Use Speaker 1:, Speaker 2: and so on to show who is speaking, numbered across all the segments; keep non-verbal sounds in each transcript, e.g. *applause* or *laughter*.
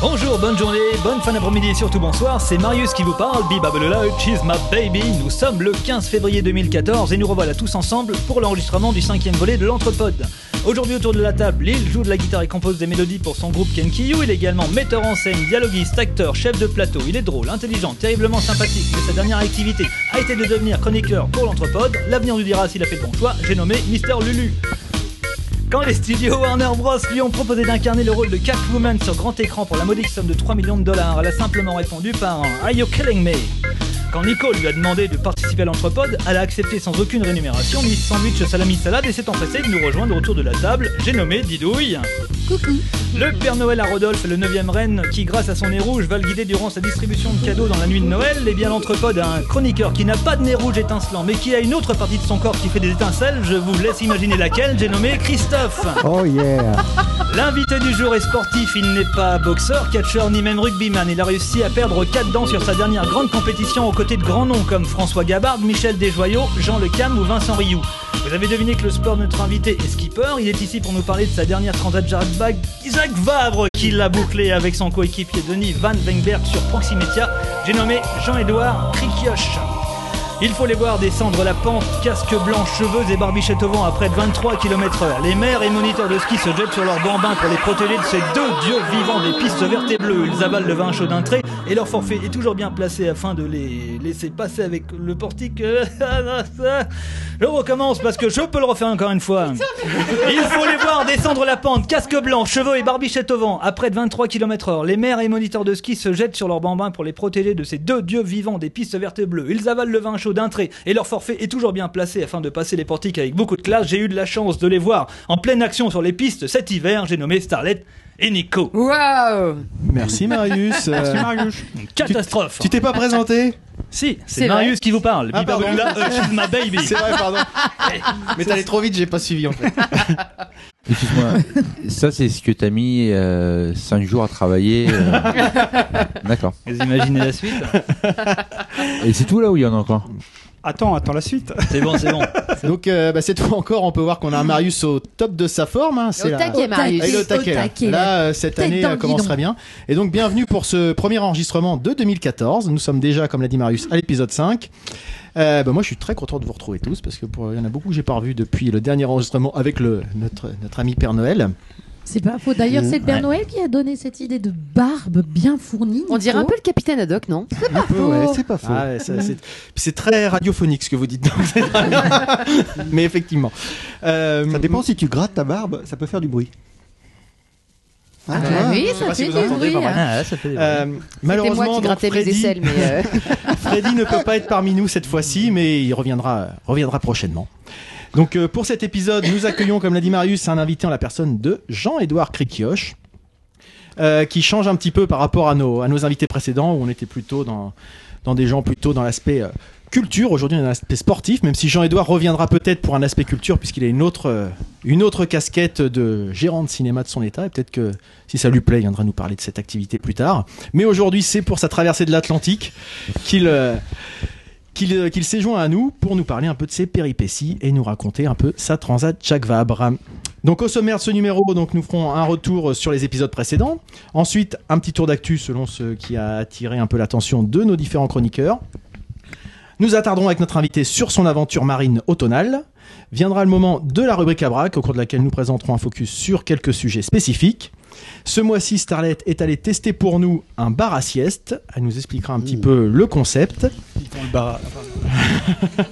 Speaker 1: Bonjour, bonne journée, bonne fin d'après-midi et surtout bonsoir, c'est Marius qui vous parle, Bibabolola, She's My Baby. Nous sommes le 15 février 2014 et nous revoilà tous ensemble pour l'enregistrement du cinquième volet de l'Entrepode. Aujourd'hui autour de la table, Lil joue de la guitare et compose des mélodies pour son groupe Kenkiyu. Il est également metteur en scène, dialoguiste, acteur, chef de plateau. Il est drôle, intelligent, terriblement sympathique, mais sa dernière activité a été de devenir chroniqueur pour l'Entrepode. L'avenir nous dira s'il a fait le bon choix, j'ai nommé Mister Lulu. Quand les studios Warner Bros lui ont proposé d'incarner le rôle de Catwoman sur grand écran pour la modique somme de 3 millions de dollars, elle a simplement répondu par un Are you killing me? Quand Nico lui a demandé de participer à l'entrepode, elle a accepté sans aucune rémunération, mis sandwich salami salade et s'est empressée de nous rejoindre autour de la table, j'ai nommé Didouille.
Speaker 2: Coucou.
Speaker 1: Le Père Noël à Rodolphe est le 9 reine qui, grâce à son nez rouge, va le guider durant sa distribution de cadeaux dans la nuit de Noël. Et bien l'entrepode a un chroniqueur qui n'a pas de nez rouge étincelant, mais qui a une autre partie de son corps qui fait des étincelles. Je vous laisse imaginer laquelle, j'ai nommé Christophe.
Speaker 3: Oh yeah
Speaker 1: L'invité du jour est sportif, il n'est pas boxeur, catcheur ni même rugbyman. Il a réussi à perdre 4 dents sur sa dernière grande compétition aux côtés de grands noms comme François Gabard, Michel Desjoyaux, Jean Le Cam ou Vincent Rioux. Vous avez deviné que le sport de notre invité est skipper. Il est ici pour nous parler de sa dernière transat Jarabag, Isaac Vabre, qui l'a bouclé avec son coéquipier Denis Van Wengberg sur Proximetia. J'ai nommé Jean-Édouard Cricioche. Il faut les voir descendre la pente, casque blanc, cheveux et barbichette au vent à près de 23 km/h. Les maires et moniteurs de ski se jettent sur leurs bambins pour les protéger de ces deux dieux vivants des pistes vertes et bleues. Ils avalent le vin chaud d'un trait et leur forfait est toujours bien placé afin de les laisser passer avec le portique. *laughs* Ah, Je recommence parce que je peux le refaire encore une fois. Il faut les voir descendre la pente, casque blanc, cheveux et barbichette au vent à près de 23 km/h. Les maires et moniteurs de ski se jettent sur leurs bambins pour les protéger de ces deux dieux vivants des pistes vertes et bleues. Ils avalent le vin chaud d'un trait et leur forfait est toujours bien placé afin de passer les portiques avec beaucoup de classe. J'ai eu de la chance de les voir en pleine action sur les pistes cet hiver. J'ai nommé Starlet et Nico.
Speaker 2: Waouh
Speaker 3: Merci Marius. Euh,
Speaker 1: Catastrophe.
Speaker 3: Tu t'es pas présenté
Speaker 1: Si, c'est
Speaker 2: C'est
Speaker 1: Marius
Speaker 2: vrai.
Speaker 1: qui vous parle.
Speaker 3: Ah,
Speaker 1: Biba
Speaker 3: pardon.
Speaker 1: Boula, euh, she's my baby.
Speaker 3: C'est vrai, pardon. *laughs* Mais t'allais trop vite, j'ai pas suivi en fait.
Speaker 4: Excuse-moi, *laughs* ça c'est ce que t'as mis 5 jours à travailler.
Speaker 1: *laughs*
Speaker 4: euh. D'accord.
Speaker 1: Vous imaginez la suite
Speaker 4: Et c'est tout là où il y en a encore
Speaker 5: Attends, attends la suite.
Speaker 1: C'est bon, c'est bon.
Speaker 3: Donc euh, bah, cette fois encore, on peut voir qu'on a un Marius au top de sa forme. hein,
Speaker 2: Au
Speaker 3: la-
Speaker 2: taquet, Marius.
Speaker 3: Ah, il est au taquet,
Speaker 6: Au
Speaker 3: là.
Speaker 6: taquet,
Speaker 3: Là,
Speaker 6: là.
Speaker 3: euh, cette
Speaker 6: Tête
Speaker 3: année
Speaker 6: dans le
Speaker 3: euh, commence
Speaker 6: guidon.
Speaker 3: très bien. Et donc, bienvenue pour ce premier enregistrement de 2014. Nous sommes déjà, comme l'a dit Marius, à l'épisode 5. Euh, bah, moi, je suis très content de vous retrouver tous parce que pour- il y en a beaucoup que j'ai pas revu depuis le dernier enregistrement avec le, notre, notre ami Père Noël.
Speaker 6: C'est pas faux. D'ailleurs,
Speaker 3: Mmh.
Speaker 6: c'est le Père Noël qui a donné cette idée de barbe bien fournie.
Speaker 2: On dirait un
Speaker 6: Nico.
Speaker 2: peu le capitaine Haddock, non
Speaker 3: Un peu, ouais, c'est pas
Speaker 4: faux.
Speaker 3: Ah ouais, ça,
Speaker 7: Mm.
Speaker 3: c'est- c'est très radiophonique ce que vous dites. donc c'est très bien.
Speaker 7: *laughs*
Speaker 3: Mais effectivement. Euh,
Speaker 7: Ça dépend si tu grattes ta barbe, ça peut faire du bruit.
Speaker 2: Ah,
Speaker 3: Ah,
Speaker 2: bah oui,
Speaker 3: je sais
Speaker 2: ça
Speaker 3: pas si
Speaker 2: fait
Speaker 3: vous
Speaker 2: du
Speaker 3: entendez,
Speaker 2: bruit.
Speaker 3: pas mal.
Speaker 2: hein.
Speaker 1: Ah, ça fait des
Speaker 3: euh,
Speaker 2: C'était
Speaker 3: malheureusement,
Speaker 2: moi qui
Speaker 3: donc,
Speaker 2: grattais mes
Speaker 3: Freddy-
Speaker 2: aisselles, mais euh,
Speaker 3: Freddy ne peut pas être parmi nous cette fois-ci, mais il reviendra, euh, reviendra prochainement. Donc euh, pour cet épisode, nous accueillons, comme l'a dit Marius, un invité en la personne de Jean-Édouard Cricioche, euh, qui change un petit peu par rapport à nos, à nos invités précédents, où on était plutôt dans, dans des gens plutôt dans l'aspect euh, culture. Aujourd'hui, on a un aspect sportif, même si Jean-Édouard reviendra peut-être pour un aspect culture, puisqu'il a une autre, euh, une autre casquette de gérant de cinéma de son état, et peut-être que si ça lui plaît, il viendra nous parler de cette activité plus tard. Mais aujourd'hui, c'est pour sa traversée de l'Atlantique qu'il euh, qu'il euh, qu'il s'est joint à nous pour nous parler un peu de ses péripéties et nous raconter un peu sa transat Jacques Vabre. Donc au sommaire de ce numéro, donc nous ferons un retour sur les épisodes précédents. Ensuite, un petit tour d'actu selon ce qui a attiré un peu l'attention de nos différents chroniqueurs. Nous attarderons avec notre invité sur son aventure marine automnale. Viendra le moment de la rubrique à braque, au cours de laquelle nous présenterons un focus sur quelques sujets spécifiques. Ce mois-ci, Starlet est allée tester pour nous un bar à sieste. Elle nous expliquera un petit peu le concept.
Speaker 5: rien,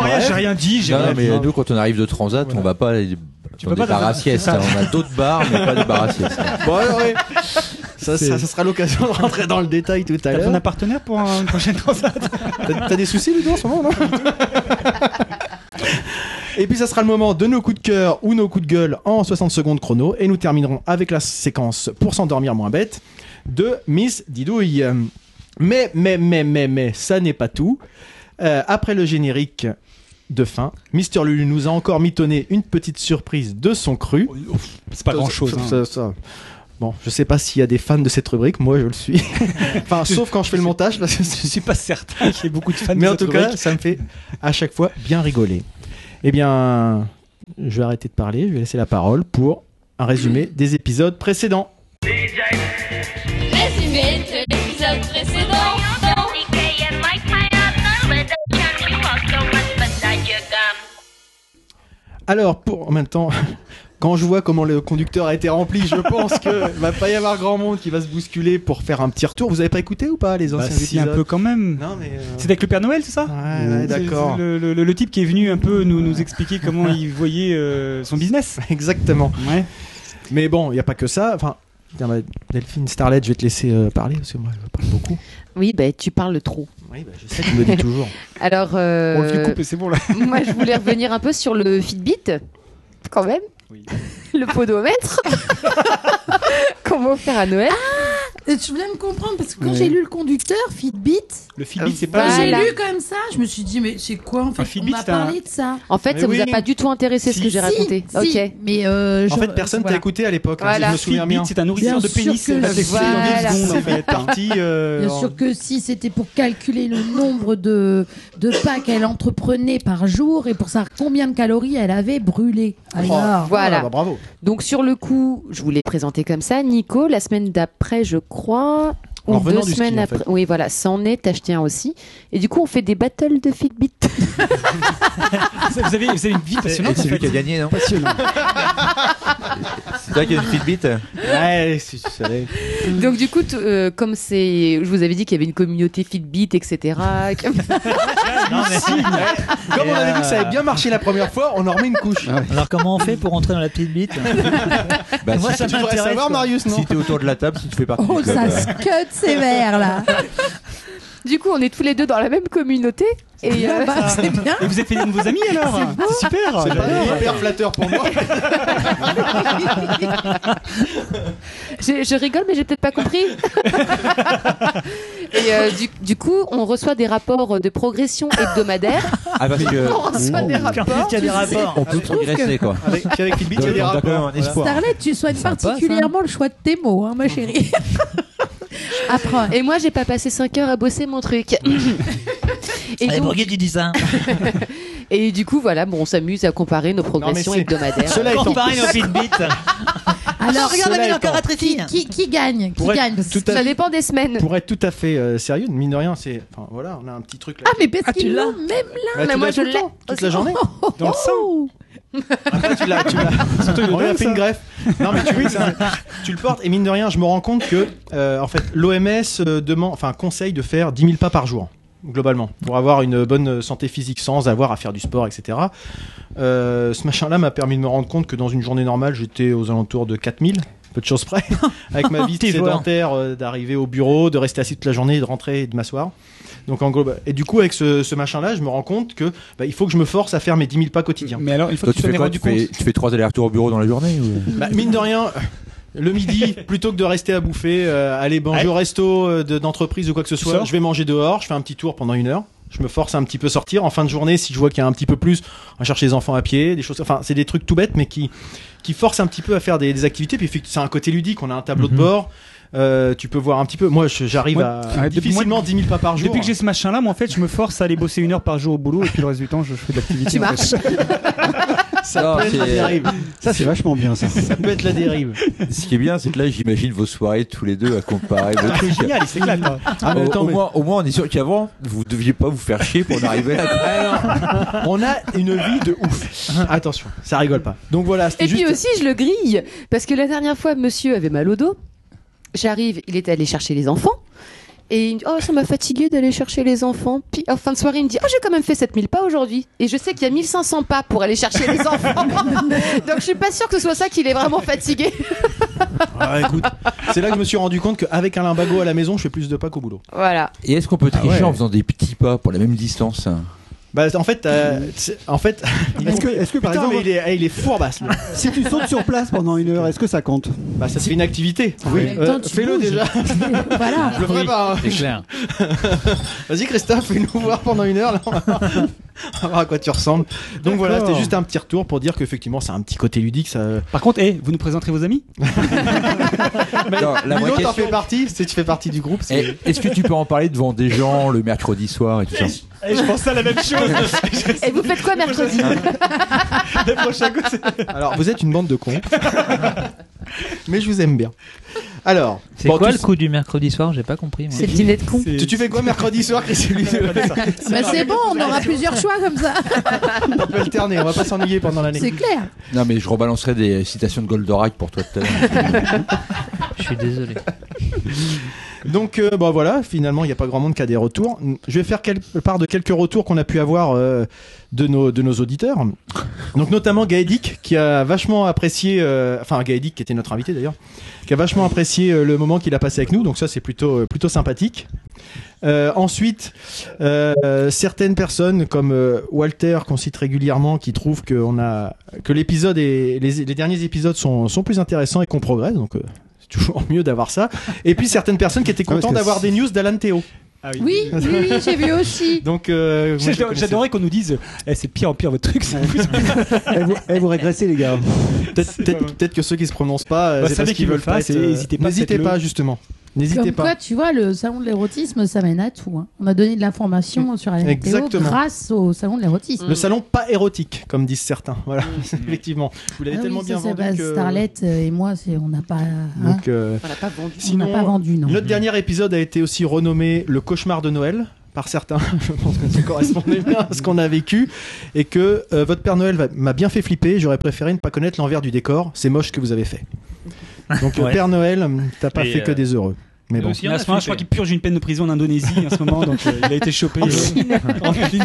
Speaker 5: Ah, j'ai rien dit, j'ai
Speaker 4: Non,
Speaker 5: rien
Speaker 4: non, mais
Speaker 5: dit.
Speaker 4: nous quand on arrive de Transat, on va pas aller
Speaker 5: Tu
Speaker 4: dans
Speaker 5: peux
Speaker 4: des
Speaker 5: pas
Speaker 4: bars
Speaker 5: dans un-
Speaker 4: à sieste. *laughs* hein. On a d'autres bars, mais pas des bars à sieste.
Speaker 3: Bon, ouais, *laughs* ouais. Ça, ça- ça sera l'occasion de rentrer dans le détail tout à
Speaker 5: T'as besoin d'un
Speaker 3: l'heure.
Speaker 5: partenaire pour un- une prochaine transat
Speaker 3: T'as t'as des soucis, Ludo, en ce moment, non Et puis, ça sera le moment de nos coups de cœur ou nos coups de gueule en 60 secondes chrono. Et nous terminerons avec la séquence pour s'endormir moins bête de Miss Didouille. Mais, mais, mais, mais, mais, ça n'est pas tout. Euh, après le générique de fin, Mister Lulu nous a encore mitonné une petite surprise de son cru. hein,
Speaker 8: hein.
Speaker 5: C'est pas grand chose.
Speaker 3: Ça- ça- Bon, je sais pas s'il y a des fans de cette rubrique, moi je le
Speaker 8: *laughs*
Speaker 3: suis. enfin, sauf quand je fais le montage, parce que je suis pas certain qu'il y ait beaucoup de fans. Mais
Speaker 8: de
Speaker 3: en
Speaker 8: cette
Speaker 3: tout cas,
Speaker 8: rubrique.
Speaker 3: ça me fait à chaque fois bien rigoler. Eh bien, je vais arrêter de parler, je vais laisser la parole pour un résumé des épisodes précédents.
Speaker 9: Résumé de l'épisode précédent.
Speaker 3: Alors, pour, en même temps, *laughs* quand je vois comment le conducteur a été rempli, je pense que va pas y avoir grand monde qui va se bousculer pour faire un petit retour. Vous avez pas écouté ou pas les
Speaker 8: Bah,
Speaker 3: anciens
Speaker 8: si, un
Speaker 3: épisodes
Speaker 8: peu quand même.
Speaker 3: Non, mais. euh,
Speaker 8: C'est avec le Père Noël, c'est ça
Speaker 3: Ouais, ouais,
Speaker 8: *laughs* C'est-
Speaker 3: d'accord.
Speaker 8: c'est Le, le- le- le type qui est venu un peu nous, nous expliquer comment il voyait euh, son business.
Speaker 3: Exactement.
Speaker 8: Ouais.
Speaker 3: Mais bon, il n'y a pas que ça. Enfin, putain, bah, Delphine, Starlet, je vais te laisser euh, parler parce que moi, je parle beaucoup.
Speaker 2: Oui, bah, tu parles trop.
Speaker 3: Oui, bah, je sais, tu me dis *laughs* toujours.
Speaker 2: Alors, euh,
Speaker 8: On le coupe et c'est
Speaker 10: *laughs*
Speaker 8: bon là.
Speaker 2: moi, je voulais revenir un peu sur le Fitbit, quand même. *laughs* le podomètre *laughs* qu'on m'a offert à Noël.
Speaker 6: Euh, Je voulais me comprendre parce que
Speaker 3: Mmh.
Speaker 6: quand j'ai lu le conducteur, Fitbit,
Speaker 8: Le
Speaker 6: Euh,
Speaker 8: Fitbit, c'est
Speaker 2: Ah,
Speaker 8: pas.
Speaker 6: j'ai
Speaker 2: Voilà.
Speaker 6: lu comme ça, je me suis dit, mais c'est quoi en fait
Speaker 8: Un
Speaker 6: On
Speaker 8: Fitbit,
Speaker 6: m'a
Speaker 8: c'est un-
Speaker 6: parlé de ça.
Speaker 2: En fait,
Speaker 3: Mais
Speaker 2: ça
Speaker 3: oui.
Speaker 2: vous a pas du tout intéressé ce
Speaker 3: Si,
Speaker 2: que j'ai
Speaker 6: Si,
Speaker 2: raconté.
Speaker 6: si,
Speaker 2: ok.
Speaker 6: Mais euh,
Speaker 3: En
Speaker 6: je-
Speaker 3: fait, personne t'a
Speaker 6: voilà.
Speaker 3: écouté à l'époque, hein,
Speaker 2: Voilà.
Speaker 3: si je me souviens bien.
Speaker 8: Fitbit, c'est un nourrisseur
Speaker 6: Bien
Speaker 8: de
Speaker 6: sûr
Speaker 8: pénis.
Speaker 6: que
Speaker 8: Ça s'est fait en
Speaker 2: voilà.
Speaker 8: 10 secondes, en fait.
Speaker 3: C'est parti. euh,
Speaker 6: Bien
Speaker 3: en-
Speaker 6: sûr que si, c'était pour calculer le nombre de, de pas qu'elle entreprenait par jour et pour savoir combien de calories elle avait brûlées. Alors,
Speaker 2: Voilà.
Speaker 3: Ah, bah, bravo.
Speaker 2: Donc sur le coup, je voulais présenter comme ça. Nico, la semaine d'après, je crois,
Speaker 3: En
Speaker 2: ou
Speaker 3: revenant
Speaker 2: deux
Speaker 3: du ski,
Speaker 2: semaines
Speaker 3: en
Speaker 2: après, oui voilà, s'en est acheté un aussi. Et du coup, on fait des battles de Fitbit.
Speaker 8: Vous avez, vous avez une
Speaker 3: Ah,
Speaker 8: vie
Speaker 4: Et- et
Speaker 8: passionnante.
Speaker 4: C'est
Speaker 8: en
Speaker 4: lui
Speaker 8: fait.
Speaker 4: qui a gagné, *laughs* non C'est toi qui as une petite bite
Speaker 3: Ouais, c'est c'est vrai.
Speaker 2: *laughs* Donc du coup, t- euh, comme c'est, je vous avais dit qu'il y avait une communauté Fitbit, etc. *laughs*
Speaker 3: Comme on avait dit que ça avait bien marché la première fois, on en remet une couche.
Speaker 11: Alors comment on fait pour entrer dans la petite
Speaker 8: *laughs*
Speaker 11: bite
Speaker 4: Bah,
Speaker 11: Moi,
Speaker 4: si-
Speaker 11: ça
Speaker 3: Tu devrais
Speaker 11: m'intéresse,
Speaker 3: savoir,
Speaker 11: quoi.
Speaker 3: Marius, non
Speaker 4: Si t'es autour de la table, si tu fais partie
Speaker 6: oh,
Speaker 4: du club,
Speaker 6: ça
Speaker 4: euh,
Speaker 6: scud sévère là.
Speaker 2: du coup, on est tous les deux dans la même communauté. Et euh,
Speaker 6: Bah, c'est bien.
Speaker 8: Et vous avez fait des nouveaux amis alors C'est super
Speaker 3: C'est pas
Speaker 8: j'adore.
Speaker 3: hyper flatteur pour moi.
Speaker 2: J'ai- je rigole, mais j'ai peut-être pas *laughs* compris. et euh, du, du coup, on reçoit des rapports de progression hebdomadaire.
Speaker 4: Ah, parce que.
Speaker 2: On reçoit des rapports.
Speaker 11: Qu'est-ce qu'il y a des rapports
Speaker 4: On peut progresser, quoi.
Speaker 3: *laughs* Avec, avec Fitbit, il y a des
Speaker 4: Donc, on a quand même
Speaker 3: rapports.
Speaker 4: un espoir.
Speaker 6: Starlet, tu soignes particulièrement le choix de tes mots, hein, ma *laughs* chérie. Apprends.
Speaker 2: Et moi, j'ai pas passé 5 heures à bosser mon *laughs* truc. et,
Speaker 11: Et
Speaker 2: donc-
Speaker 11: Bourguet, tu dis ça.
Speaker 2: et du coup, voilà, bon, on s'amuse à comparer nos progressions
Speaker 3: c'est-
Speaker 2: hebdomadaires.
Speaker 3: Cela étant,
Speaker 11: Comparé nos petites bites.
Speaker 6: Alors,
Speaker 3: Cela
Speaker 11: il est
Speaker 3: étant-
Speaker 11: encore
Speaker 6: qui,
Speaker 11: attréphi.
Speaker 6: qui, qui gagne Qui
Speaker 3: hein. Pour être
Speaker 6: gagne Parce que-
Speaker 3: *laughs* tout à-
Speaker 2: Ça dépend des semaines.
Speaker 3: Pour être tout à fait euh, sérieux, mine de rien, c'est. Enfin voilà, on a un petit truc là.
Speaker 6: Ah, mais parce
Speaker 11: Ah, tu
Speaker 6: qu'ils
Speaker 11: l'as
Speaker 6: l'ont même là.
Speaker 3: Bah, tu
Speaker 2: mais moi, je
Speaker 3: tout le
Speaker 2: l'ai.
Speaker 3: temps, Toute la
Speaker 2: *laughs*
Speaker 3: journée.
Speaker 8: Dans le sang.
Speaker 3: Ah, tu l'as,
Speaker 11: *laughs*
Speaker 3: tu l'as. On lui a fait une greffe. Non, mais tu, oui, c'est un- tu le portes et mine de rien, je me rends compte que euh, en fait, l'OMS euh, demande, enfin, conseille de faire 10 000 pas par jour globalement pour avoir une bonne santé physique sans avoir à faire du sport, etc. Euh, ce machin-là m'a permis de me rendre compte que dans une journée normale, j'étais aux alentours de 4000 peu de
Speaker 11: *laughs*
Speaker 3: choses près, avec ma vie
Speaker 11: T'es joueur.
Speaker 3: sédentaire, euh, d'arriver au bureau, de rester assis toute la journée, de rentrer et de m'asseoir. Donc en gros, bah, et du coup avec ce, ce machin-là, je me rends compte que bah, il faut que je me force à faire mes 10 000 pas quotidiens.
Speaker 8: Mais alors, une fois
Speaker 4: Toi,
Speaker 8: que tu
Speaker 4: tu
Speaker 8: t'en
Speaker 4: fais
Speaker 8: es
Speaker 4: quoi
Speaker 8: rendu
Speaker 4: tu
Speaker 8: compte,
Speaker 4: fais, tu fais trois allers-retours au bureau dans la journée ou...
Speaker 3: Bah, mine de rien, le midi, plutôt que de rester à bouffer, euh, aller manger au resto euh, de- d'entreprise ou quoi que ce
Speaker 8: Tu
Speaker 3: soit,
Speaker 8: sors
Speaker 3: je vais manger dehors, je fais un petit tour pendant une heure. Je me force à un petit peu sortir. En fin de journée, si je vois qu'il y a un petit peu plus, on va chercher les enfants à pied, des choses. Enfin, c'est des trucs tout bêtes, mais qui, qui forcent un petit peu à faire des, des activités. Puis c'est un côté ludique. On a un tableau de
Speaker 4: Mhm.
Speaker 3: bord. euh, tu peux voir un petit peu. Moi, je- j'arrive
Speaker 8: Ouais.
Speaker 3: à
Speaker 8: Ouais, depuis-
Speaker 3: difficilement 10 000 pas par jour.
Speaker 8: Depuis que j'ai ce machin là, moi en fait, je me force à aller bosser une heure par jour au boulot et puis le reste du temps, je fais de l'activité.
Speaker 2: Tu
Speaker 8: en
Speaker 2: marches.
Speaker 8: fait.
Speaker 4: Non,
Speaker 3: peut être la
Speaker 4: c'est-
Speaker 3: dérive.
Speaker 10: Ça, c'est vachement bien, ça.
Speaker 8: *laughs*
Speaker 3: Ça peut être la dérive.
Speaker 4: Ce qui est bien, c'est que là, j'imagine vos soirées tous les deux
Speaker 3: *laughs*
Speaker 4: à comparer vos trucs.
Speaker 8: Génial, il s'éclate. hein.
Speaker 3: Ah, mais
Speaker 4: au,
Speaker 3: attends,
Speaker 4: au
Speaker 3: mais-
Speaker 4: moins, au moins, on est sûr qu'avant, vous deviez pas vous faire chier pour en arriver là. quoi.
Speaker 3: On a une vie de ouf. Attention, ça rigole pas. Donc voilà,
Speaker 2: Et
Speaker 3: c'était
Speaker 2: puis
Speaker 3: juste.
Speaker 2: aussi, je le grille. Parce que la dernière fois, monsieur avait mal au dos. J'arrive, il est allé chercher les enfants. Et il me dit, oh, ça m'a fatigué d'aller chercher les enfants. Puis en fin de soirée, il me dit, oh, j'ai quand même fait 7000 pas aujourd'hui. Et je sais qu'il y a 1500 pas pour aller chercher les *laughs* enfants. Donc je suis pas sûre que ce soit ça qu'il est vraiment fatigué.
Speaker 3: Ah, écoute, c'est là que je me suis rendu compte qu'avec un limbago à la maison, je fais plus de pas qu'au boulot.
Speaker 2: Voilà.
Speaker 4: Et est-ce qu'on peut tricher
Speaker 3: Ah ouais.
Speaker 4: en faisant des petits pas pour la même distance hein
Speaker 3: Bah, en fait, euh, c'est- en fait, il
Speaker 10: Est-ce que,
Speaker 3: compl-
Speaker 10: est-ce que par
Speaker 3: Putain, mais
Speaker 10: exemple,
Speaker 3: il est, eh, il est fourbasse. lui.
Speaker 10: si tu sautes sur place pendant une heure, est-ce que ça compte
Speaker 3: Bah, ça c'est une activité.
Speaker 6: Oui. En même temps, tu
Speaker 3: euh, Fais-le
Speaker 6: bouges. *laughs*
Speaker 3: déjà.
Speaker 6: voilà.
Speaker 3: Je le ferai pas. hein.
Speaker 1: C'est clair.
Speaker 3: *laughs* Vas-y Christophe, fais-nous voir pendant une heure. *laughs* Là, on, va voir, on va voir à quoi tu ressembles. Donc voilà,
Speaker 8: D'accord.
Speaker 3: c'était juste un petit retour pour dire qu'effectivement, c'est un petit côté ludique. Ça...
Speaker 8: Par contre, eh, vous nous présenterez vos amis
Speaker 4: Non, la vraie
Speaker 3: Ah, Ludo, t'en
Speaker 4: question,
Speaker 3: fais partie. c'est- Tu fais partie du groupe. c'est-
Speaker 4: est- est-ce que tu peux en parler devant des gens le mercredi soir et tout ça
Speaker 8: Je pense à la même chose.
Speaker 2: Et vous faites quoi mercredi
Speaker 3: Alors, vous êtes une bande de *laughs* cons. Mais je vous aime bien. Alors,
Speaker 1: C'est
Speaker 3: bon,
Speaker 1: quoi
Speaker 3: tu-
Speaker 1: le coup du mercredi soir J'ai pas compris. Moi.
Speaker 2: C'est le dîner de con.
Speaker 3: tu, tu fais quoi mercredi soir, Chris *laughs*
Speaker 6: Bah, c'est bon, on aura plusieurs choix comme ça.
Speaker 3: On peut alterner, on va pas s'ennuyer pendant
Speaker 6: C'est
Speaker 3: l'année.
Speaker 6: clair.
Speaker 4: Non, mais je rebalancerai des citations de Goldorak pour toi tout à
Speaker 1: Ah
Speaker 4: l'heure.
Speaker 1: Je suis désolé.
Speaker 3: Donc, euh, bon voilà, finalement, il n'y a pas grand monde qui a des retours. Je vais faire quel- part de quelques retours qu'on a pu avoir euh, de, nos, de nos auditeurs. Donc, notamment Gaëdic, qui a vachement apprécié, euh, enfin, Gaëdic, qui était notre invité d'ailleurs, qui a vachement apprécié euh, le moment qu'il a passé avec nous. Donc, ça, c'est plutôt, euh, plutôt sympathique. Euh, ensuite, euh, certaines personnes comme euh, Walter qu'on cite régulièrement qui trouvent que on a que l'épisode et les, les derniers épisodes sont, sont plus intéressants et qu'on progresse donc euh, c'est toujours *laughs* mieux d'avoir ça et puis certaines personnes qui étaient
Speaker 10: parce
Speaker 3: contentes
Speaker 10: que
Speaker 3: d'avoir
Speaker 10: si-
Speaker 3: des news d'Alan Théo
Speaker 6: Oui, oui, oui,
Speaker 3: *laughs*
Speaker 6: j'ai vu aussi.
Speaker 3: donc euh, moi, Ah je le connaissais.
Speaker 8: J'adorais qu'on nous dise eh, c'est pire en pire votre truc. c'est plus-
Speaker 10: Eh, vous, eh, vous régressez, les gars.
Speaker 3: peut-être peut-être- peut-être que ceux qui se prononcent pas euh,
Speaker 8: Bah,
Speaker 3: c'est
Speaker 8: ça,
Speaker 3: parce
Speaker 8: dès
Speaker 3: qu'ils
Speaker 8: qu'ils
Speaker 3: veulent
Speaker 8: le
Speaker 3: pas
Speaker 8: fassent,
Speaker 3: être, euh,
Speaker 8: n'hésitez pas,
Speaker 3: n'hésitez
Speaker 8: faites-le.
Speaker 3: pas justement n'hésitez
Speaker 6: Comme
Speaker 3: pas
Speaker 6: quoi, tu vois, le salon de l'érotisme, ça mène à tout. hein. On a donné de l'information sur la météo
Speaker 3: Mm. Exactement.
Speaker 6: grâce au salon de l'érotisme.
Speaker 3: le salon pas érotique comme disent certains voilà
Speaker 6: *laughs*
Speaker 3: *laughs* effectivement vous l'avez
Speaker 6: Ah oui,
Speaker 3: tellement
Speaker 6: ça,
Speaker 3: bien
Speaker 6: c'est
Speaker 3: vendu
Speaker 6: pas
Speaker 3: que-
Speaker 6: Starlet et moi, c'est- on n'a pas, hein,
Speaker 3: donc euh,
Speaker 2: On l'a pas vendu.
Speaker 6: on n'a
Speaker 3: sinon-
Speaker 6: pas vendu, non.
Speaker 10: Mhm.
Speaker 3: Notre dernier épisode a été aussi renommé Le cauchemar de Noël par certains. *laughs* Je pense que ça correspondait bien à ce qu'on a vécu et que euh, votre Père Noël va- m'a bien fait flipper. J'aurais préféré ne pas connaître l'envers du décor. C'est moche ce que vous avez fait.
Speaker 10: *laughs*
Speaker 3: Donc euh,
Speaker 1: Ouais.
Speaker 3: Père Noël, t'as pas
Speaker 1: Et,
Speaker 3: fait que
Speaker 1: euh,
Speaker 3: des heureux. Mais
Speaker 1: nous
Speaker 3: bon.
Speaker 1: aussi,
Speaker 8: Mais
Speaker 1: on
Speaker 8: à
Speaker 1: a
Speaker 8: ce moment je crois
Speaker 1: flippé.
Speaker 8: qu'il purge une peine de prison en Indonésie en ce moment, donc euh, il a été
Speaker 10: *laughs*
Speaker 8: chopé.
Speaker 10: Ah
Speaker 8: euh, *laughs* en Chine.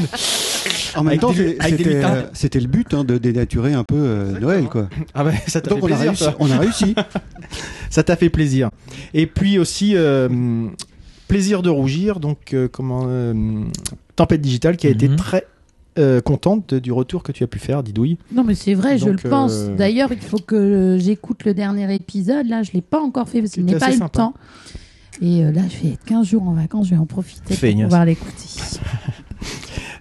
Speaker 10: En même
Speaker 3: Avec
Speaker 10: temps,
Speaker 3: des-
Speaker 10: c'est-
Speaker 3: avec des
Speaker 10: c'était
Speaker 3: lutins.
Speaker 10: euh, c'était le but hein, de dénaturer un peu euh, Noël, quoi.
Speaker 3: Ah ouais, ça Ah t'a fait
Speaker 10: Donc on a,
Speaker 3: plaisir.
Speaker 10: réussi,
Speaker 3: toi.
Speaker 10: on
Speaker 3: *laughs*
Speaker 10: a réussi.
Speaker 3: Ça t'a fait plaisir. Et puis aussi euh, hum, plaisir de rougir. Donc euh, comment euh, hum, Tempête digitale qui a été
Speaker 1: Mhm.
Speaker 3: très euh, contente du retour que tu as pu faire, Didouille.
Speaker 6: Non, mais c'est vrai, je
Speaker 3: Donc,
Speaker 6: le pense.
Speaker 3: euh,
Speaker 6: D'ailleurs, il faut que j'écoute le dernier épisode. Là, je ne l'ai pas encore fait parce que je
Speaker 3: C'était
Speaker 6: n'ai pas
Speaker 3: assez
Speaker 6: eu le
Speaker 3: sympa.
Speaker 6: temps. Et euh, là, je vais être 15 jours en vacances, je vais en profiter
Speaker 3: Feignasse.
Speaker 6: pour pouvoir l'écouter.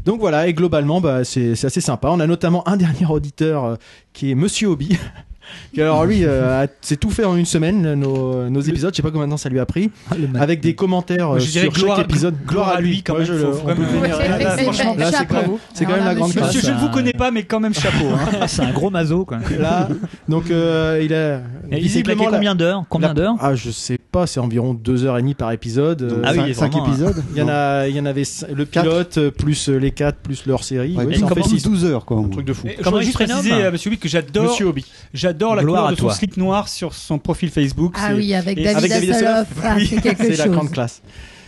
Speaker 3: Donc voilà, et globalement, bah, c'est c'est assez sympa. On a notamment un *laughs* dernier auditeur euh, qui est Monsieur Hobby. *laughs* qui, alors lui, euh, a- s'est tout fait en une semaine, nos, nos épisodes. Je sais pas combien de temps ça lui a
Speaker 8: *laughs*
Speaker 3: pris.
Speaker 8: Ah,
Speaker 3: Avec des commentaires euh,
Speaker 8: Je dirais
Speaker 3: sur
Speaker 8: gloire-
Speaker 3: chaque épisode.
Speaker 8: gloire à lui, quand
Speaker 3: Ouais,
Speaker 8: même,
Speaker 3: je le- on
Speaker 8: faut
Speaker 3: peut
Speaker 8: vraiment-
Speaker 3: le vénérer.
Speaker 8: Ouais,
Speaker 3: Là,
Speaker 8: c'est-
Speaker 3: franchement, là, c'est quand même- c'est quand
Speaker 6: Alors
Speaker 3: même
Speaker 6: là,
Speaker 3: la grande
Speaker 6: monsieur,
Speaker 3: classe.
Speaker 8: Monsieur, je ne vous connais pas, mais quand même chapeau. hein.
Speaker 1: Ah, c'est un gros mazo
Speaker 3: *laughs*
Speaker 1: quoi.
Speaker 3: Là, donc euh, il a
Speaker 1: Et Il s'est claqué
Speaker 3: la-
Speaker 1: combien d'heures Combien
Speaker 3: la-
Speaker 1: d'heures
Speaker 3: Ah, je sais pas, c'est environ deux heures et demie par épisode. Euh,
Speaker 1: Ah oui,
Speaker 10: Cin-
Speaker 1: il est
Speaker 10: cinq
Speaker 1: vraiment, hein.
Speaker 10: épisodes.
Speaker 3: Il y en a, il y en avait cin- le
Speaker 10: Quatre.
Speaker 3: pilote euh, plus euh, les quatre plus leur série.
Speaker 10: Ouais,
Speaker 3: Ouais,
Speaker 10: ça
Speaker 3: ça en fait
Speaker 10: fait
Speaker 3: six.
Speaker 10: 12 heures, quoi.
Speaker 3: Un truc de fou.
Speaker 8: Et Je
Speaker 1: Comment
Speaker 8: voudrais
Speaker 1: il se
Speaker 8: juste
Speaker 1: prénomme
Speaker 8: préciser à Monsieur Wick euh, que j'adore,
Speaker 3: Monsieur Hobby.
Speaker 8: j'adore la
Speaker 1: Gloire
Speaker 8: couleur
Speaker 1: à
Speaker 8: de son
Speaker 1: toi.
Speaker 8: slip noir sur son profil Facebook.
Speaker 6: Ah
Speaker 8: c'est-
Speaker 6: oui, avec
Speaker 8: Et-
Speaker 6: David
Speaker 3: avec David
Speaker 6: Hasselhoff, ah, c'est quelque
Speaker 3: C'est la grande
Speaker 6: chose.
Speaker 3: classe.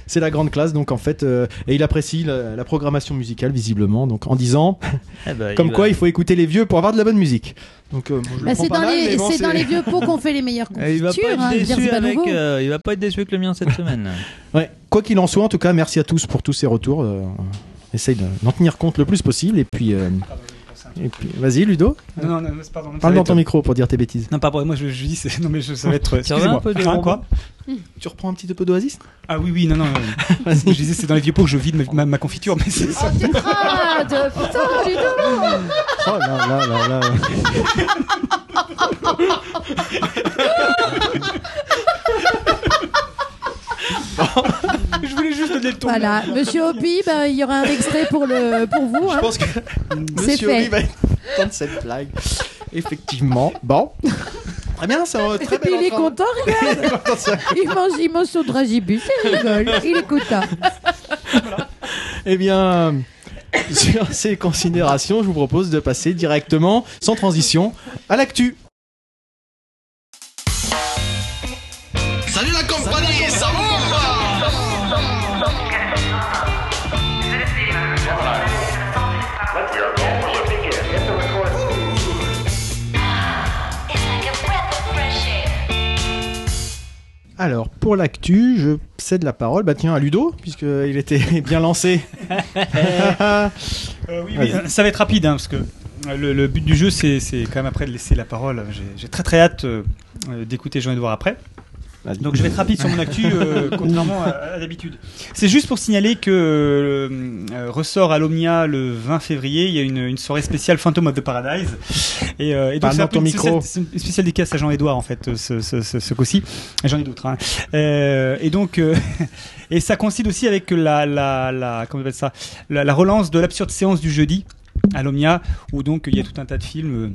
Speaker 3: C'est la grande classe, donc en fait, euh, et il apprécie la, la programmation musicale visiblement, donc en disant
Speaker 1: Eh ben,
Speaker 3: comme
Speaker 1: il
Speaker 3: quoi
Speaker 1: va-
Speaker 3: Bah, il faut écouter les vieux pour avoir de la bonne musique. Donc euh, moi, je le
Speaker 6: Bah,
Speaker 3: prends
Speaker 6: c'est
Speaker 3: pas
Speaker 6: dans,
Speaker 3: mal, mais
Speaker 6: les,
Speaker 3: bon,
Speaker 6: c'est
Speaker 3: c'est-
Speaker 6: dans les vieux pots qu'on fait
Speaker 3: *laughs*
Speaker 6: les meilleures confitures.
Speaker 1: Eh, il va pas
Speaker 6: hein,
Speaker 1: être
Speaker 6: je veux dire,
Speaker 1: déçu
Speaker 6: c'est pas
Speaker 1: avec,
Speaker 6: nouveau.
Speaker 1: euh, il va pas être déçu avec le mien cette semaine.
Speaker 3: Ouais. Quoi qu'il en soit, en tout cas, merci à tous pour tous ces retours. euh, on essaye de- d'en tenir compte le plus possible, et puis, euh, et puis vas-y Ludo,
Speaker 8: Non, non, non, c'est pardon.
Speaker 3: parle dans ton micro pour dire tes bêtises.
Speaker 8: Non, pas pour moi, je, je dis, c'est- *laughs* non, mais je, ça va être.
Speaker 1: Ça va un
Speaker 8: Excusez-moi.
Speaker 1: peu des
Speaker 8: Hein,
Speaker 1: robots
Speaker 8: quoi
Speaker 3: Tu reprends un petit peu d'oasis
Speaker 8: Ah oui, oui, non, non. *laughs* non. je disais, c'est dans les vieux pots que je vide ma, ma- ma confiture, mais c'est ça.
Speaker 3: *laughs*
Speaker 2: Ah, de- putain, Ludo
Speaker 10: Oh là là là là.
Speaker 6: *laughs*
Speaker 8: je voulais juste donner le ton.
Speaker 6: Voilà, Monsieur Hopi, bah, il y aura un extrait pour, le, pour vous. hein.
Speaker 3: Je pense que
Speaker 6: C'est
Speaker 3: Monsieur
Speaker 6: fait.
Speaker 3: Horry va être content de cette blague. Effectivement.
Speaker 6: *laughs*
Speaker 3: Bon. Très bien, c'est un très
Speaker 6: Et puis
Speaker 3: bel
Speaker 6: il est
Speaker 3: entraînement.
Speaker 6: content, regarde.
Speaker 3: *laughs*
Speaker 6: il mange, il mange son dragibus, il rigole, il hein. est content.
Speaker 3: Eh bien, *laughs* sur ces considérations, je vous propose de passer directement, sans transition, à l'actu. Alors, pour l'actu, je cède la parole bah, tiens, à Ludo, puisqu'il était *laughs* bien
Speaker 8: *laughs*
Speaker 3: lancé.
Speaker 8: Euh, oui, oui,
Speaker 3: Vas-y.
Speaker 8: ça va être rapide, hein, parce que euh, le, le but du jeu, c'est c'est quand même après de laisser la parole. J'ai- J'ai très très hâte euh, euh, d'écouter Jean-Edouard après.
Speaker 3: Vas-y.
Speaker 8: Donc je vais être rapide sur mon actu, euh,
Speaker 3: *laughs*
Speaker 8: contrairement à, à d'habitude. C'est juste pour signaler que euh, euh, ressort à l'Omnia le 20 février, il y a une, une soirée spéciale Phantom of the Paradise. Et, euh, et donc
Speaker 3: Parle
Speaker 8: c'est
Speaker 3: dans
Speaker 8: un peu
Speaker 3: ton
Speaker 8: une spéciale-
Speaker 3: micro.
Speaker 8: c'est une spéciale dédicace à Jean-Edouard en fait, euh, ce, ce, ce, ce coup-ci. Et J'en ai d'autres. hein. Euh, et donc, euh, *laughs* et ça coïncide aussi avec la, la, la, comment on appelle ça, la, la relance de l'absurde séance du jeudi à l'Omnia, où donc il y a tout un tas de films. euh,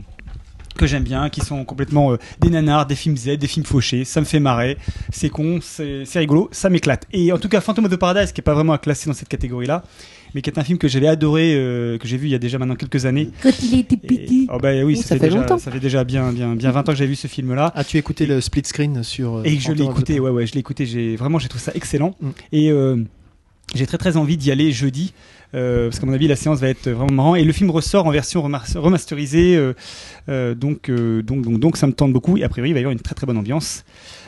Speaker 8: que j'aime bien, qui sont complètement euh, des nanars, des films Z, des films fauchés, ça me fait marrer, c'est con, c'est c'est rigolo, ça m'éclate. Et en tout cas, Phantom of the Paradise, qui est pas vraiment à classer dans cette catégorie-là, mais qui est un film que j'avais adoré, euh, que j'ai vu il y a déjà maintenant quelques années.
Speaker 6: Quand il était
Speaker 8: Et-
Speaker 6: petit.
Speaker 8: oh bah oui,
Speaker 2: Oh,
Speaker 8: ça, fait déjà, longtemps. Ça fait déjà bien, bien, bien 20 ans que j'avais vu ce film-là.
Speaker 3: As-tu écouté le split screen sur. euh,
Speaker 8: Et que je l'ai
Speaker 3: Phantom of the
Speaker 8: écouté, ouais, ouais, je l'ai écouté, j'ai vraiment, j'ai trouvé ça excellent.
Speaker 3: Mm.
Speaker 8: Et euh, j'ai très, très envie d'y aller jeudi, euh, parce qu'à mon avis, la séance va être vraiment marrant. Et le film ressort en version remas- remasterisée, euh, euh, donc, euh, donc, donc, donc, ça me tente beaucoup. Et a priori, il va y avoir une très, très bonne ambiance.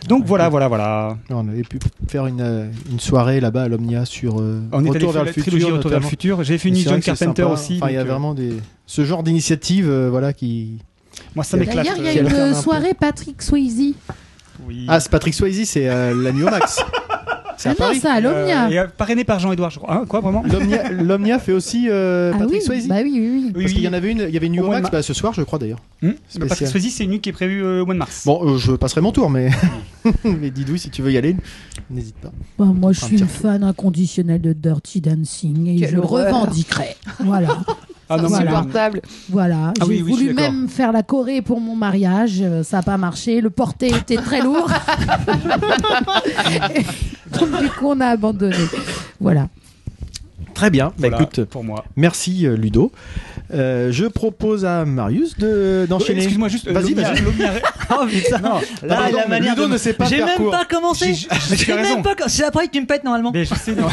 Speaker 8: Donc voilà, voilà, voilà.
Speaker 3: Non, on avait pu faire une, euh, une soirée là-bas à l'Omnia sur euh,
Speaker 8: On est allé
Speaker 3: Retour
Speaker 8: faire
Speaker 3: vers
Speaker 8: la
Speaker 3: le futur.
Speaker 8: trilogie Retour vers le
Speaker 3: notamment.
Speaker 8: futur. J'ai fait
Speaker 3: Et
Speaker 8: une
Speaker 3: c'est vrai
Speaker 8: John
Speaker 3: que c'est
Speaker 8: Carpenter
Speaker 3: sympa. hein.
Speaker 8: aussi.
Speaker 3: Enfin, il y a
Speaker 8: donc, euh,
Speaker 3: vraiment des... ce genre d'initiative euh, voilà, qui.
Speaker 8: Moi, ça m'éclate.
Speaker 6: D'ailleurs, il y
Speaker 8: euh,
Speaker 6: a
Speaker 3: Quel
Speaker 6: une
Speaker 3: terme un
Speaker 6: euh,
Speaker 3: peu.
Speaker 6: soirée Patrick Swayze.
Speaker 8: oui.
Speaker 3: Ah, c'est Patrick Swayze, c'est euh, la nuit au
Speaker 8: *laughs*
Speaker 3: max. c'est à
Speaker 6: Ah non,
Speaker 3: Paris.
Speaker 6: c'est à l'Omnia.
Speaker 8: Euh, et, euh, parrainé par Jean-Edouard, je crois. Hein, quoi, vraiment
Speaker 3: L'Omnia- L'Omnia fait aussi euh,
Speaker 6: Ah
Speaker 3: Patrick
Speaker 6: oui,
Speaker 3: Swayze.
Speaker 6: bah oui, oui, oui.
Speaker 8: Oui,
Speaker 3: Parce qu'il
Speaker 8: oui.
Speaker 3: y en avait une, il y avait une nuit
Speaker 8: Au
Speaker 3: au
Speaker 8: mois de
Speaker 3: max
Speaker 8: mars.
Speaker 3: bah, ce soir, je crois d'ailleurs.
Speaker 8: Hmm
Speaker 3: Spécial.
Speaker 8: Patrick Swayze, c'est une nuit qui est prévue euh, au mois de mars.
Speaker 3: Bon, euh, je passerai mon tour, mais, *laughs* mais Didou, si tu veux y aller, n'hésite pas.
Speaker 6: Bah, moi, je
Speaker 3: Un
Speaker 6: suis
Speaker 3: petit
Speaker 6: une fan inconditionnelle de Dirty Dancing et
Speaker 2: Quelle
Speaker 6: je
Speaker 2: horreur.
Speaker 6: revendiquerai. *laughs* Voilà,
Speaker 8: Ah non, mais-
Speaker 6: Voilà.
Speaker 2: Insupportable.
Speaker 6: voilà.
Speaker 8: Ah
Speaker 6: J'ai
Speaker 8: oui, oui, je suis
Speaker 6: voulu
Speaker 8: d'accord.
Speaker 6: même faire la Corée pour mon mariage, euh, ça n'a pas marché. Le porté était très *laughs* lourd. Donc, du coup, on a abandonné. Voilà.
Speaker 3: Très bien, bah
Speaker 8: Voilà,
Speaker 3: écoute,
Speaker 8: pour moi.
Speaker 3: merci euh, Ludo. Euh, je propose à Marius de- d'enchaîner. *laughs*
Speaker 8: Excuse-moi juste. euh,
Speaker 3: Vas-y,
Speaker 8: Lomia-
Speaker 3: vas-y.
Speaker 8: Lomia-
Speaker 3: *laughs*
Speaker 1: Oh putain
Speaker 8: Non,
Speaker 1: Là,
Speaker 3: Pardon,
Speaker 1: la
Speaker 3: mais
Speaker 1: manière
Speaker 3: Ludo
Speaker 1: de-
Speaker 3: ne sait pas
Speaker 1: J'ai
Speaker 3: faire
Speaker 1: même
Speaker 3: cours.
Speaker 1: pas commencé.
Speaker 8: J'ai- j'ai- j'ai
Speaker 1: J'ai même
Speaker 8: raison.
Speaker 1: pas com- C'est après que tu me pètes normalement.
Speaker 8: Mais je sais, non.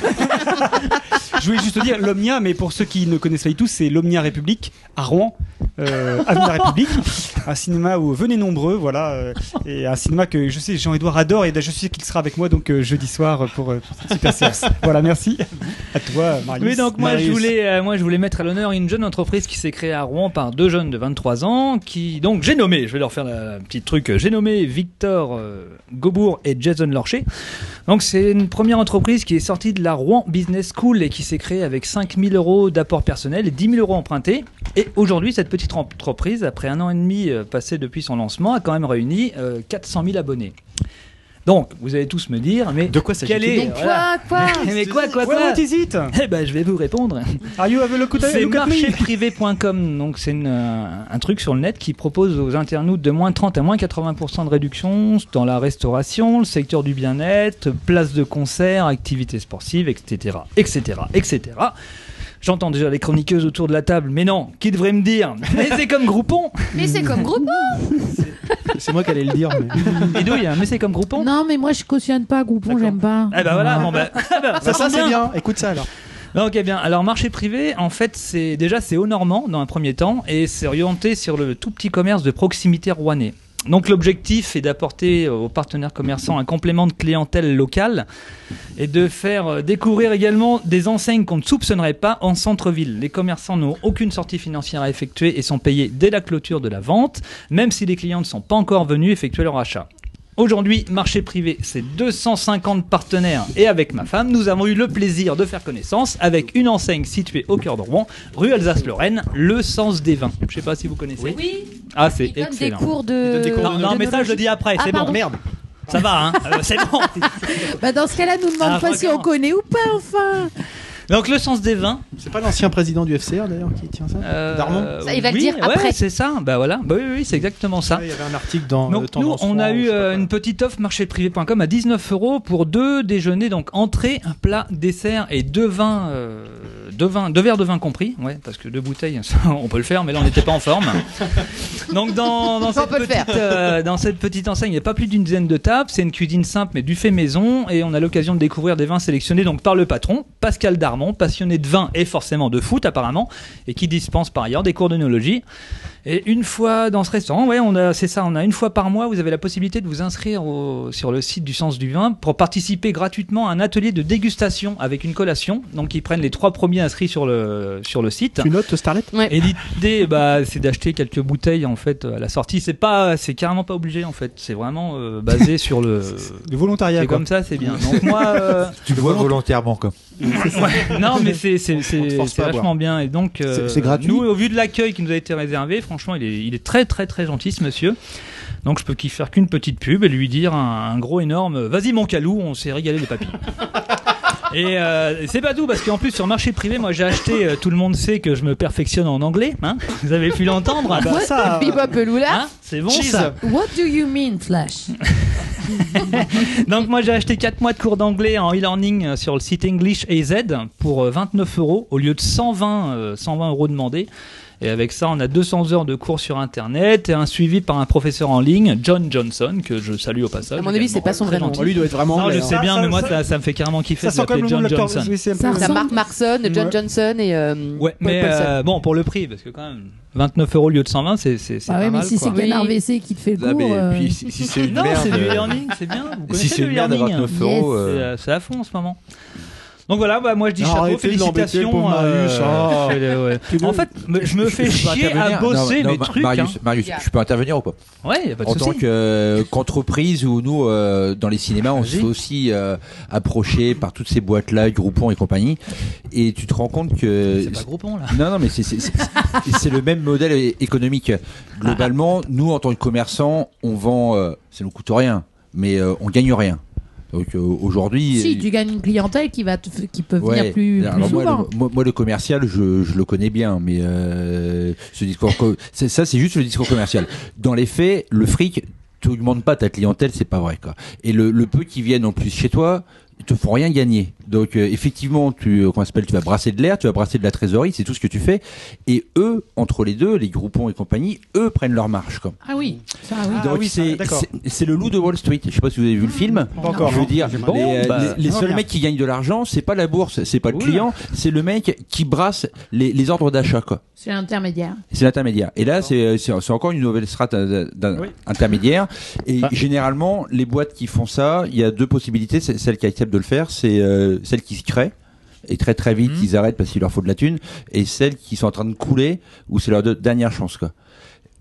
Speaker 8: *laughs* je voulais juste te dire l'Omnia, mais pour ceux qui ne connaissent pas du tout, c'est l'Omnia République à Rouen, euh, avenue de la République, un cinéma où venez nombreux, voilà, euh, et un cinéma que je sais Jean-Edouard adore et je sais qu'il sera avec moi donc euh, jeudi soir euh, pour, euh, pour cette super séance. Voilà, merci. À toi, Marius.
Speaker 1: Oui, donc moi je
Speaker 8: Marius.
Speaker 1: voulais, euh, moi je voulais mettre à l'honneur une jeune entreprise qui s'est créée à Rouen par deux jeunes de 23 ans, qui donc j'ai nommé, je vais leur faire un petit truc, euh, j'ai nommé Victor euh, Gobourg et Jason Lorcher. Donc c'est une première entreprise qui est sortie de la Rouen Business School et qui s'est créée avec 5000 euros d'apport personnel et 10 000 euros empruntés. Et aujourd'hui, cette petite entreprise, après un an et demi euh, passé depuis son lancement, a quand même réuni euh, 400 000 abonnés. Donc, vous allez tous me dire, mais
Speaker 3: De quoi
Speaker 1: quel est
Speaker 3: s'agit-il
Speaker 2: Donc
Speaker 1: voilà.
Speaker 2: quoi, quoi
Speaker 1: Mais quoi, quoi,
Speaker 8: Well,
Speaker 1: quoi
Speaker 8: what is it?
Speaker 1: Eh ben, je vais vous répondre.
Speaker 8: Are you have a look at
Speaker 1: C'est
Speaker 8: look at me?
Speaker 1: marchéprivé.com, donc c'est une, euh, un truc sur le net qui propose aux internautes de moins 30 à moins 80% de réduction dans la restauration, le secteur du bien-être, places de concert, activités sportives, etc. etc. etc. J'entends déjà les chroniqueuses autour de la table, mais non, qui devrait me dire Mais c'est comme Groupon
Speaker 2: Mais c'est comme groupe.
Speaker 3: C'est moi qui allais le dire. mais-
Speaker 1: Les douilles, hein, mais c'est comme Groupon
Speaker 6: Non, mais moi, je cautionne pas Groupon,
Speaker 1: D'accord.
Speaker 6: j'aime pas.
Speaker 1: Eh ben voilà, bon ben, ah ben,
Speaker 3: Ça, ça
Speaker 1: tombe
Speaker 3: c'est bien. Écoute ça alors.
Speaker 1: Non, Ok bien. Alors marché privé, en fait, c'est déjà c'est haut normand dans un premier temps et c'est orienté sur le tout petit commerce de proximité rouennais. Donc l'objectif est d'apporter aux partenaires commerçants un complément de clientèle locale et de faire euh, découvrir également des enseignes qu'on ne soupçonnerait pas en centre-ville. Les commerçants n'ont aucune sortie financière à effectuer et sont payés dès la clôture de la vente, même si les clients ne sont pas encore venus effectuer leur achat. Aujourd'hui, marché privé, c'est 250 partenaires et avec ma femme, nous avons eu le plaisir de faire connaissance avec une enseigne située au cœur de Rouen, rue Alsace-Lorraine, le sens des vins. Je sais pas si vous connaissez.
Speaker 12: Oui,
Speaker 1: Ah, c'est
Speaker 2: Il donne des
Speaker 1: excellent.
Speaker 2: cours de.
Speaker 3: des cours
Speaker 1: Non, non, mais ça je le dis après,
Speaker 2: Ah,
Speaker 1: c'est bon.
Speaker 2: pardon.
Speaker 1: Merde. Ça va, hein Euh, C'est bon.
Speaker 6: Bah, dans ce cas-là, nous demande
Speaker 1: Ah,
Speaker 6: pas si
Speaker 1: regarde.
Speaker 6: on connaît ou pas, enfin.
Speaker 1: Donc le sens des vins.
Speaker 3: C'est pas l'ancien président du FCR d'ailleurs qui tient ça
Speaker 1: euh,
Speaker 3: Darmon
Speaker 2: Ça, il va le
Speaker 1: oui,
Speaker 2: dire
Speaker 1: ouais,
Speaker 2: après.
Speaker 1: c'est ça. Bah voilà. Bah oui, oui, oui, c'est exactement ça.
Speaker 3: Il y avait un article dans
Speaker 1: Donc
Speaker 3: euh,
Speaker 1: nous,
Speaker 3: Tendance
Speaker 1: on a
Speaker 3: France, je
Speaker 1: eu
Speaker 3: sais pas
Speaker 1: euh,
Speaker 3: quoi.
Speaker 1: une petite offre marchéprivé.com à 19 euros pour deux déjeuners, donc entrée, plat, dessert et deux vins euh, deux, vins- deux verres de vin compris, ouais, parce que deux bouteilles, *laughs* ça, on peut le faire, mais là on n'était pas en
Speaker 2: *laughs*
Speaker 1: forme. Donc dans, dans, cette
Speaker 2: peut le faire.
Speaker 1: petite, euh, dans cette petite enseigne, il n'y a pas plus d'une dizaine de tables, c'est une cuisine simple mais du fait maison, et on a l'occasion de découvrir des vins sélectionnés donc par le patron, Pascal Darmon, passionné de vin et forcément de foot apparemment, et qui dispense par ailleurs des cours d'œnologie. Et une fois dans ce restaurant, ouais, on a, c'est ça, on a une fois par mois, vous avez la possibilité de vous inscrire au- sur le site du Sens du Vin pour participer gratuitement à un atelier de dégustation avec une collation. Donc ils prennent les trois premiers inscrits sur le sur le site.
Speaker 3: Tu notes, Starlet
Speaker 1: Et l'idée, bah, c'est d'acheter quelques bouteilles en fait à la sortie. C'est pas, c'est carrément pas obligé en fait. C'est vraiment euh, basé sur le.
Speaker 8: Le
Speaker 1: *laughs*
Speaker 8: volontariat,
Speaker 1: C'est
Speaker 8: quoi.
Speaker 1: comme ça, c'est bien. Donc moi, euh,
Speaker 4: Tu le vois volontairement, comme.
Speaker 1: ouais, *laughs* non, mais c'est c'est
Speaker 3: On te
Speaker 1: c'est
Speaker 3: force
Speaker 1: c'est
Speaker 3: pas à
Speaker 1: vachement bien. Et donc, euh,
Speaker 10: C'est- c'est gratuit
Speaker 1: Nous, au vu de l'accueil qui nous a été réservé, franchement, il est il est très très très gentil, ce monsieur. Donc, je peux qu'il faire qu'une petite pub et lui dire un, un gros énorme, vas-y mon calou, on s'est régalé les
Speaker 3: *laughs*
Speaker 1: papilles. Et euh, c'est pas tout, parce qu'en plus sur marché privé, moi j'ai acheté, euh, tout le monde sait que je me perfectionne en anglais, hein vous avez pu
Speaker 3: Ah
Speaker 1: l'entendre,
Speaker 3: bah.
Speaker 6: What
Speaker 8: ça,
Speaker 6: the
Speaker 2: Biba Peloula
Speaker 1: Hein c'est bon ça.
Speaker 6: What do you mean, Flash
Speaker 1: Donc moi j'ai acheté 4 mois de cours d'anglais en e-learning euh, sur le site English AZ pour euh, 29 euros au lieu de 120, euh, 120 euros demandés. Et avec ça, on a 200 heures de cours sur Internet et un suivi par un professeur en ligne, John Johnson, que je salue au passage.
Speaker 2: À mon avis,
Speaker 1: également.
Speaker 2: c'est pas son
Speaker 1: Très
Speaker 2: vrai nom.
Speaker 1: gentil.
Speaker 3: lui doit être vraiment.
Speaker 1: Non, je
Speaker 3: anglais,
Speaker 1: sais
Speaker 3: hein.
Speaker 1: bien,
Speaker 8: Ça,
Speaker 1: mais
Speaker 8: ça,
Speaker 1: moi
Speaker 8: ça-
Speaker 1: ça, ça me fait carrément kiffer
Speaker 8: Ça
Speaker 1: de
Speaker 8: sent quand même
Speaker 1: l'appeler
Speaker 8: le nom de
Speaker 1: John
Speaker 8: l'acteur.
Speaker 1: Johnson.
Speaker 8: Oui, c'est un peu-
Speaker 6: Ah, Ça
Speaker 2: T'as Mark
Speaker 6: ressemble-
Speaker 2: Marson, John
Speaker 8: Ouais.
Speaker 2: Johnson et. euh,
Speaker 1: Ouais,
Speaker 2: Paul
Speaker 1: mais
Speaker 2: Paulson.
Speaker 1: euh, bon, pour le prix, parce que quand même, 29 euros au lieu de 120, c'est c'est c'est
Speaker 6: Bah
Speaker 1: pas
Speaker 6: oui, mais
Speaker 1: mal,
Speaker 6: si
Speaker 1: quoi.
Speaker 6: c'est Canard VC qui te fait le
Speaker 4: Ah,
Speaker 6: cours.
Speaker 4: mais
Speaker 6: euh,
Speaker 4: puis, si, si c'est une
Speaker 1: Non,
Speaker 4: merde.
Speaker 1: c'est du
Speaker 4: euh,
Speaker 1: e-learning, c'est bien. Vous
Speaker 4: si
Speaker 1: connaissez
Speaker 4: c'est
Speaker 1: le
Speaker 4: une merde à
Speaker 1: e-learning, hein.
Speaker 4: 29 euros.
Speaker 1: C'est,
Speaker 4: euh,
Speaker 1: euh, c'est à fond en ce moment. Donc voilà, bah, moi je dis
Speaker 3: Non,
Speaker 1: chapeau,
Speaker 3: arrêtez de l'embêter,
Speaker 1: félicitations.
Speaker 3: pauvre Marius,
Speaker 1: *laughs*
Speaker 3: oh.
Speaker 1: je fais le- hein. ouais.
Speaker 3: Tu le-
Speaker 1: En fait, me- je me fais
Speaker 4: peux
Speaker 1: chier à
Speaker 4: intervenir
Speaker 1: bosser
Speaker 4: Non,
Speaker 1: mes
Speaker 4: non,
Speaker 1: trucs.
Speaker 4: Marius,
Speaker 1: hein.
Speaker 4: Marius, je peux intervenir ou pas
Speaker 1: Ouais, y a pas de
Speaker 4: en tant
Speaker 1: souci.
Speaker 4: que euh, qu'entreprise où nous euh, dans les cinémas on se fait aussi euh, approcher par toutes ces boîtes là groupons et compagnie et tu te rends compte que
Speaker 1: C'est pas groupon là.
Speaker 4: non non mais c'est c'est- c'est- c'est le même modèle é- économique globalement
Speaker 1: Ah.
Speaker 4: nous en tant que commerçants on vend euh, ça nous coûte rien mais euh, on gagne rien donc euh, aujourd'hui
Speaker 6: Si,
Speaker 4: euh,
Speaker 6: tu gagnes une clientèle qui, va te f- qui peut
Speaker 4: Ouais.
Speaker 6: venir plus,
Speaker 4: Alors,
Speaker 6: plus
Speaker 4: moi,
Speaker 6: souvent.
Speaker 4: Le, moi, moi, le commercial, je, je le connais bien, mais euh, ce discours, co- *laughs* c'est- ça, c'est juste le discours commercial. Dans les faits, le fric, tu augmentes pas ta clientèle, c'est pas vrai, quoi. Et le, le peu qui viennent en plus chez toi, ils te font rien gagner. Donc, euh, effectivement, tu, euh, comment ça s'appelle, tu vas brasser de l'air, tu vas brasser de la trésorerie, c'est tout ce que tu fais. Et eux, entre les deux, les groupons et compagnie, eux prennent leur marche, quoi.
Speaker 6: Ah oui, ça oui.
Speaker 8: Ah
Speaker 4: Donc,
Speaker 8: oui, ça,
Speaker 4: c'est-
Speaker 8: d'accord.
Speaker 4: c'est- c'est le loup de Wall Street. Je sais pas si vous avez vu le film.
Speaker 8: Pas encore.
Speaker 4: Je veux dire,
Speaker 8: Bon,
Speaker 4: les, euh,
Speaker 1: bah,
Speaker 4: les- les
Speaker 8: non,
Speaker 4: seuls
Speaker 8: bien.
Speaker 4: mecs qui gagnent de l'argent, c'est pas la bourse, c'est pas le client, c'est le mec qui brasse les, les ordres d'achat, quoi.
Speaker 6: C'est l'intermédiaire.
Speaker 4: C'est l'intermédiaire. Et là, c'est euh, c'est- c'est encore une nouvelle strate euh, d'un- intermédiaire. Et généralement, les boîtes qui font ça, il y a deux possibilités. C'est- Celles qui acceptent de le faire, c'est euh, celles qui se créent. Et très très vite, ils arrêtent parce qu'il leur faut de la thune. Et celles qui sont en train de couler, où c'est leur de- dernière chance. Quoi.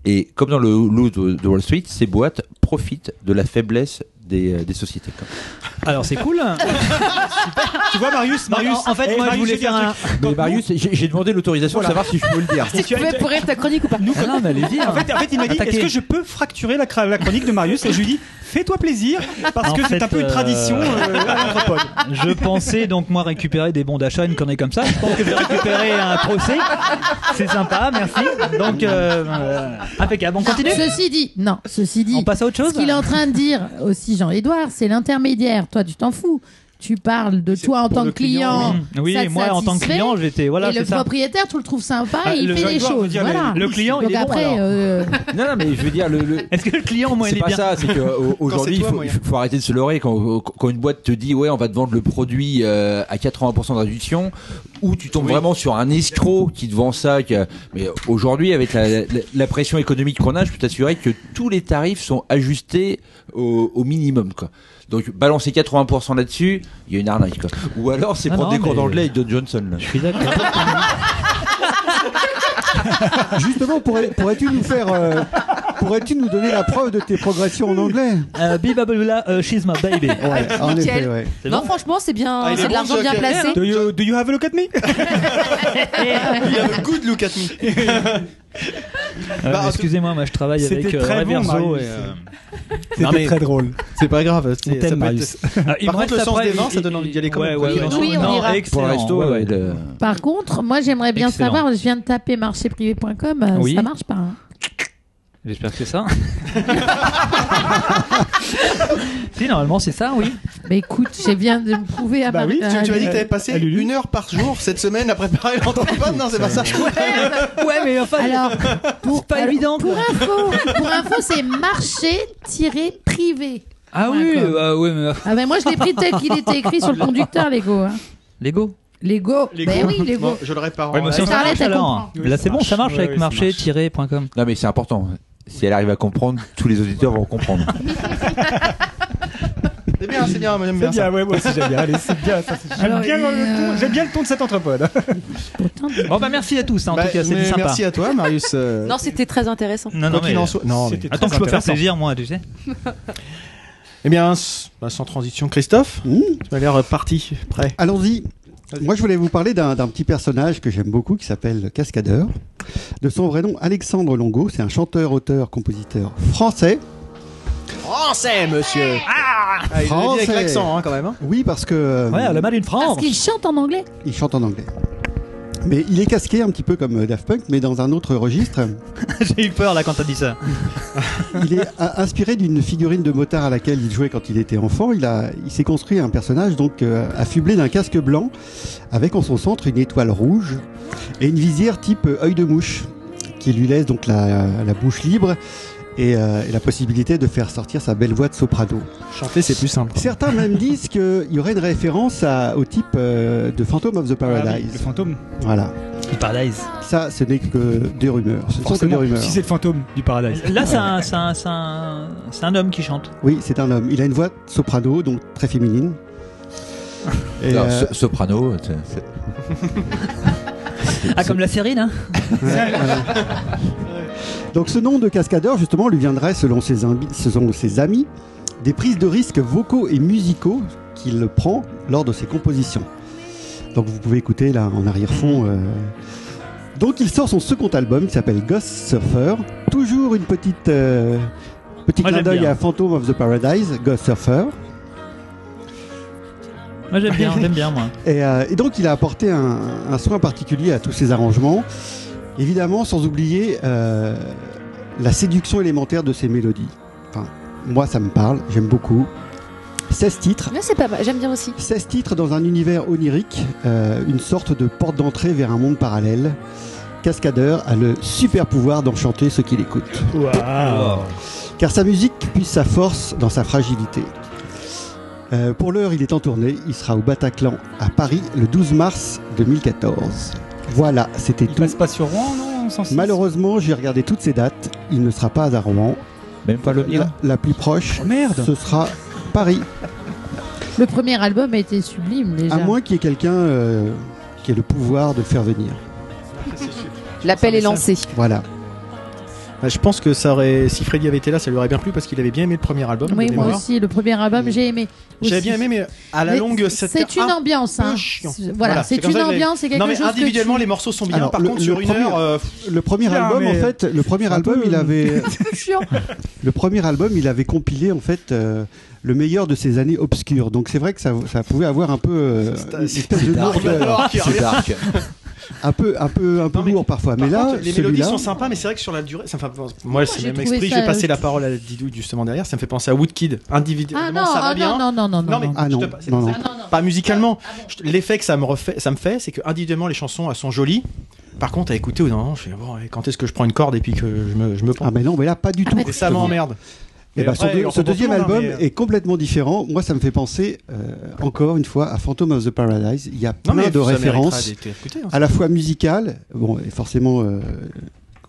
Speaker 4: Et comme dans le lot de, de Wall Street, ces boîtes profitent de la faiblesse des, euh, des sociétés. quoi.
Speaker 1: *laughs* Alors c'est *laughs* cool.
Speaker 8: Tu vois, Marius,
Speaker 1: Non,
Speaker 8: Marius.
Speaker 1: en- en fait,
Speaker 8: eh,
Speaker 1: moi, je
Speaker 8: Marius,
Speaker 1: voulais
Speaker 8: j'ai dit
Speaker 1: faire
Speaker 8: truc. Quand
Speaker 4: Mais
Speaker 8: nous-
Speaker 4: Marius, j'ai j'ai demandé l'autorisation de savoir si je peux le dire.
Speaker 2: Si tu veux pour être ta chronique ou pas
Speaker 1: Ah
Speaker 8: Nous, comme-
Speaker 1: dire.
Speaker 8: En fait, en fait, il m'a dit
Speaker 1: Attaquer.
Speaker 8: est-ce que je peux fracturer la, cra- la chronique de Marius Et je lui dis fais-toi plaisir, parce
Speaker 1: En
Speaker 8: que c'est
Speaker 1: fait,
Speaker 8: un peu une
Speaker 1: euh, *laughs*
Speaker 8: tradition euh, à l'entrepôt.
Speaker 1: Je pensais donc moi récupérer des bons d'achat, une cornée comme ça. Je pense que j'ai récupéré un procès. C'est sympa, merci. Donc euh, euh, impeccable. On continue.
Speaker 6: Ceci dit, non, ceci dit,
Speaker 1: On passe à autre chose.
Speaker 6: ce qu'il est en train de dire aussi, Jean-Édouard, c'est l'intermédiaire. Toi, tu t'en fous. Tu parles de toi en
Speaker 3: pour
Speaker 6: tant
Speaker 3: le
Speaker 6: que client.
Speaker 1: Mmh. Oui,
Speaker 6: ça te
Speaker 1: moi en tant que
Speaker 6: satisfait,
Speaker 1: client, j'étais voilà,
Speaker 6: et le
Speaker 1: c'est ça.
Speaker 6: propriétaire, tu le trouves sympa
Speaker 1: Ah,
Speaker 6: et il
Speaker 1: le
Speaker 6: fait des
Speaker 8: Jean-Édouard veut
Speaker 6: choses.
Speaker 8: dire,
Speaker 6: voilà.
Speaker 1: Le client, il
Speaker 6: Donc
Speaker 1: est bon
Speaker 6: après,
Speaker 1: alors.
Speaker 6: euh,
Speaker 4: Non, non, mais je veux dire, le- le,
Speaker 1: Est-ce que le client au moins il
Speaker 4: C'est
Speaker 1: est
Speaker 4: pas
Speaker 1: bien
Speaker 4: ça,
Speaker 1: *laughs*
Speaker 4: c'est qu'aujourd'hui,
Speaker 8: c'est
Speaker 4: il
Speaker 8: toi,
Speaker 4: faut,
Speaker 8: moyen.
Speaker 4: il faut arrêter de se leurrer. Quand, quand une boîte te dit, ouais, on va te vendre le produit euh, à 80% de réduction, ou tu tombes vraiment sur un escroc qui te vend ça. que- mais aujourd'hui, avec la, la- la pression économique qu'on a, je peux t'assurer que tous les tarifs sont ajustés au, au minimum. Quoi. Donc, balancer 80% là-dessus, il y a une arnaque. Quoi. Ou alors, c'est
Speaker 1: Ah
Speaker 4: prendre
Speaker 1: non,
Speaker 4: des cours
Speaker 1: mais-
Speaker 4: d'anglais avec Don Johnson. là.
Speaker 1: Je suis d'accord. *laughs*
Speaker 3: *laughs*
Speaker 10: Justement, pourrais- pourrais-tu nous faire. euh, pourrais-tu nous donner la preuve de tes progressions en
Speaker 3: *laughs*
Speaker 10: anglais
Speaker 1: Euh, Biba Bula, euh, she's my baby.
Speaker 10: Ouais, en
Speaker 2: Nickel.
Speaker 10: effet, ouais.
Speaker 1: C'est
Speaker 2: Non,
Speaker 1: bon
Speaker 2: franchement, c'est bien,
Speaker 8: Ah, il est
Speaker 2: c'est de
Speaker 8: bon,
Speaker 2: l'argent
Speaker 8: Jacques
Speaker 2: bien
Speaker 8: Herrera,
Speaker 2: placé.
Speaker 8: Do you, do you have a look at me
Speaker 10: Il a le goût de look at me.
Speaker 1: Euh, Excusez-moi, moi je travaille
Speaker 8: C'était
Speaker 1: avec euh,
Speaker 8: très bon,
Speaker 1: Reverso
Speaker 8: Marius.
Speaker 1: et, euh,
Speaker 8: C'était
Speaker 1: mais-
Speaker 8: très drôle.
Speaker 3: C'est pas grave. c'est-
Speaker 1: on
Speaker 3: ça
Speaker 1: t'aime,
Speaker 3: peut être-
Speaker 1: Marius. Ah, il
Speaker 3: Par
Speaker 1: me
Speaker 3: contre,
Speaker 1: reste
Speaker 3: le sens
Speaker 1: après-
Speaker 3: des vins, ça donne envie d'y aller quand
Speaker 1: Ouais,
Speaker 3: même.
Speaker 1: ouais, ouais.
Speaker 2: Oui, on
Speaker 1: Non,
Speaker 2: ira.
Speaker 1: excellent.
Speaker 4: Pour le resto,
Speaker 1: Ouais,
Speaker 4: ouais,
Speaker 1: ouais.
Speaker 4: le-
Speaker 6: par contre, moi, j'aimerais bien
Speaker 1: Excellent.
Speaker 6: savoir, je viens de taper marchéprivé.com, euh,
Speaker 1: Oui.
Speaker 6: ça marche pas. hein.
Speaker 1: J'espère que c'est ça. *laughs* si, normalement, c'est ça, oui.
Speaker 6: Mais écoute, je viens de me prouver à
Speaker 3: Bah
Speaker 6: ma euh,
Speaker 3: oui, tu, tu m'as dit que t'avais
Speaker 8: à
Speaker 3: passé
Speaker 8: Lulu.
Speaker 3: une heure par jour cette semaine à préparer l'entreprise. Non, c'est pas ça. *laughs*
Speaker 1: Ouais, mais enfin,
Speaker 6: Alors, pour,
Speaker 1: *laughs* pas
Speaker 6: alors,
Speaker 1: évident,
Speaker 6: Pour info, pour info c'est marché-privé.
Speaker 1: Ah oui,
Speaker 6: D'accord.
Speaker 1: bah oui, mais.
Speaker 6: Ah ben moi je l'ai pris tel qu'il était écrit sur le conducteur Lego. Hein.
Speaker 1: Lego.
Speaker 6: Lego.
Speaker 3: Lego.
Speaker 6: Ben oui Lego.
Speaker 3: Bon, je le répare. en-
Speaker 1: Ouais, mais ça,
Speaker 6: ça
Speaker 1: ça
Speaker 6: marche,
Speaker 1: marche,
Speaker 6: elle
Speaker 1: alors.
Speaker 6: comprend.
Speaker 8: Oui,
Speaker 1: Là,
Speaker 8: ça
Speaker 1: c'est bon, ça
Speaker 8: marche.
Speaker 1: marche
Speaker 8: Ouais,
Speaker 1: avec
Speaker 8: ouais, ça marche.
Speaker 1: marché-com.
Speaker 4: Non, mais c'est important. Si elle arrive à comprendre, tous les auditeurs vont comprendre.
Speaker 3: C'est bien, c'est bien, madame.
Speaker 8: C'est bien, ouais, moi aussi j'aime bien. Allez, c'est bien. ça, c'est- J'aime
Speaker 6: Alors,
Speaker 8: bien,
Speaker 6: il est,
Speaker 8: le ton-
Speaker 6: Ah euh,
Speaker 8: j'aime bien le ton de cet entrepreneur.
Speaker 6: Pourtant, mais-
Speaker 1: Bon, bah, merci à tous, hein, en
Speaker 3: Bah,
Speaker 1: tout cas,
Speaker 3: mais
Speaker 1: c'était sympa.
Speaker 3: Merci à toi, Marius.
Speaker 6: *laughs*
Speaker 3: euh,
Speaker 2: Non, c'était très intéressant.
Speaker 1: Non,
Speaker 3: quoi
Speaker 1: non,
Speaker 3: qu'il
Speaker 1: mais- euh,
Speaker 3: en soit. Non, mais- euh,
Speaker 8: C'était
Speaker 1: Attends que
Speaker 8: très
Speaker 1: je peux faire
Speaker 8: intéressant.
Speaker 1: plaisir, moi, tu sais.
Speaker 3: Eh bien, s- bah, sans transition, Christophe, tu as l'air euh, parti, prêt.
Speaker 10: Mmh. Allons-y.
Speaker 3: Vas-y.
Speaker 10: Moi, je voulais vous parler d'un d'un petit personnage que j'aime beaucoup qui s'appelle le Cascadeur. De son vrai nom, Alexandre Longo. C'est un chanteur, auteur, compositeur français.
Speaker 3: Français, monsieur. Ah, il le dit avec
Speaker 10: Français.
Speaker 3: l'accent, hein, quand même. hein.
Speaker 10: Oui, parce que. euh,
Speaker 1: Ouais, le mal d'une
Speaker 6: Parce
Speaker 1: France.
Speaker 6: qu'il chante en anglais.
Speaker 10: Il chante en anglais. Mais il est casqué un petit peu comme euh, Daft Punk, mais dans un autre registre.
Speaker 1: *laughs* J'ai eu peur, là, quand t'as dit ça.
Speaker 10: Il est a- inspiré d'une figurine de motard à laquelle il jouait quand il était enfant. Il, a, il s'est construit un personnage donc euh, affublé d'un casque blanc avec en son centre une étoile rouge et une visière type euh, œil de mouche qui lui laisse donc la, la bouche libre et, euh, et la possibilité de faire sortir sa belle voix de soprano.
Speaker 3: Chanter, c'est plus simple.
Speaker 10: Certains même disent qu'il y aurait une référence à- au type euh, de Phantom of the
Speaker 8: Ah oui,
Speaker 10: Paradise.
Speaker 8: Le fantôme.
Speaker 10: Voilà.
Speaker 1: Paradise.
Speaker 10: Ça, ce n'est que des rumeurs. Ce ne sont que des
Speaker 8: Forcément,
Speaker 10: rumeurs.
Speaker 8: si c'est le fantôme du paradise.
Speaker 1: Là, c'est un, c'est un, c'est un, c'est un homme qui chante.
Speaker 10: Oui, c'est un homme. Il a une voix soprano, donc très féminine. Et,
Speaker 4: Alors,
Speaker 10: euh,
Speaker 4: so- soprano, c'est-
Speaker 3: *laughs*
Speaker 4: c'est-
Speaker 1: Ah, comme la série, là
Speaker 10: Donc ce nom de cascadeur, justement, lui viendrait, selon ses, imbi- selon ses amis, des prises de risques vocaux et musicaux qu'il prend lors de ses compositions. Donc vous pouvez écouter là en arrière-fond. euh. Donc il sort son second album qui s'appelle Ghost Surfer. Toujours une petite... euh, Petit
Speaker 1: Moi,
Speaker 10: clin
Speaker 1: j'aime
Speaker 10: d'œil
Speaker 1: bien.
Speaker 10: à Phantom of the Paradise, Ghost Surfer.
Speaker 1: Moi, j'aime bien, j'aime bien, moi.
Speaker 10: Et, euh, et donc il a apporté un, un soin particulier à tous ces arrangements, évidemment sans oublier euh, la séduction élémentaire de ses mélodies. Enfin, moi ça me parle, j'aime beaucoup. 16 titres.
Speaker 2: Mais c'est pas mal, j'aime bien aussi.
Speaker 10: 16 titres dans un univers onirique, euh, une sorte de porte d'entrée vers un monde parallèle. Cascadeur a le super pouvoir d'enchanter ceux qui l'écoutent car sa musique puise sa force dans sa fragilité. Euh, pour l'heure, il est en tournée. Il sera au Bataclan à Paris le 12 mars 2014. Voilà, c'était
Speaker 8: Il
Speaker 10: tout.
Speaker 8: passe pas sur Rouen, non 106.
Speaker 10: Malheureusement, j'ai regardé toutes ces dates. Il ne sera pas à Rouen.
Speaker 4: même pas le mien.
Speaker 10: La, la plus proche,
Speaker 8: Oh, merde.
Speaker 10: ce sera Paris.
Speaker 6: Le premier album a été sublime
Speaker 3: Ah,
Speaker 6: déjà.
Speaker 10: À moins qu'il y ait quelqu'un euh, qui ait le pouvoir de le faire venir.
Speaker 2: L'appel est lancé.
Speaker 10: Voilà.
Speaker 3: Bah, je pense que ça aurait, si Freddy avait été là, ça lui aurait bien plu parce qu'il avait bien aimé le premier album.
Speaker 6: Oui,
Speaker 3: de
Speaker 6: moi
Speaker 3: mémoire.
Speaker 6: aussi, le premier album, j'ai aimé.
Speaker 3: J'avais
Speaker 6: Aussi.
Speaker 3: bien aimé, mais à la
Speaker 6: Mais
Speaker 3: longue, c'était
Speaker 6: C'est une
Speaker 3: un
Speaker 6: ambiance. Hein.
Speaker 3: peu chiant.
Speaker 6: C'est- Voilà,
Speaker 3: Voilà,
Speaker 6: c'est
Speaker 3: comme
Speaker 6: une
Speaker 3: ça que je l'ai-
Speaker 6: ambiance, c'est quelque
Speaker 3: Non, mais
Speaker 6: chose que tu-
Speaker 3: individuellement, les morceaux sont bien.
Speaker 10: Alors,
Speaker 3: Par
Speaker 10: le-
Speaker 3: contre,
Speaker 10: le
Speaker 3: sur une
Speaker 10: premier-
Speaker 3: heure, euh,
Speaker 10: Le premier
Speaker 8: Tiens,
Speaker 10: album,
Speaker 8: mais-
Speaker 10: en fait, le premier
Speaker 8: un
Speaker 10: album,
Speaker 8: peu-
Speaker 3: *laughs*
Speaker 10: il avait,
Speaker 6: Chiant.
Speaker 10: le premier album, il avait compilé en fait euh, le meilleur de ses années obscures. Donc c'est vrai que ça, ça pouvait avoir un peu euh,
Speaker 3: C'est-
Speaker 10: une espèce de
Speaker 4: dark.
Speaker 10: lourdeur.
Speaker 3: qui
Speaker 4: Ah, C'est
Speaker 3: revient.
Speaker 4: dark.
Speaker 3: *laughs*
Speaker 10: un peu un peu un peu
Speaker 3: Non, mais-
Speaker 10: lourd parfois
Speaker 3: Par
Speaker 10: mais là
Speaker 3: contre, les mélodies
Speaker 10: celui-là
Speaker 3: sont sympas, mais c'est vrai que sur la durée, ça me fait penser- Moi, c'est
Speaker 6: j'ai
Speaker 3: le même
Speaker 6: trouvé
Speaker 3: esprit.
Speaker 6: ça-
Speaker 3: J'ai passé la parole à Didouille justement derrière. Ça me fait penser à Woodkid. Individuellement,
Speaker 6: Ah non,
Speaker 3: ça va
Speaker 6: ah
Speaker 3: bien.
Speaker 6: non, non, non, non,
Speaker 3: Non, mais
Speaker 10: Ah
Speaker 3: je
Speaker 10: non,
Speaker 3: te pa- c'est
Speaker 10: non,
Speaker 3: pas
Speaker 10: non.
Speaker 3: ça.
Speaker 6: Ah non, non.
Speaker 3: Pas musicalement. Je- L'effet que ça me, refait, ça me fait, c'est que individuellement, les chansons, elles sont jolies. Par contre, à écouter, au bout d'un moment, je fais bon, ouais, quand est-ce que je prends une corde et puis que je me, je me prends
Speaker 10: ah mais non mais là pas du tout
Speaker 3: Et ça m'emmerde.
Speaker 10: Et bah, son
Speaker 3: après,
Speaker 10: deux-
Speaker 3: il en
Speaker 10: ce
Speaker 3: faut pour
Speaker 10: deuxième
Speaker 3: tout le monde,
Speaker 10: album
Speaker 3: hein, mais-
Speaker 10: est complètement différent moi ça me fait penser euh, encore une fois à Phantom of the Paradise il y a plein de
Speaker 3: ça méritera
Speaker 10: références
Speaker 3: d'être écouté, hein.
Speaker 10: à la fois musicales bon et forcément euh,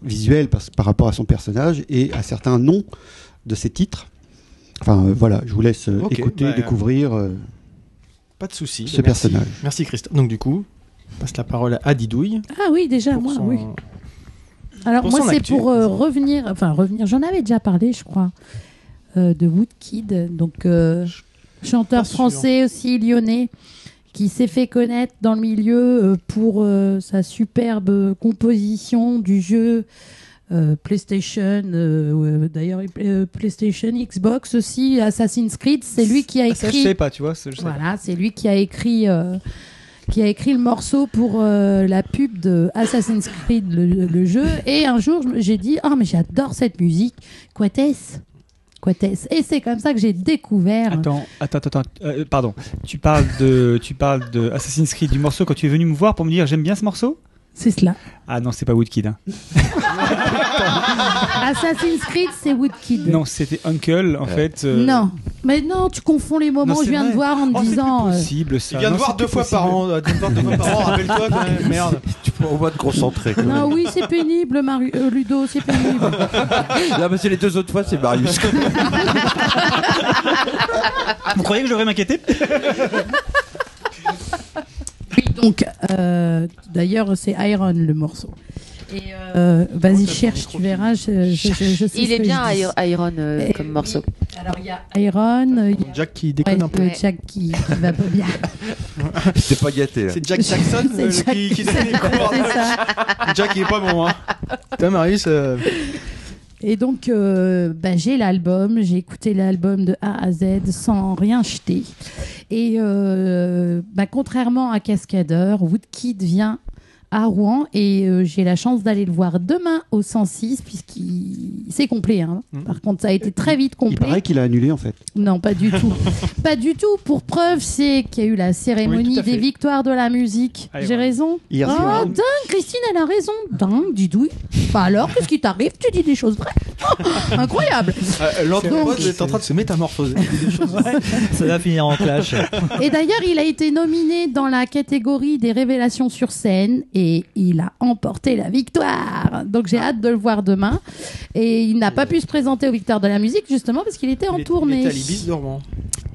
Speaker 10: visuelles parce, par rapport à son personnage et à certains noms de ses titres enfin euh, voilà je vous laisse euh,
Speaker 3: Ok,
Speaker 10: écouter
Speaker 3: bah,
Speaker 10: découvrir euh,
Speaker 3: Pas de souci.
Speaker 10: ce personnage
Speaker 3: Merci Christophe. Donc du coup, je passe la parole à Didouille.
Speaker 6: Ah oui, déjà,
Speaker 3: pour
Speaker 6: moi,
Speaker 3: son-
Speaker 6: oui. Alors
Speaker 3: Pour
Speaker 6: moi
Speaker 3: son
Speaker 6: c'est
Speaker 3: actu.
Speaker 6: pour euh, revenir, enfin revenir, j'en avais déjà parlé je crois, euh, de Woodkid, donc euh, chanteur
Speaker 3: sûr.
Speaker 6: français aussi lyonnais, qui s'est fait connaître dans le milieu euh, pour euh, sa superbe composition du jeu euh, PlayStation, euh, ouais, d'ailleurs euh, PlayStation, Xbox aussi, Assassin's Creed, c'est lui qui a
Speaker 8: Ah, ça, je
Speaker 6: écrit
Speaker 8: sais pas, tu vois. ça, je sais pas.
Speaker 6: voilà, c'est lui qui a écrit euh, qui a écrit le morceau pour euh, la pub de Assassin's Creed, le, le jeu. Et un jour, je me- j'ai dit, ah mais j'adore cette musique. Quoi est-ce Quoi est-ce Et c'est comme ça que j'ai découvert.
Speaker 8: Attends, attends, attends, attends, euh, pardon. Tu parles de, tu parles de Assassin's Creed du morceau quand tu es venu me voir pour me dire j'aime bien ce morceau.
Speaker 6: C'est cela.
Speaker 8: Ah non, c'est pas Woodkid. hein.
Speaker 6: Assassin's Creed, c'est Woodkid.
Speaker 8: Non, c'était Uncle en fait. euh,
Speaker 6: Non. Mais non, tu confonds les moments
Speaker 8: Non,
Speaker 6: où je
Speaker 8: c'est
Speaker 6: viens
Speaker 8: vrai.
Speaker 6: de voir en me
Speaker 8: Oh, c'est
Speaker 6: disant.
Speaker 8: plus
Speaker 6: euh,
Speaker 8: possible. Ça.
Speaker 3: Tu viens de
Speaker 8: Non,
Speaker 3: voir
Speaker 8: c'est
Speaker 3: deux
Speaker 8: plus
Speaker 3: fois
Speaker 8: possible.
Speaker 3: par an, euh, tu viens de voir deux fois par an, *laughs* rappelle-toi quand même, merde.
Speaker 4: Tu peux au moins te concentrer. quand même.
Speaker 6: Non, oui, c'est pénible, Maru- euh, Ludo, c'est
Speaker 8: *laughs*
Speaker 6: pénible.
Speaker 4: Non, parce que les deux autres fois,
Speaker 3: *laughs*
Speaker 4: c'est Marius.
Speaker 1: Ah,
Speaker 8: Vous croyez que je devrais m'inquiéter
Speaker 6: Oui, donc, euh, d'ailleurs, c'est Iron le morceau. Et euh, vas-y, cherche, tu verras. Je, je- je- je sais
Speaker 2: Il
Speaker 6: ce
Speaker 2: est
Speaker 6: que
Speaker 2: bien
Speaker 6: je dis.
Speaker 2: Iron- Iron euh,
Speaker 6: Eh
Speaker 2: comme
Speaker 6: oui.
Speaker 2: morceau.
Speaker 6: Alors, il y a Iron, euh, il y a
Speaker 3: Jack qui
Speaker 6: ouais,
Speaker 3: déconne un peu.
Speaker 6: le
Speaker 2: Ouais.
Speaker 6: Jack qui, qui va pas bien.
Speaker 4: C'est pas gâté. là.
Speaker 3: C'est Jack Jackson
Speaker 6: *laughs* C'est
Speaker 3: euh,
Speaker 6: Jack-
Speaker 3: qui, qui donne les cours. *laughs*
Speaker 6: C'est ça.
Speaker 3: Jack, il est pas bon, hein. Toi, Marius, euh,
Speaker 6: Et donc, euh, bah, j'ai l'album, j'ai écouté l'album de A à Z sans rien jeter. Et euh, bah, contrairement à Cascadeur, Woodkid vient à Rouen et euh, j'ai la chance d'aller le voir demain au 106 puisqu'il c'est complet. hein.
Speaker 3: Mm.
Speaker 6: Par contre, ça a été très vite
Speaker 10: Il
Speaker 6: complet.
Speaker 10: paraît qu'il a annulé en fait.
Speaker 6: Non, pas du tout. pas du tout. Pour preuve, c'est qu'il y a eu la
Speaker 8: Oui,
Speaker 6: cérémonie
Speaker 8: tout à fait.
Speaker 6: des victoires de la musique.
Speaker 8: Allez,
Speaker 6: J'ai
Speaker 8: voilà.
Speaker 6: raison.
Speaker 10: Hier
Speaker 6: oh,
Speaker 10: soir.
Speaker 6: dingue, Christine, elle a raison. Dingue, didouille. Bah alors, qu'est-ce qui t'arrive Tu dis des choses vraies. Incroyable.
Speaker 3: euh, l'anthropode
Speaker 6: Donc-
Speaker 3: est en train de se métamorphoser.
Speaker 1: *laughs* Ça va finir en clash.
Speaker 6: Et d'ailleurs, il a été nominé dans la catégorie des révélations sur scène et il a emporté la victoire. Donc j'ai hâte de le voir demain. Et il n'a pas pu se présenter aux victoires de la musique justement parce qu'il était en
Speaker 3: Il est-
Speaker 6: tournée.
Speaker 3: Il est à l'Ibis de Rouen.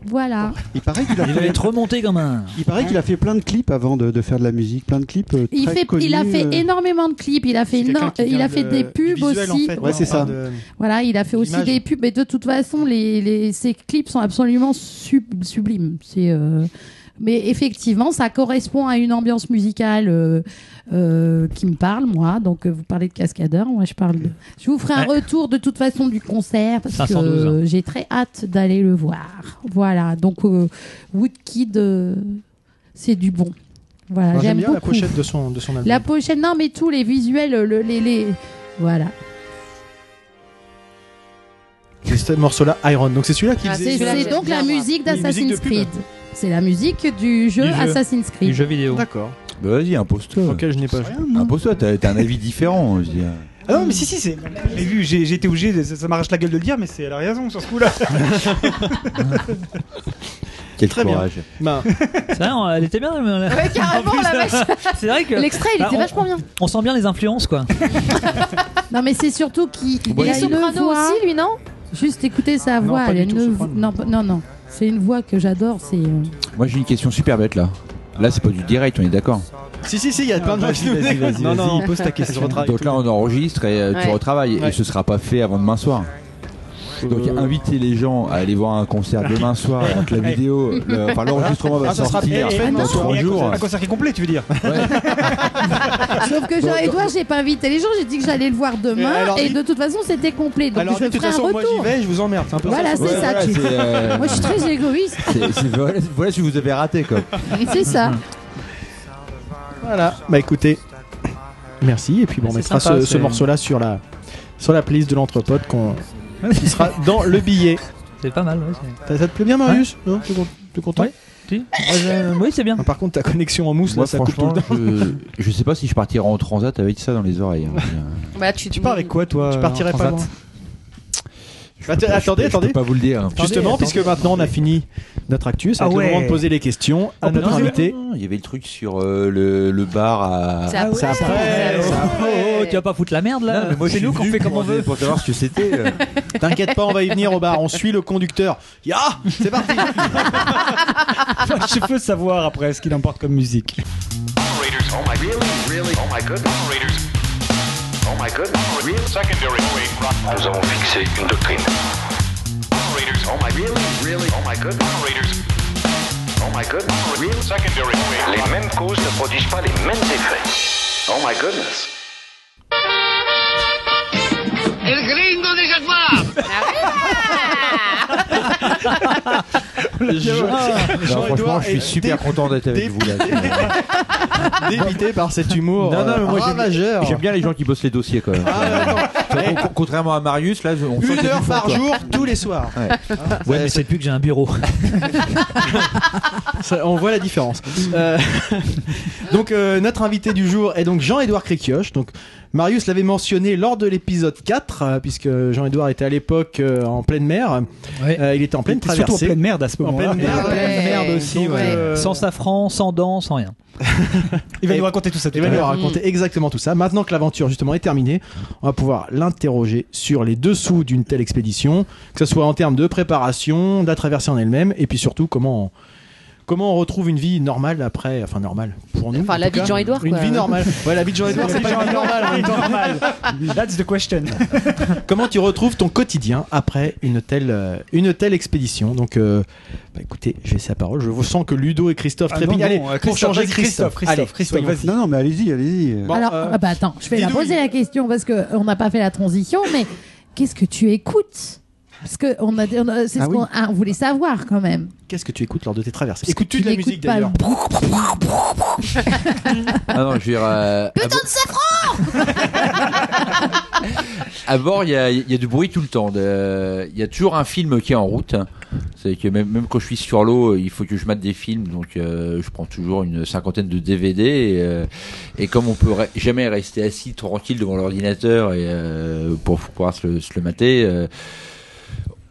Speaker 6: Voilà.
Speaker 10: Il paraît qu'il a,
Speaker 1: Il va
Speaker 10: fait,
Speaker 1: être remonté comme un.
Speaker 10: il paraît qu'il a fait plein de clips avant de, de faire de la musique, plein de clips euh,
Speaker 6: Il,
Speaker 10: très
Speaker 6: fait,
Speaker 10: connus.
Speaker 6: il a fait
Speaker 10: euh,
Speaker 6: énormément de clips, il a fait,
Speaker 3: C'est quelqu'un
Speaker 6: énorme-
Speaker 3: qui
Speaker 6: il
Speaker 3: vient
Speaker 6: a fait
Speaker 3: de-
Speaker 6: des
Speaker 3: du
Speaker 6: pubs
Speaker 3: visuel, en
Speaker 6: aussi.
Speaker 3: fait.
Speaker 10: Ouais, c'est
Speaker 3: On parle
Speaker 10: ça.
Speaker 3: de-
Speaker 6: Voilà, il a fait aussi
Speaker 3: L'image.
Speaker 6: des pubs et de toute façon, les, les, ces clips sont absolument sub- sublimes. C'est euh, Mais effectivement, ça correspond à une ambiance musicale euh, euh, qui me parle, moi. Donc, euh, vous parlez de cascadeur, moi je parle de... Je vous ferai un retour de toute façon du concert parce que
Speaker 1: 512,
Speaker 10: hein.
Speaker 6: euh, j'ai très hâte d'aller le voir. Voilà, donc euh, Woodkid, euh, c'est du bon. Voilà,
Speaker 3: Alors, J'aime
Speaker 6: j'aime
Speaker 3: bien
Speaker 6: beaucoup.
Speaker 3: la pochette de son, de son album.
Speaker 6: La pochette, non, mais tous les visuels, le- les, les... Voilà.
Speaker 3: C'est ce morceau-là, Iron. Donc c'est celui-là qui
Speaker 2: Ah,
Speaker 3: faisait.
Speaker 6: C'est
Speaker 2: Celui-là,
Speaker 6: c'est
Speaker 2: j'aime
Speaker 6: donc
Speaker 2: bien,
Speaker 6: la
Speaker 2: moi.
Speaker 3: Une
Speaker 6: musique
Speaker 3: musique hein. de
Speaker 6: d'Assassin's
Speaker 3: pub.
Speaker 6: Creed. C'est la musique du jeu,
Speaker 1: Du jeu.
Speaker 6: Assassin's
Speaker 1: Du
Speaker 6: Creed.
Speaker 1: jeu vidéo.
Speaker 3: D'accord.
Speaker 4: Bah, vas-y, impose-toi.
Speaker 3: Auquel je n'ai pas joué.
Speaker 4: Impose-toi, t'as t'as un avis différent. je veux dire.
Speaker 8: Ah non, mais si, si, c'est. J'ai vu, j'ai j'ai été obligé, de- ça, ça m'arrache la gueule de le dire, mais c'est elle a raison sur ce coup-là.
Speaker 4: Quel
Speaker 3: Très bien.
Speaker 4: courage.
Speaker 3: Bah,
Speaker 1: C'est vrai, on- elle était bien. mais on-
Speaker 2: Ouais, carrément, la vache.
Speaker 1: *laughs* C'est vrai
Speaker 3: euh,
Speaker 1: que.
Speaker 2: L'extrait, il
Speaker 1: Bah,
Speaker 2: était
Speaker 1: on-
Speaker 2: vachement bien.
Speaker 1: On sent bien les influences, *laughs* quoi.
Speaker 6: Non, mais c'est surtout qu'il il
Speaker 2: Il
Speaker 6: a
Speaker 2: est
Speaker 6: une
Speaker 2: soprano
Speaker 6: voix.
Speaker 2: aussi, lui, non
Speaker 6: Juste écoutez sa
Speaker 3: Non,
Speaker 6: voix.
Speaker 3: pas
Speaker 6: elle
Speaker 3: du
Speaker 6: a une
Speaker 3: tout
Speaker 6: vo-
Speaker 3: soprano.
Speaker 6: non, pas- non, non. C'est une voix que j'adore. C'est euh,
Speaker 4: Moi, j'ai une question super bête là. Là, c'est pas du direct, on est d'accord.
Speaker 3: si, si, si, il y a plein de gens qui
Speaker 8: vas-y,
Speaker 3: nous
Speaker 8: vas-y,
Speaker 3: Non,
Speaker 8: vas-y,
Speaker 3: non, pose ta question.
Speaker 4: Donc là, on enregistre et euh, tu
Speaker 2: Ouais.
Speaker 4: retravailles.
Speaker 3: Ouais. Euh,
Speaker 4: Et ce sera pas fait avant demain soir. Donc, invitez les gens à aller voir un concert demain soir. Donc, la vidéo, le- enfin, l'enregistrement va
Speaker 3: Ah, ça sera
Speaker 4: sortir
Speaker 6: Eh,
Speaker 3: parfait
Speaker 4: dans
Speaker 3: demain
Speaker 4: trois
Speaker 3: soir.
Speaker 4: jours.
Speaker 8: Un concert qui est complet, tu veux dire
Speaker 4: Ouais.
Speaker 2: Ah.
Speaker 6: Sauf que jean Edouard, j'ai pas invité les gens. J'ai dit que j'allais le voir demain.
Speaker 3: Et alors,
Speaker 6: et
Speaker 3: dis-
Speaker 6: de toute façon, c'était complet. Donc
Speaker 3: Alors, de
Speaker 6: je
Speaker 3: toute
Speaker 6: ferai un
Speaker 3: façon, moi j'y
Speaker 6: retour.
Speaker 3: vais, je vous emmerde. C'est un peu
Speaker 6: Voilà, Ah, c'est
Speaker 4: Ouais,
Speaker 6: ça.
Speaker 4: voilà,
Speaker 6: tu-
Speaker 4: c'est, euh,
Speaker 6: Moi, je suis très égoïste.
Speaker 4: c'est- c'est- voilà- Voilà ce que vous avez raté, quoi.
Speaker 6: c'est ça.
Speaker 3: Voilà, bah écoutez, merci. Et puis bon, on
Speaker 1: C'est
Speaker 3: mettra
Speaker 1: sympa,
Speaker 3: ce,
Speaker 1: c'est-
Speaker 3: ce morceau-là sur la, sur la playlist de l'entrepôt qu'on qui sera dans le billet.
Speaker 1: C'est pas mal, ouais. c'est-
Speaker 3: Ça, ça te plaît bien, Marius Non T'es con- t'es content
Speaker 1: Ouais. Si Moi, je- Oui, c'est bien.
Speaker 3: Ah, Par contre, ta connexion en mousse,
Speaker 4: Moi,
Speaker 3: là, ça coupe tout
Speaker 4: franchement,
Speaker 3: le temps.
Speaker 4: je, je sais pas si je partirai en transat avec ça dans les oreilles. hein.
Speaker 2: Bah, tu,
Speaker 8: Tu pars avec quoi, toi
Speaker 3: Je
Speaker 8: euh,
Speaker 3: partirai
Speaker 8: en
Speaker 3: pas
Speaker 8: transat
Speaker 3: loin.
Speaker 4: Je
Speaker 3: Bah,
Speaker 4: peux
Speaker 3: t'es-
Speaker 4: pas- je
Speaker 3: attendez,
Speaker 4: peux- je peux
Speaker 3: attendez.
Speaker 4: pas vous le dire. hein.
Speaker 3: Justement,
Speaker 1: attendez.
Speaker 3: puisque maintenant on a fini notre actus, c'est
Speaker 8: Ah
Speaker 3: le
Speaker 8: ouais.
Speaker 3: moment de poser les questions à
Speaker 8: Oh,
Speaker 3: notre
Speaker 8: putain, c'est-
Speaker 3: invité.
Speaker 4: Non, Il y avait le truc sur euh, le, le bar à.
Speaker 1: Ah
Speaker 2: C'est après.
Speaker 3: C'est après.
Speaker 2: c'est
Speaker 1: Oh, oh, tu vas pas foutre la merde là
Speaker 4: mais moi, je
Speaker 1: C'est
Speaker 4: suis
Speaker 1: nous qu'on
Speaker 4: venu
Speaker 1: fait comme
Speaker 4: pour-
Speaker 1: on veut.
Speaker 4: Pour savoir ce que c'était. euh.
Speaker 3: T'inquiète pas, on va y venir au bar. On suit le conducteur. Ya C'est parti
Speaker 8: *laughs* Je veux savoir après ce qu'il emporte comme musique.
Speaker 13: Oh my really, really, oh my good operators. Oh my good real secondary wait, rock. Nous avons fixé une doctrine. Operators, oh my really, really, oh my good operators. Oh my good real secondary wait, Les mêmes causes ne produisent pas les mêmes effets. Oh my goodness.
Speaker 9: El gringo de Jaguar.
Speaker 4: Non, franchement, je suis super content d'être avec vous là.
Speaker 3: débité par cet humour
Speaker 4: Non, non, mais
Speaker 3: euh,
Speaker 4: moi, j'aime-
Speaker 3: ravageur.
Speaker 4: J'aime bien les gens qui bossent les dossiers quand même. Enfin, con- Contrairement à Marius, là, on sent que
Speaker 3: Ah, Une
Speaker 4: c'est
Speaker 3: heure
Speaker 4: du fond,
Speaker 3: par
Speaker 4: quoi.
Speaker 3: jour, tous les soirs.
Speaker 4: Ouais.
Speaker 11: Ouais, mais c'est depuis que j'ai un bureau.
Speaker 3: Ça, on voit la différence. Euh, *laughs* donc euh, notre invité du jour est donc Jean-Édouard Créquioche. Donc Marius l'avait mentionné lors de l'épisode 4, euh, puisque Jean-Édouard était à l'époque euh, en pleine mer.
Speaker 11: Ouais.
Speaker 3: Euh, il était en
Speaker 8: Il
Speaker 3: pleine
Speaker 8: était surtout en
Speaker 3: traversée.
Speaker 8: pleine Ah merde à ce
Speaker 3: En
Speaker 8: moment-là.
Speaker 3: pleine mer,
Speaker 2: Ouais.
Speaker 3: pleine merde aussi.
Speaker 2: Donc,
Speaker 3: ouais.
Speaker 2: euh,
Speaker 11: Sans safran, sans dents, sans rien.
Speaker 8: Eh, Il va nous raconter tout ça. tout
Speaker 3: Il va
Speaker 8: à
Speaker 3: nous
Speaker 2: Euh,
Speaker 8: l'heure.
Speaker 3: raconter exactement tout ça. Maintenant que l'aventure justement est terminée, on va pouvoir l'interroger sur les dessous d'une telle expédition, que ce soit en termes de préparation, de la traversée en elle-même, et puis surtout comment on, comment on retrouve une vie normale après, enfin normale pour nous.
Speaker 2: Enfin,
Speaker 3: en
Speaker 2: la
Speaker 3: tout
Speaker 2: vie de
Speaker 3: cas.
Speaker 2: Jean-Édouard,
Speaker 3: Une
Speaker 2: quoi.
Speaker 3: vie
Speaker 2: *laughs*
Speaker 3: normale. Ouais, la vie de Jean-Édouard, c'est pas une vie normale. en même temps.
Speaker 8: That's the question.
Speaker 3: *laughs* Comment tu retrouves ton quotidien après une telle, euh, une telle expédition Donc, euh, bah, écoutez, j'ai sa parole. Je sens que Ludo et Christophe
Speaker 8: Ah,
Speaker 3: trépignent.
Speaker 8: non, non,
Speaker 3: Allez,
Speaker 8: euh,
Speaker 3: pour
Speaker 8: Christophe,
Speaker 3: changer
Speaker 8: vas-y,
Speaker 3: Christophe.
Speaker 8: Christophe,
Speaker 3: Allez,
Speaker 8: Christophe,
Speaker 3: soyons-
Speaker 8: vas-y.
Speaker 10: Non, non, mais allez-y, allez-y.
Speaker 3: Bon,
Speaker 6: Alors,
Speaker 3: euh,
Speaker 6: ah bah attends, je vais la
Speaker 3: dis-nous.
Speaker 6: poser la question parce que on n'a pas fait la transition, mais qu'est-ce que tu écoutes Parce que on a, on a- c'est
Speaker 10: Ah
Speaker 6: ce qu'on ah, on voulait savoir quand même.
Speaker 3: Qu'est-ce que tu écoutes lors de tes traversées
Speaker 6: Parce que
Speaker 3: Écoutes-tu de la
Speaker 6: n'écoutes
Speaker 3: musique
Speaker 6: pas le
Speaker 3: d'ailleurs
Speaker 6: brou- brou- brou- brou- brou-
Speaker 4: Ah non, je veux dire. euh, à bo-
Speaker 6: Putain de safran
Speaker 4: à bord, il y a, il y a du bruit tout le temps. de- Il y a toujours un film qui est en route. C'est que même, même quand je suis sur l'eau, il faut que je mate des films. Donc, euh, je prends toujours une cinquantaine de DVD. Et, euh, et comme on peut re- jamais rester assis tranquille devant l'ordinateur et euh, pour pouvoir se, le- se le mater. euh,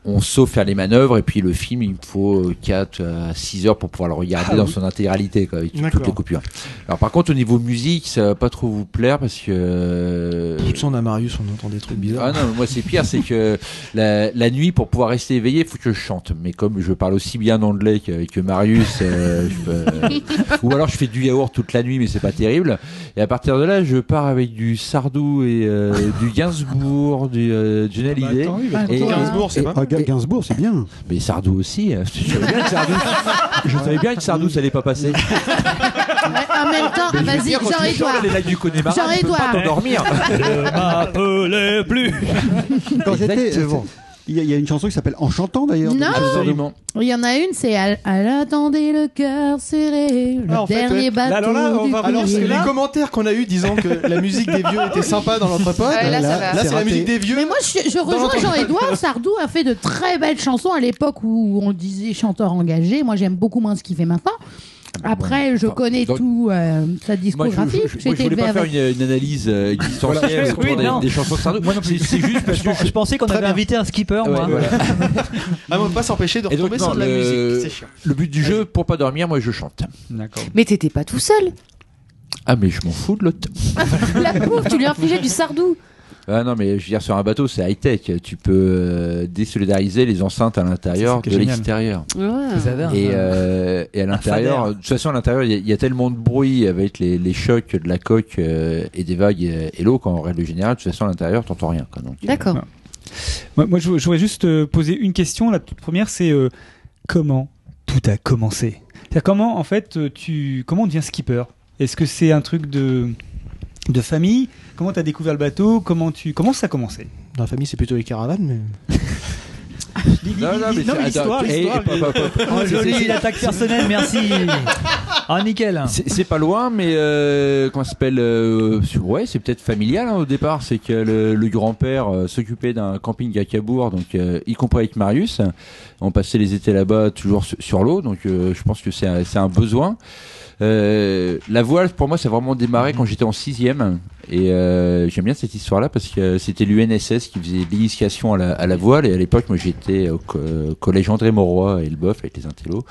Speaker 4: on sauf faire les manœuvres et puis le film il me faut 4 à 6 heures pour pouvoir le regarder dans son intégralité quoi, avec toutes
Speaker 3: D'accord.
Speaker 4: les coupures. Alors par contre au niveau musique ça va pas trop vous plaire parce que euh,
Speaker 3: Tout ça, on a Marius, on entend des trucs bizarres.
Speaker 4: ah non, mais moi c'est pire, c'est que la, la nuit pour pouvoir rester éveillé, il faut que je chante. Mais comme je parle aussi bien anglais que, que Marius, euh, je peux- euh, ou alors je fais du yaourt toute la nuit, mais c'est pas terrible. Et à partir de là, je pars avec du Sardou et euh, du Gainsbourg, du euh, du Johnny
Speaker 8: Bah,
Speaker 6: Bah,
Speaker 4: Hallyday. Et-
Speaker 3: Gainsbourg, c'est
Speaker 4: et-
Speaker 3: pas
Speaker 10: Ah, Ga-
Speaker 4: et-
Speaker 10: Gainsbourg, c'est
Speaker 6: *laughs*
Speaker 10: bien.
Speaker 4: mais Sardou aussi. euh, Je savais bien que Sardou, je savais bien que Sardou, ça allait pas passer.
Speaker 6: En même temps, ah, vas-y, Jean-Édouard.
Speaker 4: Les lacs du Connemara,
Speaker 6: Jean
Speaker 4: tu peux pas
Speaker 6: Édouard.
Speaker 4: t'endormir.
Speaker 11: M'appelez plus.
Speaker 10: Quand j'étais.
Speaker 4: Exact.
Speaker 10: euh, bon, Il y, a- il y a une chanson qui s'appelle En chantant d'ailleurs.
Speaker 6: Non.
Speaker 4: Absolument.
Speaker 6: Il y en a une, c'est à, à attendez le cœur serré, le
Speaker 3: Ah, en fait, ouais.
Speaker 6: dernier bateau.
Speaker 8: alors là, on
Speaker 6: du
Speaker 8: va
Speaker 3: Alors,
Speaker 8: revenir
Speaker 6: pays.
Speaker 8: sur
Speaker 3: les
Speaker 8: là-
Speaker 3: commentaires qu'on a eu disant que la musique des vieux était sympa dans notre pod,
Speaker 6: euh,
Speaker 2: Ouais, là, ça va.
Speaker 3: c'est la
Speaker 10: raté.
Speaker 3: musique des vieux.
Speaker 6: Mais moi, je, je rejoins Jean-Édouard. Sardou a fait de très belles chansons à l'époque où on disait chanteur engagé. Moi, j'aime beaucoup moins ce qu'il fait maintenant. Après, je
Speaker 4: Ah, Enfin,
Speaker 6: connais
Speaker 4: dans-
Speaker 6: tout euh, sa
Speaker 4: Moi, je,
Speaker 6: discographie.
Speaker 4: je- je- moi, je
Speaker 6: J'étais
Speaker 4: voulais
Speaker 6: élevée
Speaker 4: pas faire
Speaker 6: avec.
Speaker 4: une, une analyse euh, existentielle
Speaker 11: Oui,
Speaker 4: autour des-
Speaker 11: non.
Speaker 4: des, chansons de Sardou. C'est c'est juste parce que je-
Speaker 11: Je pensais qu'on
Speaker 3: Très
Speaker 11: avait
Speaker 3: bien.
Speaker 11: invité un skipper,
Speaker 4: Ouais,
Speaker 11: moi.
Speaker 1: *laughs*
Speaker 4: voilà.
Speaker 3: Ah, mais on peut pas s'empêcher de
Speaker 4: Et donc,
Speaker 3: retomber
Speaker 4: non,
Speaker 3: sur de la
Speaker 4: le-
Speaker 3: musique. C'est chiant.
Speaker 4: Le but du jeu, pour pas dormir, moi je chante.
Speaker 8: D'accord.
Speaker 2: Mais t'étais pas tout seul.
Speaker 4: Ah mais je m'en fous de l'autre.
Speaker 2: La pauvre, tu lui infligeais du sardou.
Speaker 4: Ah non mais je veux dire sur un bateau c'est high tech. Tu peux euh, désolidariser les enceintes à l'intérieur
Speaker 8: C'est ça qui
Speaker 4: de
Speaker 8: est génial. Ah,
Speaker 4: l'extérieur.
Speaker 11: Vous avez un-
Speaker 4: Et, euh, et à l'intérieur, de toute façon à l'intérieur il y a- il y, a tellement de bruit avec les, les chocs de la coque euh, et des vagues euh, et l'eau qu'en règle générale de toute façon à l'intérieur t'entends rien. Quoi, donc. euh.
Speaker 2: D'accord.
Speaker 8: Moi, moi, je, je voudrais juste euh, poser une question. La toute première, c'est euh, comment tout a commencé C'est-à-dire comment, en fait, euh, tu, comment on devient skipper Est-ce que c'est un truc de, de famille Comment t'as découvert le bateau Comment tu, comment ça a commencé
Speaker 3: Dans la famille, c'est plutôt les caravanes, mais.
Speaker 4: Non, non, mais
Speaker 8: Non, mais
Speaker 4: c'est-
Speaker 8: l'histoire,
Speaker 4: attends, hey,
Speaker 8: l'histoire,
Speaker 4: hop, hop, hop.
Speaker 11: Oh,
Speaker 4: C'est- c'est-
Speaker 11: joli, l'attaque personnelle, merci. Ah, nickel.
Speaker 4: C'est c'est pas loin, mais euh, comment ça s'appelle euh, sur- Ouais, c'est peut-être familial hein, au départ. C'est que le, le grand-père euh, s'occupait d'un camping à Cabourg, donc euh, y compris avec Marius. On passait les étés là-bas, toujours su- sur l'eau. Donc euh, je pense que c'est un, c'est un besoin. Euh, la voile, pour moi, ça a vraiment démarré quand j'étais en sixième. Et euh, j'aime bien cette histoire-là parce que c'était l'UNSS qui faisait l'initiation à la, à la voile. Et à l'époque, moi, j'étais au co- collège André Mauroy et le Boeuf avec les intellos.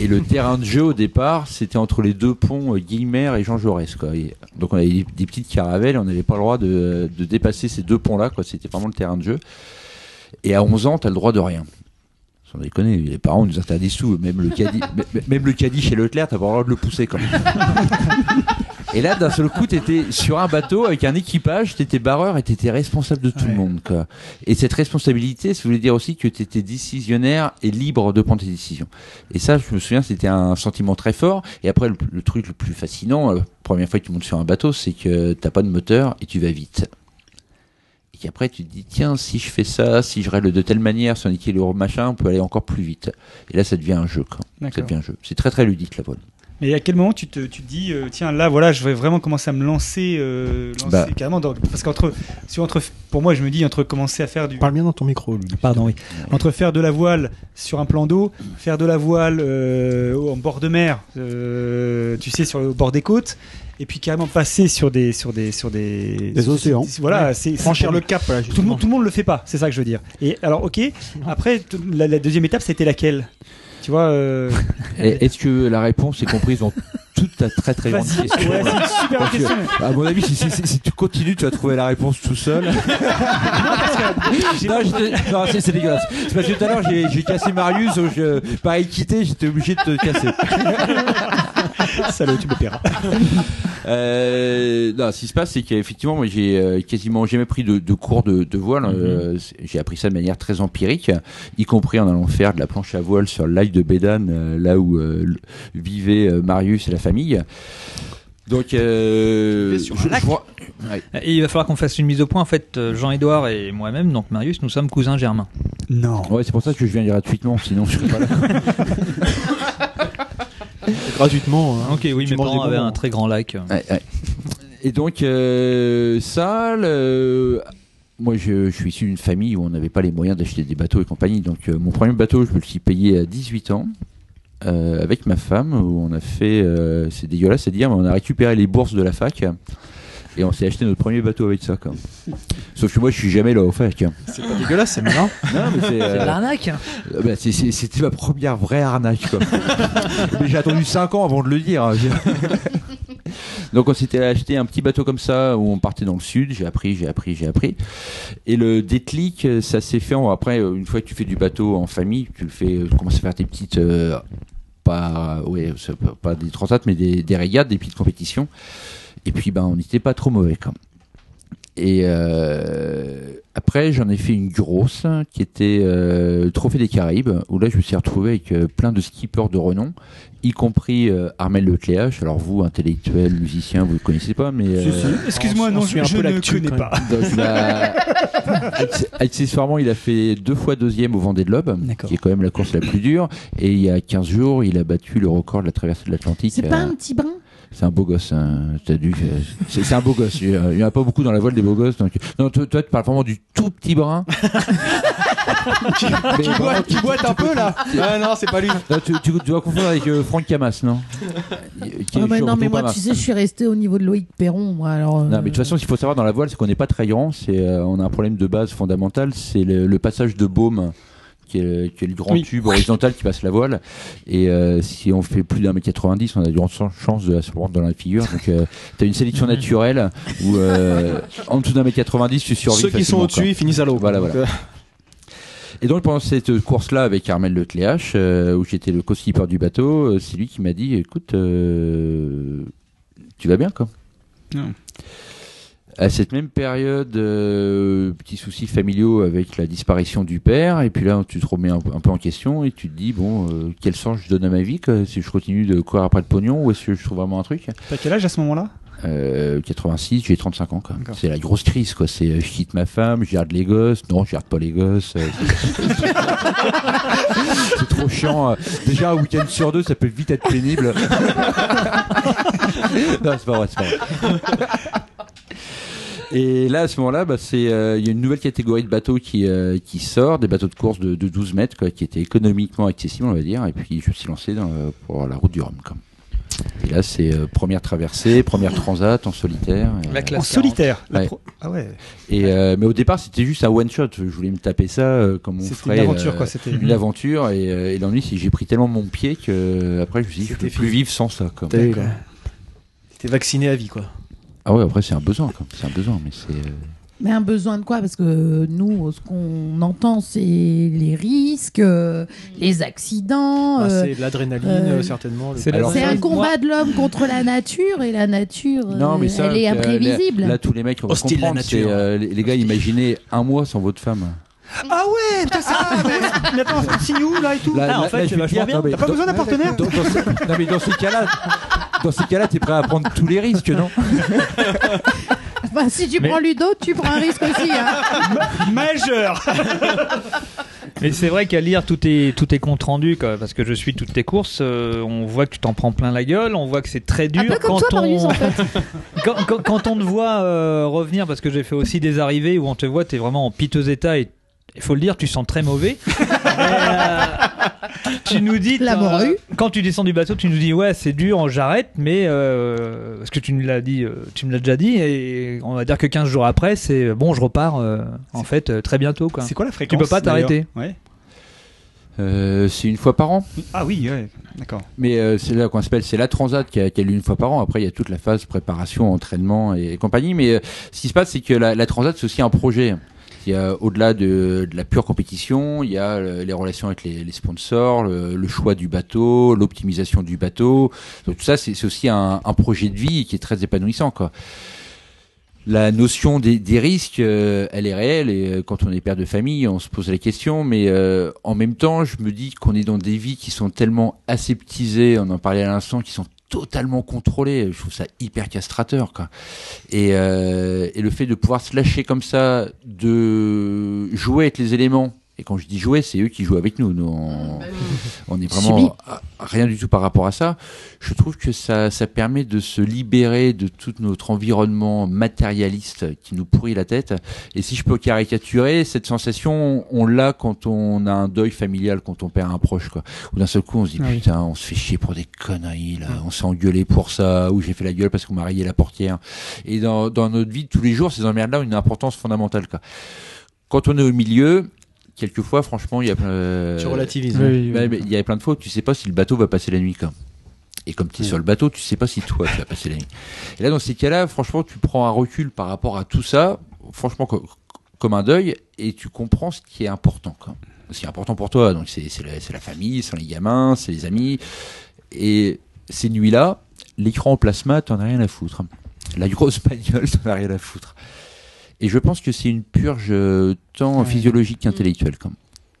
Speaker 4: Et le terrain de jeu au départ, c'était entre les deux ponts euh, Guillemert et Jean Jaurès. Quoi. Et donc on avait des, des petites caravelles, on n'avait pas le droit de, de dépasser ces deux ponts-là. quoi. C'était vraiment le terrain de jeu. Et à 11 ans, t'as le droit de rien. Sans déconner, les parents nous interdisent tout. Même le caddie, *laughs* m- m- même le caddie chez Leclerc, t'as pas le droit de le pousser. Quoi. Et là, d'un seul coup, t'étais sur un bateau avec un équipage, t'étais barreur et t'étais responsable de tout le
Speaker 8: Ouais.
Speaker 4: monde. Quoi. Et cette responsabilité, ça voulait dire aussi que t'étais décisionnaire et libre de prendre tes décisions. Et ça, je me souviens, c'était un sentiment très fort. Et après, le, le truc le plus fascinant, euh, la première fois que tu montes sur un bateau, c'est que t'as pas de moteur et tu vas vite. Et et qu'après tu te dis tiens si je fais ça, si je règle de telle manière, si on équilibre machin, on peut aller encore plus vite. Et là ça devient un jeu quoi. Ça
Speaker 8: D'accord.
Speaker 4: devient un jeu. C'est très très ludique la voile.
Speaker 8: Mais à quel moment tu te, tu te dis, euh, tiens, là, voilà, je vais vraiment commencer à me lancer, euh, lancer
Speaker 4: Bah.
Speaker 8: carrément dans- Parce qu'entre. sur- entre- Pour moi, je me dis, entre commencer à faire du.
Speaker 3: Parle bien dans ton micro, lui.
Speaker 1: Pardon, oui.
Speaker 8: Entre faire de la voile sur un plan d'eau, faire de la voile euh, en bord de mer, euh, tu sais, sur le bord des côtes, et puis carrément passer sur des. Sur des, sur des,
Speaker 10: Des océans.
Speaker 8: Voilà, c'est. c'est-
Speaker 3: Franchir le cap, là,
Speaker 8: Tout le,
Speaker 3: justement.
Speaker 8: monde, tout le monde le fait pas, c'est ça que je veux dire. Et alors, ok, après, tout- la, la deuxième étape, c'était laquelle Tu vois.
Speaker 3: *laughs*
Speaker 8: euh,
Speaker 4: Et Est-ce que la réponse est comprise dans toute ta très très grande
Speaker 8: Vas-y.
Speaker 4: question
Speaker 8: Ouais, c'est une super
Speaker 4: Parce que,
Speaker 8: question.
Speaker 4: à mon avis, si, si- si- si tu continues, tu vas trouver la réponse tout seul. non, je- non, c'est c'est dégueulasse. C'est parce que tout à l'heure, j'ai- j'ai cassé Marius, donc je- par équité, j'étais obligé de te casser.
Speaker 8: *laughs* Salut, tu me paieras.
Speaker 4: Euh, non, ce qui se passe, c'est qu'effectivement, moi, j'ai euh, quasiment jamais pris de, de cours de, de voile. Euh, c'est- j'ai appris ça de manière très empirique, y compris en allant faire de la planche à voile sur l'ail de Bédane, euh, là où euh, le- vivaient euh, Marius et la famille. Donc, euh,
Speaker 1: Vivaient sur un
Speaker 4: je-
Speaker 1: lac.
Speaker 4: je vois- ouais.
Speaker 1: Et Euh, il va falloir qu'on fasse une mise au point. En fait, euh, Jean-Édouard et moi-même, donc Marius, nous sommes cousins germains.
Speaker 8: Non.
Speaker 4: Ouais, c'est pour ça que je viens gratuitement, sinon je serais pas là.
Speaker 3: Gratuitement. hein.
Speaker 1: Ok, oui,
Speaker 3: Tu
Speaker 1: mes
Speaker 3: manges des
Speaker 1: parents avaient
Speaker 3: bonbons.
Speaker 1: un très grand euh, lac.
Speaker 4: Ouais, ouais. Et donc, euh, ça, le- moi je, je suis issu d'une famille où on n'avait pas les moyens d'acheter des bateaux et compagnie. Donc, euh, mon premier bateau, je me le suis payé à 18 ans. euh, avec ma femme, où on a fait, euh, c'est dégueulasse à dire, mais on a récupéré les bourses de la fac et on s'est acheté notre premier bateau avec ça. quoi. Sauf que moi, je suis jamais là au fac. Non,
Speaker 3: C'est *laughs* pas dégueulasse, c'est malin.
Speaker 4: mais c'est, euh,
Speaker 1: L'arnaque
Speaker 4: euh, bah, c'est- c'est- C'était ma première vraie arnaque. quoi. Mais j'ai attendu 5 ans avant de le dire. hein. Donc on s'était acheté un petit bateau comme ça où on partait dans le sud. J'ai appris, j'ai appris, j'ai appris. Et le déclic, euh, ça s'est fait. en- Après, euh, une fois que tu fais du bateau en famille, tu le fais, euh, tu commences à faire tes petites. euh, pas, ouais, c'est pas- pas des transats, mais des, des régates, des petites compétitions. Et puis, ben, on n'était pas trop mauvais quand même. Et euh, après, j'en ai fait une grosse qui était euh, le Trophée des Caraïbes, où là, je me suis retrouvé avec euh, plein de skippers de renom, y compris euh, Armel Lecléache. Alors, vous, intellectuel, musicien, vous ne connaissez pas, mais. euh,
Speaker 8: Excuse-moi,
Speaker 3: On
Speaker 8: non,
Speaker 3: suit
Speaker 8: je,
Speaker 3: un
Speaker 8: je
Speaker 3: peu
Speaker 8: ne
Speaker 3: l'actu,
Speaker 8: connais
Speaker 3: quand
Speaker 8: pas.
Speaker 4: donc,
Speaker 6: *laughs*
Speaker 4: la- acc- Accessoirement, il a fait deux fois deuxième au Vendée de l'Aube,
Speaker 8: D'accord.
Speaker 4: qui est quand même la course la plus dure. Et il y a 15 jours, il a battu le record de la traversée de l'Atlantique.
Speaker 6: C'est pas
Speaker 4: Euh,
Speaker 6: un petit brin
Speaker 4: c'est un beau gosse. hein. T'as dû. euh, C'est c'est un beau gosse. Il y en a pas beaucoup dans la voile des beaux gosses. Donc... Non, toi, toi, tu parles vraiment du tout petit
Speaker 6: *laughs*
Speaker 4: brin. Mais
Speaker 3: Tu
Speaker 4: vraiment,
Speaker 3: boites, *laughs* tu boites un peu là Ah non, c'est pas lui.
Speaker 4: non, tu, tu- tu dois confondre avec euh, Franck Camas, non Qui est
Speaker 6: Ah, mais
Speaker 4: sur-
Speaker 6: Non, mais
Speaker 4: sur
Speaker 6: moi,
Speaker 4: Bahamas.
Speaker 6: tu sais, je suis resté au niveau de Loïc Perron, moi. Alors, euh,
Speaker 3: euh,
Speaker 4: Non, mais de toute façon, ce qu'il faut savoir dans la voile, c'est qu'on n'est pas très grand. C'est, euh, on a un problème de base fondamental, c'est le, le passage de baume, qui est, le- qui est le grand
Speaker 8: Oui.
Speaker 4: tube horizontal qui passe la voile. Et euh, si on fait plus d'un mètre 90, on a de grandes chan- chances de la se prendre dans la figure. Donc, euh, t'as
Speaker 3: *laughs*
Speaker 4: une sélection naturelle où euh, en dessous d'un mètre 90, tu survis.
Speaker 3: Ceux qui sont
Speaker 4: facilement,
Speaker 3: au-dessus,
Speaker 4: quoi.
Speaker 3: ils finissent à l'eau.
Speaker 4: Voilà, voilà. Et donc pendant cette course-là avec Armel Lecléache, euh, où j'étais le co-skipper du bateau, euh, c'est lui qui m'a dit, écoute, euh, tu vas bien quoi
Speaker 8: Non.
Speaker 4: À cette même période, euh, petits soucis familiaux avec la disparition du père, et puis là tu te remets un, un peu en question et tu te dis bon, euh, quel sens je donne à ma vie quoi Si je continue de courir après le pognon ou est-ce que je trouve vraiment un truc
Speaker 8: T'as quel âge à ce moment-là
Speaker 4: euh, 86, j'ai 35 ans. quoi.
Speaker 8: D'accord.
Speaker 4: C'est la grosse crise. quoi. C'est euh, je quitte ma femme, je garde les gosses. Non, je garde pas les gosses. euh, c'est- c'est trop chiant. euh. Déjà, un week-end sur deux, ça peut vite être pénible. non, c'est pas vrai, c'est pas vrai. Et là, à ce moment-là, bah, c'est, euh, il y a une nouvelle catégorie de bateaux qui, euh, qui sort, des bateaux de course de, de 12 mètres, quoi, qui étaient économiquement accessibles, on va dire. Et puis, je me suis lancé dans, euh, pour la route du Rhum. quoi. Et là, c'est euh, première traversée, première transat en solitaire. Et,
Speaker 1: La classe.
Speaker 8: En solitaire. La
Speaker 4: Ouais.
Speaker 8: pro- Ah ouais.
Speaker 4: et, euh, mais au départ, c'était juste un one shot. Je voulais me taper ça euh, comme on
Speaker 8: C'était
Speaker 4: ferait
Speaker 8: une aventure,
Speaker 4: euh,
Speaker 8: quoi. C'était.
Speaker 4: une aventure. Et, euh, et l'ennui, c'est que j'ai pris tellement mon pied que euh, après, je me suis dit, je
Speaker 3: C'était
Speaker 4: peux plus
Speaker 3: fini.
Speaker 4: vivre sans ça. quoi.
Speaker 3: T'es t'es vacciné à vie, quoi.
Speaker 4: Ah ouais, après, c'est un besoin. quoi. C'est un besoin, mais c'est. euh,
Speaker 6: Mais un besoin de quoi Parce que euh, nous, ce qu'on entend, c'est les risques, euh, les accidents.
Speaker 3: Ah,
Speaker 6: euh,
Speaker 3: c'est de l'adrénaline,
Speaker 6: euh,
Speaker 3: euh, certainement. le-
Speaker 1: c'est la-
Speaker 4: Alors-
Speaker 6: c'est un
Speaker 1: Moi-
Speaker 6: combat de l'homme contre la nature et la nature, euh, elle est
Speaker 4: euh,
Speaker 6: imprévisible.
Speaker 4: Là, là, tous les mecs, on va
Speaker 3: Hostile
Speaker 4: comprendre.
Speaker 3: la
Speaker 4: c'est,
Speaker 3: nature.
Speaker 4: euh, les, les gars, imaginez un mois sans votre femme.
Speaker 8: Ah ouais, putain, ça. Ah, mais... mais attends, on signe où là et tout
Speaker 4: Là,
Speaker 8: Ah,
Speaker 4: là,
Speaker 8: en fait,
Speaker 4: là,
Speaker 8: tu
Speaker 4: je vais
Speaker 8: vas
Speaker 4: te dire, non, mais
Speaker 8: T'as pas
Speaker 4: dans-
Speaker 8: besoin d'un partenaire
Speaker 4: Dans, dans ce- non, mais dans ces cas-là, dans ces cas-là, t'es prêt à prendre tous les risques, non
Speaker 6: Enfin, Bah, si tu
Speaker 1: Mais-
Speaker 6: prends Ludo, tu prends un risque aussi. hein.
Speaker 8: Majeur
Speaker 1: Mais c'est vrai qu'à lire tous tes, tous tes comptes rendus, quoi, parce que je suis toutes tes courses, euh, on voit que tu t'en prends plein la gueule, on voit que c'est très dur.
Speaker 2: Un peu comme
Speaker 1: quand
Speaker 2: toi,
Speaker 1: on... *laughs*
Speaker 2: Marius, en fait.
Speaker 1: quand, quand- quand on te voit euh, revenir, parce que j'ai fait aussi des arrivées où on te voit, t'es vraiment en piteux état et il faut le dire, tu sens très
Speaker 2: *laughs*
Speaker 1: mauvais. Et, euh, tu nous dis,
Speaker 6: La
Speaker 1: t'as-
Speaker 6: morue.
Speaker 1: quand tu descends du bateau, tu nous dis ouais c'est dur, j'arrête, mais euh, parce que tu nous l'as dit, euh, tu me l'as déjà dit, et on va dire que 15 jours après, c'est euh, bon, je repars euh, en fait euh, très bientôt quoi.
Speaker 8: C'est quoi la fréquence
Speaker 1: peux pas t'arrêter.
Speaker 8: d'ailleurs Ouais.
Speaker 4: Euh, c'est une fois par an.
Speaker 8: Ah oui, ouais, d'accord.
Speaker 4: Mais euh, c'est là qu'on s'appelle, c'est la transat qui a, qui a lieu une fois par an. Après, il y a toute la phase préparation, entraînement et compagnie. Mais euh, ce qui se passe, c'est que la, la transat, c'est aussi un projet. Il y a au-delà de, de la pure compétition, il y a euh, les relations avec les, les sponsors, le, le choix du bateau, l'optimisation du bateau. Donc tout ça, c'est c'est aussi un, un projet de vie qui est très épanouissant, quoi. La notion des, des risques, euh, elle est réelle et euh, quand on est père de famille, on se pose la question. Mais euh, en même temps, je me dis qu'on est dans des vies qui sont tellement aseptisées. On en parlait à l'instant, qui sont totalement contrôlées. Je trouve ça hyper castrateur. Quoi. Et, euh, et le fait de pouvoir se lâcher comme ça, de jouer avec les éléments. Et quand je dis jouer, c'est eux qui jouent avec nous. Nous, on, on est
Speaker 2: Subis.
Speaker 4: vraiment à- à rien du tout par rapport à ça. Je trouve que ça, ça permet de se libérer de tout notre environnement matérialiste qui nous pourrit la tête. Et si je peux caricaturer, cette sensation, on l'a quand on a un deuil familial, quand on perd un proche, quoi. Ou d'un seul coup, on se dit,
Speaker 8: Ah oui.
Speaker 4: putain, on se fait chier pour des conneries, là. On s'est engueulé pour ça, ou j'ai fait la gueule parce qu'on m'a rayé la portière. Et dans, dans notre vie de tous les jours, ces emmerdes-là ont une importance fondamentale, quoi. Quand on est au milieu, quelquefois, franchement, il y a euh, plein,
Speaker 3: Tu relativises.
Speaker 8: hein.
Speaker 4: bah, mais Il y a plein de fois où tu sais pas si le bateau va passer la nuit. Quoi. Et comme tu es sur le bateau, tu sais pas si toi tu vas passer la nuit. Et là, dans ces cas-là, franchement, tu prends un recul par rapport à tout ça, franchement, co- comme un deuil, et tu comprends ce qui est important. Quoi. Ce qui est important pour toi, donc c'est c'est la, c'est la famille, c'est les gamins, c'est les amis. Et ces nuits-là, l'écran en plasma, t'en as rien à foutre. hein. La grosse bagnole, *laughs* t'en as rien à foutre. Et je pense que c'est une purge euh, tant
Speaker 8: Ouais.
Speaker 4: physiologique qu'intellectuelle. Quoi.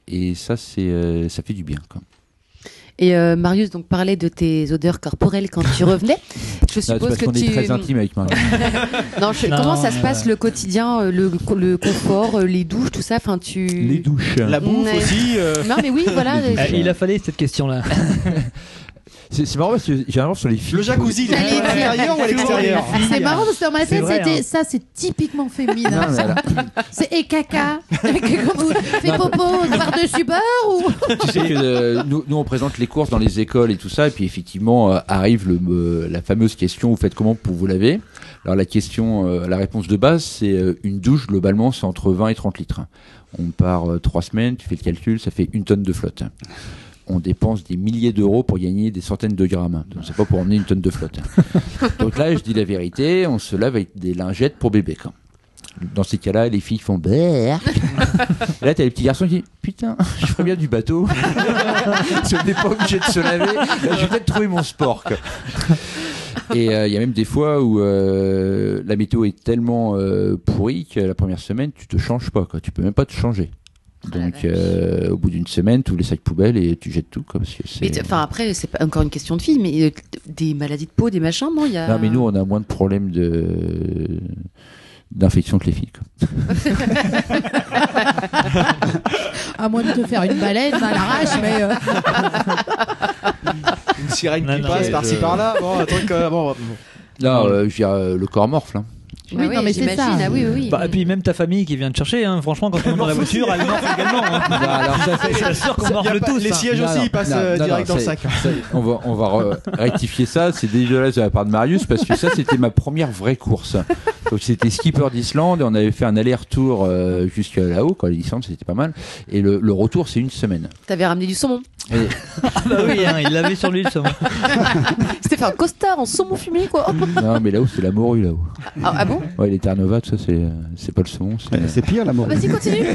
Speaker 4: Et ça, c'est, euh, ça fait du bien. Quoi.
Speaker 2: Et euh, Marius donc parlait de tes odeurs corporelles quand tu revenais. Je
Speaker 4: Non, c'est
Speaker 2: suppose
Speaker 4: parce qu'on
Speaker 2: que tu.
Speaker 4: est très intime avec Marie.
Speaker 2: Non, euh, je-
Speaker 1: Non,
Speaker 2: comment ça
Speaker 1: non,
Speaker 2: se passe le quotidien, euh, le, le confort, euh, les douches, tout ça. Enfin, tu.
Speaker 4: douches.
Speaker 3: La bouffe
Speaker 2: Ouais.
Speaker 3: aussi. euh,
Speaker 2: Non, mais oui,
Speaker 3: *laughs*
Speaker 2: voilà.
Speaker 4: Les
Speaker 2: euh,
Speaker 4: douches.
Speaker 1: Euh, il a fallu cette question-là.
Speaker 4: C'est, c'est marrant parce que généralement sur les filles.
Speaker 3: Le jacuzzi, il est
Speaker 6: J'allais
Speaker 3: à
Speaker 6: dire.
Speaker 3: l'intérieur ou à l'extérieur
Speaker 6: C'est marrant parce que dans ma
Speaker 1: C'est
Speaker 6: tête,
Speaker 1: vrai,
Speaker 6: c'était
Speaker 1: hein.
Speaker 6: ça, c'est typiquement
Speaker 4: Non,
Speaker 6: féminin.
Speaker 4: mais alors,
Speaker 6: C'est
Speaker 4: *laughs*
Speaker 6: et caca, fait popo par-dessus beurre ou
Speaker 4: tu sais que euh, nous, nous, on présente les courses dans les écoles et tout ça, et puis effectivement euh, arrive le, euh, la fameuse question vous faites comment pour vous laver Alors la question, euh, la réponse de base, c'est euh, une douche globalement c'est entre 20 et 30 litres. On part euh, trois semaines, tu fais le calcul, ça fait une tonne de flotte. On dépense des milliers d'euros pour gagner des centaines de grammes. Donc c'est pas pour emmener une tonne de flotte. Donc là, je dis la vérité, on se lave avec des lingettes pour bébé quand. Dans ces cas-là, les filles font berk. Et là, t'as les petits garçons qui disent Putain, je ferais bien du bateau. si on n'est pas obligé de se laver, là, je vais peut-être trouver mon sport. quoi.
Speaker 2: *laughs*
Speaker 4: Et euh, il y a même des fois où euh, la météo est tellement euh, pourrie que la première semaine, tu te changes pas. Quoi. Tu peux même pas te changer. Ah,
Speaker 2: Ah
Speaker 4: Donc, euh, au bout d'une semaine, tous les sacs poubelles et tu jettes tout. Quoi, parce que c'est-
Speaker 2: mais t- Enfin, après, c'est pas encore une question de fille, mais euh, des maladies de peau, des machins, non, il y a.
Speaker 4: Non, mais nous, on a moins de problèmes de d'infection que les filles. quoi.
Speaker 6: À moins de te faire une baleine à l'arrache, mais euh,
Speaker 3: Une sirène
Speaker 1: Non,
Speaker 3: qui
Speaker 1: non,
Speaker 3: passe
Speaker 1: mais
Speaker 3: Ah, par-ci
Speaker 4: je-
Speaker 3: par-là. Bon, un truc, euh, bon,
Speaker 4: Là, euh, je veux dire, euh, le corps
Speaker 2: *laughs*
Speaker 4: morphe. Là.
Speaker 2: Bah
Speaker 6: Oui, non, mais c'est
Speaker 2: j'imagine.
Speaker 6: ça.
Speaker 2: Ah oui, oui, oui.
Speaker 1: Bah, et puis même ta famille qui vient te chercher, hein, franchement, quand on monte dans la voiture, elle morfle également. hein.
Speaker 4: Là, alors, ça,
Speaker 1: C'est c'est sûr qu'on
Speaker 3: Il y a
Speaker 1: morfle
Speaker 3: pas-
Speaker 1: tous.
Speaker 3: les
Speaker 1: hein.
Speaker 3: sièges
Speaker 4: Ah, Non,
Speaker 3: aussi,
Speaker 4: non,
Speaker 3: ils passent
Speaker 4: non,
Speaker 3: euh,
Speaker 4: non,
Speaker 3: direct
Speaker 4: non,
Speaker 3: dans le
Speaker 4: c'est-
Speaker 3: sac.
Speaker 4: ça, on va, on va
Speaker 3: *laughs*
Speaker 4: re- rectifier ça. C'est dégueulasse de la part de Marius parce que ça, c'était ma première vraie course. Donc, c'était skipper d'Islande et on avait fait un aller-retour euh, jusqu'à là-haut. Quand l'Islande, c'était pas mal. Et le, le retour, c'est une *laughs* semaine.
Speaker 2: T'avais ramené du saumon.
Speaker 4: Et-
Speaker 1: Ah bah oui, hein, il l'avait sur lui le saumon.
Speaker 2: Ah, C'était un costard en saumon fumé, quoi.
Speaker 4: non, mais là-haut, c'est la morue là-haut.
Speaker 2: *laughs* Ah, ah bon
Speaker 4: Ouais, les Terre-Nova, tout ça, c'est euh, c'est pas le saumon. c'est-
Speaker 10: C'est pire la morue.
Speaker 2: Vas-y, continue.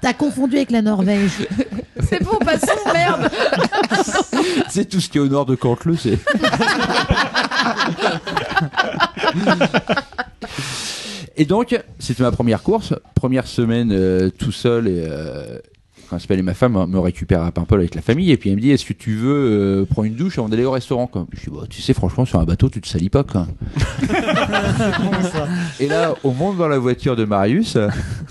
Speaker 6: t'as confondu avec la Norvège.
Speaker 2: C'est bon, passons, merde.
Speaker 4: *laughs* C'est tout ce qui est au nord de Canteleu, c'est. Et donc, c'était ma première course, première semaine euh, tout seul et, euh, Comment s'appelle, et ma femme me récupère à Paimpol avec la famille et puis elle me dit est-ce que tu veux euh, prendre une douche avant d'aller au restaurant quoi Je dis bah, tu sais franchement sur un bateau tu te salis pas quoi. et là on monte dans la voiture de Marius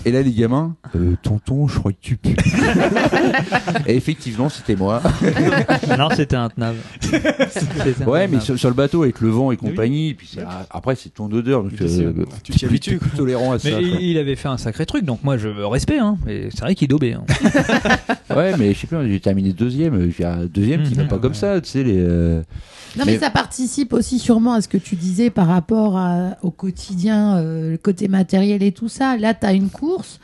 Speaker 4: et là les gamins euh, tonton je crois que tu pues. et effectivement c'était moi.
Speaker 1: *laughs* non, c'était intenable. C'était
Speaker 4: Ouais, mais
Speaker 1: intenable.
Speaker 4: sur, sur le bateau avec le vent et compagnie, et puis c'est- après c'est ton odeur, donc euh,
Speaker 3: tu t'y habitues, quoi.
Speaker 4: plus tolérant à
Speaker 1: *laughs* Mais
Speaker 4: ça.
Speaker 1: il, il avait fait un sacré truc, donc moi je respecte. Hein. Mais c'est vrai qu'il daubait. hein.
Speaker 4: quoi. Ouais, mais je sais plus, j'ai terminé deuxième, euh, j'ai un deuxième qui va pas comme ça, tu sais les. euh,
Speaker 6: Non, mais,
Speaker 4: Mais-
Speaker 6: ça participe aussi sûrement à ce que tu disais par rapport à- au quotidien, euh, le côté matériel et tout ça. Là, tu as une course,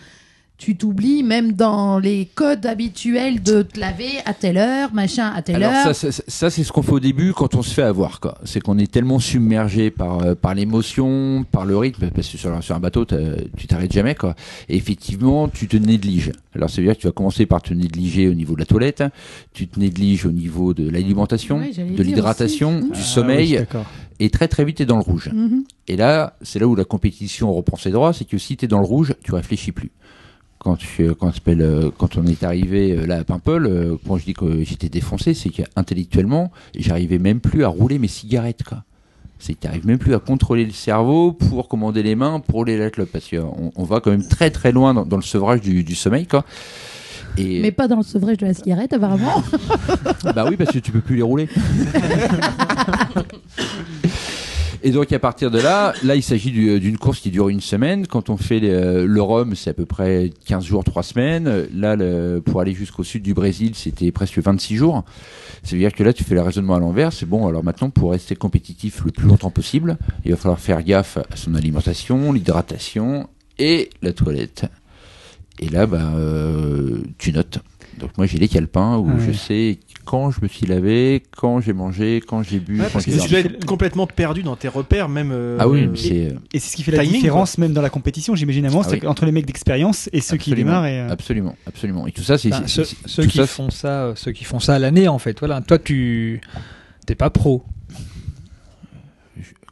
Speaker 6: tu t'oublies même dans les codes habituels de te laver à telle heure, machin, à telle
Speaker 4: Alors
Speaker 6: heure.
Speaker 4: ça, ça, ça, ça, c'est ce qu'on fait au début quand on se fait avoir. quoi. C'est qu'on est tellement submergé par euh, par l'émotion, par le rythme, parce que sur, un- sur un bateau t'as- tu t'arrêtes jamais. quoi. Et effectivement, tu te négliges. Alors ça veut dire que tu vas commencer par te négliger au niveau de la toilette, hein. tu te négliges au niveau de l'alimentation,
Speaker 6: Ouais, j'allais
Speaker 4: de
Speaker 6: dire
Speaker 4: l'hydratation,
Speaker 6: aussi. Ah,
Speaker 4: du sommeil,
Speaker 8: d'accord.
Speaker 4: et très très vite t'es dans le rouge.
Speaker 6: Mhm.
Speaker 4: Et là, c'est là où la compétition reprend ses droits, c'est que si t'es dans le rouge, tu réfléchis plus. Quand, tu- quand, ça s'appelle, euh, quand on est arrivé euh, là à Paimpol, euh, quand je dis que j'étais défoncé, c'est qu'intellectuellement, j'arrivais même plus à rouler mes cigarettes. Quoi. C'est que t'arrives même plus à contrôler le cerveau pour commander les mains, pour rouler la clope. Parce qu'on on va quand même très très loin dans, dans le sevrage du, du sommeil. Quoi. Et,
Speaker 6: Mais pas dans le sevrage de la cigarette, apparemment.
Speaker 4: *laughs* bah oui, parce que tu peux plus les rouler. Et donc à partir de là, là il s'agit du- d'une course qui dure une semaine. Quand on fait euh, le, le Rhum, c'est à peu près 15 jours, 3 semaines. Là, le- pour aller jusqu'au sud du Brésil, c'était presque 26 jours. Ça veut dire que là, tu fais le raisonnement à l'envers. C'est bon, alors maintenant, pour rester compétitif le plus longtemps possible, il va falloir faire gaffe à son alimentation, l'hydratation et la toilette. Et là, bah, euh, tu notes. Donc moi, j'ai les calepins où
Speaker 8: Ouais.
Speaker 4: je sais quand je me suis lavé, quand j'ai mangé, quand j'ai bu.
Speaker 3: Ouais,
Speaker 4: quand
Speaker 3: parce que
Speaker 4: j'ai
Speaker 3: tu dois être complètement perdu dans tes repères, même. euh,
Speaker 4: Ah oui, mais
Speaker 3: et-
Speaker 4: c'est
Speaker 8: Et c'est ce qui fait la
Speaker 3: Timing,
Speaker 8: différence même dans la compétition, j'imagine, à un moment,
Speaker 4: Ah
Speaker 8: c'est
Speaker 4: oui.
Speaker 8: entre les mecs d'expérience et ceux qui
Speaker 4: Absolument.
Speaker 8: démarrent. Et, euh,
Speaker 4: absolument, absolument. Et tout ça, c'est
Speaker 1: Enfin,
Speaker 4: c'est-
Speaker 1: ceux,
Speaker 4: c'est-
Speaker 1: ceux
Speaker 4: tout
Speaker 1: qui
Speaker 4: ça,
Speaker 1: font ça, euh, ceux qui font ça à l'année en fait. Voilà, toi tu t'es pas pro.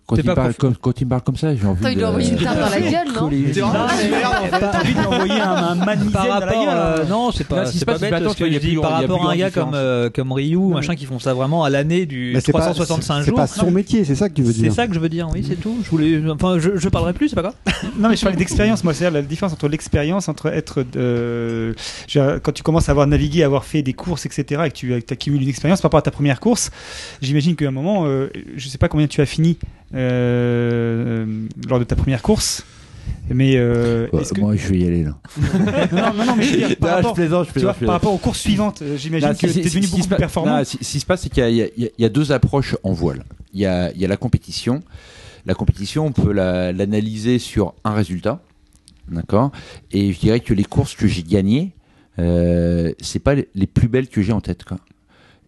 Speaker 4: Quand
Speaker 1: T'es
Speaker 4: il,
Speaker 1: pas
Speaker 4: me parle,
Speaker 1: prof-
Speaker 4: comme, quand il me parle comme ça, j'ai
Speaker 2: Attends,
Speaker 4: envie de. euh,
Speaker 2: il lui envoie une tarte dans la gueule, non
Speaker 4: coller.
Speaker 3: T'es vraiment- merde, en fait.
Speaker 8: T'as envie de l'envoyer un, un man
Speaker 1: Par
Speaker 8: misaine dans la
Speaker 1: rapport,
Speaker 8: gueule,
Speaker 1: euh,
Speaker 8: hein.
Speaker 1: non, c'est pas,
Speaker 4: Là, ce qui
Speaker 1: c'est
Speaker 4: se
Speaker 1: pas
Speaker 4: passe,
Speaker 1: bête
Speaker 4: c'est bateau,
Speaker 1: ce que
Speaker 4: il y a
Speaker 1: je
Speaker 4: plus
Speaker 1: dis
Speaker 4: grand-
Speaker 1: par
Speaker 4: il y a
Speaker 1: rapport
Speaker 4: plus
Speaker 1: à un gars
Speaker 4: grande
Speaker 1: comme, euh, comme Ryu, machin, qui font ça vraiment à l'année du
Speaker 10: Mais c'est pas-
Speaker 1: 365
Speaker 10: C'est
Speaker 1: jours.
Speaker 10: pas son métier, c'est ça que tu veux
Speaker 1: C'est
Speaker 10: dire.
Speaker 1: ça que je veux dire, oui, c'est tout. Je voulais, enfin, je, je parlerai plus, c'est pas grave.
Speaker 8: Non, mais je parlais d'expérience, moi. C'est-à-dire la différence entre l'expérience, entre être. euh, je veux dire, quand tu commences à avoir navigué, à avoir fait des courses, etc., et que tu as accumules une expérience par rapport à ta première course, j'imagine qu'à un moment, euh, je sais pas combien tu as fini euh, euh, lors de ta première course, mais. euh,
Speaker 4: Ouais,
Speaker 8: est-ce que-
Speaker 4: Moi, je vais y aller là.
Speaker 8: non, non, non, mais je veux dire, par, rapport,
Speaker 4: plaisante, je
Speaker 8: tu vois, par rapport aux courses suivantes, euh, j'imagine
Speaker 4: Non,
Speaker 8: que tu
Speaker 4: si-
Speaker 8: es
Speaker 4: si- si-
Speaker 8: devenu
Speaker 4: si
Speaker 8: beaucoup
Speaker 4: se pa-
Speaker 8: plus performant.
Speaker 4: non, si- si se passe, c'est qu'il y a- il y, a- il y a- il y a deux approches en voile. Il y a, il y a la compétition. La compétition, on peut la- l'analyser sur un résultat. D'accord Et je dirais que les courses que j'ai gagnées, euh, c'est pas les les plus belles que j'ai en tête. Quoi.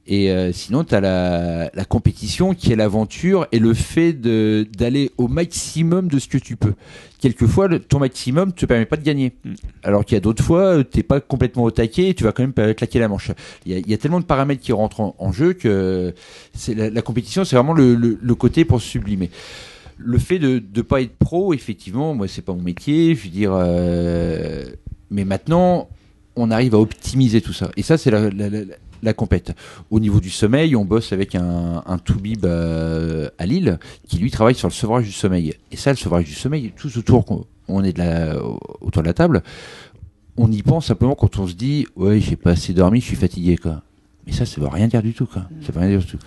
Speaker 4: Et euh, sinon, tu as la, la compétition qui est l'aventure et le fait de- d'aller au maximum de ce que tu peux. Quelquefois, le- ton maximum te permet pas de gagner.
Speaker 8: Mm.
Speaker 4: Alors qu'il y a d'autres fois, tu pas complètement au taquet et tu vas quand même euh, claquer la manche. Il y, a, il y a tellement de paramètres qui rentrent en, en jeu que c'est la, la compétition, c'est vraiment le, le- le côté pour se sublimer. Le fait de ne pas être pro, effectivement, moi, c'est pas mon métier. Je veux dire, euh, mais maintenant, on arrive à optimiser tout ça. Et ça, c'est la, la, la, la compète. Au niveau du sommeil, on bosse avec un, un toubib euh, à Lille qui, lui, travaille sur le sevrage du sommeil. Et ça, le sevrage du sommeil, tout autour qu'on on est de la, autour de la table, on y pense simplement quand on se dit ouais j'ai pas assez dormi je suis fatigué quoi mais ça ça veut rien dire du tout quoi ça veut rien dire du tout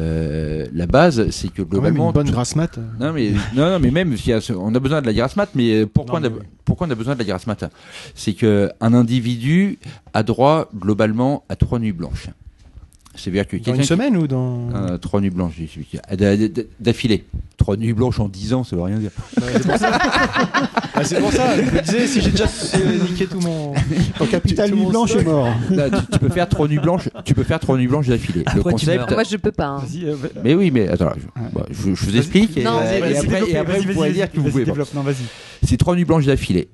Speaker 4: Euh, la base c'est que
Speaker 3: Quand même
Speaker 4: globalement
Speaker 3: une bonne
Speaker 4: tout-
Speaker 3: grasse mat.
Speaker 4: non mais non, non, mais même si on a besoin de la grasse mat mais euh, pourquoi
Speaker 3: Non,
Speaker 4: on a,
Speaker 3: mais oui.
Speaker 4: pourquoi on a besoin de la grasse mat c'est que un individu a droit globalement à trois nuits blanches c'est à dire que
Speaker 3: Dans
Speaker 4: quelqu'un
Speaker 3: une
Speaker 4: qui-
Speaker 3: semaine ou dans.
Speaker 4: euh, trois nuits blanches j'ai- j'ai- d'a- d'a- d'affilée trois nuits blanches en dix ans ça veut rien dire
Speaker 3: Ah, c'est pour ça, je me disais, si j'ai déjà euh, niqué tout mon.
Speaker 10: Ton capital
Speaker 3: Tout le
Speaker 10: nuit
Speaker 3: monde
Speaker 10: blanche
Speaker 3: se-
Speaker 10: est mort.
Speaker 4: Là, tu, tu peux faire trois nuits blanches tu peux faire trois nuits blanches d'affilée le
Speaker 1: Après, tu
Speaker 4: concept
Speaker 1: meurs.
Speaker 2: Moi, je peux pas. hein.
Speaker 8: Vas-y, euh, va-
Speaker 4: Mais oui, mais attends, je, bah, je- je vous explique. Et,
Speaker 2: Non,
Speaker 4: euh,
Speaker 2: vas-y,
Speaker 4: et
Speaker 8: vas-y,
Speaker 4: après,
Speaker 8: développe,
Speaker 4: et après,
Speaker 8: vas-y,
Speaker 4: vous
Speaker 8: vas-y,
Speaker 4: pourrez
Speaker 8: vas-y,
Speaker 4: dire que vous
Speaker 8: vas-y,
Speaker 4: pouvez. pas.
Speaker 8: développe, non, vas-y.
Speaker 4: C'est trois nuits blanches d'affilée.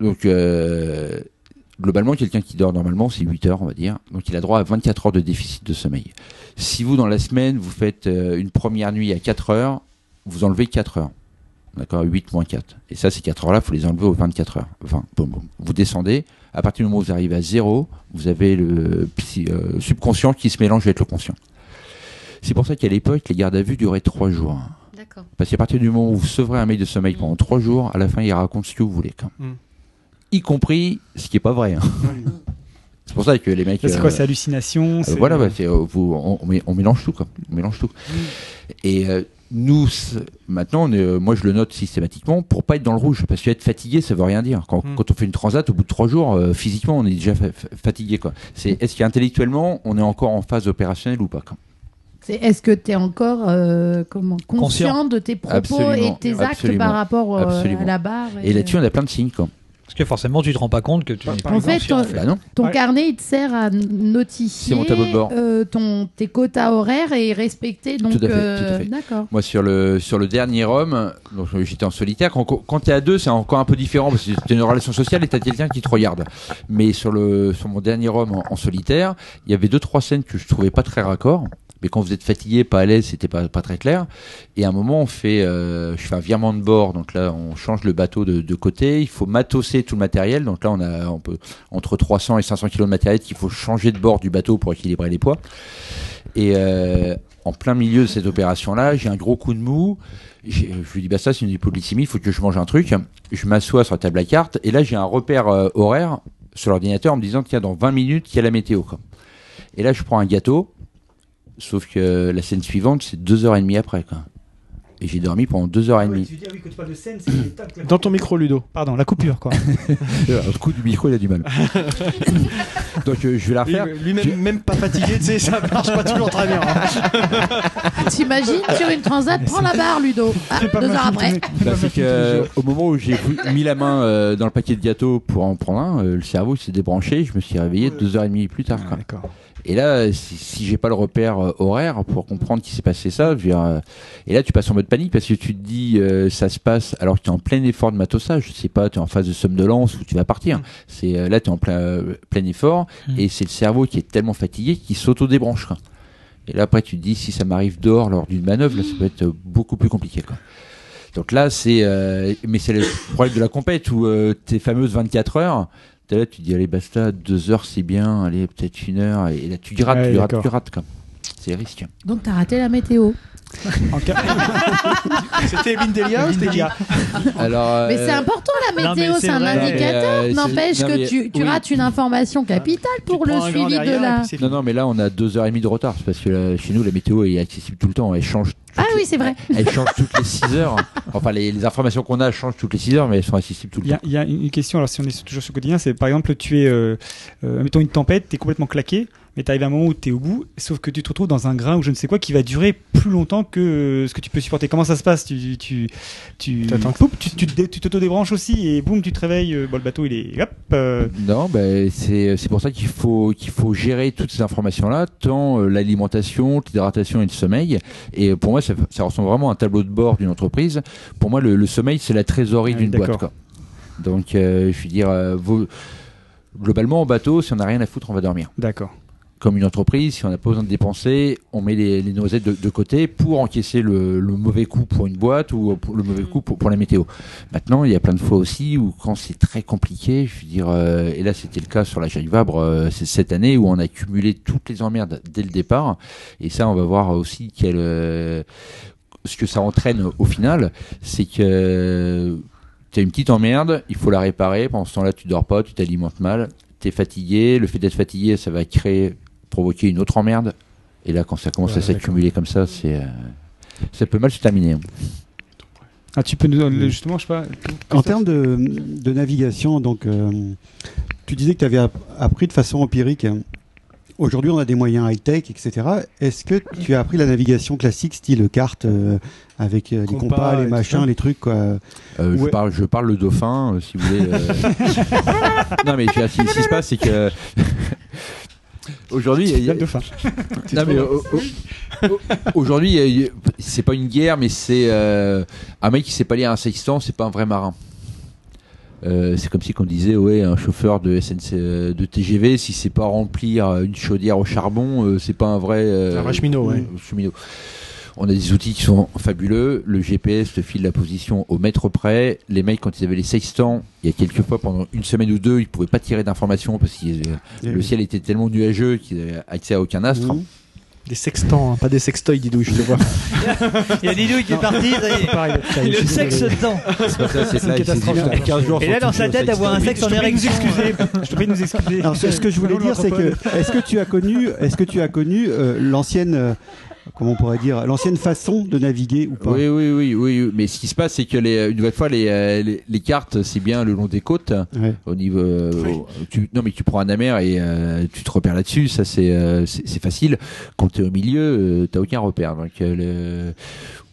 Speaker 4: Donc, euh, globalement, quelqu'un qui dort normalement, c'est 8 heures, on va dire. Donc, il a droit à 24 heures de déficit de sommeil. Si vous, dans la semaine, vous faites euh, une première nuit à 4 heures, vous enlevez 4 heures. D'accord 8 moins 4. Et ça, ces 4 heures-là, il faut les enlever aux 24 heures. 20. Boum, boum. Vous descendez. À partir du moment où vous arrivez à 0, vous avez le psy- euh, subconscient qui se mélange avec le conscient. C'est pour ça qu'à l'époque, les gardes à vue duraient 3 jours.
Speaker 2: D'accord.
Speaker 4: Parce qu'à partir du moment où vous sevrez un mec de sommeil pendant 3 jours, à la fin, il raconte ce que vous voulez. quand même.
Speaker 8: Hmm.
Speaker 4: Y compris ce qui n'est pas vrai. hein. C'est pour ça que les mecs.
Speaker 8: C'est quoi,
Speaker 4: euh,
Speaker 8: c'est hallucination
Speaker 4: euh,
Speaker 8: c'est-
Speaker 4: voilà, ouais, c'est, euh, vous- on, on mé- on mélange tout, quoi. On mélange tout.
Speaker 8: Hmm.
Speaker 4: Et euh, nous, c'est- maintenant, on est, euh, moi, je le note systématiquement pour pas être dans le rouge, parce que être fatigué, ça veut rien dire. Quand,
Speaker 8: Hmm.
Speaker 4: quand on fait une transat, au bout de trois jours, euh, physiquement, on est déjà fa- fa- fatigué, quoi. C'est est-ce qu'intellectuellement, on est encore en phase opérationnelle ou pas, quoi.
Speaker 6: C'est- Est-ce que tu es encore euh, comment, conscient,
Speaker 4: Conscient.
Speaker 6: de tes propos
Speaker 4: Absolument,
Speaker 6: et tes actes
Speaker 4: absolument,
Speaker 6: par rapport euh,
Speaker 4: absolument.
Speaker 6: à la barre
Speaker 4: Et là-dessus, on a plein de signes, quoi.
Speaker 1: Parce que forcément, tu te rends pas compte que tu.
Speaker 6: En fait, ton,
Speaker 4: Bah non.
Speaker 6: ton carnet, il te sert à
Speaker 4: C'est
Speaker 6: notifier
Speaker 4: mon tableau de bord.
Speaker 6: euh, ton, tes quotas horaires et respecter. Donc,
Speaker 4: Tout à fait,
Speaker 6: euh,
Speaker 4: tout à fait.
Speaker 6: D'accord.
Speaker 4: Moi, sur le, sur le dernier homme, donc, euh, j'étais en solitaire. Quand, quand tu es à deux, c'est encore un peu différent parce que c'est une relation sociale et tu as quelqu'un qui te regarde. Mais sur, le, sur mon dernier homme en, en solitaire, il y avait deux, trois scènes que je trouvais pas très raccord. Mais quand vous êtes fatigué, pas à l'aise, c'était pas, pas très clair. Et à un moment, on fait, euh, je fais un virement de bord. Donc là, on change le bateau de, de côté. Il faut matosser tout le matériel. Donc là, on a on peut, entre 300 et 500 kilos de matériel qu'il faut changer de bord du bateau pour équilibrer les poids. Et euh, en plein milieu de cette opération-là, j'ai un gros coup de mou. J'ai- Je lui dis, bah ça, c'est une hypoglycémie, il faut que je mange un truc. Je m'assois sur la table à cartes. Et là, j'ai un repère euh, horaire sur l'ordinateur en me disant, tiens, dans 20 minutes, il y a la météo. quoi. Et là, je prends un gâteau. Sauf que la scène suivante, c'est 2h30 après. Quoi. Et j'ai dormi pendant 2h30.
Speaker 8: Tu dis, ah oui, que tu parles de scène, c'est
Speaker 3: Dans ton micro, Ludo.
Speaker 8: Pardon, la coupure, quoi.
Speaker 4: Le coup du micro, il a du *laughs* mal. Donc, euh, je vais la refaire.
Speaker 3: Lui-même, même pas fatigué, tu sais, ça marche pas toujours très bien. hein.
Speaker 6: T'imagines, sur une transat, prends la barre, Ludo. Ah, deux heures après.
Speaker 4: Bah, c'est que, euh, au moment où j'ai vou- mis la main euh, dans le paquet de gâteaux pour en prendre un, euh, le cerveau s'est débranché, je me suis réveillé deux heures et demie plus tard. quoi.
Speaker 8: D'accord.
Speaker 4: Et là, euh, si, si j'ai pas le repère euh, horaire pour comprendre qui s'est passé ça, je veux dire, euh, et là tu passes en mode panique parce que tu te dis euh, ça se passe alors que tu es en plein effort de matosage, je sais pas, tu es en phase de somnolence ou tu vas
Speaker 8: Mm.
Speaker 4: partir. C'est euh, là tu es en plein, euh, plein effort et c'est le cerveau qui est tellement fatigué qu'il s'auto-débranche. quoi. Et là après tu te dis si ça m'arrive dehors lors d'une manœuvre, là, ça peut être euh, beaucoup plus compliqué quoi. Donc là, c'est, euh, mais c'est le problème de la compète où euh, tes fameuses 24 heures. t'es Là, tu dis allez basta, deux heures c'est bien, allez peut-être une heure et là tu grattes,
Speaker 8: Ouais,
Speaker 4: tu grattes,
Speaker 8: d'accord.
Speaker 4: tu grattes comme. C'est les risques.
Speaker 6: Donc, t'as raté la météo.
Speaker 8: En cas-
Speaker 3: C'était Evelyne Delia ou c'était qui
Speaker 4: *laughs* Alors,
Speaker 6: Mais
Speaker 4: euh,
Speaker 6: c'est important la
Speaker 1: non, mais
Speaker 6: météo,
Speaker 1: c'est
Speaker 6: c'est un
Speaker 1: vrai, mais,
Speaker 6: indicateur.
Speaker 4: euh, c'est-
Speaker 6: N'empêche
Speaker 4: non, mais-
Speaker 6: que tu, tu
Speaker 4: oui.
Speaker 6: rates une information capitale pour
Speaker 3: Tu
Speaker 6: le
Speaker 3: prends un grand
Speaker 6: suivi de
Speaker 3: derrière, et
Speaker 6: la.
Speaker 3: puis c'est
Speaker 4: Non non, mais là on a deux heures et demie de retard c'est parce que euh, chez nous la météo est accessible tout le temps, elle change. toutes
Speaker 6: Ah
Speaker 4: les-
Speaker 6: oui, c'est vrai.
Speaker 4: Elle change toutes les 6 heures. Enfin, les, les informations qu'on a changent toutes les 6 heures, mais elles sont accessibles tout le
Speaker 8: Il y,
Speaker 4: temps.
Speaker 8: a, il y a une question, alors si on est toujours sur le quotidien, c'est par exemple, tu es, euh, euh, mettons une tempête, t'es complètement claqué, mais t'arrives à un moment où t'es au bout, sauf que tu te retrouves dans un grain ou je ne sais quoi qui va durer plus longtemps que euh, ce que tu peux supporter. Comment ça se passe Tu, tu, tu,
Speaker 3: T'attends
Speaker 8: poup, tu, tu, te dé- tu t'auto-débranches aussi et boum, tu te réveilles, euh, bon, le bateau il est. Hop, euh,
Speaker 4: Non, ben, c'est c'est pour ça qu'il faut, qu'il faut gérer toutes ces informations-là, tant euh, l'alimentation, l'hydratation et le sommeil. Et pour moi, ça, ça ressemble vraiment à un tableau de bord d'une entreprise. Pour moi, le, le sommeil, c'est la trésorerie
Speaker 8: Ah oui,
Speaker 4: d'une boîte.
Speaker 8: d'accord.
Speaker 4: quoi. Donc, euh, je veux dire, euh, vous- globalement, en bateau, si on n'a rien à foutre, on va dormir.
Speaker 8: D'accord.
Speaker 4: Comme une entreprise, si on n'a pas besoin de dépenser, on met les, les noisettes de, de côté pour encaisser le, le mauvais coup pour une boîte ou pour le mauvais coup pour, pour la météo. Maintenant, il y a plein de fois aussi où quand c'est très compliqué, je veux dire, euh, et là c'était le cas sur la Jacques Vabre euh, c'est cette année où on a cumulé toutes les emmerdes dès le départ, et ça on va voir aussi quel, euh, ce que ça entraîne au final, c'est que t'as une petite emmerde, il faut la réparer, pendant ce temps-là tu dors pas, tu t'alimentes mal, t'es fatigué, le fait d'être fatigué ça va créer, provoquer une autre emmerde, et là quand ça commence à s'accumuler comme ça, c'est... euh, ça peut mal se terminer. hein.
Speaker 8: Ah, tu peux nous. le- Justement, je sais pas.
Speaker 10: En termes de, de navigation, donc, euh, tu disais que tu avais app- appris de façon empirique. Aujourd'hui, on a des moyens high-tech, etc. Est-ce que tu as appris la navigation classique, style carte, euh, avec euh, les
Speaker 8: Compas
Speaker 10: compas,
Speaker 8: et
Speaker 10: les
Speaker 8: tout
Speaker 10: machins,
Speaker 8: ça
Speaker 10: les trucs, quoi
Speaker 4: Euh, je,
Speaker 10: Ouais.
Speaker 4: parle, je parle le dauphin, euh, si vous voulez. euh. non, mais je veux dire, ce qui ce qui se passe, c'est que. Aujourd'hui, il y a-
Speaker 8: Blague de fin.
Speaker 4: non, mais, euh, euh, euh, *laughs* aujourd'hui, il y a- il y a- c'est pas une guerre, mais c'est euh, un mec qui sait pas lire un sextant, c'est pas un vrai marin. Euh, c'est comme si qu'on disait ouais un chauffeur de SNC euh, de TGV si c'est pas remplir euh, une chaudière au charbon euh, c'est pas un vrai euh,
Speaker 3: Un vrai cheminot, ouais.
Speaker 4: cheminot. On a des outils qui sont fabuleux. Le GPS te file la position au mètre près. Les mecs, quand ils avaient les sextants, il y a quelques fois, pendant une semaine ou deux, ils pouvaient pas tirer d'informations parce que le ciel était tellement nuageux qu'ils avaient accès à aucun astre.
Speaker 3: Des sextants, hein, pas des sextoys, Didouille, je te vois.
Speaker 11: Il y a Didouille qui est parti, ça y est. le sexe dedans.
Speaker 4: C'est pour ça, c'est
Speaker 11: une
Speaker 4: là, il s'est dit,
Speaker 11: catastrophe.
Speaker 4: putain, 15 jours
Speaker 11: Et là,
Speaker 4: sans
Speaker 11: dans sa
Speaker 4: toucher au
Speaker 11: tête, avoir un
Speaker 4: sextoy.
Speaker 11: sexe en érection.
Speaker 8: Je te prie de nous excuser.
Speaker 10: Alors, ce, ce que je voulais dire, c'est que est-ce que tu as connu, est-ce que tu as connu euh, l'ancienne, euh, comment on pourrait dire, l'ancienne façon de naviguer ou pas
Speaker 4: Oui, oui, oui, oui, oui. Mais ce qui se passe, c'est que les, une nouvelle fois, les, euh, les, les cartes, c'est bien le long des côtes.
Speaker 10: Ouais.
Speaker 4: Au niveau, euh, au- tu, non, mais tu prends un amer et euh, tu te repères là-dessus. Ça, c'est euh, c'est c'est facile. Quand t'es au milieu, euh, t'as aucun repère. Donc, euh, le-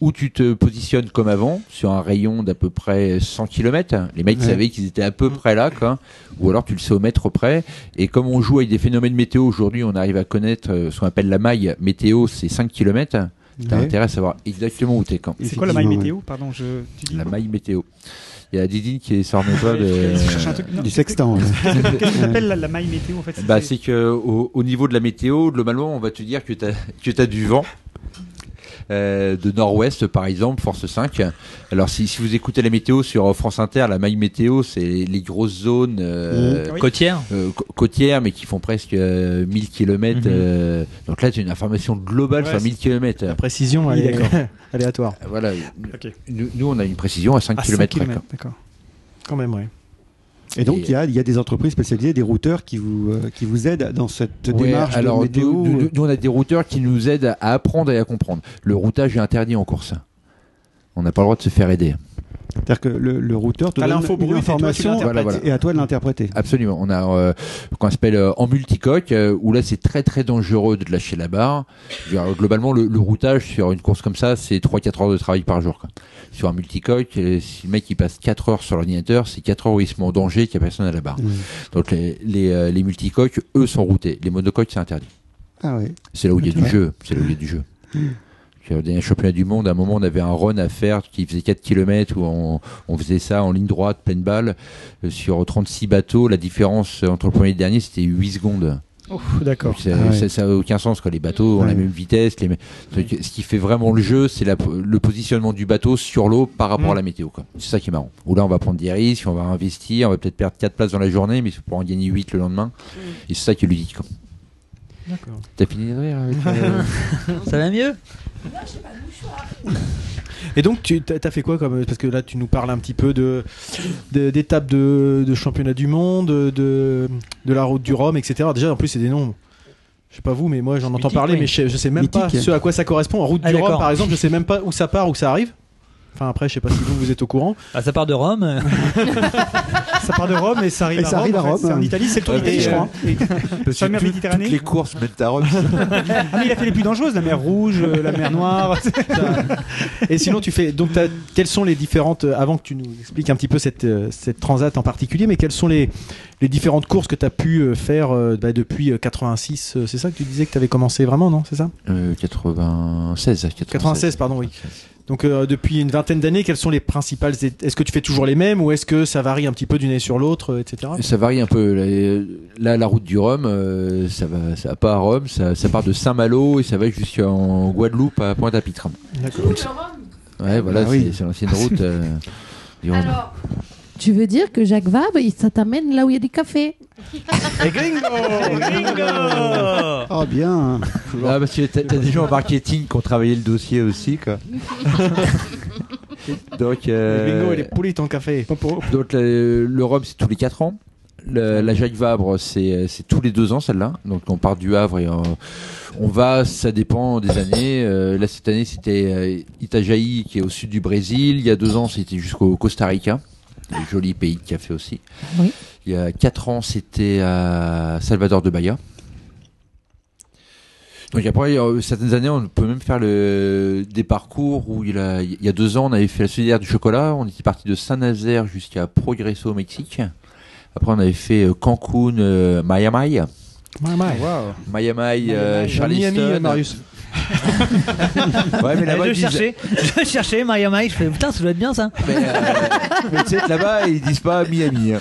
Speaker 4: ou tu te positionnes comme avant sur un rayon d'à peu près 100 km. Les mecs
Speaker 10: Ouais.
Speaker 4: savaient qu'ils étaient à
Speaker 8: Mm.
Speaker 4: peu près là, quoi. Ou alors tu le sais au mètre près. Et comme on joue avec des phénomènes météo aujourd'hui, on arrive à connaître euh, ce qu'on appelle la maille météo, c'est 5 km. T'as
Speaker 10: Ouais.
Speaker 4: intérêt à savoir exactement où t'es quand.
Speaker 8: C'est quoi la maille
Speaker 10: Effectivement,
Speaker 8: météo Pardon, je. Tu dis
Speaker 4: La maille météo. Il y a Didine qui s'en remet pas de.
Speaker 8: *laughs* Je cherche un truc. Non,
Speaker 10: Du
Speaker 8: c'est-
Speaker 10: sextant. ouais.
Speaker 4: *laughs*
Speaker 8: Qu'est-ce que t'appelles la, la maille météo en fait
Speaker 4: Bah, c'est que au, au niveau de la météo, globalement, on va te dire que t'as que t'as du vent. euh, de nord-ouest par exemple force 5 alors si, si vous écoutez la météo sur euh, France Inter la maille météo c'est les, les grosses zones euh,
Speaker 8: Mmh. Oui.
Speaker 1: Côtière
Speaker 4: euh, cô- côtières mais qui font presque euh, 1000 km
Speaker 1: Mhm.
Speaker 4: donc là tu as une information globale
Speaker 8: Mmh. Ouais,
Speaker 4: sur 1000 km
Speaker 3: La précision, elle
Speaker 8: Oui,
Speaker 10: *laughs*
Speaker 3: est aléatoire.
Speaker 4: voilà
Speaker 8: Ok.
Speaker 4: nous, nous, on a une précision à 5
Speaker 8: À cinq
Speaker 4: km,
Speaker 8: kilomètres, D'accord.
Speaker 3: *laughs* Quand même, ouais.
Speaker 10: Et donc il y a, il y a des entreprises spécialisées, des routeurs qui vous euh, qui vous aident dans cette
Speaker 4: Ouais,
Speaker 10: démarche
Speaker 4: alors,
Speaker 10: de euh météo.
Speaker 4: Nous, nous- nous, on a des routeurs qui nous aident à apprendre et à comprendre. Le routage est interdit en course. On n'a pas le droit de se faire aider.
Speaker 10: C'est-à-dire que le, le routeur te
Speaker 3: T'as
Speaker 10: donne
Speaker 3: l'info brute
Speaker 10: une
Speaker 3: et toi, tu
Speaker 10: information
Speaker 4: l'interprètes. Voilà, Ah. voilà.
Speaker 10: et à toi de l'interpréter.
Speaker 4: Absolument. On a euh, qu'on appelle euh, en multicoque, euh, où là c'est très très dangereux de lâcher la barre. Je veux dire, globalement, le, le routage sur une course comme ça, c'est 3-4 heures de travail par jour. quoi. Sur un multicoque, euh, si le mec il passe 4 heures sur l'ordinateur, c'est 4 heures où il se met en danger, qu'il n'y a personne à la barre.
Speaker 10: Mm.
Speaker 4: Donc les, les, euh, les multicoques, eux, sont routés. Les monocoques, c'est interdit.
Speaker 10: Ah ouais.
Speaker 4: C'est là où il y a
Speaker 10: Ouais. Hmm.
Speaker 4: du jeu. C'est là où il y a du jeu. Puis, Au dernier championnat du monde, à un moment, on avait un run à faire qui faisait 4 km où on, on faisait ça en ligne droite, pleine balle, euh, sur 36 bateaux. La différence entre le premier et le dernier, c'était 8 secondes.
Speaker 8: D'accord.
Speaker 4: Donc, ça-
Speaker 10: Ah ouais.
Speaker 4: Ça n'a aucun sens. Quoi. Les bateaux ont
Speaker 10: Ouais.
Speaker 4: la même vitesse. Les... mêmes- Donc, Ce qui fait vraiment le jeu, c'est la- le positionnement du bateau sur l'eau par rapport
Speaker 8: Mm.
Speaker 4: à la météo. quoi. C'est ça qui est marrant. Où là, on va prendre des risques, on va investir, on va peut-être perdre 4 places dans la journée, mais pour en gagner 8 le lendemain. Et c'est ça qui est ludique. quoi.
Speaker 3: D'accord.
Speaker 4: T'as fini de rire avec, euh,
Speaker 1: Ça va mieux
Speaker 3: Et donc, tu as fait quoi comme Parce que là, tu nous parles un petit peu de de- d'étapes de, de championnat du monde, de, de la route du Rhum, etc. Déjà, en plus, c'est des noms. Je sais pas vous, mais moi, j'en entends
Speaker 1: mythique,
Speaker 3: parler,
Speaker 1: oui.
Speaker 3: mais je, sais- je sais même pas
Speaker 10: Mythique.
Speaker 3: ce à quoi ça correspond. En route
Speaker 1: Ah,
Speaker 3: du Rhum,
Speaker 1: d'accord.
Speaker 3: par exemple, je sais même pas où ça part, où ça arrive. Enfin, après, je sais pas si vous, vous êtes au courant.
Speaker 1: Ah, ça part de Rome. euh.
Speaker 8: Ça part de Rome et ça arrive
Speaker 10: Et
Speaker 8: à
Speaker 10: ça
Speaker 8: Rome.
Speaker 10: arrive à
Speaker 8: en fait.
Speaker 10: Rome.
Speaker 8: C'est en Italie, c'est le tour
Speaker 4: Ouais,
Speaker 8: d'Italie,
Speaker 4: mais,
Speaker 8: je crois. hein.
Speaker 4: Parce
Speaker 8: Sur la
Speaker 4: que
Speaker 8: mer
Speaker 4: tout-
Speaker 8: Méditerranée.
Speaker 4: toutes les courses mettent à Rome.
Speaker 8: Ah, mais il a fait les plus dangereuses, la mer rouge, euh, la mer *laughs* noire.
Speaker 3: Et sinon, tu fais. Donc, t'as- quelles sont les différentes. euh, Avant que tu nous expliques un petit peu cette, euh, cette transat en particulier, mais quelles sont les, les différentes courses que tu as pu euh, faire euh, bah, depuis euh, 86 euh, C'est ça que tu disais que tu avais commencé vraiment, non C'est ça
Speaker 4: *laughs* Euh, 96, 96.
Speaker 3: 96, pardon, oui. Donc, euh, depuis une vingtaine d'années, quelles sont les principales é- Est-ce que tu fais toujours les mêmes ou est-ce que ça varie un petit peu d'une année sur l'autre, euh, etc.
Speaker 4: Ça varie un peu. Là, Là, la route du Rhum, euh, ça va, ça va pas à Rome, ça, ça part de Saint-Malo et ça va jusqu'en Guadeloupe à Pointe-à-Pitre. Ouais, voilà,
Speaker 10: Ah oui.
Speaker 4: c'est- c'est l'ancienne route euh, du Rhum.
Speaker 6: Tu veux dire que Jacques Vabre, il- ça t'amène là où il y a du café
Speaker 1: Bingo
Speaker 10: Ah bien.
Speaker 4: Ah, parce que t'as t'as des gens en marketing qui ont travaillé le dossier aussi, quoi. Donc, euh,
Speaker 3: Bingo et les poulies, ton café.
Speaker 4: Donc le, le Rhum, c'est tous les 4 ans. Le- la Jacques Vabre, c'est euh, c'est tous les 2 ans celle-là. Donc on part du Havre et on, on va, ça dépend des années. Euh, là cette année c'était euh, Itajaí qui est au sud du Brésil. Il y a 2 ans c'était jusqu'au Costa Rica. Un Joli pays de café aussi.
Speaker 6: Oui.
Speaker 4: Il y a 4 ans c'était à Salvador de Bahia. Donc après, euh, certaines années, on peut même faire le, des parcours où il, a, il y a deux ans, on avait fait la solidaire du chocolat. On était parti de Saint-Nazaire jusqu'à Progreso au Mexique. Après, on avait fait euh, Cancun, euh,
Speaker 3: Ouais,
Speaker 4: Mayamay,
Speaker 3: ouais.
Speaker 4: Mayamay, euh,
Speaker 3: Miami, euh,
Speaker 4: Charleston,
Speaker 3: Marius.
Speaker 4: Ouais, mais là-bas,
Speaker 11: je
Speaker 4: ils disent-
Speaker 11: cherchais, je cherchais Maria Mai, je fais putain, ça doit être bien ça.
Speaker 4: Mais, euh, mais tu sais que là-bas, ils disent pas Miami. hein.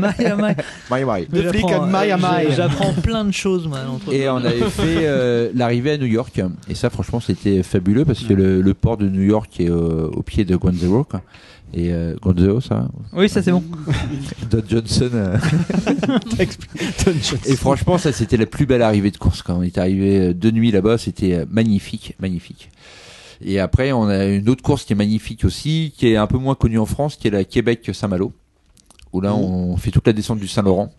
Speaker 11: Maria Mai.
Speaker 4: Bye bye.
Speaker 11: Mais
Speaker 3: flic
Speaker 11: j'apprends,
Speaker 3: à Maria
Speaker 11: euh,
Speaker 3: Mai.
Speaker 11: je- J'apprends plein de choses, moi. entre-
Speaker 4: Et on avait fait euh, l'arrivée à New York. Et ça, franchement, c'était fabuleux parce que le, le port de New York est euh, au pied de Guangzhou. quoi. Et euh, Guangzhou, ça
Speaker 11: Oui, ça c'est bon.
Speaker 4: Don Johnson. euh, Et franchement, ça, c'était la plus belle arrivée de course. Quand on est arrivé euh, de nuit là-bas, c'était euh, magnifique, magnifique. Et après, on a une autre course qui est magnifique aussi, qui est un peu moins connue en France, qui est la Québec-Saint-Malo, où là, on fait toute la descente du Saint-Laurent.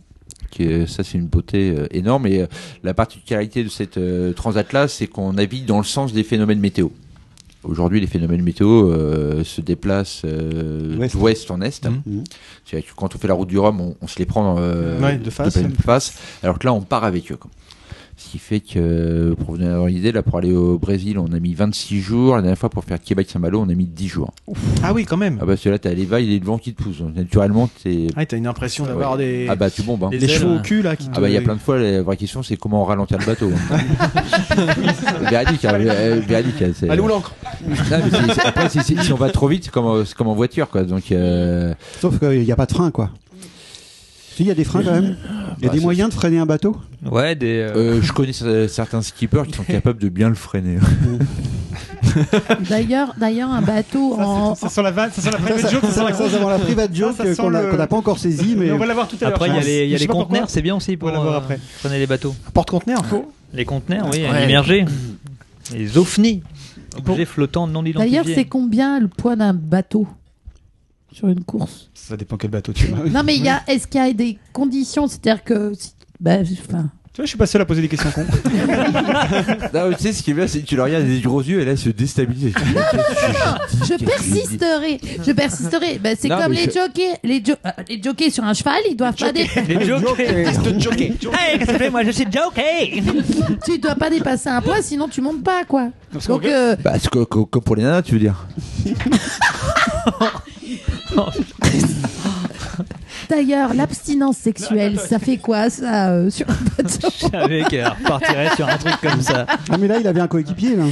Speaker 4: Qui est- ça, c'est une beauté euh, énorme. Et euh, la particularité de cette euh, transat-là, c'est qu'on navigue dans le sens des phénomènes météo. Aujourd'hui, les phénomènes météo euh, se déplacent euh,
Speaker 10: Ouest.
Speaker 4: d'ouest en est.
Speaker 3: Mhm.
Speaker 10: Mhm.
Speaker 4: C'est-à-dire que quand on fait la route du Rhum, on, on se les prend euh,
Speaker 3: Ouais, de face.
Speaker 4: de face. Alors que là, on part avec eux. quoi. Ce qui fait que, pour vous donner une idée, là, pour aller au Brésil, on a mis 26 jours. La dernière fois, pour faire Québec-Saint-Malo, on a mis 10 jours.
Speaker 3: Ah oui, quand même.
Speaker 4: Ah bah, parce que là, t'as les vagues et le vent qui te poussent. Donc, naturellement, t'es.
Speaker 3: Ah, t'as une impression d'avoir des.
Speaker 4: Ah bah, tu bombes. hein.
Speaker 3: des chevaux au cul là qui
Speaker 4: Ah bah il y a plein de fois la vraie question c'est comment ralentir le bateau.
Speaker 3: *laughs*
Speaker 4: Véridique, hein, euh, véridique, hein, c'est-
Speaker 3: Allez où l'encre
Speaker 4: Non, mais c'est- c'est- après, si, si- si on va trop vite, c'est comme, en- c'est comme en voiture quoi. Donc euh,
Speaker 10: Sauf qu'il n'y a pas de frein, quoi. Si, il y a des freins quand même. Il y a
Speaker 4: Bah,
Speaker 10: des
Speaker 4: c'est-
Speaker 10: moyens de freiner un bateau
Speaker 11: Ouais, des. euh,
Speaker 4: *laughs* euh, je connais euh, certains skippers qui sont capables de bien le freiner.
Speaker 6: D'ailleurs, d'ailleurs, un bateau en,
Speaker 8: Ça sent la vanne, ça sent la private joke, Oh. ça
Speaker 10: Ça,
Speaker 8: sent la
Speaker 10: ça, ça, avant la private joke
Speaker 8: ça sent
Speaker 10: qu'on a-
Speaker 8: le-
Speaker 10: qu'on n'a pas encore
Speaker 3: *laughs*
Speaker 10: saisie, mais
Speaker 8: Mais on va l'avoir tout à l'heure.
Speaker 11: Après, il y a
Speaker 8: je
Speaker 11: les, il y a les
Speaker 8: pense. Je sais pas pourquoi.
Speaker 11: conteneurs, c'est bien aussi pour.
Speaker 8: On va la voir
Speaker 11: euh,
Speaker 8: après.
Speaker 11: Prenez les bateaux.
Speaker 3: Porte-conteneur
Speaker 11: Les conteneurs, oui,
Speaker 1: Ouais.
Speaker 11: immergés. Les ovnis. Objets flottants non identifiés.
Speaker 6: D'ailleurs, c'est combien le poids d'un bateau sur une course
Speaker 8: Ça dépend quel bateau tu vois.
Speaker 6: Non, mais il y a, est-ce qu'il y a des conditions C'est-à-dire que. si- bah, enfin,
Speaker 8: Tu vois, je suis pas seul à poser des questions cons.
Speaker 4: Non, mais tu sais, ce qui est bien, c'est que tu le regardes avec des gros yeux et là, elle se déstabilise.
Speaker 6: je persisterai, je persisterai. Bah, c'est
Speaker 4: Non,
Speaker 6: comme
Speaker 4: mais
Speaker 6: les
Speaker 4: je-
Speaker 6: jockeys, les, jo- euh, les jockeys sur un cheval, ils doivent pas dé-
Speaker 11: Les jokes.
Speaker 3: jockey.
Speaker 11: Hey, qu'est-ce que ça fait Moi, je suis joke. Hey
Speaker 6: *laughs* tu dois pas dépasser un poids, sinon tu montes pas quoi.
Speaker 8: Parce qu'on
Speaker 6: Donc euh,
Speaker 4: Bah, c'est co- co- comme pour les nanas, tu veux dire.
Speaker 6: d'ailleurs, l'abstinence sexuelle, ça fait quoi ça euh, sur un bateau
Speaker 11: *laughs* Je savais qu'elle repartirait sur un truc comme ça.
Speaker 10: Ah, mais là, il avait un coéquipier. là.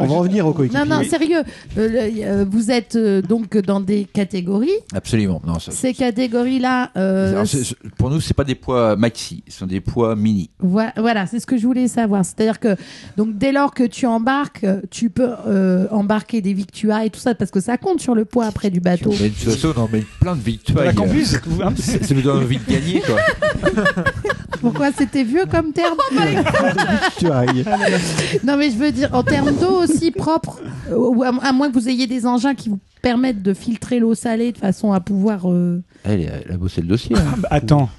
Speaker 10: On va en venir au coéquipier.
Speaker 6: Non non, sérieux. Euh, le- euh, vous êtes euh, donc dans des catégories.
Speaker 4: Absolument. Non, ça-
Speaker 6: Ces euh, catégories là,
Speaker 4: Alors, c'est- c'est- pour nous, c'est pas des poids maxi, ce sont des poids mini.
Speaker 6: Voi- Voilà, c'est ce que je voulais savoir. C'est-à-dire que donc dès lors que tu embarques, euh, tu peux euh, embarquer des victuailles et tout ça parce que ça compte sur le poids après du bateau.
Speaker 4: Mais de toute façon, on en met plein de
Speaker 8: Dans la
Speaker 4: victoires.
Speaker 8: campus, hein,
Speaker 4: *laughs*
Speaker 8: c'est-
Speaker 4: Ça nous donne envie de gagner, quoi.
Speaker 6: Pourquoi c'était vieux comme terme
Speaker 10: Tu ailles.
Speaker 6: Non mais je veux dire en termes d'eau aussi propre, euh, ou à, à moins que vous ayez des engins qui vous permettent de filtrer l'eau salée de façon à pouvoir. euh,
Speaker 4: Elle, elle a bossé le dossier. hein.
Speaker 8: Ah, bah, Attends.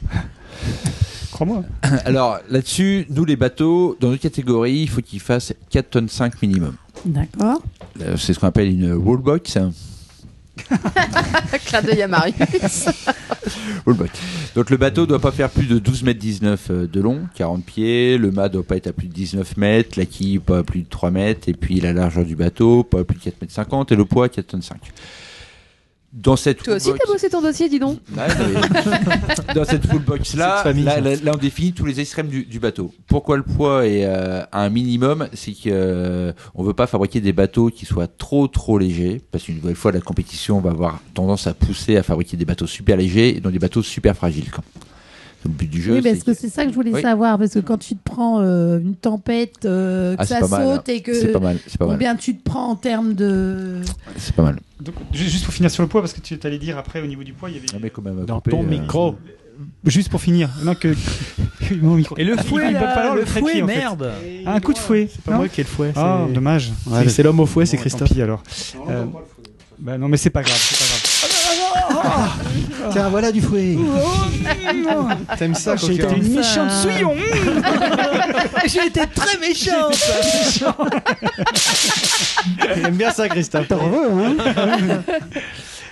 Speaker 8: Crois-moi.
Speaker 4: *laughs* Alors là-dessus, nous les bateaux, dans notre catégorie, il faut qu'ils fassent 4 tonnes 5 minimum.
Speaker 6: D'accord.
Speaker 4: Euh, C'est ce qu'on appelle une rollbox.
Speaker 2: Clin d'œil à *laughs* Marius.
Speaker 4: Donc le bateau doit pas faire plus de 12 mètres 19 euh, de long, 40 pieds, le mât doit pas être à plus de 19 mètres, la quille pas à plus de 3 mètres, et puis la largeur du bateau pas à plus de 4 mètres 50, et le poids 4 tonnes 5. Dans cette
Speaker 2: Toi aussi,
Speaker 4: rollbox-
Speaker 2: t'as bossé ton dossier, dis donc.
Speaker 4: Ouais,
Speaker 3: *laughs*
Speaker 4: mais dans cette full box là,
Speaker 3: Cette famille,
Speaker 4: là,
Speaker 3: ça.
Speaker 4: là, là, on définit tous les extrêmes du, du bateau. Pourquoi le poids est euh, à un minimum, c'est que euh, on veut pas fabriquer des bateaux qui soient trop trop légers, parce qu'une nouvelle fois la compétition va avoir tendance à pousser à fabriquer des bateaux super légers et donc des bateaux super fragiles. quoi. C'est Le but du jeu.
Speaker 6: oui, parce
Speaker 4: c'est-
Speaker 6: que c'est ça que je voulais
Speaker 4: Oui.
Speaker 6: savoir parce que quand tu te prends euh, une tempête, euh, que
Speaker 4: Ah, c'est
Speaker 6: ça
Speaker 4: pas
Speaker 6: saute
Speaker 4: mal, hein.
Speaker 6: et
Speaker 4: c'est
Speaker 6: que
Speaker 4: pas mal, c'est pas mal,
Speaker 6: combien tu te prends en termes de.
Speaker 4: c'est pas mal.
Speaker 8: *laughs* Donc, ju- juste pour finir sur le poids, parce que tu allais dire après au niveau du poids, il y avait.
Speaker 4: Non, mais quand même,
Speaker 3: Dans
Speaker 4: couper,
Speaker 3: ton
Speaker 4: euh,
Speaker 3: micro.
Speaker 8: Juste pour finir. Non, que. *laughs* Mon micro. Ah,
Speaker 11: Et le fouet,
Speaker 8: Il peut
Speaker 11: là,
Speaker 8: pas avoir
Speaker 11: le
Speaker 8: le trait de
Speaker 11: fouet,
Speaker 8: qui, en fait.
Speaker 11: merde.
Speaker 8: Un coup de fouet.
Speaker 3: C'est pas
Speaker 8: non
Speaker 3: moi qui ai le fouet. c'est-
Speaker 8: Ah, dommage.
Speaker 3: C'est- C'est l'homme au fouet, c'est
Speaker 8: Bon,
Speaker 3: Christophe.
Speaker 8: Tant pis alors. Euh, bah non, mais c'est pas grave, c'est pas grave.
Speaker 10: Tiens, voilà du fouet.
Speaker 3: Oh, T'aimes ça,
Speaker 8: J'ai été une méchante souillon
Speaker 11: J'ai été très méchant.
Speaker 3: T'aimes bien ça, Christophe.
Speaker 10: T'en veux, hein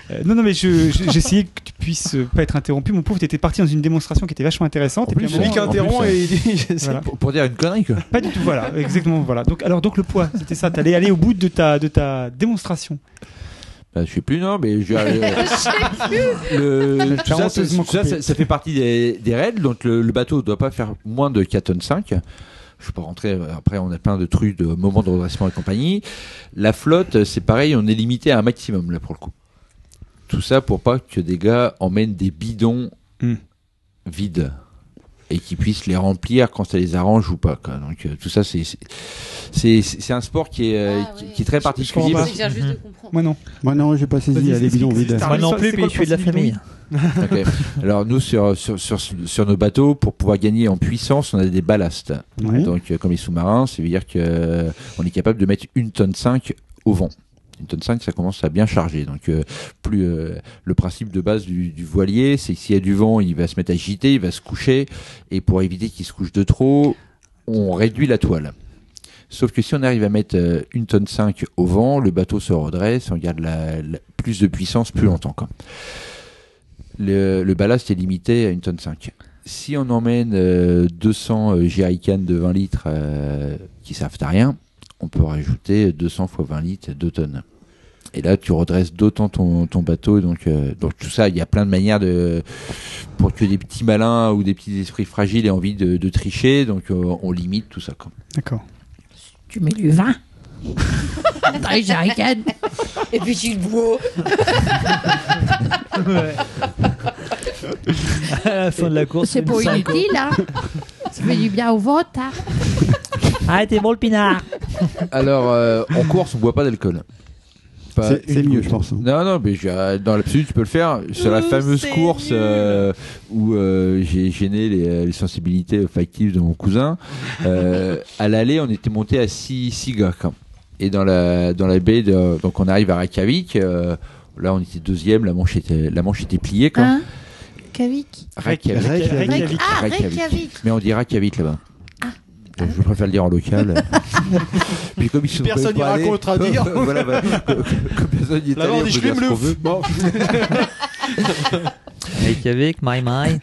Speaker 8: Euh, Non, non, mais je- je- j'essayais que tu puisses euh, pas être interrompu. Mon pauvre, t'étais parti dans une démonstration qui était vachement intéressante.
Speaker 4: En
Speaker 8: et puis
Speaker 4: plus,
Speaker 8: à un
Speaker 3: Celui
Speaker 8: moment-
Speaker 3: qui interrompt et il dit.
Speaker 8: Voilà.
Speaker 4: Pour, pour dire une connerie, quoi.
Speaker 8: Pas du tout, voilà, exactement, voilà. Donc, alors, donc le poids, c'était ça. T'allais aller au bout de ta, de ta démonstration.
Speaker 4: Bah, je sais plus, non, mais je vais aller- le, tout ça, c'est-
Speaker 8: honteusement
Speaker 4: tout ça,
Speaker 8: coupé.
Speaker 4: ça- ça fait partie des, des règles. Donc, le, le bateau ne doit pas faire moins de 4 tonnes 5. Je peux rentrer. euh, Après, on a plein de trucs de moments de redressement et compagnie. La flotte, c'est pareil, on est limité à un maximum là pour le coup. Tout ça pour pas que des gars emmènent des bidons
Speaker 8: Hmm.
Speaker 4: vides et qu'ils puissent les remplir quand ça les arrange ou pas. quoi. Donc euh, tout ça, c'est c'est- c'est c'est un sport qui est, euh,
Speaker 2: Ah
Speaker 4: qui,
Speaker 2: ouais.
Speaker 4: qui est très particulier. parce-
Speaker 2: J'exagère juste de comprendre.
Speaker 8: Moi non.
Speaker 10: Moi non, j'ai pas saisi,
Speaker 8: Vas-y,
Speaker 10: elle est bidon
Speaker 8: explique,
Speaker 10: vide.
Speaker 8: explique.
Speaker 11: Moi non plus,
Speaker 8: C'est quoi
Speaker 11: puis je suis de la
Speaker 8: le principe
Speaker 11: famille.
Speaker 4: Ok. Alors nous sur, sur, sur, sur nos bateaux, pour pouvoir gagner en puissance, on a des ballasts.
Speaker 10: Ouais.
Speaker 4: Donc euh, comme les sous-marins, ça veut dire que euh, on est capable de mettre une tonne 5 au vent. Une tonne 5, ça commence à bien charger. Donc euh, plus euh, le principe de base du, du voilier, c'est que s'il y a du vent, il va se mettre à agiter, il va se coucher, et pour éviter qu'il se couche de trop, on réduit la toile. Sauf que si on arrive à mettre euh, une tonne 5 au vent, le bateau se redresse, on garde la, la- plus de puissance plus longtemps. quoi. Le, le ballast est limité à une tonne 5. Si on emmène euh, 200 euh, jerrycans de 20 litres euh, qui servent à rien, on peut rajouter 200 fois 20 litres, 2 tonnes. Et là, tu redresses d'autant ton, ton bateau. Donc, euh, donc tout ça, il y a plein de manières de, pour que des petits malins ou des petits esprits fragiles aient envie de, de tricher. Donc, euh, on limite tout ça. quoi.
Speaker 8: D'accord.
Speaker 6: Tu mets du *laughs* vin. Dans les jerrycans.
Speaker 2: Et puis tu le bois.
Speaker 11: *laughs* À la fin de la course,
Speaker 6: C'est
Speaker 11: une
Speaker 6: pas
Speaker 11: cinq, quoi.
Speaker 6: inutile, hein. Ça fait du bien au vote, hein.
Speaker 11: Arrêtez bon le pinard.
Speaker 4: Alors, euh, en course, on boit pas d'alcool. Pas
Speaker 10: C'est-
Speaker 4: une
Speaker 10: c'est mieux,
Speaker 4: goutte.
Speaker 10: je pense.
Speaker 4: Non, non, mais j'ai- euh, dans l'absolu, tu peux le faire. Sur la fameuse course euh, où euh, j'ai gêné les, les sensibilités factives de mon cousin, euh, à l'aller, on était monté à 6 gars. quand. Et dans la, dans la baie, de, donc on arrive à Reykjavik. euh, là, on était deuxième, la manche était, la manche était pliée. Quand.
Speaker 6: Hein Kavik.
Speaker 4: Reykjavik.
Speaker 10: Reykjavik.
Speaker 8: Reykjavik.
Speaker 6: Ah,
Speaker 4: Reykjavik.
Speaker 6: Reykjavik.
Speaker 4: Mais on dit Reykjavik là-bas. Donc, je préfère le dire en local. Puis comme ils se
Speaker 3: Personne
Speaker 4: voulaient pas
Speaker 3: n'ira
Speaker 4: aller-
Speaker 3: contredire.
Speaker 4: *laughs*
Speaker 3: *laughs*
Speaker 4: voilà, voilà. Comme comme personne n'y est allé,
Speaker 3: Là-bas, on
Speaker 4: peut
Speaker 3: dit
Speaker 4: dire ce qu'on
Speaker 3: Schlimmeluf.
Speaker 4: veut.
Speaker 3: Bon.
Speaker 1: Reykjavik, my my.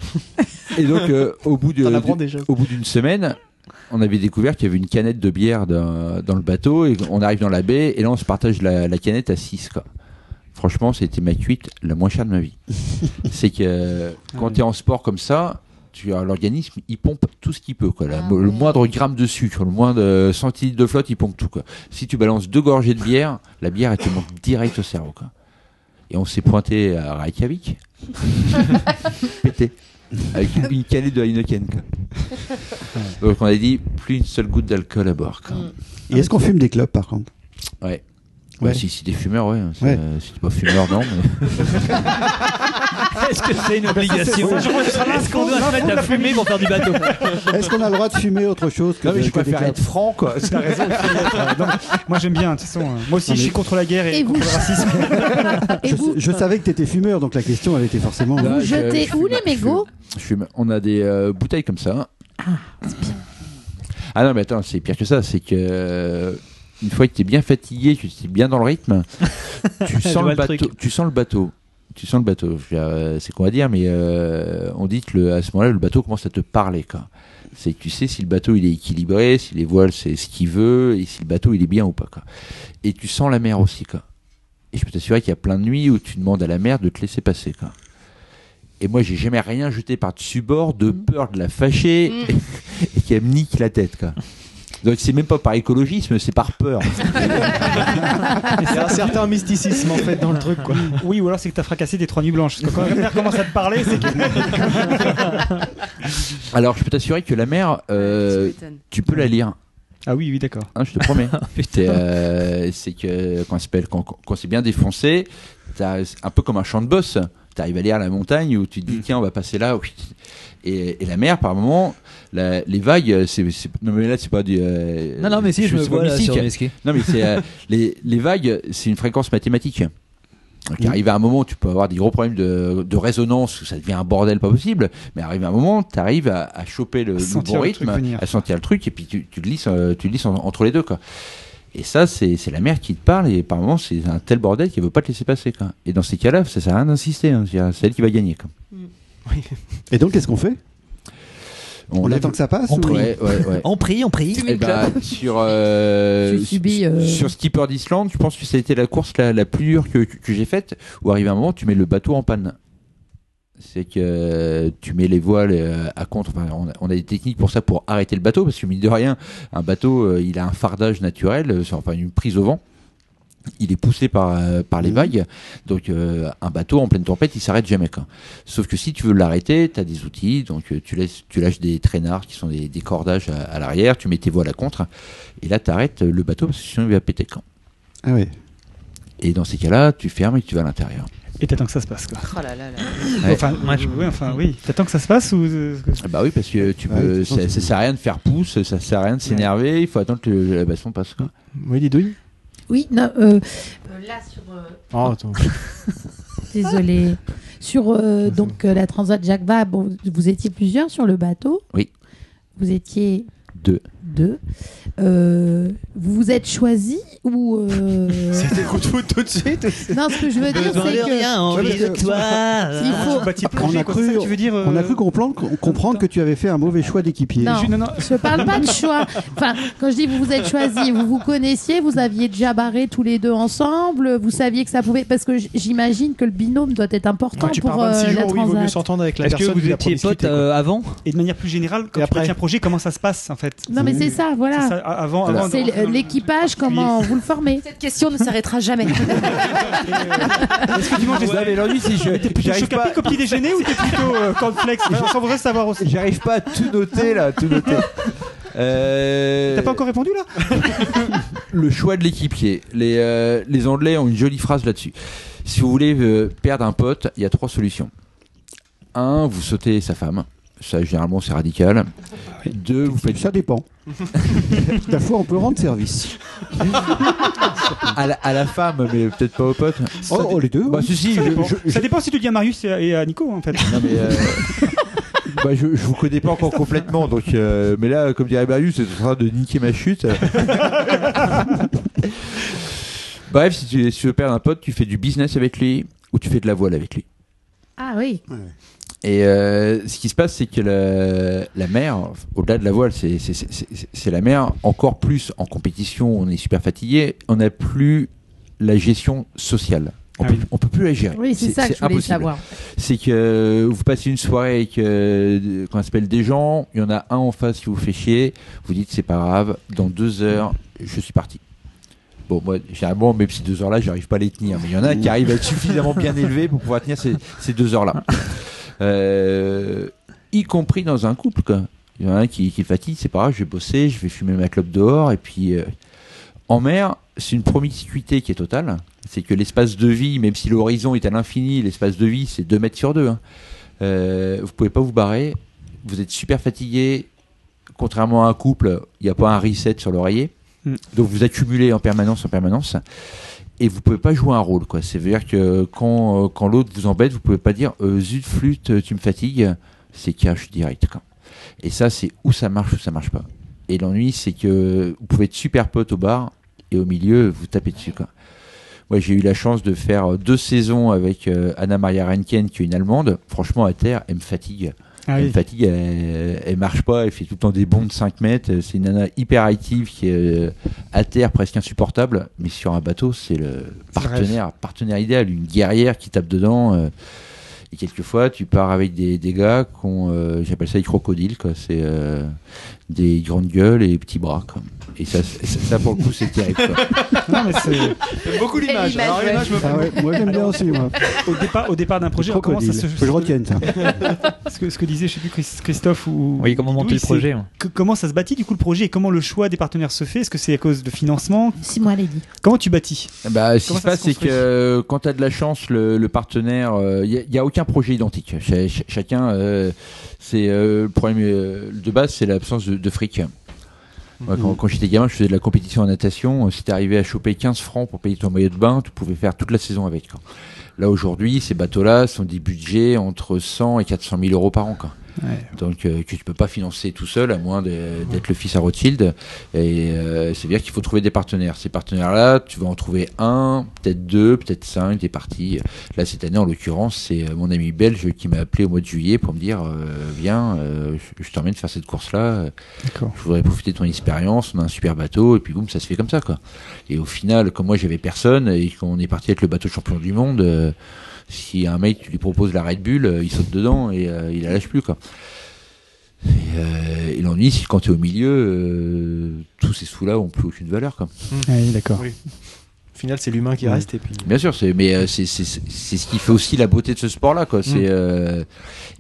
Speaker 4: Et donc, euh, au bout de-
Speaker 3: T'en apprends
Speaker 4: du-
Speaker 3: déjà.
Speaker 4: au bout d'une semaine, on avait découvert qu'il y avait une canette de bière dans, dans le bateau et on arrive dans la baie et là on se partage la, la canette à 6 quoi. Franchement, c'était ma cuite la moins chère
Speaker 2: *laughs*
Speaker 4: de ma vie. C'est que quand tu es en sport comme ça, tu as l'organisme, il pompe tout ce qu'il peut quoi. La-
Speaker 2: Ah
Speaker 4: le
Speaker 2: ouais.
Speaker 4: moindre gramme de sucre, le moindre euh, centilitre de flotte, il pompe tout quoi. Si tu balances deux gorgées de bière, la bière elle te monte direct au cerveau quoi. Et on s'est pointé à Reykjavik,
Speaker 2: *laughs*
Speaker 4: pété, avec une- une canette de Heineken. quoi. Donc on a dit plus une seule goutte d'alcool à boire. Quoi.
Speaker 10: Et est-ce qu'on fume des clopes par contre
Speaker 4: Ouais.
Speaker 10: Ouais.
Speaker 4: Bah, si si t'es fumeur, ouais. Si,
Speaker 10: Ouais.
Speaker 4: euh, si t'es pas fumeur, non. mais-
Speaker 11: *laughs* Est-ce que Ah, c'est une obligation Est-ce qu'on doit se mettre à fumer pour faire du bateau
Speaker 10: Est-ce qu'on a le droit de fumer autre chose que,
Speaker 4: Non, mais
Speaker 10: que
Speaker 4: je
Speaker 10: des
Speaker 4: préfère
Speaker 10: clopes
Speaker 4: être franc, quoi.
Speaker 8: Moi j'aime bien, de toute façon. euh, Moi aussi
Speaker 10: Non,
Speaker 8: je
Speaker 10: mais-
Speaker 8: suis contre la guerre et,
Speaker 6: Et
Speaker 8: contre
Speaker 6: vous-
Speaker 8: le racisme.
Speaker 6: *laughs* Et
Speaker 10: je,
Speaker 6: vous,
Speaker 10: je savais que t'étais fumeur, donc la question elle était forcément.
Speaker 4: Non,
Speaker 6: vous
Speaker 4: je-
Speaker 6: jetez
Speaker 4: je
Speaker 6: où
Speaker 4: fume-
Speaker 6: les mégots
Speaker 4: Je fume- On a des euh, bouteilles comme ça. Ah non, mais attends, c'est pire que ça. C'est que euh, une fois que t'es bien fatigué, que t'es bien dans
Speaker 11: *laughs*
Speaker 4: le rythme, tu
Speaker 11: Je
Speaker 4: sens
Speaker 11: vois
Speaker 4: le
Speaker 11: le
Speaker 4: bateau.
Speaker 11: truc.
Speaker 4: tu sens le bateau. Tu sens le bateau. Je veux dire, euh, C'est qu'on va dire, mais euh, on dit que le- à ce moment-là, le bateau commence à te parler, quoi. C'est que tu sais si le bateau il est équilibré, si les voiles c'est ce qu'il veut, et si le bateau il est bien ou pas, quoi. Et tu sens la mer aussi, quoi. Et je peux t'assurer qu'il y a plein de nuits où tu demandes à la mer de te laisser passer, quoi. Et moi, j'ai jamais rien jeté par-dessus bord de peur de la fâcher *laughs* et qu'elle me nique la tête, quoi. Donc c'est même pas par écologisme, c'est
Speaker 3: *laughs*
Speaker 4: par peur.
Speaker 3: Il y a un certain mysticisme en fait dans le truc quoi.
Speaker 8: Oui, ou alors c'est que t'as fracassé des trois nuits blanches. Parce que quand la mère commence à te parler, c'est que.
Speaker 4: Alors je peux t'assurer que la mer, euh, tu peux la lire,
Speaker 8: Ah oui, oui, d'accord. Ah,
Speaker 4: hein, je te
Speaker 8: *laughs*
Speaker 4: promets. C'est, euh, c'est que quand, s'appelle, quand, quand c'est bien défoncé, t'as- c'est un peu comme un champ de boss. T'arrives à lire la montagne où tu te
Speaker 8: Mm.
Speaker 4: dis tiens on va passer là. oui. Et, et la mer par moment, la- les vagues, c'est, c'est- non mais là c'est pas du.
Speaker 1: *laughs*
Speaker 4: euh,
Speaker 1: Non, non, mais si, je me
Speaker 4: c'est pas
Speaker 1: vois là
Speaker 4: mystique.
Speaker 1: sur mes skis.
Speaker 4: Non, mais c'est
Speaker 8: *laughs*
Speaker 4: euh, les, les vagues, c'est une fréquence mathématique. Donc, arrive à un moment, tu peux avoir des gros problèmes de, de résonance où ça devient un bordel pas possible. Mais arrive à un moment, tu arrives à, à choper le, le
Speaker 8: sentir
Speaker 4: bon
Speaker 8: le
Speaker 4: rythme,
Speaker 8: truc venir.
Speaker 4: à sentir le truc, et puis tu, tu glisses, euh, tu glisses en- entre les deux. Quoi. Et ça, c'est c'est la mer qui te parle, et par moment, c'est un tel bordel qu'elle veut pas te laisser passer. Quoi. Et dans ces cas-là, ça sert à rien d'insister. hein. C'est c'est elle qui va gagner. Quoi.
Speaker 10: Et donc qu'est-ce qu'on fait On attend que ça passe ou-
Speaker 4: Ouais, ouais, ouais.
Speaker 1: On prie, on prie.
Speaker 4: Eh ben, sur, euh,
Speaker 6: Tu subis, euh,
Speaker 4: sur Skipper d'Islande, je pense que ça a été la course la, la plus dure que, que- que j'ai faite, où arrive un moment, tu mets le bateau en panne. c'est que euh, tu mets les voiles euh, à contre. Enfin, on, a, on a des techniques pour ça, pour arrêter le bateau, parce que mine de rien, un bateau, euh, il a un fardage naturel, euh, c'est enfin une prise au vent. Il est poussé par, euh, par les vagues. Donc, euh, un bateau en pleine tempête, il s'arrête jamais. Quoi. Sauf que si tu veux l'arrêter, tu as des outils. Donc, euh, tu, laisses, tu lâches des traînards qui sont des, des cordages à, à l'arrière, tu mets tes voiles à contre. Et là, tu arrêtes le bateau parce que sinon, il va péter. Quoi.
Speaker 10: Ah oui.
Speaker 4: Et dans ces cas-là, tu fermes et tu vas à l'intérieur.
Speaker 8: Et t'attends que ça se passe, quoi.
Speaker 2: Oh là là là.
Speaker 4: Ouais.
Speaker 8: Enfin, oui, enfin, oui. T'attends que ça se passe ou. euh,
Speaker 4: Ah Bah oui, parce que tu
Speaker 10: Ouais, de
Speaker 4: peux,
Speaker 10: toute façon,
Speaker 4: ça, ça sert à rien de faire pouce, ça sert à rien de s'énerver, il faut attendre que le- la baston passe. Quoi.
Speaker 3: Oui, les douilles
Speaker 6: Oui, non, euh,
Speaker 2: Là, sur.
Speaker 8: Ah,
Speaker 3: Oh, attends.
Speaker 6: désolé. Sur euh, donc euh, la Transat Jacques Vabre, bon, vous étiez plusieurs sur le bateau.
Speaker 4: Oui.
Speaker 6: Vous étiez
Speaker 4: Deux.
Speaker 6: deux. Euh, vous vous êtes choisis ou
Speaker 3: *laughs*
Speaker 6: euh,
Speaker 3: C'était coup de foot tout de suite
Speaker 6: non Ce que je veux dire, c'est que
Speaker 10: envie de
Speaker 6: il faut.
Speaker 3: Ah,
Speaker 10: On a cru,
Speaker 8: tu veux dire, euh,
Speaker 10: on a cru comprendre, comprendre que tu avais fait un mauvais choix d'équipier.
Speaker 6: Non,
Speaker 8: Non, non.
Speaker 6: je parle pas de choix. Enfin, quand je dis vous vous êtes choisis, vous vous connaissiez, vous aviez déjà barré tous les deux ensemble, vous saviez que ça pouvait. Parce que j- j'imagine que le binôme doit être important
Speaker 3: Quand tu
Speaker 6: pour
Speaker 3: pars 26
Speaker 6: euh, la
Speaker 3: jours, oui, il vaut mieux
Speaker 6: transat.
Speaker 3: s'entendre avec la
Speaker 1: Est-ce que
Speaker 3: personne
Speaker 1: vous
Speaker 3: qui l'a
Speaker 1: étiez
Speaker 3: promiscuité,
Speaker 1: potes euh, avant
Speaker 8: Et de manière plus générale, quand
Speaker 3: Et
Speaker 8: tu
Speaker 3: après
Speaker 8: pratiques un projet, comment ça se passe en fait
Speaker 6: Non, mais c'est ça,
Speaker 8: C'est
Speaker 6: voilà.
Speaker 8: ça, a- avant,
Speaker 4: Voilà.
Speaker 8: avant de
Speaker 6: C'est
Speaker 8: rentrer
Speaker 6: l-
Speaker 8: dans le-
Speaker 6: l'équipage, comment vous le formez.
Speaker 2: Cette question ne s'arrêtera jamais.
Speaker 8: euh, Est-ce que tu manges des
Speaker 4: Ouais, mais l'ennui,
Speaker 3: *laughs*
Speaker 4: c'est que
Speaker 8: T'es plutôt
Speaker 4: j'arrive pas,
Speaker 8: chocapic au petit déjeuner ou t'es plutôt euh, cornflakes On voudrait savoir aussi.
Speaker 4: j'arrive pas à tout noter là, tout *laughs* noter. Euh,
Speaker 8: T'as pas encore répondu là
Speaker 4: le choix de l'équipier. Les, euh, les Anglais ont une jolie phrase là-dessus. Si vous voulez euh, perdre un pote, il y a trois solutions. Un, vous sautez sa femme. Ça, généralement, c'est radical. Deux, vous faites
Speaker 10: Ça
Speaker 4: *laughs*
Speaker 10: dépend. Ta foi, on peut rendre service.
Speaker 4: à la, à la femme, mais peut-être pas au pote.
Speaker 10: Oh, oh, les deux.
Speaker 4: Bah,
Speaker 10: oui.
Speaker 4: si, si,
Speaker 8: ça,
Speaker 4: je-
Speaker 8: dépend.
Speaker 4: je- je-
Speaker 8: Ça dépend si tu dis à Marius et à, et à Nico en fait.
Speaker 4: Non mais *laughs* euh, bah, je, je vous connais pas encore complètement, donc euh, mais là, comme dirait Marius, c'est en train de niquer ma chute. *laughs* Bref, si tu, si tu veux perdre un pote, tu fais du business avec lui ou tu fais de la voile avec lui.
Speaker 6: Ah oui.
Speaker 4: Et euh, ce qui se passe, c'est que la, la mer, au-delà de la voile, c'est c'est- c'est- c'est- c'est la mer. Encore plus en compétition, on est super fatigué. On n'a plus la gestion sociale. On,
Speaker 8: Ah
Speaker 4: peut,
Speaker 8: oui.
Speaker 4: on peut plus la gérer.
Speaker 6: Oui, c'est ça que je voulais
Speaker 4: impossible
Speaker 6: savoir.
Speaker 4: c'est que vous passez une soirée avec euh, qu'on appelle des gens, il y en a un en face qui vous fait chier, vous dites c'est pas grave, dans deux heures, je suis parti. Bon, moi, généralement, même ces deux heures-là, j'arrive pas à les tenir. Mais il y en a qui arrivent à être suffisamment bien élevés pour pouvoir tenir ces, ces deux heures-là. Euh, y compris dans un couple, quoi. Il y en a un qui, qui fatigue, c'est pas grave, je vais bosser, je vais fumer ma clope dehors. Et puis, euh, en mer, c'est une promiscuité qui est totale. C'est que l'espace de vie, même si l'horizon est à l'infini, l'espace de vie, c'est 2 mètres sur 2. Hein. Euh, vous pouvez pas vous barrer. Vous êtes super fatigué. Contrairement à un couple, il n'y a pas un reset sur l'oreiller.
Speaker 8: Mm.
Speaker 4: Donc vous accumulez en permanence, en permanence. Et vous pouvez pas jouer un rôle. quoi. C'est-à-dire que quand, euh, quand l'autre vous embête, vous pouvez pas dire euh, Zut, flûte, tu me fatigues. C'est cash direct. quoi. Et ça, c'est où ça marche, où ça marche pas. Et l'ennui, c'est que vous pouvez être super pote au bar et au milieu, vous tapez dessus. Quoi. Moi, j'ai eu la chance de faire euh, deux saisons avec euh, Anna-Maria Reinken, qui est une Allemande. Franchement, à terre, elle me fatigue.
Speaker 8: Ah
Speaker 4: elle me fatigue, elle, elle marche pas, elle fait tout le temps des bonds de 5 mètres. C'est une nana hyper active qui est euh, à terre presque insupportable. Mais sur un bateau, c'est le partenaire, partenaire idéal, une guerrière qui tape dedans. euh, et quelquefois, tu pars avec des, des gars qui ont, euh, j'appelle ça les crocodiles, quoi. C'est euh, des grandes gueules et petits bras, quoi. Et ça, c'est- ça, ça, pour le coup, c'est terrible, quoi.
Speaker 8: Non, mais c'est-
Speaker 3: J'aime beaucoup l'image.
Speaker 2: l'image,
Speaker 3: Alors,
Speaker 2: ouais.
Speaker 3: l'image me-
Speaker 10: Ah ouais, moi j'aime bien aussi. Moi.
Speaker 8: au départ, au départ d'un projet, alors, comment ça
Speaker 10: Crocodile.
Speaker 8: se
Speaker 10: Faut que je retienne ça.
Speaker 8: ce que, ce que disait, je sais plus, Chris- Christophe ou.
Speaker 1: Oui, comment monter
Speaker 8: Oui,
Speaker 1: le
Speaker 8: c'est
Speaker 1: projet hein.
Speaker 8: que- comment ça se bâtit du coup le projet et comment le choix des partenaires se fait Est-ce que c'est à cause de financement
Speaker 6: Si moi, Lady.
Speaker 8: Comment tu bâtis
Speaker 4: *laughs* Bah, ce qui
Speaker 8: Comment
Speaker 4: se
Speaker 8: ça
Speaker 4: passe,
Speaker 8: se
Speaker 4: c'est
Speaker 8: construit
Speaker 4: que euh, quand tu as de la chance, le, le partenaire, il n'y a, aucun projet identique. Cha- cha- chacun, euh, c'est euh, le problème euh, de base, c'est l'absence de, de fric. Moi,
Speaker 8: Mhm.
Speaker 4: quand quand j'étais gamin, je faisais de la compétition en natation. Euh, Si t'es arrivé à choper 15 francs pour payer ton maillot de bain, tu pouvais faire toute la saison avec. quoi. Là, aujourd'hui, ces bateaux-là sont des budgets entre 100 et 400 000 euros par an. quoi.
Speaker 8: Ouais.
Speaker 4: Donc, euh, que tu peux pas financer tout seul, à moins de- d'être le fils à Rothschild. Et euh, c'est-à-dire qu'il faut trouver des partenaires. Ces partenaires-là, tu vas en trouver un, peut-être deux, peut-être cinq, des parties. Là, cette année, en l'occurrence, c'est euh, mon ami belge qui m'a appelé au mois de juillet pour me dire euh, Viens, euh, je, je t'emmène faire cette course-là.
Speaker 8: D'accord.
Speaker 4: Je voudrais profiter de ton expérience. On a un super bateau. Et puis, boum, ça se fait comme ça, quoi. Et au final, comme moi, j'avais personne et qu'on est parti avec le bateau champion du monde. euh, si un mec, tu lui proposes la Red Bull, euh, il saute dedans et euh, il la lâche plus, quoi. Et, euh, et l'ennui, c'est que quand t'es au milieu, euh, tous ces sous-là ont plus aucune valeur, quoi.
Speaker 8: Oui, d'accord.
Speaker 3: Au final, c'est l'humain qui
Speaker 4: Ouais.
Speaker 3: reste. Et puis...
Speaker 4: Bien sûr, c'est mais euh, c'est c'est- c'est- c'est ce qui fait aussi la beauté de ce sport-là, quoi. C'est euh,
Speaker 3: Mmh.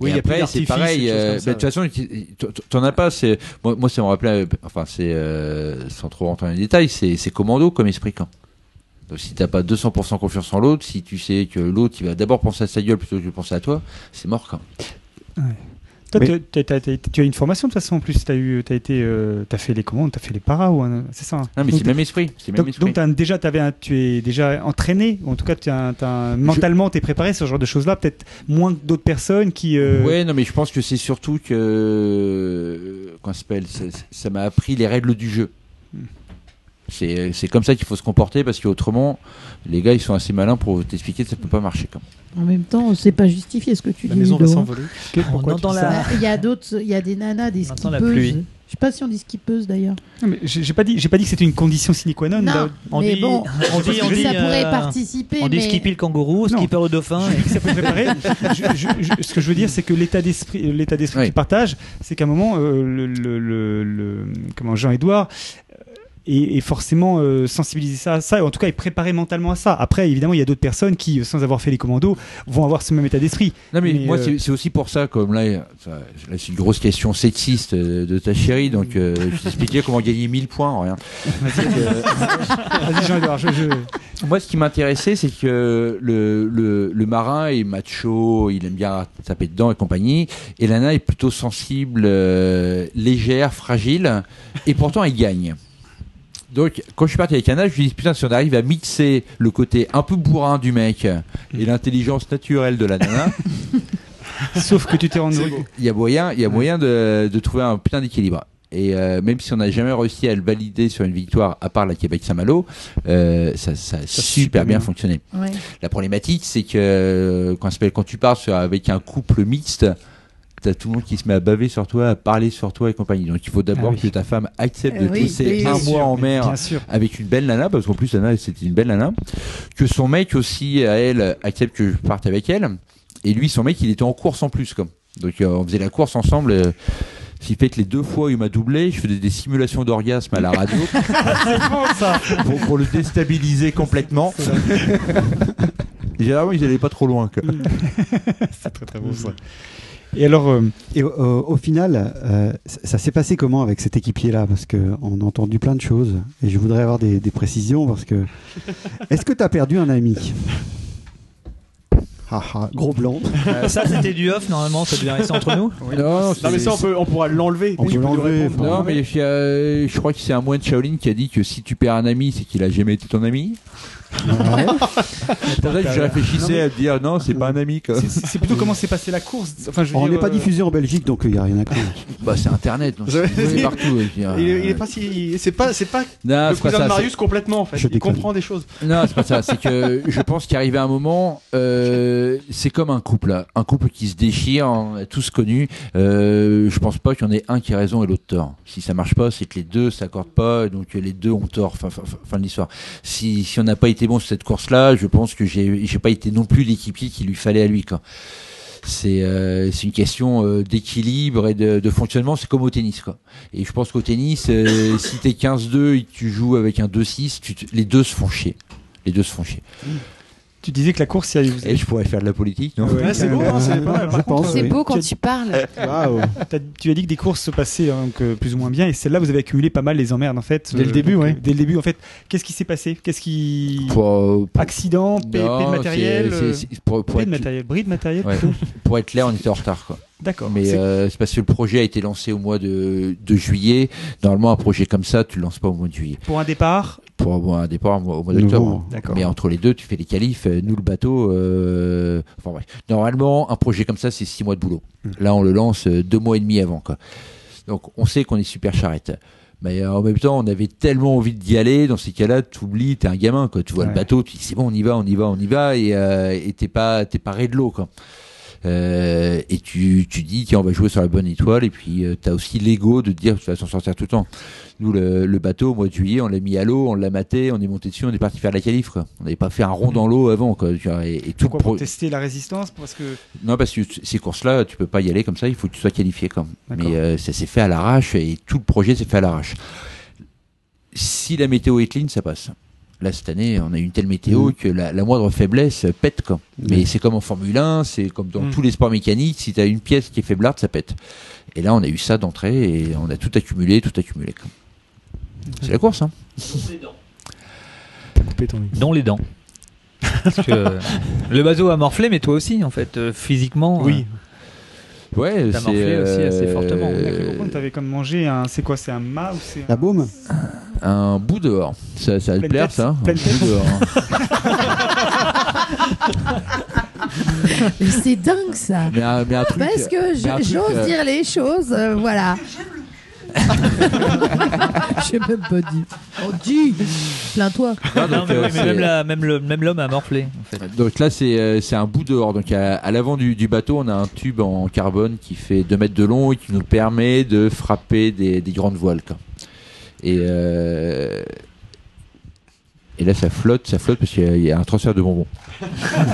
Speaker 3: Oui,
Speaker 4: et
Speaker 3: il y a plus
Speaker 4: après c'est
Speaker 3: d'artifice, et
Speaker 4: pareil.
Speaker 3: de choses
Speaker 4: euh,
Speaker 3: comme ça,
Speaker 4: bah, De toute façon, tu- tu- t'en as pas. C'est moi, moi, ça me rappelait. euh, Enfin, c'est euh, sans trop rentrer dans les détails, c'est c'est commando comme esprit quand. Donc, si t'as pas 200% confiance en l'autre, si tu sais que l'autre il va d'abord penser à sa gueule plutôt que de penser à toi, c'est mort quand.
Speaker 8: Toi,
Speaker 10: Mais-
Speaker 8: tu- t'as- t'as- t'as- tu as une formation de toute façon en plus. Tu as, été, euh, t'as fait les commandes, tu as fait les paras, ou un- c'est ça hein
Speaker 4: Non, mais
Speaker 8: Donc,
Speaker 4: c'est le même esprit. C'est le même
Speaker 8: Donc,
Speaker 4: esprit.
Speaker 8: donc t'as un- déjà, t'avais un- tu es déjà entraîné, ou en tout cas, tu as un- t'as un- mentalement, t'es préparé à ce genre de choses-là, peut-être moins que d'autres personnes qui. euh,
Speaker 4: Ouais, non, mais je pense que c'est surtout que. Qu'on s'appelle ça- Ça m'a appris les règles du jeu. C'est c'est comme ça qu'il faut se comporter parce qu'autrement, les gars, ils sont assez malins pour t'expliquer que ça peut pas marcher. Comme.
Speaker 6: En même temps, c'est pas justifié ce que tu
Speaker 3: La
Speaker 6: dis.
Speaker 3: maison va
Speaker 6: Ludo.
Speaker 3: s'envoler.
Speaker 8: que- pourquoi
Speaker 11: On
Speaker 8: tu
Speaker 11: entend
Speaker 8: dis
Speaker 11: la-
Speaker 8: ça
Speaker 6: Bah, Il y a d'autres, il y a des nanas, des
Speaker 11: On entend la
Speaker 6: skippeuses. Je
Speaker 11: pluie.
Speaker 6: sais pas si on dit skippeuses d'ailleurs.
Speaker 8: Non, mais J'ai j'ai pas dit, j'ai pas dit que c'était une condition sine qua non.
Speaker 6: Non,
Speaker 11: on
Speaker 6: mais
Speaker 11: dit-
Speaker 6: *laughs* bon,
Speaker 11: on dit- on dit,
Speaker 6: ça
Speaker 11: euh,
Speaker 6: pourrait participer.
Speaker 11: On dit
Speaker 6: mais...
Speaker 11: skipper le kangourou,
Speaker 8: Non.
Speaker 11: skipper le dauphin.
Speaker 8: Je dis que ça peut préparer. Je- je- je- ce que je veux dire, c'est que l'état d'esprit, euh, l'état d'esprit
Speaker 4: Oui.
Speaker 8: qu'il partage, c'est qu'à un moment, euh, le, le- le- le- comment Jean-Édouard euh, est, est forcément euh, sensibilisé ça à ça, ou en tout cas est préparé mentalement à ça. Après, évidemment, il y a d'autres personnes qui, euh, sans avoir fait les commandos, vont avoir ce même état d'esprit.
Speaker 4: Non, mais,
Speaker 8: Mais,
Speaker 4: moi,
Speaker 8: euh,
Speaker 4: c'est- c'est aussi pour ça, comme là, ça- là, c'est une grosse question sexiste euh, de ta chérie, donc euh, je t'expliquais comment gagner 1000 points en rien.
Speaker 8: Vas-y, Jean-Édouard, je, je-
Speaker 4: Moi, ce qui m'intéressait, c'est que le, le, le marin est macho, il aime bien taper dedans et compagnie. Et Lana est plutôt sensible, euh, légère, fragile. Et pourtant, elle gagne. Donc, quand je suis parti avec Anna, je lui dis putain, si on arrive à mixer le côté un peu bourrin du mec et l'intelligence naturelle de la nana,
Speaker 8: Sauf que tu t'es rendu compte.
Speaker 4: il y a moyen, il y a moyen de, de trouver un putain d'équilibre. Et euh, même si on n'a jamais réussi à le valider sur une victoire, à part la Québec-Saint-Malo, euh, ça, ça a super,
Speaker 8: super
Speaker 4: bien
Speaker 8: bien.
Speaker 4: fonctionné.
Speaker 6: Ouais.
Speaker 4: La problématique, c'est que euh, quand, ça s'appelle- quand tu pars sur- avec un couple mixte, t'as tout le monde qui se met à baver sur toi, à parler sur toi et compagnie. Donc il faut d'abord
Speaker 8: Ah oui.
Speaker 4: que ta femme accepte
Speaker 6: Eh
Speaker 4: de te
Speaker 6: oui,
Speaker 4: laisser
Speaker 6: oui,
Speaker 4: un
Speaker 6: bien
Speaker 4: mois
Speaker 8: sûr,
Speaker 4: en
Speaker 8: mais
Speaker 4: mer
Speaker 8: Bien sûr.
Speaker 4: avec une belle nana, parce qu'en plus Anna c'était une belle nana, que son mec aussi à elle accepte que je parte avec elle, et lui son mec il était en course en plus comme. Donc euh, on faisait la course ensemble. euh, ce qui fait que les deux fois où il m'a doublé, je faisais des simulations d'orgasme à la
Speaker 8: *laughs*
Speaker 4: radio pour, pour le déstabiliser complètement. Généralement, ils n'allaient pas trop loin. quoi.
Speaker 8: C'est très très beau ça. Et alors, euh,
Speaker 10: Et au, au- au final, euh, ça, ça s'est passé comment avec cet équipier-là Parce qu'on a entendu plein de choses et je voudrais avoir des, des précisions
Speaker 8: *laughs*
Speaker 10: parce que. Est-ce que tu as perdu un ami Ah, ah, Gros blanc.
Speaker 11: Ça, c'était du off, normalement, ça devait rester entre
Speaker 1: *laughs*
Speaker 11: nous.
Speaker 4: Non,
Speaker 3: *laughs* Non, mais ça, on, peut, on pourra l'enlever.
Speaker 10: On
Speaker 3: Tu
Speaker 10: peut
Speaker 3: peux nous
Speaker 10: l'enlever,
Speaker 3: répondre.
Speaker 10: enfin.
Speaker 4: Non, mais il y a- je crois que c'est un moine Shaolin qui a dit que si tu perds un ami, c'est qu'il a jamais été ton ami.
Speaker 2: Oh,
Speaker 4: C'est pour ça que je réfléchissais à me dire non, c'est pas un ami. quoi.
Speaker 8: c'est- c'est c'est plutôt comment s'est passée la course. Enfin, je veux
Speaker 10: On
Speaker 8: dire,
Speaker 10: n'est pas
Speaker 8: euh,
Speaker 10: diffusé en Belgique donc il n'y a rien à craindre.
Speaker 4: Bah, c'est internet, *laughs* donc
Speaker 3: Je-
Speaker 4: c'est partout. je veux dire. euh,
Speaker 3: Il, est- il est pas si. C'est pas, c'est pas
Speaker 4: Non,
Speaker 3: le
Speaker 4: Ah, c'est pas
Speaker 3: cousin de
Speaker 4: ça.
Speaker 3: Marius complètement en fait.
Speaker 10: Je
Speaker 3: il
Speaker 10: déconne.
Speaker 3: comprend des choses.
Speaker 4: c'est- Non, c'est pas ça. C'est que je pense qu'arrivé à un moment, euh, c'est comme un couple. là. Un couple qui se déchire, on a tous connu. Euh, je pense pas qu'il y en ait un qui a raison et l'autre tort. Si ça marche pas, c'est que les deux s'accordent pas, et donc euh, les deux ont tort. Fin, fin, fin, fin de l'histoire. Si, si on n'a pas été bon sur cette course-là, je pense que j'ai j'ai pas été non plus l'équipier qu'il lui fallait à lui. Quoi. C'est euh, c'est une question euh, d'équilibre et de, de fonctionnement. C'est comme au tennis. Quoi. Et je pense qu'au tennis, euh, si t'es 15-2 et que tu joues avec un 2-6, tu te- les deux se font chier. Les deux se font chier.
Speaker 8: Tu disais que la course, il y a eu.
Speaker 4: Et je pourrais faire de la politique, non
Speaker 8: Ouais,
Speaker 3: Ouais, c'est
Speaker 8: quand
Speaker 3: beau,
Speaker 8: même.
Speaker 3: hein, c'est pas mal.
Speaker 10: je pense.
Speaker 2: C'est
Speaker 10: oui.
Speaker 2: beau quand tu parles.
Speaker 10: Waouh.
Speaker 8: T'as- tu as dit que des courses se passaient hein, donc, euh, plus ou moins bien, et celle-là, vous avez accumulé pas mal les emmerdes en fait. euh,
Speaker 3: Dès le début,
Speaker 8: donc,
Speaker 3: ouais.
Speaker 8: Dès le début, en fait, qu'est-ce qui s'est passé Qu'est-ce qui
Speaker 4: Pour, pour-
Speaker 8: accident, paie
Speaker 4: Non,
Speaker 8: de matériel,
Speaker 4: c'est-
Speaker 8: euh,
Speaker 4: c'est- c'est- pour- pour
Speaker 8: paie de
Speaker 4: être-
Speaker 8: matériel, bris de matériel.
Speaker 4: Ouais.
Speaker 8: *laughs* plutôt
Speaker 4: pour être clair, on était en retard. Quoi.
Speaker 8: D'accord.
Speaker 4: Mais
Speaker 8: C'est-
Speaker 4: euh, c'est parce que le projet a été lancé au mois de, de juillet. Normalement, un projet comme ça, tu le lances pas au mois de juillet.
Speaker 8: Pour un départ,
Speaker 4: Pour avoir un départ au mois, au mois
Speaker 10: Novembre,
Speaker 4: d'octobre.
Speaker 8: d'accord.
Speaker 4: Mais entre les deux, tu fais les qualifs. euh, Nous, le bateau. euh, Enfin, bref. Normalement, un projet comme ça, c'est six mois de boulot.
Speaker 8: Mm.
Speaker 4: Là, on le lance euh, deux mois et demi avant. Quoi. Donc, on sait qu'on est super charrette. Mais euh, en même temps, on avait tellement envie d'y aller. Dans ces cas-là, tu oublies, t'es un gamin. Quoi. Tu vois
Speaker 8: Ouais.
Speaker 4: le bateau, tu dis c'est bon, on y va, on y va, on y va. Et euh, et t'es pas, t'es pas ré de l'eau. Quoi. euh, et tu, tu dis tiens on va jouer sur la bonne étoile et puis euh, t'as aussi l'ego de te dire tu vas s'en sortir tout le temps. Nous le, le bateau au mois de juillet on l'a mis à l'eau, on l'a maté, on est monté dessus, on est parti faire la qualif. quoi. On n'avait pas fait un rond dans l'eau avant quoi. tu vois, Et, et tout le
Speaker 8: Pourquoi
Speaker 4: pro-
Speaker 8: Mm. pour tester la résistance Parce que
Speaker 4: non, parce que t- ces courses-là, tu peux pas y aller comme ça, il faut que tu sois qualifié comme.
Speaker 8: D'accord.
Speaker 4: Mais euh, ça s'est fait à l'arrache et tout le projet s'est fait à l'arrache. Si la météo est clean, ça passe. Là, cette année, on a eu une telle météo que la, la moindre faiblesse euh, pète. Quoi. Mais c'est comme en Formule 1, c'est comme dans
Speaker 8: Mm.
Speaker 4: tous les sports mécaniques, si tu as une pièce qui est faiblarde, ça pète. Et là, on a eu ça d'entrée et on a tout accumulé, tout accumulé. quoi. C'est la course. Hein.
Speaker 3: T'as coupé ton micro.
Speaker 1: Dans les dents. Parce que, euh, le bateau a morflé, mais toi aussi, en fait, euh, physiquement.
Speaker 3: Oui.
Speaker 4: Ouais,
Speaker 1: T'as
Speaker 4: c'est,
Speaker 1: morflé aussi assez fortement.
Speaker 4: euh,
Speaker 8: tu avais comme mangé un. C'est quoi C'est un mât ou c'est un-
Speaker 10: La baume
Speaker 4: un bout dehors. Ça, ça va te
Speaker 8: Pleine
Speaker 4: plaire,
Speaker 8: tête,
Speaker 4: ça. hein. Un
Speaker 8: pleine
Speaker 4: bout
Speaker 8: tête.
Speaker 4: dehors.
Speaker 6: Mais c'est dingue ça.
Speaker 4: Mais un, mais un truc.
Speaker 6: Parce que
Speaker 4: mais un
Speaker 6: je-
Speaker 4: truc,
Speaker 6: j'ose
Speaker 4: euh,
Speaker 6: dire les choses, euh, voilà. *laughs* J'ai même pas dit. Oh, dis Plains-toi.
Speaker 4: non, donc,
Speaker 1: Non, mais
Speaker 4: euh,
Speaker 1: oui, mais
Speaker 4: c'est-
Speaker 1: même, la- même le- même l'homme a morflé.
Speaker 4: donc là, c'est euh, c'est un bout dehors. Donc à, à l'avant du, du bateau, on a un tube en carbone qui fait 2 mètres de long et qui nous permet de frapper des, des grandes voiles. quoi. Et, euh, et là, ça flotte, ça flotte parce qu'il y a- il y a un transfert de bonbons. *laughs*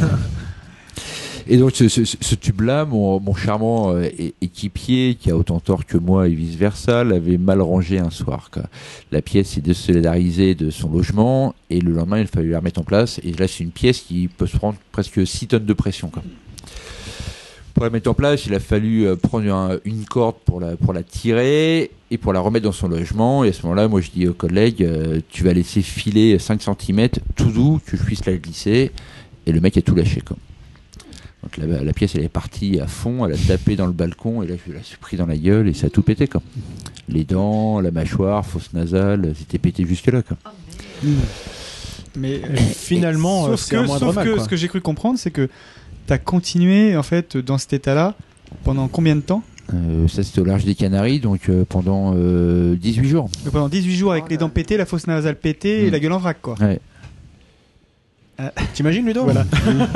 Speaker 4: Et donc ce, ce- ce tube-là, mon, mon charmant euh, é- équipier, qui a autant tort que moi et vice-versa, l'avait mal rangé un soir. quoi. La pièce est désolidarisée de son logement et le lendemain, il fallait la remettre en place. Et là, c'est une pièce qui peut se prendre presque 6 tonnes de pression. quoi. Pour la mettre en place, il a fallu euh, prendre un- une corde pour la, pour la tirer et pour la remettre dans son logement. Et à ce moment-là, moi, je dis aux collègues, euh, tu vas laisser filer 5 cm tout doux, que je puisse la glisser. Et le mec a tout lâché. Quoi. Donc la, la pièce, elle est partie à fond, elle a tapé dans le balcon, et là, je la suis pris dans la gueule, et ça a tout pété, quoi. Les dents, la mâchoire, fosse nasale, c'était pété jusque-là, quoi.
Speaker 8: Mais euh,
Speaker 3: Finalement, euh,
Speaker 8: sauf
Speaker 3: c'est
Speaker 8: que,
Speaker 3: un moindre
Speaker 8: sauf
Speaker 3: mal,
Speaker 8: que
Speaker 3: quoi.
Speaker 8: ce que j'ai cru comprendre, c'est que t'as continué en fait dans cet état-là pendant combien de temps
Speaker 4: Euh, ça, c'était au large des Canaries, donc euh, pendant euh, 18 jours.
Speaker 8: Donc, Pendant 18 jours
Speaker 3: Oh
Speaker 8: avec les dents pétées, la fosse nasale pétée et
Speaker 4: Mm.
Speaker 8: la gueule en vrac quoi.
Speaker 3: T'imagines, Ludo
Speaker 8: Voilà.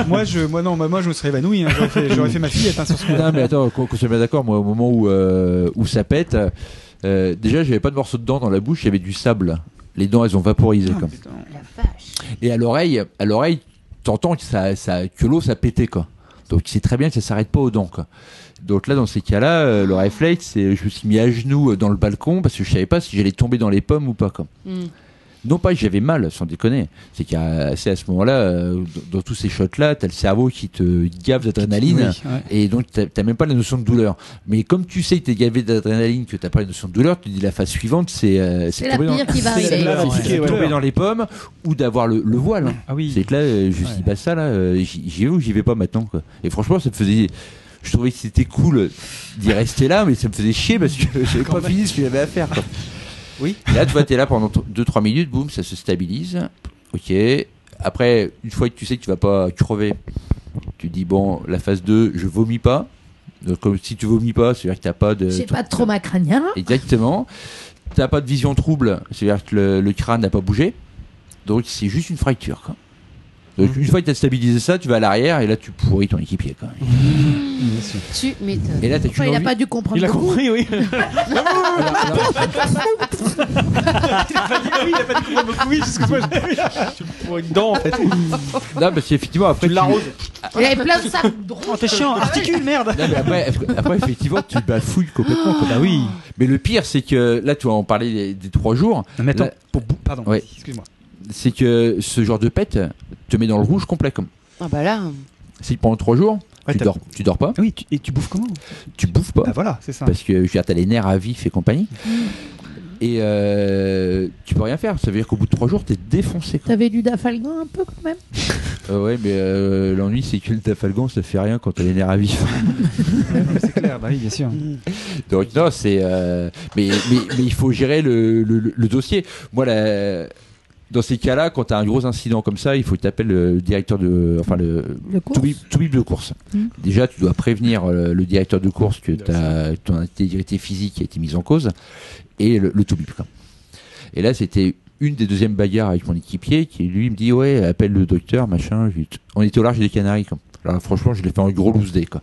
Speaker 8: moi je, moi non, moi, moi, je me serais évanoui. hein. J'aurais fait, j'aurais fait ma fillette hein, sur ce
Speaker 4: non,
Speaker 8: coup-là.
Speaker 4: mais attends, qu'on qu'on se mette d'accord, moi, au moment où, euh, où ça pète, euh, déjà, j'avais pas de morceau de dents dans la bouche, il y avait du sable. Les dents, elles ont vaporisé,
Speaker 8: Ah,
Speaker 4: quoi.
Speaker 8: putain.
Speaker 4: Et à l'oreille, à l'oreille, t'entends que ça, ça, que l'eau ça pétait quoi. Donc tu sais très bien que ça s'arrête pas aux dents quoi. Donc là dans ces cas-là, euh, le réflexe, c'est je me suis mis à genoux euh, dans le balcon parce que je savais pas si j'allais tomber dans les pommes ou pas quoi.
Speaker 2: Hmm.
Speaker 4: Non pas que j'avais mal, sans déconner. C'est qu'à c'est à ce moment-là, euh, dans, dans tous ces shots-là, t'as le cerveau qui te gave d'adrénaline.
Speaker 8: Oui, ouais.
Speaker 4: Et donc, t'as t'as même pas la notion de douleur. Mais comme tu sais que t'es gavé d'adrénaline, que t'as pas la notion de douleur, tu dis la phase suivante, c'est euh,
Speaker 6: C'est la
Speaker 4: tomber
Speaker 6: pire qui va
Speaker 4: c'est
Speaker 6: arriver.
Speaker 4: la- c'est
Speaker 3: Ouais.
Speaker 4: tomber dans les pommes ou d'avoir le, le voile.
Speaker 8: Ah oui.
Speaker 4: C'est que là, euh, je me
Speaker 8: Ouais.
Speaker 4: suis dit, bah ça, là, euh, j'y j'y vais ou j'y vais pas maintenant, quoi. Et franchement, ça me faisait. Je trouvais que c'était cool d'y rester là, mais ça me faisait chier parce
Speaker 8: *laughs*
Speaker 4: que j'avais pas fini ce que j'avais à faire, quoi.
Speaker 8: Oui.
Speaker 4: Et Là, tu vois, t'es là pendant 2-3 minutes, boum, ça se stabilise. Ok. Après, une fois que tu sais que tu vas pas crever, tu dis, bon, la phase 2, je vomis pas. Donc, comme si tu vomis pas, c'est-à-dire que t'as pas de.
Speaker 6: J'ai pas de trauma crânien.
Speaker 4: Exactement. T'as pas de vision trouble, c'est-à-dire que le, le crâne n'a pas bougé. Donc c'est juste une fracture. quoi. Donc une fois que t'as stabilisé ça, tu vas à l'arrière et là tu pourris ton équipier. Quoi.
Speaker 2: Tu m'étonnes.
Speaker 4: Et là t'as qu'une
Speaker 6: Enfin, il a
Speaker 4: envie-
Speaker 6: pas dû comprendre.
Speaker 3: Il a
Speaker 6: le coup.
Speaker 3: compris, oui.
Speaker 6: *laughs*
Speaker 8: Ah oui, il a pas dit qu'on me couille, excuse-moi. j'avais-
Speaker 3: Pour une dent, en fait.
Speaker 4: Non, parce qu'effectivement après tu
Speaker 6: Il avait plein de sacs
Speaker 8: Oh, t'es chiant, articule, merde.
Speaker 4: Non, mais après, après, effectivement tu te bafouilles complètement. quoi.
Speaker 8: Ah oui.
Speaker 4: Mais le pire c'est que là tu vas en parler des, des trois jours,
Speaker 8: Non, mais attends,
Speaker 4: Là-
Speaker 8: pour- pardon,
Speaker 4: Ouais.
Speaker 8: excuse-moi.
Speaker 4: c'est que ce genre de pète te met dans le rouge complet. Comme
Speaker 2: Ah bah là.
Speaker 4: si pendant trois jours
Speaker 3: Ouais,
Speaker 4: tu
Speaker 3: t'as-
Speaker 4: dors, tu dors pas,
Speaker 8: Ah oui, tu- et tu bouffes comment
Speaker 4: tu bouffes pas.
Speaker 8: Bah voilà, c'est ça.
Speaker 4: parce que je veux dire, t'as les nerfs à vif et compagnie. Et euh, tu peux rien faire. Ça veut dire qu'au bout de trois jours, t'es défoncé. quoi.
Speaker 6: T'avais du dafalgan un peu quand même
Speaker 4: Euh, ouais, mais euh, l'ennui, c'est que le tafalgan, ça fait rien quand t'as les nerfs à vif.
Speaker 8: C'est clair, bah oui, bien sûr.
Speaker 3: Mm.
Speaker 4: Donc non, c'est. euh, mais, mais, mais il faut gérer le, le- le dossier. Moi, la- dans ces cas-là, quand t'as un gros incident comme ça, il faut que t'appelles le directeur de, enfin le
Speaker 6: Le cours
Speaker 4: tout bib- tout bib de course.
Speaker 6: Mm.
Speaker 4: Déjà, tu dois prévenir euh, le directeur de course que t'as- ton intégrité physique a été mise en cause et le, le tout bib, quoi. Et là, c'était une des deuxièmes bagarres avec mon équipier qui, lui, me dit Ouais, appelle le docteur, machin. Je lui dis, On était au large des Canaries. Comme. Là, franchement, je l'ai fait en gros loose day. Quoi.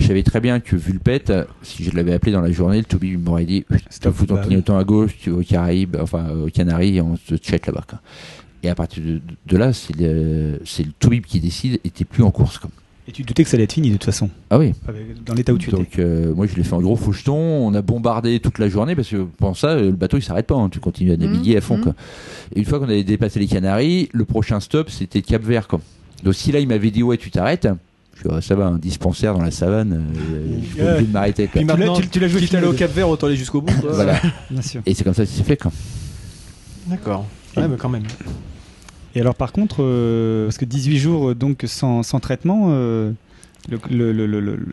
Speaker 4: Je savais très bien que Vulpette, euh, si je l'avais appelé dans la journée, le Toby il m'aurait dit Tu fous ton
Speaker 8: bah oui.
Speaker 4: clignotant à gauche, tu vas aux Caraïbes, enfin aux Canaries, et on se check là-bas. quoi. Et à partir de, de là, c'est le, c'est le Toby qui décide et t'es plus en course. Quoi.
Speaker 8: Et tu te doutais que ça allait être fini de toute façon.
Speaker 4: Ah oui.
Speaker 8: Avec- Dans l'état où tu étais.
Speaker 4: Donc euh, moi je l'ai fait en gros foucheton, on a bombardé toute la journée parce que pendant ça euh, le bateau il s'arrête pas, hein. tu continues à naviguer à fond. quoi. Et une fois qu'on avait dépassé les Canaries, le prochain stop c'était Cap Vert. Quoi. Donc si là il m'avait dit ouais tu t'arrêtes, je suis ah, ça va un dispensaire dans la savane, euh, je suis pas
Speaker 8: Ouais.
Speaker 4: obligé de m'arrêter. quoi.
Speaker 8: Puis maintenant, tu- tu l'as joué
Speaker 3: quitte à aller au
Speaker 8: finale.
Speaker 3: Cap Vert, autant aller jusqu'au bout. quoi.
Speaker 4: Voilà.
Speaker 8: Bien sûr.
Speaker 4: Et c'est comme ça que c'est fait. Quoi.
Speaker 3: D'accord. Ouais, bah, quand même.
Speaker 8: Et alors, Ah, par contre, euh, parce que 18 jours euh, donc sans, sans traitement, euh, le, le- le- le- le- le-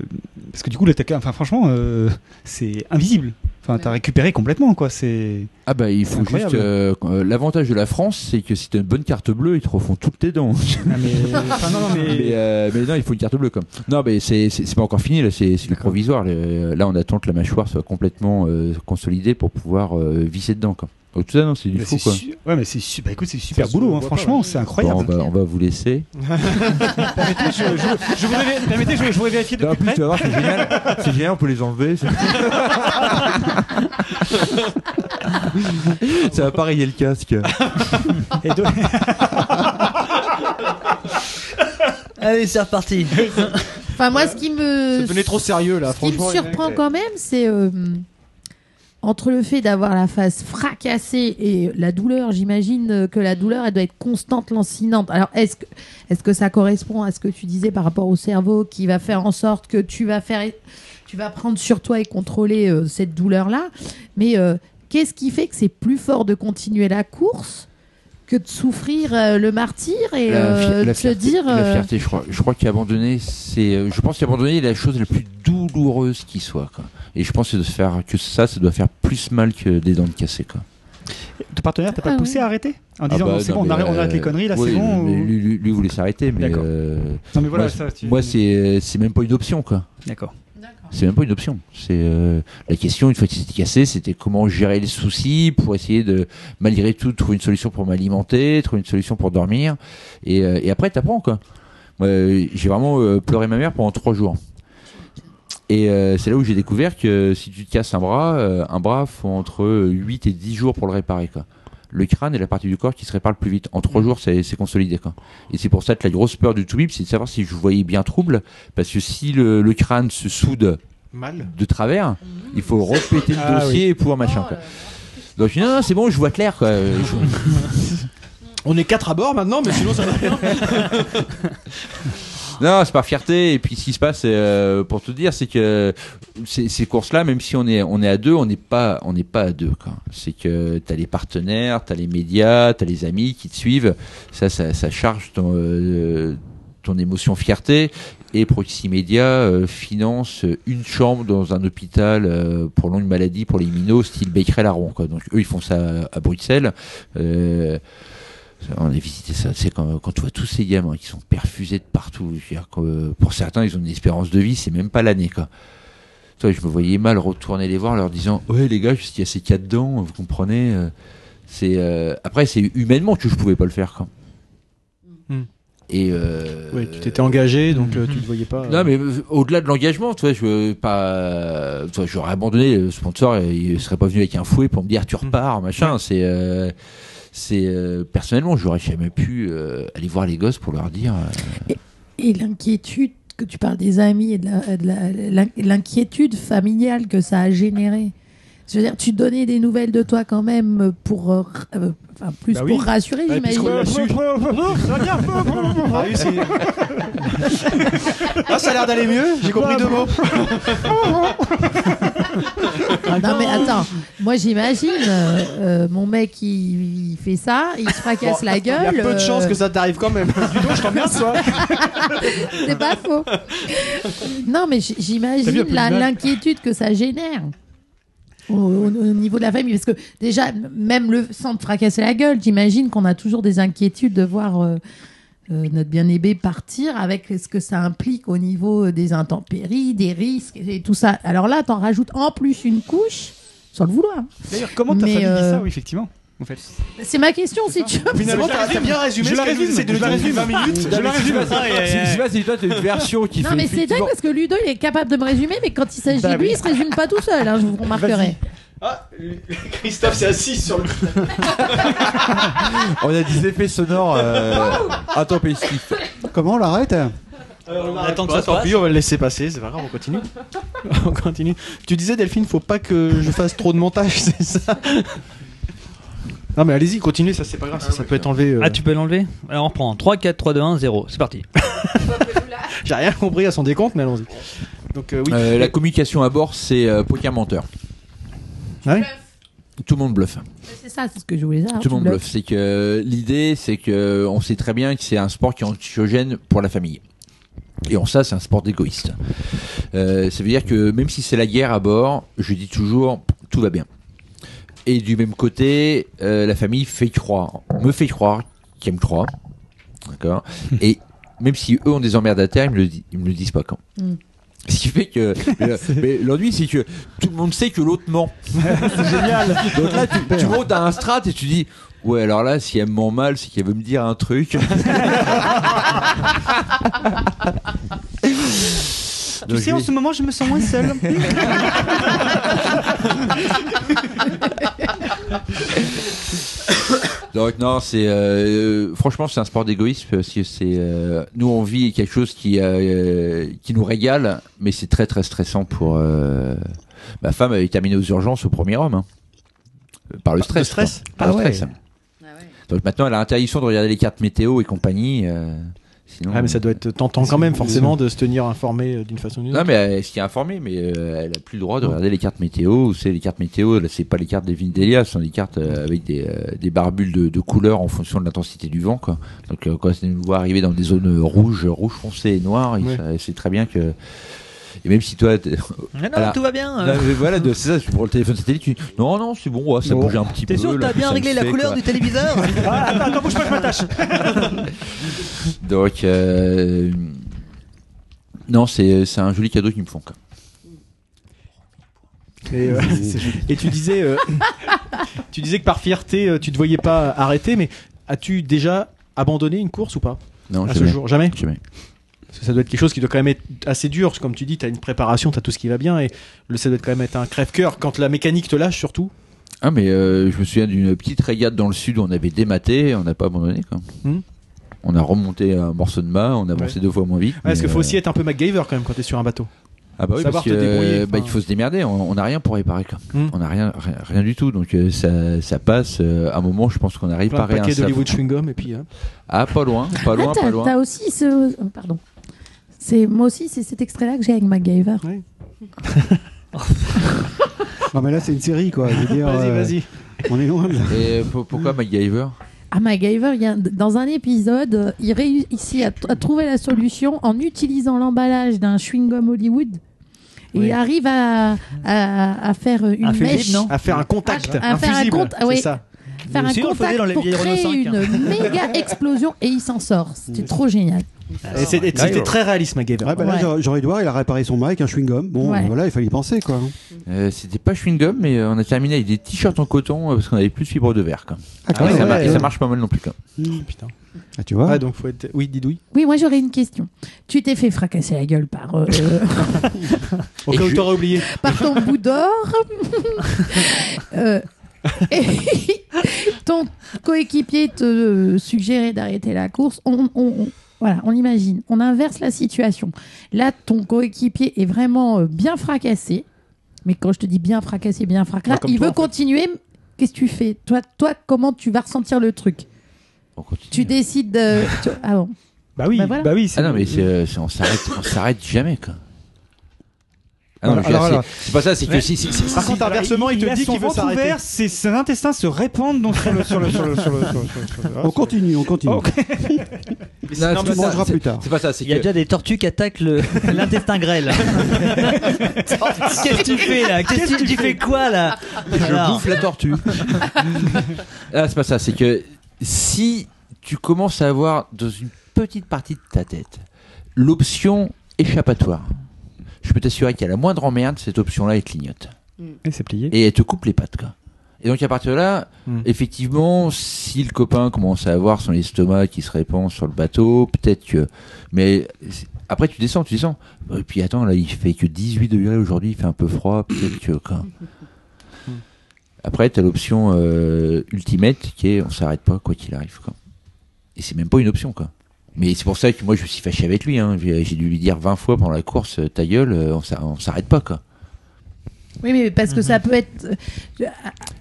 Speaker 8: parce que du coup, le TK, enfin, franchement, euh, c'est invisible. Enfin, t'as récupéré complètement, quoi. C'est.
Speaker 4: Ah bah il faut
Speaker 8: Incroyable.
Speaker 4: juste... euh, euh, L'avantage de la France c'est que si t'as une bonne carte bleue ils te refont toutes tes dents.
Speaker 8: *laughs* Enfin, non, non, *laughs* mais-
Speaker 4: Mais, euh, mais non, il faut une carte bleue. Comme. Non, mais c'est c'est- c'est pas encore fini, là, c'est c'est du provisoire. Le- là, on attend que la mâchoire soit complètement euh, consolidée pour pouvoir euh, visser dedans. Quoi. Donc, tout ça, non, c'est du
Speaker 8: Mais
Speaker 4: fou.
Speaker 8: c'est
Speaker 4: Quoi.
Speaker 8: su- Ouais, mais c'est su- bah, écoute, c'est super
Speaker 3: Ça se
Speaker 8: boulot, hein,
Speaker 3: voit pas,
Speaker 8: franchement,
Speaker 3: ouais.
Speaker 8: c'est
Speaker 4: Bon,
Speaker 8: incroyable.
Speaker 4: on, va, on va vous laisser.
Speaker 8: *laughs* Permettez, je, je- je voudrais, permettez, je, je voudrais vérifier de
Speaker 4: Non, en
Speaker 8: plus
Speaker 4: plus,
Speaker 8: près.
Speaker 4: tu vas voir, c'est génial. C'est génial, on peut les enlever. c'est- ça va pas rayer le casque.
Speaker 8: Et de-
Speaker 11: Allez, c'est reparti.
Speaker 6: Enfin, moi, ce qui me.
Speaker 3: Ça devenait trop sérieux là,
Speaker 6: Ce qui me
Speaker 3: franchement.
Speaker 6: surprend quand même, c'est euh, entre le fait d'avoir la face fracassée et la douleur, j'imagine euh, que la douleur, elle doit être constante, lancinante. Alors, est-ce que, est que ça correspond à ce que tu disais par rapport au cerveau qui va faire en sorte que tu vas faire. Tu vas prendre sur toi et contrôler euh, cette douleur-là. Mais euh, qu'est-ce qui fait que c'est plus fort de continuer la course que de souffrir euh, le martyr et
Speaker 4: fi-
Speaker 6: euh, de se
Speaker 4: fierté,
Speaker 6: dire.
Speaker 4: la
Speaker 6: euh,
Speaker 4: fierté, je crois, je crois qu'abandonner, c'est, euh, je pense qu'abandonner est la chose la plus douloureuse qui soit. Quoi. Et je pense que de se faire que ça, ça doit faire plus mal que des dents de cassé. Quoi.
Speaker 8: Ton partenaire t'a pas
Speaker 6: Ah
Speaker 8: poussé à arrêter En
Speaker 4: Ah
Speaker 8: disant,
Speaker 4: bah,
Speaker 8: non, c'est
Speaker 4: non,
Speaker 8: bon, on
Speaker 4: mais,
Speaker 8: arrête, on arrête
Speaker 4: euh,
Speaker 8: les conneries, là,
Speaker 4: oui,
Speaker 8: c'est bon.
Speaker 4: lui,
Speaker 8: ou-
Speaker 4: lui, lui- lui voulait s'arrêter, mais
Speaker 8: D'accord.
Speaker 4: euh,
Speaker 8: Non, mais voilà,
Speaker 4: moi,
Speaker 8: ça, tu-
Speaker 4: moi, c'est euh, c'est même pas une option quoi.
Speaker 8: D'accord.
Speaker 4: C'est même pas une option. C'est euh, la question une fois qu'il s'était cassé, c'était comment gérer les soucis pour essayer de malgré tout trouver une solution pour m'alimenter, trouver une solution pour dormir et, euh, et après t'apprends quoi. Moi, euh, j'ai vraiment euh, pleuré ma mère pendant trois jours. Et euh, c'est là où j'ai découvert que si tu te casses un bras, euh, un bras faut entre 8 et 10 jours pour le réparer quoi. Le crâne est la partie du corps qui se répare le plus vite. En trois
Speaker 8: Mm.
Speaker 4: jours, c'est c'est consolidé. Quoi. Et c'est pour ça que la grosse peur du tout-bip, c'est de savoir si je voyais bien trouble. Parce que si le, le crâne se soude
Speaker 3: Mal.
Speaker 4: de travers, il faut repéter le
Speaker 8: Ah
Speaker 4: dossier et pouvoir machin. Quoi. Donc je dis, non, non, c'est bon, je vois clair. Quoi. Je-
Speaker 3: *laughs* On est quatre à bord maintenant, mais sinon ça va.
Speaker 4: *laughs* non, c'est par fierté. Et puis ce qui se passe, euh, pour tout dire, c'est que ces, ces courses-là, même si on est, on est à deux, on n'est pas, on n'est pas à deux. quoi. C'est que t'as les partenaires, t'as les médias, t'as les amis qui te suivent. Ça, ça, ça charge ton, euh, ton émotion fierté. Et Proximedia euh, finance euh, une chambre dans un hôpital euh, pour longue maladie pour les minots, style Becquerel-Aron. quoi. Donc eux, ils font ça à Bruxelles. Euh, on a visité ça, c'est quand, quand tu vois tous ces gamins qui sont perfusés de partout. je veux dire que, euh, pour certains, ils ont une espérance de vie, c'est même pas l'année. quoi. Toi, je me voyais mal retourner les voir en leur disant Ouais, les gars, juste il y a ces cas dedans, vous comprenez euh, c'est euh, Après, c'est humainement que je pouvais pas le faire. Quoi.
Speaker 3: Mm.
Speaker 4: Et euh,
Speaker 3: Ouais, tu t'étais engagé, donc euh, tu te voyais pas. euh,
Speaker 4: non, mais euh, au-delà de l'engagement, tu vois, je veux pas, euh, tu vois, j'aurais abandonné le sponsor, et il serait pas venu avec un fouet pour me dire tu repars, machin. C'est, euh, c'est euh, personnellement, j'aurais jamais pu euh, aller voir les gosses pour leur dire. euh,
Speaker 6: Et l'inquiétude, que tu parles des amis et de la- de la- l'in- l'inquiétude familiale que ça a généré. Je veux dire, tu donnais des nouvelles de toi quand même pour, euh, euh, enfin, plus
Speaker 8: Bah
Speaker 6: pour
Speaker 8: oui.
Speaker 6: rassurer,
Speaker 3: Ouais,
Speaker 6: j'imagine.
Speaker 3: puisqu'on l'a su. Ah, oui, c'est- Ah, ça a l'air d'aller mieux, j'ai compris deux mots.
Speaker 6: Non mais attends, moi j'imagine euh, euh, mon mec il, il fait ça, il se fracasse
Speaker 3: Bon,
Speaker 6: la
Speaker 3: Il y
Speaker 6: gueule.
Speaker 3: a peu de chances
Speaker 6: euh,
Speaker 3: que ça t'arrive quand même. je t'embrasse, toi.
Speaker 6: C'est pas faux. Non, mais j-
Speaker 8: T'as vu,
Speaker 6: j'imagine
Speaker 8: un peu de
Speaker 6: la-
Speaker 8: mal.
Speaker 6: l'inquiétude que ça génère au, au- au niveau de la famille. Parce que déjà, m- même le, sans te fracasser la gueule, j'imagine qu'on a toujours des inquiétudes de voir euh, euh, notre bien-aimé partir avec ce que ça implique au niveau euh, des intempéries, des risques et tout ça. Alors là, t'en rajoutes en plus une couche sans le vouloir.
Speaker 8: D'ailleurs, comment ta
Speaker 6: Mais,
Speaker 8: famille dit
Speaker 6: euh,
Speaker 8: ça Oui, effectivement. en fait.
Speaker 6: C'est ma question, si tu veux.
Speaker 3: Finalement, t'as t'as bien résumé.
Speaker 8: Je
Speaker 3: ce
Speaker 8: la
Speaker 3: que
Speaker 8: résume,
Speaker 3: c'est de
Speaker 8: je la
Speaker 3: dire
Speaker 8: résume.
Speaker 3: 20 minutes.
Speaker 8: Je la résume.
Speaker 4: Je sais pas si toi, t'as une version qui
Speaker 6: Non,
Speaker 4: fait
Speaker 6: mais c'est dingue
Speaker 4: effectivement-
Speaker 6: parce que Ludo, il est capable de me résumer, mais quand il s'agit
Speaker 8: Bah
Speaker 6: de lui,
Speaker 8: oui.
Speaker 6: il se résume pas tout seul, hein, je vous remarquerai.
Speaker 3: Ah, Christophe s'est assis sur le.
Speaker 4: On a des effets sonores euh, intempestifs.
Speaker 10: Comment on l'arrête
Speaker 3: on
Speaker 11: attend que ça
Speaker 3: tant
Speaker 11: passe.
Speaker 3: pis, on va le laisser passer, c'est pas grave, on continue. *laughs* on continue. Tu disais, Delphine, faut pas que je fasse trop de montage, *laughs* c'est ça Non, mais allez-y, continuez, ça c'est pas grave, ça, ça peut être enlevé. euh,
Speaker 1: Ah, tu peux l'enlever Alors on reprend. 3, 4, 3, 2, 1, 0. C'est parti.
Speaker 3: J'ai rien compris à son décompte, mais allons-y. Donc, euh, oui.
Speaker 4: Euh, la communication à bord, c'est euh, poker menteur.
Speaker 3: Ouais.
Speaker 4: Tout le monde bluffe.
Speaker 6: C'est ça, c'est ce que je voulais dire. hein.
Speaker 4: Tout le monde
Speaker 6: Tu
Speaker 4: bluffe. C'est que l'idée, c'est que on sait très bien que c'est un sport qui est anxiogène pour la famille. Et en ça, c'est un sport d'égoïste. Euh, ça veut dire que même si c'est la guerre à bord, je dis toujours tout va bien. Et du même côté, euh, la famille fait croire, me fait croire, qui me croit,
Speaker 8: *laughs*
Speaker 4: d'accord. Et même si eux ont des emmerdes à terre, ils me le, di- ils me le disent pas quand.
Speaker 8: Hmm.
Speaker 6: Mm.
Speaker 4: Ce qui fait
Speaker 8: *laughs*
Speaker 4: que le- mais l'ennui, c'est que tout le monde sait que l'autre ment.
Speaker 8: C'est génial.
Speaker 4: Donc là, tu, tu montes à un strat et tu dis Ouais, alors là, si elle me ment mal, c'est qu'elle veut me dire
Speaker 3: *laughs*
Speaker 4: un truc.
Speaker 8: Tu sais, en ce moment, je me sens moins seul.
Speaker 4: Donc, non, c'est. euh, franchement, c'est un sport d'égoïsme parce que c'est. euh, nous, on vit quelque chose qui, euh, qui nous régale, mais c'est très, très stressant pour. euh, ma femme elle est terminée aux urgences au premier homme. hein. Par le stress.
Speaker 3: le stress
Speaker 4: quoi. Par
Speaker 3: Ah
Speaker 4: le
Speaker 3: ouais.
Speaker 4: stress. Donc maintenant, elle a interdiction de regarder les cartes météo et compagnie. euh, sinon,
Speaker 3: Ah, mais ça doit être tentant quand même, forcément, de se tenir informé euh, d'une façon
Speaker 1: Mmh.
Speaker 3: ou d'une
Speaker 4: Non
Speaker 3: autre.
Speaker 4: mais euh, ce qui est informé, mais euh, elle a plus le droit de regarder les cartes météo. ou C'est les cartes météo, là, c'est pas les cartes des Vindelia, ce sont des cartes euh, avec des, euh, des barbules de, de couleurs en fonction de l'intensité du vent. Quoi. Donc euh, quand elle nous voit arriver dans des zones euh, rouges, rouge foncé et noir, il
Speaker 3: Ouais.
Speaker 4: sa- elle sait très bien que. Et même si
Speaker 1: *laughs*
Speaker 4: toi, t'es-
Speaker 1: Mais non,
Speaker 4: Alors,
Speaker 1: tout va bien.
Speaker 4: Non, mais voilà, de- c'est ça, tu prends le téléphone satellite, tu dis, non non, c'est bon, ouais, ça bouge un petit peu.
Speaker 1: T'es sûr que
Speaker 4: là,
Speaker 1: t'as bien
Speaker 4: ça le
Speaker 1: réglé la
Speaker 4: fait,
Speaker 1: couleur
Speaker 4: quoi.
Speaker 1: du
Speaker 4: *laughs*
Speaker 1: téléviseur
Speaker 8: Ah, attends, attends, bouge pas, je m'attache.
Speaker 4: Donc euh, non, c'est c'est un joli cadeau qu'ils me font. Quoi.
Speaker 3: Et, *laughs* euh,
Speaker 4: Ah.
Speaker 3: et tu disais, euh, *laughs* tu disais que par fierté, euh, tu te voyais pas arrêter, mais as-tu déjà abandonné une course ou pas
Speaker 4: Non,
Speaker 3: à ce
Speaker 4: jamais.
Speaker 3: jour Jamais.
Speaker 4: Jamais.
Speaker 3: Parce que ça doit être quelque chose qui doit quand même être assez dur. Comme tu dis, tu as une préparation, tu as tout ce qui va bien. Et le, ça doit être quand même être un crève-coeur quand la mécanique te lâche, surtout.
Speaker 4: Ah mais euh, je me souviens d'une petite régate dans le sud où on avait dématé, et on n'a pas abandonné quoi.
Speaker 3: Hmm.
Speaker 4: On a remonté un morceau de mât, on a avancé deux fois moins vite.
Speaker 3: Ouais, parce
Speaker 4: mais,
Speaker 3: qu'il faut
Speaker 4: euh,
Speaker 3: aussi être un peu MacGyver quand même quand tu es sur un bateau.
Speaker 4: ah bah oui,
Speaker 3: savoir
Speaker 4: parce que,
Speaker 3: te débrouiller,
Speaker 4: euh, bah,
Speaker 3: enfin.
Speaker 4: il faut se démerder. On on n'a rien pour réparer quoi.
Speaker 3: Hmm.
Speaker 4: On n'a rien, rien, rien du tout. Donc euh, ça, ça passe. euh, à un moment, je pense qu'on a
Speaker 3: Plein de
Speaker 4: réparé un
Speaker 3: paquets
Speaker 4: savon.
Speaker 3: d'Hollywood chewing-gum. Et puis, hein.
Speaker 4: Ah pas loin, pas
Speaker 6: Ah,
Speaker 4: loin, pas
Speaker 6: t'as-
Speaker 4: loin.
Speaker 6: t'as aussi ce. oh, pardon. C'est moi aussi, c'est cet extrait-là que j'ai avec MacGyver.
Speaker 10: Non, mais là, c'est une série, quoi. Je veux dire,
Speaker 3: vas-y,
Speaker 10: euh,
Speaker 3: vas-y.
Speaker 10: On est loin de là.
Speaker 4: Et euh, pour- pourquoi MacGyver
Speaker 6: Ah, MacGyver, il y a- dans un épisode, euh, il réussit à, t- à trouver la solution en utilisant l'emballage d'un chewing-gum Hollywood. Et
Speaker 3: Oui.
Speaker 6: il arrive à, à- à faire une
Speaker 1: Un fusible,
Speaker 6: mèche,
Speaker 1: non
Speaker 3: À faire un contact,
Speaker 6: Ah, à
Speaker 3: un
Speaker 6: faire un
Speaker 3: fusible.
Speaker 6: compte- ah
Speaker 3: c'est
Speaker 6: oui.
Speaker 3: ça.
Speaker 6: faire
Speaker 1: Nous
Speaker 6: un
Speaker 1: aussi, on le faisait
Speaker 6: contact
Speaker 1: dans les
Speaker 6: pour
Speaker 1: vieilles Renault
Speaker 6: créer
Speaker 1: 5,
Speaker 6: une méga explosion et il s'en sort. C'était trop génial.
Speaker 3: Et c'est- et c'était très réaliste, MacGyver.
Speaker 10: Ouais, bah là,
Speaker 6: Ouais.
Speaker 10: Jean- Jean-Edouard, il a réparé son mic, un chewing-gum. Bon,
Speaker 6: Ouais.
Speaker 10: voilà, il fallait y penser, quoi.
Speaker 4: Euh, C'était pas chewing gum, mais euh, on a terminé avec des t-shirts en coton euh, parce qu'on avait plus de fibres de verre. Quoi.
Speaker 10: Ah,
Speaker 3: Ah
Speaker 10: quand
Speaker 4: Et
Speaker 8: Ah,
Speaker 10: même,
Speaker 4: ça, mar-
Speaker 10: ouais,
Speaker 4: et ça
Speaker 10: ouais.
Speaker 4: marche pas mal non plus. Quoi.
Speaker 3: Putain.
Speaker 10: Ah, tu vois
Speaker 3: Ouais, donc faut être. Oui, Didouille.
Speaker 6: Oui, moi j'aurais une question. Tu t'es fait fracasser la gueule par, euh,
Speaker 3: *laughs* Au
Speaker 4: Et
Speaker 3: cas où
Speaker 4: je-
Speaker 3: t'aurais oublié.
Speaker 6: *laughs* par ton
Speaker 3: *laughs*
Speaker 6: bout d'or. Euh, et *laughs* ton coéquipier te euh, suggérait d'arrêter la course. On, on- on- voilà, on imagine. On inverse la situation. Là, ton coéquipier est vraiment euh, bien fracassé. Mais quand je te dis bien fracassé, bien fracassé,
Speaker 3: Ouais, Bah, comme
Speaker 6: il
Speaker 3: toi,
Speaker 6: veut
Speaker 3: en fait.
Speaker 6: continuer. Qu'est-ce que tu fais toi, toi, comment tu vas ressentir le truc
Speaker 4: On continue.
Speaker 6: Tu décides de. tu- Ah bon
Speaker 8: Bah oui,
Speaker 6: Bah voilà.
Speaker 8: bah oui. c'est-
Speaker 4: Ah non, mais c'est, euh, c'est- on s'arrête, on s'arrête jamais, quoi. Ah non,
Speaker 8: Alors,
Speaker 4: je veux dire,
Speaker 8: alors, alors.
Speaker 4: c'est, c'est pas ça, c'est que
Speaker 8: Ouais.
Speaker 4: si, si, si- si-
Speaker 3: Par contre, inversement, il te
Speaker 8: a
Speaker 3: dit
Speaker 8: son
Speaker 3: qu'il veut
Speaker 8: ventre
Speaker 3: s'arrêter.
Speaker 8: ouvert, ses, ses intestins se répandent donc sur le sur le sur le sur le. Sur le, sur le- sur le-
Speaker 10: On continue, on continue.
Speaker 8: Ok.
Speaker 4: Non, c'est
Speaker 10: Tu
Speaker 4: pas ça,
Speaker 10: mangeras
Speaker 4: c'est-
Speaker 10: plus tard.
Speaker 4: C'est pas ça, c'est
Speaker 1: Il y a
Speaker 4: que.
Speaker 1: déjà des tortues qui attaquent le- l'intestin grêle. Qu'est-ce que tu fais là Qu'est-ce que tu fais quoi là
Speaker 4: Je
Speaker 1: Alors,
Speaker 4: bouffe la tortue. *laughs* ah, c'est pas ça, c'est que si tu commences à avoir dans une petite partie de ta tête l'option échappatoire, je peux t'assurer qu'à la moindre emmerde, cette option-là, elle clignote.
Speaker 8: Et c'est plié.
Speaker 4: Et elle te coupe les pattes, quoi. Et donc à partir de là, effectivement, si le copain commence à avoir son estomac qui se répand sur le bateau, peut-être que. Mais c'est- après, tu descends, tu descends. Et puis attends, là, il fait que 18 degrés aujourd'hui, il fait un peu froid, peut-être que. quoi. Après, tu as l'option euh, ultimate qui est on s'arrête pas, quoi qu'il arrive. Quoi. Et c'est même pas une option, quoi. Mais c'est pour ça que moi, je me suis fâché avec lui. hein. J'ai j'ai dû lui dire 20 fois pendant la course, ta gueule, euh, on s'a- on s'arrête pas, quoi.
Speaker 6: Oui, mais parce que ça peut être. euh,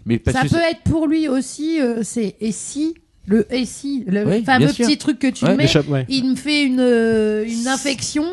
Speaker 4: Mais Mhm. parce
Speaker 6: ça
Speaker 4: que
Speaker 6: peut être pour lui aussi, euh, c'est et si le et si le
Speaker 4: Oui,
Speaker 6: fameux
Speaker 4: bien sûr.
Speaker 6: petit truc que tu
Speaker 4: Ouais.
Speaker 6: mets,
Speaker 4: Échappe, ouais.
Speaker 6: il me fait une, euh, une infection.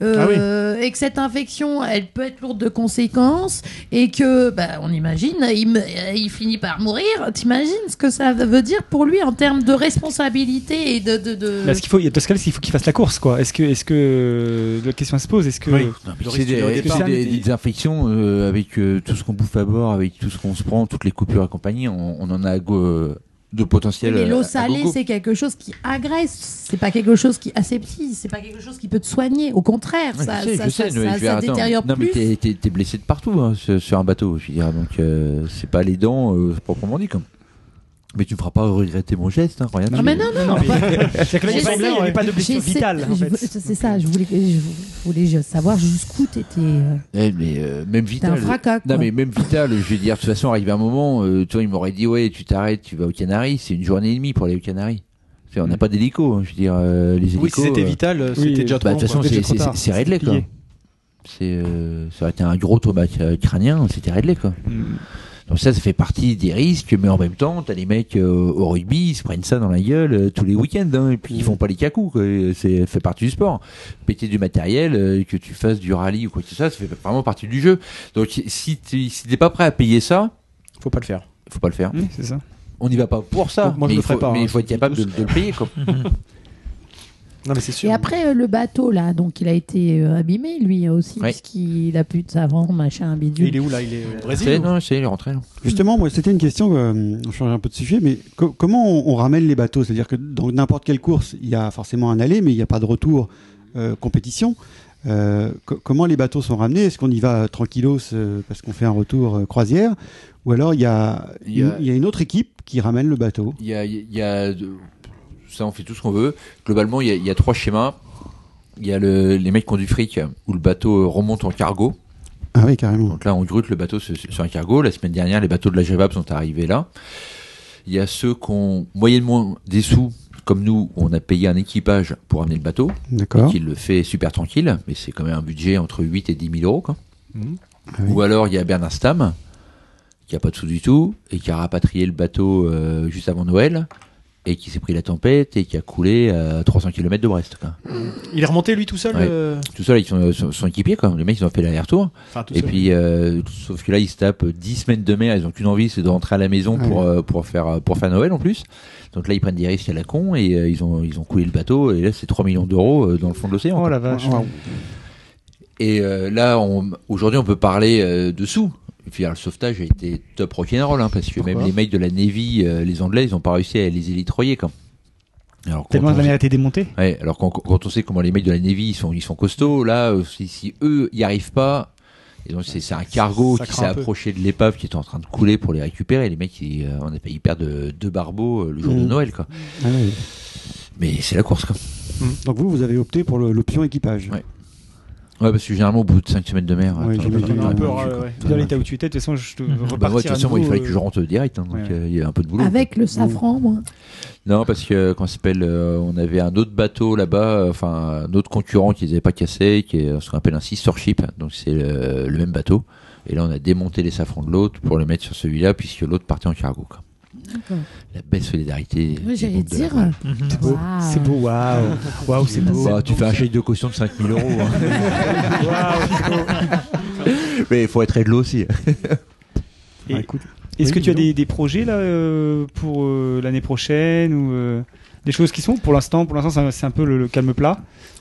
Speaker 6: euh, Et que cette infection, elle peut être lourde de conséquences, et que, bah, on imagine, il, me- euh, il finit par mourir. T'imagines ce que ça veut dire pour lui en termes de responsabilité et de. de, de-
Speaker 8: Mais Est-ce qu'il faut, dans ce cas-là, il faut qu'il fasse la course, quoi. Est-ce que, est-ce que euh, la question se pose, est-ce que
Speaker 4: Non, puis C'est des, c'est des- des infections euh, avec euh, tout ce qu'on bouffe à bord, avec tout ce qu'on se prend, toutes les coupures et compagnie. On, on en a à go- de potentiel.
Speaker 6: Mais
Speaker 4: euh, à
Speaker 6: l'eau salée,
Speaker 4: gogo.
Speaker 6: c'est quelque chose qui agresse, c'est pas quelque chose qui aseptise, c'est pas quelque chose qui peut te soigner. Au contraire,
Speaker 4: Ouais,
Speaker 6: ça,
Speaker 4: je sais,
Speaker 6: ça-
Speaker 4: je sais,
Speaker 6: ça-
Speaker 4: mais
Speaker 6: ça-
Speaker 4: je vais-
Speaker 6: ça
Speaker 4: attends,
Speaker 6: détériore
Speaker 4: non,
Speaker 6: plus.
Speaker 4: mais t'es- t'es- t'es blessé de partout hein, sur, sur un bateau, je veux dire. Donc euh, c'est pas les dents euh, proprement dit comme. Mais tu me feras pas regretter mon geste, hein, rien.
Speaker 6: Ah, mais non, non, non, pas-
Speaker 8: C'est que là, il
Speaker 6: J'essaie.
Speaker 8: semblait, on avait pas de blessure
Speaker 6: J'essaie.
Speaker 8: vitale, en
Speaker 6: Je
Speaker 8: fait.
Speaker 6: veux- C'est ça, je voulais, je voulais savoir jusqu'où t'étais. euh,
Speaker 4: Eh, mais euh, même vital.
Speaker 6: un fracas, quoi.
Speaker 4: Non mais même vital. Je veux dire, de toute façon, arrivé un moment, euh, toi, il m'aurait dit ouais, tu t'arrêtes, tu vas aux Canaries. C'est une journée et demie pour aller aux Canaries. Tu sais, On n'a
Speaker 6: Mm.
Speaker 4: pas d'hélico, hein, je veux dire, euh, les hélicos.
Speaker 3: Oui, si c'était
Speaker 4: euh,
Speaker 3: vital, euh,
Speaker 4: bah,
Speaker 3: c'était déjà trop
Speaker 4: De toute
Speaker 3: long,
Speaker 4: façon,
Speaker 3: quoi.
Speaker 4: c'est-
Speaker 3: Déjà trop
Speaker 4: c'est
Speaker 3: tard.
Speaker 4: c'est réglé quoi.
Speaker 3: Plié.
Speaker 4: C'est, euh, ça aurait été un gros trauma euh, crânien, c'était réglé quoi.
Speaker 3: Mm.
Speaker 4: Donc ça, ça fait partie des risques, mais en même temps, t'as les mecs euh, au rugby, ils se prennent ça dans la gueule euh, tous les week-ends, hein, et puis
Speaker 3: Mm.
Speaker 4: ils font pas les cacous, quoi. Et c'est ça fait partie du sport. Péter du matériel, euh, que tu fasses du rallye ou quoi que ce soit, ça fait vraiment partie du jeu. Donc si tu si t'es pas prêt à payer ça,
Speaker 3: faut pas le faire.
Speaker 4: Faut pas le faire.
Speaker 8: c'est ça.
Speaker 4: On n'y va pas pour ça.
Speaker 3: Donc moi, je
Speaker 4: mais
Speaker 3: le
Speaker 4: il
Speaker 3: ferai
Speaker 4: faut-
Speaker 3: pas,
Speaker 4: Mais
Speaker 3: hein,
Speaker 4: il faut être capable de,
Speaker 3: surtout.
Speaker 4: de le
Speaker 3: *laughs*
Speaker 4: payer, quoi.
Speaker 3: Non, mais c'est sûr.
Speaker 6: Et après euh, le bateau là, donc il a été euh, abîmé lui aussi
Speaker 4: Ouais.
Speaker 6: parce qu'il a plus de savon, machin, bidule.
Speaker 3: est où là Il est au
Speaker 4: C'est- Non, c'est il est rentré. là.
Speaker 10: Justement, moi, c'était une question, euh, on change un peu de sujet, mais co- comment on, on ramène les bateaux C'est-à-dire que dans n'importe quelle course, il y a forcément un aller, mais il n'y a pas de retour euh, compétition. Euh, co- comment les bateaux sont ramenés Est-ce qu'on y va tranquillos euh, parce qu'on fait un retour euh, croisière Ou alors il y, a,
Speaker 4: Il y a-
Speaker 10: une- il y a une autre équipe qui ramène le bateau
Speaker 4: Il y a, il y a- ça, on fait tout ce qu'on veut. Globalement, il y a, il y a trois schémas. Il y a le, les mecs qui ont du fric, où le bateau euh, remonte en cargo.
Speaker 10: Ah oui, carrément.
Speaker 4: Donc là, on grute le bateau sur, sur un cargo. La semaine dernière, les bateaux de la GVAP sont arrivés là. Il y a ceux qui ont moyennement des sous, comme nous, on a payé un équipage pour amener le bateau.
Speaker 10: D'accord.
Speaker 4: Et Qui le fait super tranquille, mais c'est quand même un budget entre 8 et 10 000 euros. quoi.
Speaker 3: Mmh.
Speaker 4: Ou alors, il y a Bernard Stam, qui a pas de sous du tout, et qui a rapatrié le bateau euh, juste avant Noël, et qui s'est pris la tempête, et qui a coulé euh, à 300 km de Brest. Quoi.
Speaker 3: Il est remonté lui tout seul
Speaker 4: Ouais.
Speaker 3: euh,
Speaker 4: Tout seul avec son, son- son équipier, quoi. les mecs ils ont fait l'aller-retour.
Speaker 3: Enfin, tout
Speaker 4: et *laughs*
Speaker 3: seul.
Speaker 4: puis, euh, sauf que là ils se tapent 10 semaines de mer, ils ont qu'une envie, c'est de rentrer à la maison pour,
Speaker 10: Ouais.
Speaker 4: euh, pour, faire, pour faire Noël en plus. Donc là ils prennent des risques à la con et euh, ils, ont, ils ont coulé le bateau, et là c'est 3 millions d'euros euh, dans le fond de l'océan.
Speaker 8: Oh
Speaker 4: quoi.
Speaker 8: la vache.
Speaker 10: Ah, Waouh.
Speaker 4: Et euh, là, on- aujourd'hui, on peut parler euh, de sous. Je veux dire, Le sauvetage a été top rock'n'roll, hein, parce que même les mecs de la Navy, euh, les Anglais, ils n'ont pas réussi à les élitroyer. Quand. Alors, quand
Speaker 8: Tellement
Speaker 4: on
Speaker 8: la mer a
Speaker 4: sait-
Speaker 8: été démontée.
Speaker 4: Ouais, alors quand, quand on sait comment les mecs de la Navy, ils sont, ils sont costauds, là, euh, si, si eux n'y arrivent pas, et donc c'est c'est un cargo
Speaker 3: Ça
Speaker 4: qui
Speaker 3: craint
Speaker 4: s'est
Speaker 3: un peu.
Speaker 4: approché de l'épave qui était en train de couler pour les récupérer. Les mecs, ils, euh, on a failli perdre euh, deux barbeaux euh, le jour de
Speaker 10: Mhm.
Speaker 4: Noël. Quoi.
Speaker 10: Ah oui.
Speaker 4: Mais c'est la course. Quoi.
Speaker 10: Donc vous, vous avez opté pour le- l'option équipage.
Speaker 4: Ouais. Ouais, parce que généralement, au bout de 5 semaines de mer,
Speaker 10: Ouais,
Speaker 4: attends, attends,
Speaker 10: j'imagine. On
Speaker 4: attends,
Speaker 10: a un peu,
Speaker 4: attends,
Speaker 3: euh,
Speaker 4: je-
Speaker 3: ouais.
Speaker 8: Tout à l'heure, il était où tu étais. De toute façon, je te
Speaker 4: Bah, moi, de
Speaker 8: repartir.
Speaker 4: toute
Speaker 8: à
Speaker 4: façon,
Speaker 8: nouveau,
Speaker 4: il fallait
Speaker 8: euh,
Speaker 4: que je rentre direct, hein, donc
Speaker 8: Ouais.
Speaker 4: euh, il y a un peu de boulot.
Speaker 6: Avec le safran, moi.
Speaker 4: Non, parce que quand s'appelle, euh, on avait un autre bateau là-bas, euh, enfin un autre concurrent qui les avait pas cassés, qui est euh, ce qu'on appelle un sister ship, donc c'est euh, le, même bateau. Et là, on a démonté les safrans de l'autre pour les mettre sur celui-là, puisque l'autre partait en cargo. quoi. La belle solidarité.
Speaker 6: Oui,
Speaker 4: des
Speaker 6: j'allais
Speaker 4: mondes de la
Speaker 6: dire.
Speaker 4: voile.
Speaker 8: C'est beau.
Speaker 6: Waouh.
Speaker 8: C'est beau. Waouh. Waouh, c'est beau.
Speaker 4: Bah, tu fais un chèque de caution de 5000 euros. hein. *laughs*
Speaker 8: Waouh, c'est beau.
Speaker 4: Mais il faut être réglo aussi.
Speaker 8: Et-
Speaker 10: Ah, écoute.
Speaker 8: Est-ce que
Speaker 10: Oui,
Speaker 8: tu as
Speaker 10: dis
Speaker 8: des, des projets là euh, pour euh, l'année prochaine ou euh, des choses qui sont pour l'instant pour l'instant c'est un- c'est un peu le, le calme plat.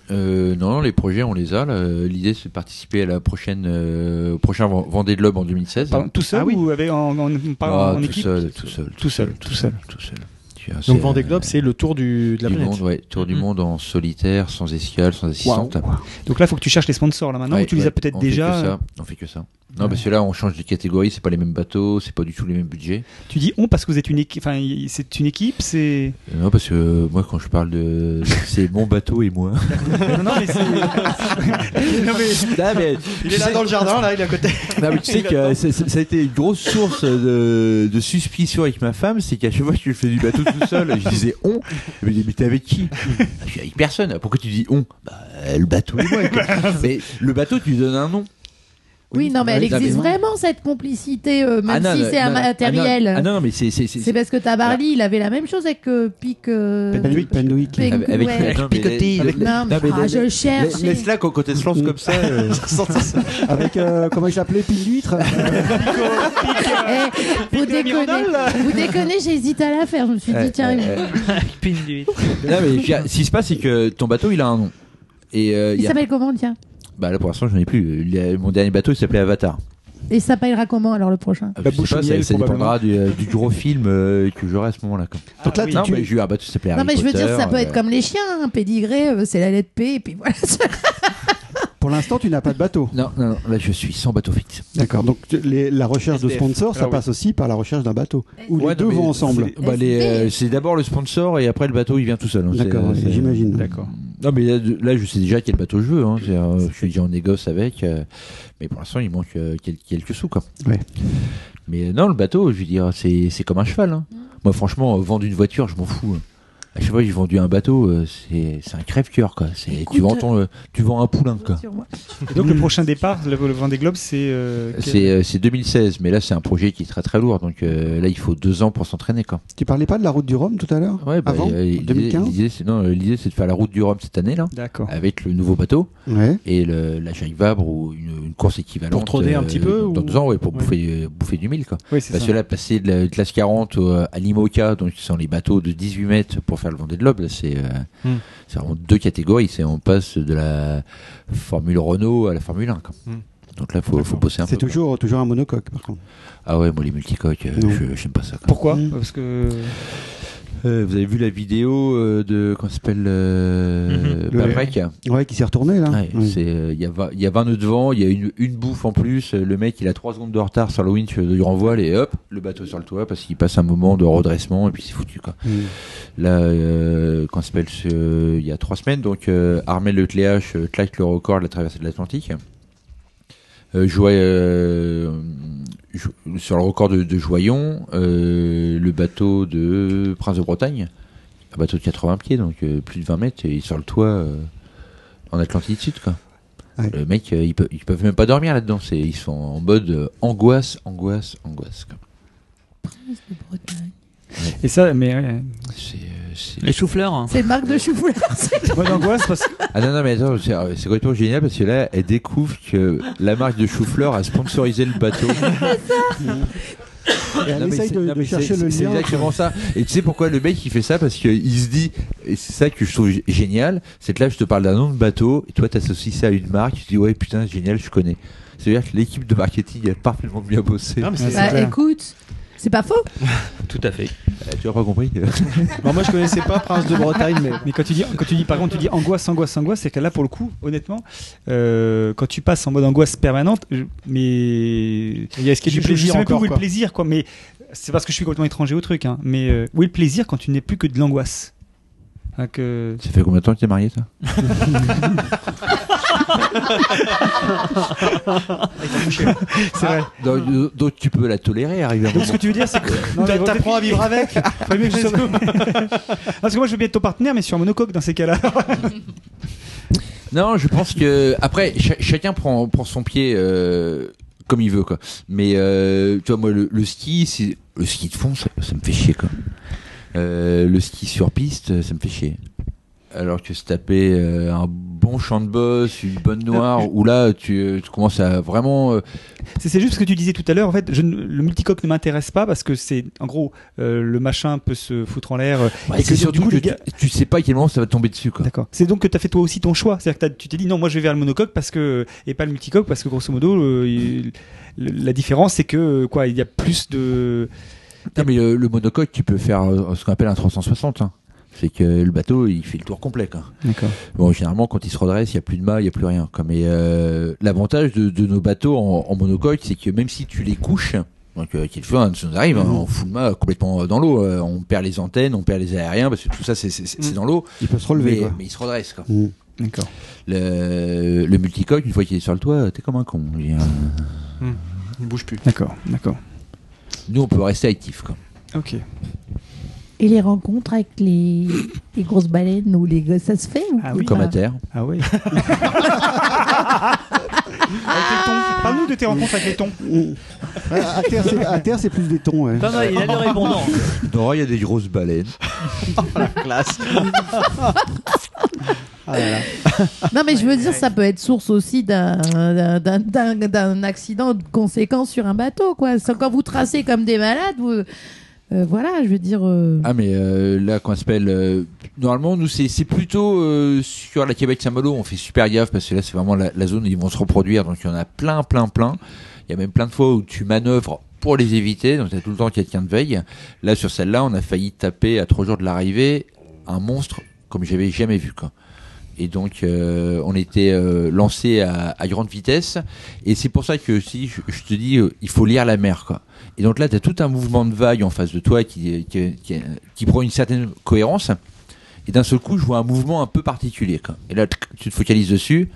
Speaker 4: Euh, non, non, les projets, on les a. là. L'idée, c'est de participer à la prochaine, euh, au prochain Ven- Vendée de l'Homme en 2016.
Speaker 8: Pardon, tout seul
Speaker 3: Ah oui.
Speaker 8: ou avec en, en- en- pas
Speaker 4: Ah,
Speaker 8: en
Speaker 4: tout
Speaker 8: équipe
Speaker 4: seul, tout seul,
Speaker 8: Tout seul, tout seul.
Speaker 4: tout seul. Tu vois,
Speaker 3: Donc
Speaker 4: c'est,
Speaker 3: Vendée
Speaker 4: euh,
Speaker 3: Globe, c'est le tour du, de la
Speaker 4: du
Speaker 3: planète.
Speaker 4: monde, ouais, tour
Speaker 8: Mm-hmm.
Speaker 4: du monde en solitaire, sans escale, sans assistante.
Speaker 8: Ah Donc là, il faut que tu cherches les sponsors là maintenant
Speaker 4: Ouais,
Speaker 8: ou tu les
Speaker 4: ouais,
Speaker 8: as peut-être
Speaker 4: on fait
Speaker 8: déjà.
Speaker 4: que ça, On fait que ça. Non, parce que là, on change de catégorie, c'est pas les mêmes bateaux, c'est pas du tout les mêmes budgets.
Speaker 8: Tu dis on parce que vous êtes une équipe. Enfin, y- c'est une équipe, c'est.
Speaker 4: Euh, Non, parce que euh, moi, quand je parle de. C'est mon bateau et moi.
Speaker 8: *laughs* non, non, mais c'est. Non, mais-
Speaker 4: Non, mais
Speaker 3: Il
Speaker 4: tu
Speaker 3: est là
Speaker 4: sais-
Speaker 3: dans le jardin, là, il est à côté.
Speaker 4: Non, mais tu sais que euh, c'est- c'est- ça a été une grosse source de, de suspicion avec ma femme, c'est qu'à chaque fois que je fais du bateau tout seul, je disais on. Elle me disait, mais t'es avec qui Je suis avec personne. Pourquoi tu dis on Bah, euh, le bateau et
Speaker 8: *laughs*
Speaker 4: moi. quoi. mais le bateau, tu lui donnes un nom.
Speaker 6: Oui, non, mais elle
Speaker 4: Ah,
Speaker 6: existe
Speaker 4: mais-
Speaker 6: vraiment cette complicité, euh, même
Speaker 4: Ah, non,
Speaker 6: si
Speaker 4: non,
Speaker 6: c'est
Speaker 4: non, non,
Speaker 6: immatériel.
Speaker 4: Ah non, ah, non, non, mais c'est. c'est- Ah. c'est-
Speaker 6: c'est parce que Tabarly, il avait la même chose avec euh, Pic. euh,
Speaker 10: Penwick, Penwick.
Speaker 6: Penwick,
Speaker 4: Avec, avec-
Speaker 6: ouais.
Speaker 4: non, mais-
Speaker 11: Picotti.
Speaker 4: avec-
Speaker 6: Non, mais-
Speaker 4: non, mais-
Speaker 6: ah, je le cherche.
Speaker 4: Laisse-la quand, quand elle se lance comme ça. euh,
Speaker 10: Avec, euh, comment il s'appelait,
Speaker 8: *laughs*
Speaker 10: Pile d'huître
Speaker 6: Eh, vous déconnez, vous déconnez, j'hésite à la faire. Je me suis dit, tiens,
Speaker 4: euh, Non, mais je veux dire, ce qui se passe, c'est que ton bateau, il a un nom. Et euh, il
Speaker 6: il
Speaker 4: y a-
Speaker 6: s'appelle comment, tiens
Speaker 4: bah là pour l'instant j'en ai plus. Il y a- Mon dernier bateau il s'appelait Avatar.
Speaker 6: Et il s'appellera comment alors le prochain
Speaker 4: Ah,
Speaker 8: La
Speaker 4: je
Speaker 8: bouche
Speaker 4: sais
Speaker 8: au
Speaker 4: pas,
Speaker 8: miel,
Speaker 4: ça, ça dépendra du, euh, du gros film euh, que j'aurai à ce moment-là. quoi.
Speaker 10: Donc là,
Speaker 8: Ah oui.
Speaker 10: tu-
Speaker 4: non
Speaker 10: tu-
Speaker 4: mais j'ai eu un bateau qui s'appelait
Speaker 6: Non,
Speaker 4: Harry
Speaker 6: mais je veux dire,
Speaker 4: Potter,
Speaker 6: ça peut
Speaker 4: euh,
Speaker 6: être comme les chiens, un pédigré, euh, c'est la lettre P, et puis voilà.
Speaker 10: pour l'instant, tu n'as pas de bateau.
Speaker 4: Non, non, non, là je suis sans bateau fixe.
Speaker 10: D'accord. Donc tu- les- la recherche de
Speaker 8: SDF.
Speaker 10: sponsors, ça
Speaker 8: Alors, Ah oui.
Speaker 10: passe aussi par la recherche d'un bateau. Où
Speaker 4: Ouais,
Speaker 10: les
Speaker 4: non,
Speaker 10: deux
Speaker 4: mais
Speaker 10: vont ensemble.
Speaker 4: C'est bah, les, euh, c'est d'abord le sponsor et après le bateau il vient tout seul. hein. C'est-
Speaker 10: D'accord,
Speaker 4: c'est-
Speaker 10: j'imagine.
Speaker 8: D'accord.
Speaker 4: Non mais là, de- là, je sais déjà quel bateau je veux. hein. C'est, euh, je suis déjà en négoce avec, euh, mais pour l'instant il manque euh, quel- quelques sous quoi.
Speaker 10: Ouais.
Speaker 4: Mais euh, non le bateau, je veux dire c'est c'est comme un cheval. hein. Moi franchement euh, vendre une voiture je m'en fous. hein. À chaque fois que j'ai vendu un bateau, euh, c'est c'est un crève-cœur quoi. C'est-
Speaker 6: Écoute,
Speaker 4: Tu vends ton, euh, tu vends un poulain quoi.
Speaker 6: Sur moi.
Speaker 8: Et donc le prochain départ, le, le Vendée Globe, c'est. euh, quel-
Speaker 4: C'est euh, c'est 2016, mais là c'est un projet qui est très très lourd, donc euh, là il faut deux ans pour s'entraîner quoi.
Speaker 10: Tu parlais pas de la route du Rhum tout à l'heure Avant
Speaker 4: euh, l'idée-
Speaker 10: 2015
Speaker 4: l'idée, c'est- non, euh, L'idée c'est de faire la route du Rhum cette année là,
Speaker 8: D'accord.
Speaker 4: avec le nouveau bateau
Speaker 10: Ouais.
Speaker 4: et le, la Jacques Vabre ou une, une course équivalente. euh,
Speaker 3: Pour trotter un petit peu,
Speaker 4: Dans
Speaker 3: ou-
Speaker 4: deux ans, ouais, pour
Speaker 3: Ouais.
Speaker 4: bouffer, euh, bouffer du mille quoi.
Speaker 8: Oui, c'est
Speaker 4: Parce
Speaker 8: ça.
Speaker 4: que là, passer de la classe 40 au- euh, à l'IMOCA, donc qui sont les bateaux de 18 mètres pour faire le Vendée de l'Aube, là, c'est euh,
Speaker 3: Hmm.
Speaker 4: c'est vraiment deux catégories. C'est on passe de la Formule Renault à la Formule 1. Quoi.
Speaker 3: Hmm.
Speaker 4: Donc là, faut, faut bosser un peu.
Speaker 10: C'est
Speaker 4: quoi.
Speaker 10: toujours, toujours un monocoque, par contre.
Speaker 4: Ah ouais, moi les multicoques, euh,
Speaker 10: Non.
Speaker 4: je j'aime pas ça. quoi.
Speaker 8: Pourquoi
Speaker 10: Mm.
Speaker 8: Parce que.
Speaker 4: Euh, vous avez vu la vidéo euh, de comment ça s'appelle euh,
Speaker 10: Mhm. Le-
Speaker 4: Paprec
Speaker 10: Ouais, qui s'est retourné, là.
Speaker 4: Ouais,
Speaker 10: Ouais.
Speaker 4: c'est, euh, Il y, a vingt- il y a 20 nœuds de vent, il y a une, une bouffe en plus. euh, Le mec, il a 3 secondes de retard sur le winch euh, du grand voile et hop, le bateau sur le toit parce qu'il passe un moment de redressement et puis c'est foutu. Quoi. *laughs*
Speaker 10: Mm.
Speaker 4: Là, euh, quand ça s'appelle ce- il y a 3 semaines, donc euh, Armel Le Cléache euh, claque le record de la traversée de l'Atlantique. Euh, Joy- euh, Jo- sur le record de, de Joyon, euh, le bateau de Prince de Bretagne, un bateau de 80 pieds, donc euh, plus de 20 mètres, et sur le toit euh, en Atlantique Sud. Quoi.
Speaker 10: Ouais.
Speaker 4: Le mec, euh, ils, peuvent, ils peuvent même pas dormir là-dedans. c'est- Ils sont en mode euh, angoisse, angoisse, angoisse. quoi.
Speaker 8: Et ça, mais. ouais.
Speaker 4: C'est, euh, c'est-
Speaker 1: Les chou-fleurs. hein.
Speaker 6: C'est une marque de chou-fleur.
Speaker 8: Moi d'angoisse parce que.
Speaker 4: Ah non, non, mais attends, c'est euh, c'est complètement génial parce que là, elle découvre que la marque de chou-fleur a sponsorisé le bateau.
Speaker 10: Et elle
Speaker 4: Non, mais
Speaker 10: essaye
Speaker 4: c'est-
Speaker 10: de,
Speaker 4: non,
Speaker 10: de
Speaker 4: mais
Speaker 10: chercher
Speaker 4: c'est-
Speaker 10: le
Speaker 4: C'est
Speaker 10: lien.
Speaker 4: exactement ça. Et tu sais pourquoi le mec il fait ça Parce qu'il se dit, et c'est ça que je trouve gé- génial, c'est que là je te parle d'un nom de bateau, et toi t'associes ça à une marque, tu te dis ouais putain génial, je connais. C'est-à-dire que l'équipe de marketing a parfaitement bien bossé.
Speaker 1: Ah,
Speaker 3: Non, mais c'est-
Speaker 6: Bah écoute, c'est pas faux.
Speaker 1: Tout à fait.
Speaker 4: Euh, tu as pas compris *laughs*
Speaker 3: Bon, moi, je connaissais pas Prince de Bretagne, mais.
Speaker 8: Mais quand tu dis, quand tu dis, par contre, tu dis angoisse, angoisse, angoisse, c'est que là, pour le coup, honnêtement, euh, quand tu passes en mode angoisse permanente, je- mais
Speaker 3: Il y a ce qui est du
Speaker 8: je, je- je sais
Speaker 3: plaisir
Speaker 8: même plus
Speaker 3: encore.
Speaker 8: où est le
Speaker 3: quoi.
Speaker 8: plaisir, quoi. Mais c'est parce que je suis complètement étranger au truc, hein. Mais euh, où est le plaisir quand tu n'es plus que de l'angoisse Hein, que...
Speaker 4: Ça fait combien de temps que t'es marié toi *laughs*
Speaker 8: C'est vrai.
Speaker 4: Ah, donc, donc, tu peux la tolérer arriver à un
Speaker 8: Donc *laughs* ce
Speaker 4: moment.
Speaker 8: que tu veux dire, c'est que Non, mais-
Speaker 3: T'apprends à vivre
Speaker 8: *laughs*
Speaker 3: avec.
Speaker 8: Faudrait mieux que je sois- *laughs* Parce que moi, je veux bien être ton partenaire, mais sur un monocoque dans ces cas-là.
Speaker 4: Non, je pense que après cha- chacun prend prend son pied euh, comme il veut quoi. Mais euh, tu vois moi le, le ski, c'est- le ski de fond, ça, ça me fait chier quoi. Euh, le ski sur piste, ça me fait chier. Alors que se taper euh, un bon champ de bosse, une bonne noire, où là tu, euh, tu commences à vraiment. euh,
Speaker 8: C'est c'est juste ce que tu disais tout à l'heure. En fait, je, ne- le multicoque ne m'intéresse pas parce que c'est, en gros, euh, le machin peut se foutre en l'air. euh,
Speaker 4: bah,
Speaker 8: et
Speaker 4: c'est
Speaker 8: que donc, du
Speaker 4: surtout
Speaker 8: coup,
Speaker 4: que
Speaker 8: les
Speaker 4: tu,
Speaker 8: gars-
Speaker 4: tu sais pas à quel moment ça va tomber dessus quoi.
Speaker 8: D'accord. C'est donc que tu as fait toi aussi ton choix. C'est-à-dire que t'as- tu t'es dit non, moi je vais vers le monocoque parce que et pas le multicoque parce que grosso modo euh, il- le- la différence c'est que quoi, il y a plus de
Speaker 4: Non mais euh, le monocoque, tu peux faire euh, ce qu'on appelle un 360. hein. C'est que le bateau, il fait le tour complet. Quoi.
Speaker 8: D'accord.
Speaker 4: Bon, généralement, quand il se redresse, il n'y a plus de mât, il n'y a plus rien. Quoi. Mais euh, l'avantage de, de nos bateaux en, en monocoque, c'est que même si tu les couches, donc euh, qu'il fait, hein, ça nous arrive, hein, on fout le mât complètement dans l'eau. euh, on perd les antennes, on perd les aériens, parce que tout ça, c'est c'est- c'est- c'est dans l'eau.
Speaker 10: Il peut Mm. se relever,
Speaker 4: Mais,
Speaker 10: quoi.
Speaker 4: mais il se redresse. Quoi.
Speaker 10: Mm.
Speaker 8: D'accord.
Speaker 4: Le, le multicoque, une fois qu'il est sur le toit, t'es comme un con. Je veux dire, euh,
Speaker 3: Il ne bouge plus.
Speaker 8: D'accord. D'accord.
Speaker 4: Nous, on peut rester actif. Quoi.
Speaker 8: Ok.
Speaker 6: Et les rencontres avec les, les grosses baleines ou les gosses, ça se fait ou
Speaker 8: Ah oui.
Speaker 6: pas
Speaker 4: Comme à terre.
Speaker 8: Ah *laughs* oui. avec les tons. Parle-nous de Ah, tes rencontres avec les tons.
Speaker 10: Mm. À à terre, c'est- à terre, c'est plus des tons. ouais.
Speaker 11: Pas mal, il a le répondant.
Speaker 4: Non, il y a des grosses baleines.
Speaker 3: Classe.
Speaker 10: Ah là là.
Speaker 6: Non, mais je veux dire, ça peut être source aussi d'un- d'un d'un- d'un accident de conséquence sur un bateau, quoi. C'est- Quand vous tracez comme des malades, vous. euh, voilà, je veux dire. euh,
Speaker 4: Ah mais euh, là qu'on s'appelle euh, normalement nous c'est c'est plutôt euh, sur la Québec Saint-Malo on fait super gaffe parce que là c'est vraiment la, la zone où ils vont se reproduire donc il y en a plein plein plein il y a même plein de fois où tu manœuvres pour les éviter donc t'as tout le temps quelqu'un de veille là sur celle-là on a failli taper à trois jours de l'arrivée un monstre comme j'avais jamais vu quoi et donc euh, on était euh, lancé à, à grande vitesse et c'est pour ça que si je, je te dis euh, il faut lire la mer quoi et donc là, tu as tout un mouvement de vague en face de toi qui, qui, qui- euh, qui prend une certaine cohérence. Et d'un seul coup, je vois un mouvement un peu particulier. quoi. Et là, tc, tu te focalises dessus.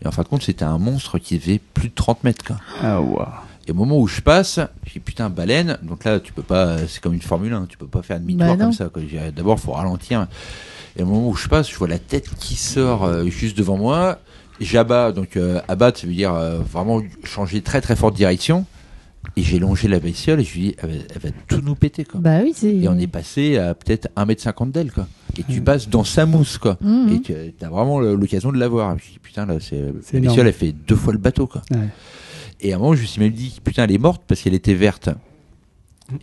Speaker 4: Et en fin de compte, c'était un monstre qui faisait plus de 30 mètres. quoi.
Speaker 8: Ah waouh.
Speaker 4: Et au moment où je passe, je dis putain, baleine. Donc là, tu peux pas, euh, c'est comme une Formule 1, tu peux pas faire demi-tour
Speaker 6: Bah non.
Speaker 4: comme ça. quoi. Je dis, D'abord, faut ralentir. Et au moment où je passe, je vois la tête qui sort euh, juste devant moi. J'abats, donc euh, abattre, ça veut dire euh, vraiment changer très très fort de direction. Et j'ai longé la bestiole et je lui dis, elle va, elle va tout nous péter. Quoi.
Speaker 6: Bah oui, c'est.
Speaker 4: Et on est passé à peut-être 1m50 d'elle, quoi. Et tu passes dans sa mousse, quoi.
Speaker 6: Mhm.
Speaker 4: Et tu as vraiment le- l'occasion de la voir. Je me suis dit, putain, là, c'est.
Speaker 8: C'est
Speaker 4: La
Speaker 8: énorme.
Speaker 4: bestiole, elle fait deux fois le bateau, quoi.
Speaker 8: Ouais.
Speaker 4: Et à un moment, je me suis même dit, putain, elle est morte parce qu'elle était verte.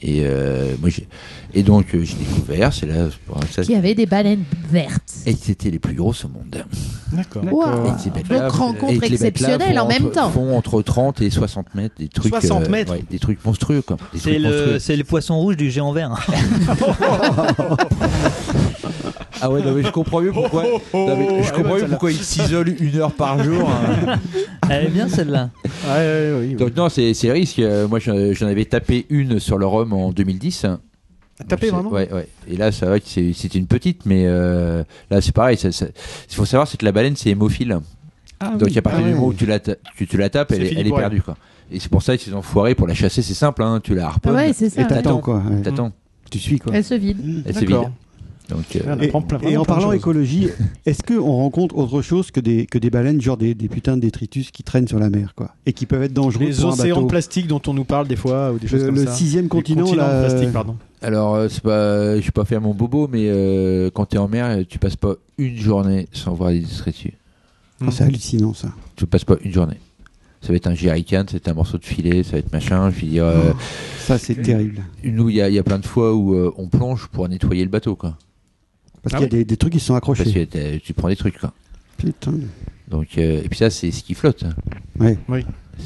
Speaker 4: Et, euh, moi, j'ai- et donc, euh, j'ai découvert, c'est là. bon, ça-
Speaker 6: Qui avait des baleines vertes.
Speaker 4: Et c'était les plus grosses au monde.
Speaker 3: D'accord.
Speaker 6: Waouh.
Speaker 4: Et ces bêtes-là,
Speaker 6: Donc
Speaker 4: et
Speaker 6: rencontre
Speaker 4: que les bêtes-là
Speaker 6: exceptionnelle en
Speaker 4: font
Speaker 6: même
Speaker 4: entre-
Speaker 6: temps.
Speaker 4: font entre 30 et 60 mètres, des trucs. euh,
Speaker 3: 60 mètres
Speaker 4: ouais, Des trucs monstrueux, quoi. Des
Speaker 11: C'est
Speaker 4: trucs monstrueux.
Speaker 3: *laughs*
Speaker 11: le, c'est le poisson rouge du géant vert.
Speaker 4: Ah ouais, non, mais je comprends mieux pourquoi.
Speaker 3: Oh,
Speaker 4: non, mais je
Speaker 3: Ah
Speaker 4: comprends mieux pourquoi ils s'isolent une
Speaker 3: *laughs*
Speaker 4: heure par jour. hein.
Speaker 11: Elle est bien celle-là.
Speaker 4: Donc non, c'est c'est le risque. Euh, Moi, j'en j'en avais tapé une sur le rhum en 2010.
Speaker 3: Tapé
Speaker 4: C'est-
Speaker 3: vraiment
Speaker 4: Ouais, ouais. Et là, ça va que c'est- c'était une petite, mais euh, là, c'est pareil. ça- ça- Ce qu'il faut savoir, c'est que la baleine, c'est hémophile. Donc, à partir
Speaker 3: Ah
Speaker 4: du
Speaker 3: ouais.
Speaker 4: moment où tu la, ta- tu, tu la tapes,
Speaker 3: C'est
Speaker 4: elle, est-
Speaker 3: fini
Speaker 4: elle est
Speaker 3: pour elle.
Speaker 4: perdue. Quoi. Et c'est pour ça que ces enfoirés, pour la chasser, c'est simple. hein. Tu la
Speaker 3: Ah
Speaker 4: harponnes,
Speaker 6: Ouais, c'est ça.
Speaker 10: Et t'attends quoi. ouais.
Speaker 4: t'attends,
Speaker 10: Mmh. Tu suis quoi. Eh ben,
Speaker 6: Elle se vide.
Speaker 4: elle c'est vide.
Speaker 3: D'accord.
Speaker 4: Donc, euh,
Speaker 3: On
Speaker 10: Et,
Speaker 3: apprend plein-
Speaker 10: et
Speaker 3: vraiment
Speaker 10: en
Speaker 3: plein de
Speaker 10: parlant
Speaker 3: choses.
Speaker 10: écologie, est-ce qu'on rencontre autre chose que des, que des baleines, genre des, des putains de détritus qui traînent sur la mer, quoi, et qui peuvent être dangereux
Speaker 3: Les
Speaker 10: pour un
Speaker 3: océans
Speaker 10: bateau
Speaker 3: de plastique dont on nous parle des fois, ou des choses
Speaker 10: Le,
Speaker 3: comme
Speaker 10: le
Speaker 3: ça.
Speaker 10: sixième
Speaker 3: Les
Speaker 10: continent,
Speaker 3: continents
Speaker 10: là,
Speaker 3: de plastique,
Speaker 10: euh,
Speaker 3: pardon.
Speaker 4: Alors, euh, c'est pas, je suis pas fait à mon bobo, mais euh, quand t'es en mer, euh, tu passes pas une journée sans voir des détritus.
Speaker 10: ah, c'est hallucinant ça.
Speaker 4: Tu passes pas une journée. Ça va être un jerrycan, ça va être un morceau de filet, ça va être machin. Je veux dire, euh,
Speaker 10: Ça c'est terrible.
Speaker 4: nous, il y a, il y a plein de fois où euh, on plonge pour nettoyer le bateau, quoi.
Speaker 10: Parce
Speaker 8: Ah
Speaker 10: qu'il y a des, des trucs qui se sont accrochés.
Speaker 4: Parce que t'as- tu prends des trucs, quoi.
Speaker 10: Putain.
Speaker 4: Donc, euh, et puis ça, c'est ce qui flotte.
Speaker 10: Ouais.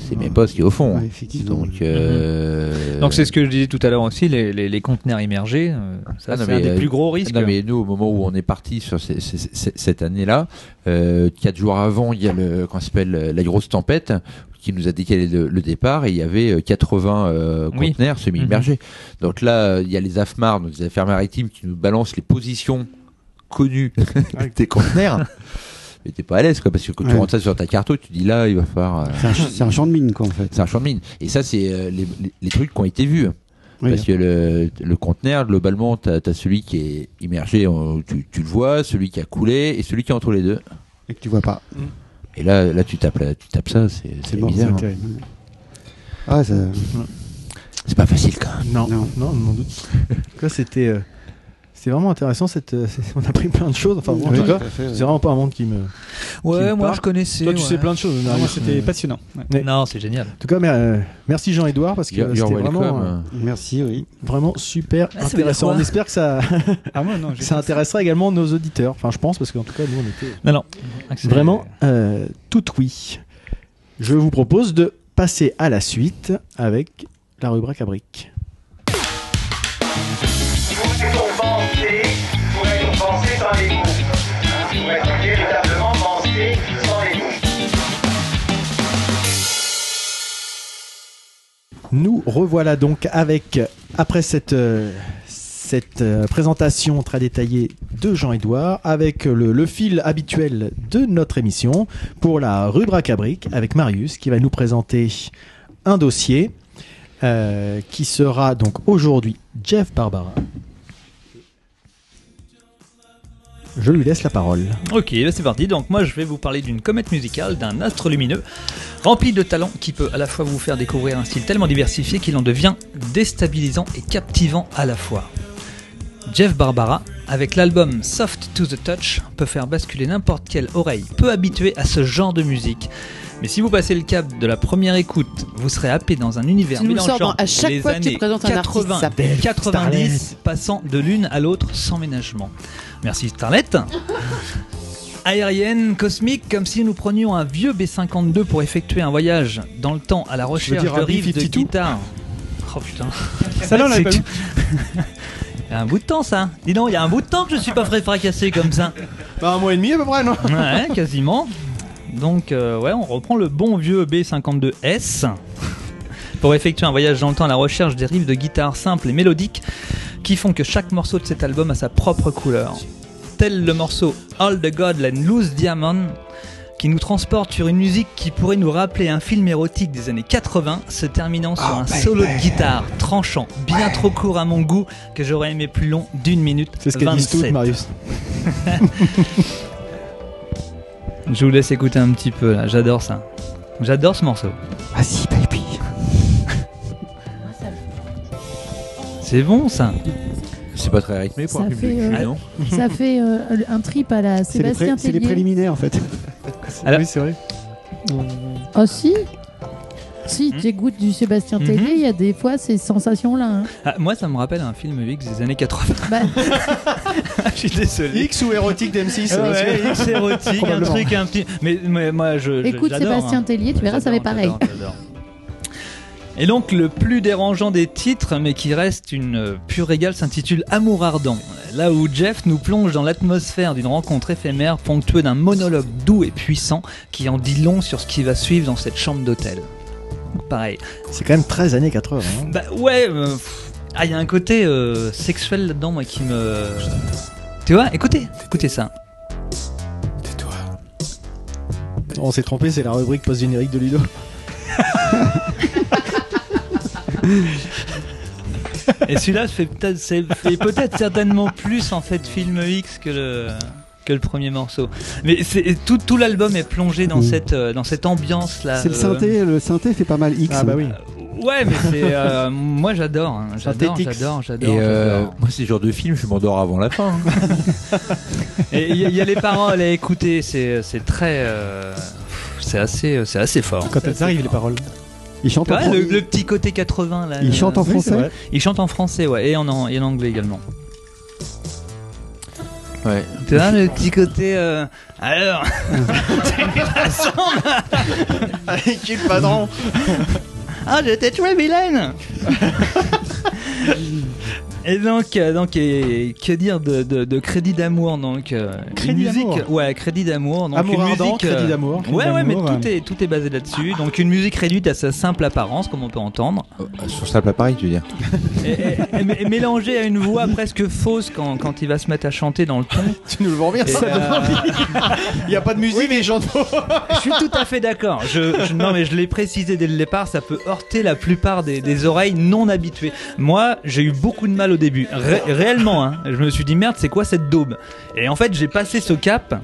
Speaker 4: C'est même pas ce qui est au fond.
Speaker 10: Ouais, effectivement. Mm-hmm.
Speaker 4: Donc, euh,
Speaker 1: Donc c'est ce que je disais tout à l'heure aussi, les, les, les conteneurs immergés, euh, ça
Speaker 4: Ah, non,
Speaker 1: c'est un
Speaker 4: mais,
Speaker 1: des
Speaker 4: euh,
Speaker 1: plus gros risques.
Speaker 4: Non, mais nous, au moment où on est parti sur ces- ces- ces- cette année-là, euh, quatre jours avant, il y a le, qu'on s'appelle euh, la grosse tempête qui nous a décalé le, le départ et il y avait euh, 80 euh,
Speaker 1: Oui.
Speaker 4: conteneurs semi-immergés. Donc là, euh, il y a les AFMAR, donc les affaires maritimes, qui nous balancent les positions connues des conteneurs. Mais t'es pas à l'aise, quoi, parce que quand tu
Speaker 10: Ouais.
Speaker 4: rentres ça sur ta carte, tu dis là, il va falloir. euh,
Speaker 10: C'est un, ch- c'est un champ de mine quoi en fait.
Speaker 4: c'est un champ de mine. Et ça, c'est euh, les, les- les trucs qui ont été vus.
Speaker 10: Oui.
Speaker 4: Parce que le, le conteneur, globalement, tu as, celui qui est immergé, on- tu, tu le vois, celui qui a coulé et celui qui est entre les deux.
Speaker 10: Et que tu vois pas.
Speaker 4: Et là, là tu, tapes, là, tu tapes ça, c'est c'est
Speaker 10: C'est mort,
Speaker 4: bizarre.
Speaker 10: c'est
Speaker 4: hein.
Speaker 10: terrible. Ah ça.
Speaker 4: C'est pas facile quand même.
Speaker 3: Non,
Speaker 10: Non.
Speaker 3: non, non, m'en doute. En tout cas, c'était. euh, C'est vraiment intéressant, cette, euh, c'est- on a appris plein de choses. Enfin, bon, en tout cas, c'est vraiment pas un monde qui me.
Speaker 1: ouais,
Speaker 3: qui
Speaker 1: moi
Speaker 3: partent.
Speaker 1: je connaissais.
Speaker 3: Toi, tu
Speaker 1: ouais.
Speaker 3: sais plein de choses.
Speaker 8: Ah,
Speaker 3: Darius.
Speaker 8: moi, c'était passionnant. Ouais.
Speaker 3: Ouais.
Speaker 1: Non, c'est génial.
Speaker 3: euh, En tout cas, mer- euh, merci Jean-Edouard parce que
Speaker 4: You're- you're
Speaker 3: c'était vraiment, euh,
Speaker 4: welcome.
Speaker 10: Merci oui.
Speaker 3: vraiment super
Speaker 1: Ah, ça veut dire
Speaker 3: intéressant.
Speaker 1: quoi
Speaker 3: On espère que *laughs* ça,
Speaker 8: Ah moi non. j'ai-
Speaker 3: ça intéressera également nos auditeurs. Enfin, je pense parce qu'en tout cas, nous, on était
Speaker 1: Non, non.
Speaker 3: vraiment euh, tout oui. Je vous propose de passer à la suite avec la rubrique à briques.
Speaker 13: Vous décompensez, vous récompensez,
Speaker 3: Nous revoilà donc avec, après cette, euh, cette euh, présentation très détaillée de Jean-Édouard, avec le, le fil habituel de notre émission pour la rubrique à briques avec Marius qui va nous présenter un dossier euh, qui sera donc aujourd'hui Jeff Barbara. Je lui laisse la parole.
Speaker 1: Ok, bah c'est parti. Donc moi, je vais vous parler d'une comète musicale, d'un astre lumineux, rempli de talent qui peut à la fois vous faire découvrir un style tellement diversifié qu'il en devient déstabilisant et captivant à la fois. Jeff Barbara, avec l'album Soft to the Touch, peut faire basculer n'importe quelle oreille peu habituée à ce genre de musique. Mais si vous passez le cap de la première écoute, vous serez happé dans un univers
Speaker 2: Tu nous le sors
Speaker 1: mélangeant
Speaker 2: dans- à chaque
Speaker 1: les
Speaker 2: fois que tu
Speaker 1: années
Speaker 2: présentes un artiste,
Speaker 1: 80,
Speaker 2: ça. Dave
Speaker 1: 90, passant de l'une à l'autre sans ménagement. Merci Starlette Aérienne, cosmique, comme si nous prenions un vieux B52 pour effectuer un voyage dans le temps à la recherche
Speaker 3: dire
Speaker 1: de
Speaker 3: un
Speaker 1: riffs de
Speaker 3: B-52?
Speaker 1: guitare. Oh putain.
Speaker 8: Ça, là, on
Speaker 1: C'est
Speaker 8: l'avait pas
Speaker 1: que-
Speaker 8: vu.
Speaker 1: *laughs* Il y a un bout de temps ça. Dis donc, il y a un bout de temps que je suis pas frais fracassé comme ça.
Speaker 3: Bah, un mois et demi à peu près, non
Speaker 1: Ouais, quasiment. Donc, euh, ouais, on reprend le bon vieux B52S pour effectuer un voyage dans le temps à la recherche des riffs de guitare simples et mélodiques qui font que chaque morceau de cet album a sa propre couleur. Tel le morceau All the God and Loose Diamond qui nous transporte sur une musique qui pourrait nous rappeler un film érotique des années 80 se terminant sur
Speaker 3: Ah,
Speaker 1: un
Speaker 3: ben,
Speaker 1: solo de guitare tranchant, bien trop court à mon goût que j'aurais aimé plus long d'une minute
Speaker 3: C'est ce qu'elle dit
Speaker 1: 27.
Speaker 3: tout, Marius.
Speaker 1: *laughs* Je vous laisse écouter un petit peu là, j'adore ça. J'adore ce morceau.
Speaker 10: Vas-y, baby.
Speaker 1: C'est bon ça.
Speaker 4: C'est pas très rythmé pour un
Speaker 6: Ça
Speaker 4: public.
Speaker 6: fait, euh,
Speaker 4: Ah non
Speaker 6: Ça fait euh, un trip à la
Speaker 10: C'est les, pré-
Speaker 6: Sébastien
Speaker 10: c'est les
Speaker 6: Tellier.
Speaker 10: préliminaires en fait.
Speaker 1: Alors-
Speaker 10: oui, c'est vrai.
Speaker 6: Ah si Si
Speaker 1: Hmm.
Speaker 6: tu écoutes du Sébastien
Speaker 1: Mhm.
Speaker 6: Tellier, il y a des fois ces sensations-là. hein.
Speaker 1: Ah, moi ça me rappelle un film X des années 80.
Speaker 6: Bah,
Speaker 1: *laughs* Je suis désolé.
Speaker 3: X ou érotique hein, d'M6
Speaker 1: Ah ouais, X érotique, un
Speaker 3: Probablement.
Speaker 1: truc, un petit. Mais, mais moi je. je-
Speaker 6: écoute
Speaker 1: j'adore,
Speaker 6: Sébastien
Speaker 1: hein.
Speaker 6: Tellier, tu verras, ça fait
Speaker 1: J'adore,
Speaker 6: pareil.
Speaker 1: j'adore, j'adore. Et donc le plus dérangeant des titres, mais qui reste une euh, pure égale, s'intitule Amour ardent. Là où Jeff nous plonge dans l'atmosphère d'une rencontre éphémère ponctuée d'un monologue doux et puissant qui en dit long sur ce qui va suivre dans cette chambre d'hôtel. Pareil.
Speaker 3: C'est quand même 13 années 80. hein.
Speaker 1: Bah ouais, euh, pff, ah il y a un côté euh, sexuel là-dedans moi qui me. Tu vois, écoutez, écoutez ça.
Speaker 3: On s'est trompé, c'est la rubrique post-générique de Ludo.
Speaker 1: Et celui-là fait peut-être, c'est- fait peut-être certainement plus en fait film X que le que le premier morceau. Mais c'est tout, tout l'album est plongé dans
Speaker 10: Mm.
Speaker 1: cette euh, dans cette ambiance là.
Speaker 10: C'est le synthé, le synthé fait pas mal X.
Speaker 3: Ah bah oui.
Speaker 1: Ouais, mais c'est euh, moi j'adore, hein. j'adore,
Speaker 3: Synthétique.
Speaker 1: j'adore, j'adore.
Speaker 4: Et euh,
Speaker 1: j'adore.
Speaker 4: moi, c'est le genre de film, je m'endors avant la fin. hein.
Speaker 1: Et il y, a- il y a les paroles à écouter, c'est c'est très euh, pff, c'est assez c'est assez fort.
Speaker 8: Quand elles arrivent, les paroles.
Speaker 10: Il chante en
Speaker 1: Ouais, le,
Speaker 10: français.
Speaker 1: le petit côté 80 là.
Speaker 10: Il
Speaker 1: le-
Speaker 10: chante en
Speaker 3: Oui, c'est
Speaker 10: français.
Speaker 3: vrai.
Speaker 1: Il chante en français, ouais, et en, an- et en anglais également.
Speaker 4: Ouais.
Speaker 1: Tu vois, le petit côté. euh,
Speaker 3: *laughs*
Speaker 1: Alors
Speaker 3: Avec qui le patron
Speaker 1: Ah, j'étais très vilaine Et donc, euh, donc et, que dire de, de- de crédit d'amour donc euh, une
Speaker 3: Crédit
Speaker 1: musique,
Speaker 3: d'amour.
Speaker 1: ouais, crédit d'amour, donc
Speaker 3: Amour
Speaker 1: une
Speaker 3: ardent,
Speaker 1: musique, euh,
Speaker 3: crédit d'amour.
Speaker 1: Ouais, ouais, mais
Speaker 8: d'amour,
Speaker 1: tout est tout est basé là-dessus. Donc une musique réduite à sa simple apparence, comme on peut entendre,
Speaker 4: Euh, Sur simple appareil, tu veux dire.
Speaker 1: et, et- et- et mélangée à une voix presque fausse quand, quand il va se mettre à chanter dans le ton.
Speaker 3: *laughs* Tu nous le vends bien,
Speaker 1: Et,
Speaker 3: ça.
Speaker 1: euh,
Speaker 3: Il n'y a pas de musique, mais j'en
Speaker 1: Je suis tout à fait d'accord. Je, je- non, mais je l'ai précisé dès le départ, ça peut heurter la plupart des, des oreilles non habituées. Moi, j'ai eu beaucoup de mal au début. Ré- réellement, hein. Je me suis dit, merde, c'est quoi cette daube Et en fait, j'ai passé ce cap.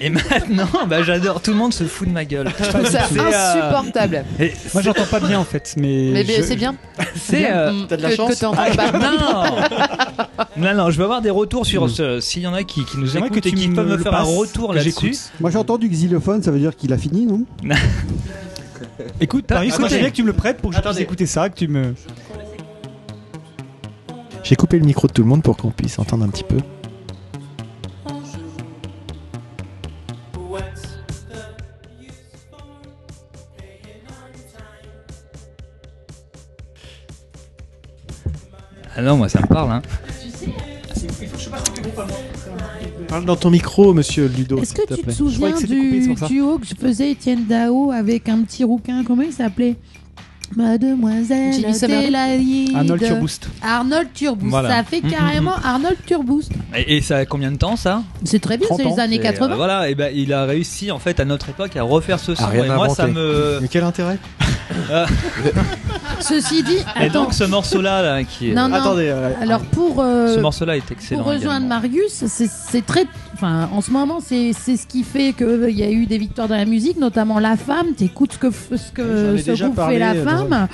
Speaker 1: Et maintenant, bah, j'adore. Tout le monde se fout de ma gueule.
Speaker 2: Je trouve ça
Speaker 1: C'est, euh,
Speaker 2: insupportable.
Speaker 1: Et
Speaker 8: Moi, j'entends pas bien en fait, mais.
Speaker 2: Mais bien,
Speaker 8: je-
Speaker 2: c'est bien.
Speaker 1: c'est. euh, Ah,
Speaker 2: Mm,
Speaker 3: t'as de la
Speaker 2: que-
Speaker 3: chance.
Speaker 2: que t'en parles
Speaker 6: Bah
Speaker 1: *laughs*
Speaker 2: pas.
Speaker 1: non Non, non, je veux avoir des retours sur ce. S'il y en a qui, qui nous
Speaker 8: J'aimerais
Speaker 1: écoutent et
Speaker 8: tu
Speaker 1: qui peuvent me
Speaker 8: le
Speaker 1: faire un
Speaker 8: passes,
Speaker 1: retour
Speaker 8: que
Speaker 1: là-dessus.
Speaker 8: j'écoute.
Speaker 10: Moi j'ai entendu xylophone, ça veut dire qu'il a fini, non
Speaker 8: Écoute,
Speaker 1: T'as-
Speaker 8: Paris, moi
Speaker 1: écoutez.
Speaker 8: j'aimerais que tu me le prêtes pour que je puisse
Speaker 3: Attendez.
Speaker 8: écouter ça, que tu me.
Speaker 3: J'ai coupé le micro de tout le monde pour qu'on puisse entendre un petit peu.
Speaker 1: Ah non, moi, ça me parle, hein.
Speaker 3: Parle dans ton micro, monsieur Ludo,
Speaker 6: Est-ce
Speaker 3: s'il
Speaker 6: que
Speaker 3: te
Speaker 6: tu te
Speaker 3: plaît.
Speaker 8: croyais
Speaker 6: souviens
Speaker 8: que c'était coupé,
Speaker 6: du
Speaker 8: c'est pour ça.
Speaker 6: duo que je faisais Étienne Dao avec un petit rouquin Comment il s'appelait Mademoiselle,
Speaker 2: Jimmy Somerville.
Speaker 6: t'es la guide.
Speaker 8: Arnold Turboost.
Speaker 6: Arnold Turboost.
Speaker 1: Voilà.
Speaker 6: Ça fait
Speaker 1: Mm, *laughs*
Speaker 6: carrément Arnold Turboost.
Speaker 1: Et, et ça a combien de temps ça
Speaker 6: C'est très bien,
Speaker 1: 30
Speaker 6: c'est les
Speaker 1: ans.
Speaker 6: années
Speaker 1: Et,
Speaker 6: 80.
Speaker 1: euh, voilà, et ben il a réussi en fait à notre époque à refaire ce son.
Speaker 3: rien
Speaker 1: et moi ça
Speaker 3: inventé.
Speaker 1: me.
Speaker 3: Mais quel intérêt
Speaker 6: Ceci dit,
Speaker 1: Et
Speaker 6: attends.
Speaker 1: donc ce morceau-là, là, qui est. Ah,
Speaker 6: Non, non.
Speaker 3: Attendez, euh,
Speaker 6: Alors pour, euh,
Speaker 1: Ce morceau-là est excellent.
Speaker 6: pour rejoindre
Speaker 1: également.
Speaker 6: Marius, c'est- c'est très. Enfin, en ce moment, c'est c'est ce qui fait qu'il y a eu des victoires de la musique, notamment La Femme. T'écoutes ce que, f- ce
Speaker 3: J'en
Speaker 6: que
Speaker 3: ai
Speaker 6: ce
Speaker 3: déjà
Speaker 6: groupe
Speaker 3: parlé
Speaker 6: fait La
Speaker 3: dans
Speaker 6: Femme.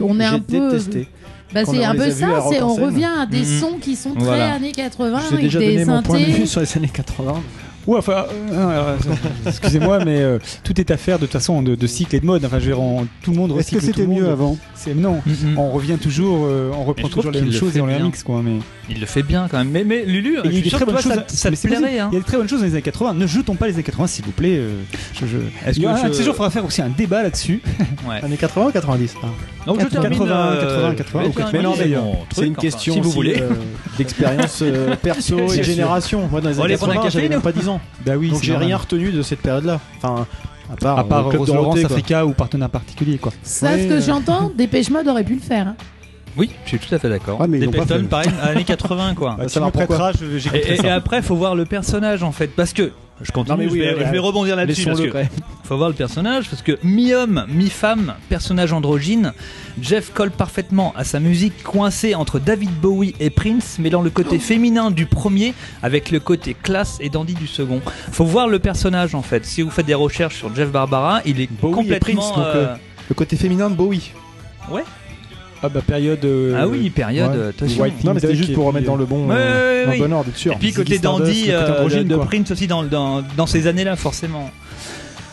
Speaker 6: On est
Speaker 3: J'ai
Speaker 6: un peu.
Speaker 3: détesté.
Speaker 6: Bah,
Speaker 3: Quand
Speaker 6: c'est
Speaker 3: on
Speaker 6: un
Speaker 3: les a
Speaker 6: peu
Speaker 3: vus à
Speaker 6: ça,
Speaker 3: Rock
Speaker 6: c'est-
Speaker 3: en
Speaker 6: on
Speaker 3: scène.
Speaker 6: revient à des
Speaker 1: Mhm.
Speaker 6: sons qui sont très
Speaker 1: Voilà.
Speaker 6: années 80
Speaker 3: Je vous ai
Speaker 6: avec
Speaker 3: déjà
Speaker 6: des
Speaker 3: donné mon point de
Speaker 6: synthés.
Speaker 3: vue sur les années 80.
Speaker 8: Ouais, enfin, euh, euh, excusez-moi, mais euh, tout est affaire de toute façon de, de cycle et de mode. Enfin, je veux dire, on- tout le monde
Speaker 10: Est-ce que
Speaker 8: recycle tout
Speaker 10: c'était
Speaker 8: le monde.
Speaker 10: mieux avant
Speaker 8: C'est non.
Speaker 1: Mhm.
Speaker 8: On revient toujours, euh, on
Speaker 1: Mais
Speaker 8: reprend
Speaker 1: je trouve
Speaker 8: toujours les
Speaker 1: qu'il
Speaker 8: mêmes
Speaker 1: le
Speaker 8: choses
Speaker 1: fait
Speaker 8: et on les
Speaker 1: bien.
Speaker 8: mixe quoi. Mais
Speaker 1: Il le fait bien quand même. Mais, mais Lulu, je
Speaker 8: Et
Speaker 1: suis sûr que toi,
Speaker 8: choses.
Speaker 1: ça, ça
Speaker 8: mais
Speaker 1: te
Speaker 8: c'est possible.
Speaker 1: plairait. Hein.
Speaker 8: Il y a des très bonnes choses dans les années 80. Ne jetons pas les années 80, s'il vous plaît. euh, je, je...
Speaker 1: Est-ce
Speaker 8: Il y
Speaker 1: que
Speaker 8: a un
Speaker 1: je-
Speaker 8: de ces jours, il faudra faire aussi un débat là-dessus.
Speaker 3: Années 80 ou 90 Ah.
Speaker 1: Donc je
Speaker 8: 80,
Speaker 1: termine. euh,
Speaker 8: 80,
Speaker 1: je
Speaker 8: 80,
Speaker 1: vais
Speaker 3: Mais non,
Speaker 1: terminer
Speaker 3: d'ailleurs,
Speaker 1: mon
Speaker 3: c'est une
Speaker 1: truc,
Speaker 3: question
Speaker 1: enfin, si vous
Speaker 3: aussi,
Speaker 1: voulez.
Speaker 3: euh, d'expérience euh, perso et de
Speaker 1: sûr.
Speaker 3: génération. Moi, dans les
Speaker 1: On
Speaker 3: années
Speaker 1: allait prendre un
Speaker 3: 80,
Speaker 1: café,
Speaker 3: j'avais même
Speaker 1: nous
Speaker 3: pas 10 ans.
Speaker 8: Bah oui,
Speaker 3: Donc
Speaker 8: c'est
Speaker 3: j'ai
Speaker 8: normal.
Speaker 3: rien retenu de cette période-là. Enfin, à part,
Speaker 8: À part
Speaker 3: euh, Club
Speaker 8: Rose
Speaker 3: Dorothée,
Speaker 8: Laurence,
Speaker 3: quoi.
Speaker 8: Africa ou partenaire particulier quoi.
Speaker 6: Ça,
Speaker 3: Ouais,
Speaker 6: ce que
Speaker 3: euh.
Speaker 6: j'entends,
Speaker 3: *laughs*
Speaker 6: Dépêche Mode aurait pu le faire. hein.
Speaker 1: Oui, je suis tout à fait d'accord.
Speaker 10: Ouais, mais ils
Speaker 1: des
Speaker 10: l'ont pas
Speaker 1: Peptones,
Speaker 10: fait.
Speaker 1: pareil, années 80 quoi.
Speaker 8: Bah,
Speaker 3: ça
Speaker 8: tu
Speaker 3: va,
Speaker 8: me
Speaker 3: pourquoi
Speaker 8: prêteras, je- j'écouterai
Speaker 1: Et, et
Speaker 8: ça.
Speaker 1: après, faut voir le personnage en fait, parce que je
Speaker 3: Non,
Speaker 1: continue.
Speaker 3: mais oui,
Speaker 1: je, vais,
Speaker 3: ouais, ouais.
Speaker 1: je vais rebondir là-dessus. parce
Speaker 3: Laissons-le
Speaker 1: que
Speaker 3: quand même.
Speaker 1: euh, *laughs* Faut voir le personnage, parce que mi-homme, mi-femme, personnage androgyne, Jeff colle parfaitement à sa musique coincée entre David Bowie et Prince, mêlant le côté féminin du premier avec le côté classe et dandy du second. Faut voir le personnage en fait. Si vous faites des recherches sur Jeff Barbara, il est
Speaker 3: Bowie et
Speaker 1: complètement.
Speaker 3: Prince, donc, euh, Le côté féminin de Bowie.
Speaker 8: Ah bah période. euh,
Speaker 1: Ah oui, période.
Speaker 8: ouais.
Speaker 1: euh, attention.
Speaker 8: White
Speaker 3: Non, mais c'était
Speaker 8: Duck
Speaker 3: juste
Speaker 8: et
Speaker 3: pour
Speaker 8: puis,
Speaker 3: remettre dans le bon,
Speaker 1: ouais,
Speaker 3: euh,
Speaker 1: ouais,
Speaker 3: dans le
Speaker 1: ouais.
Speaker 3: bon ordre, bien sûr.
Speaker 1: Et puis
Speaker 8: Ziggy
Speaker 1: côté
Speaker 8: Stardust,
Speaker 1: dandy
Speaker 8: le côté
Speaker 1: euh,
Speaker 8: androgyne,
Speaker 1: de, de
Speaker 8: quoi.
Speaker 1: Prince aussi dans, dans, dans ces années-là forcément.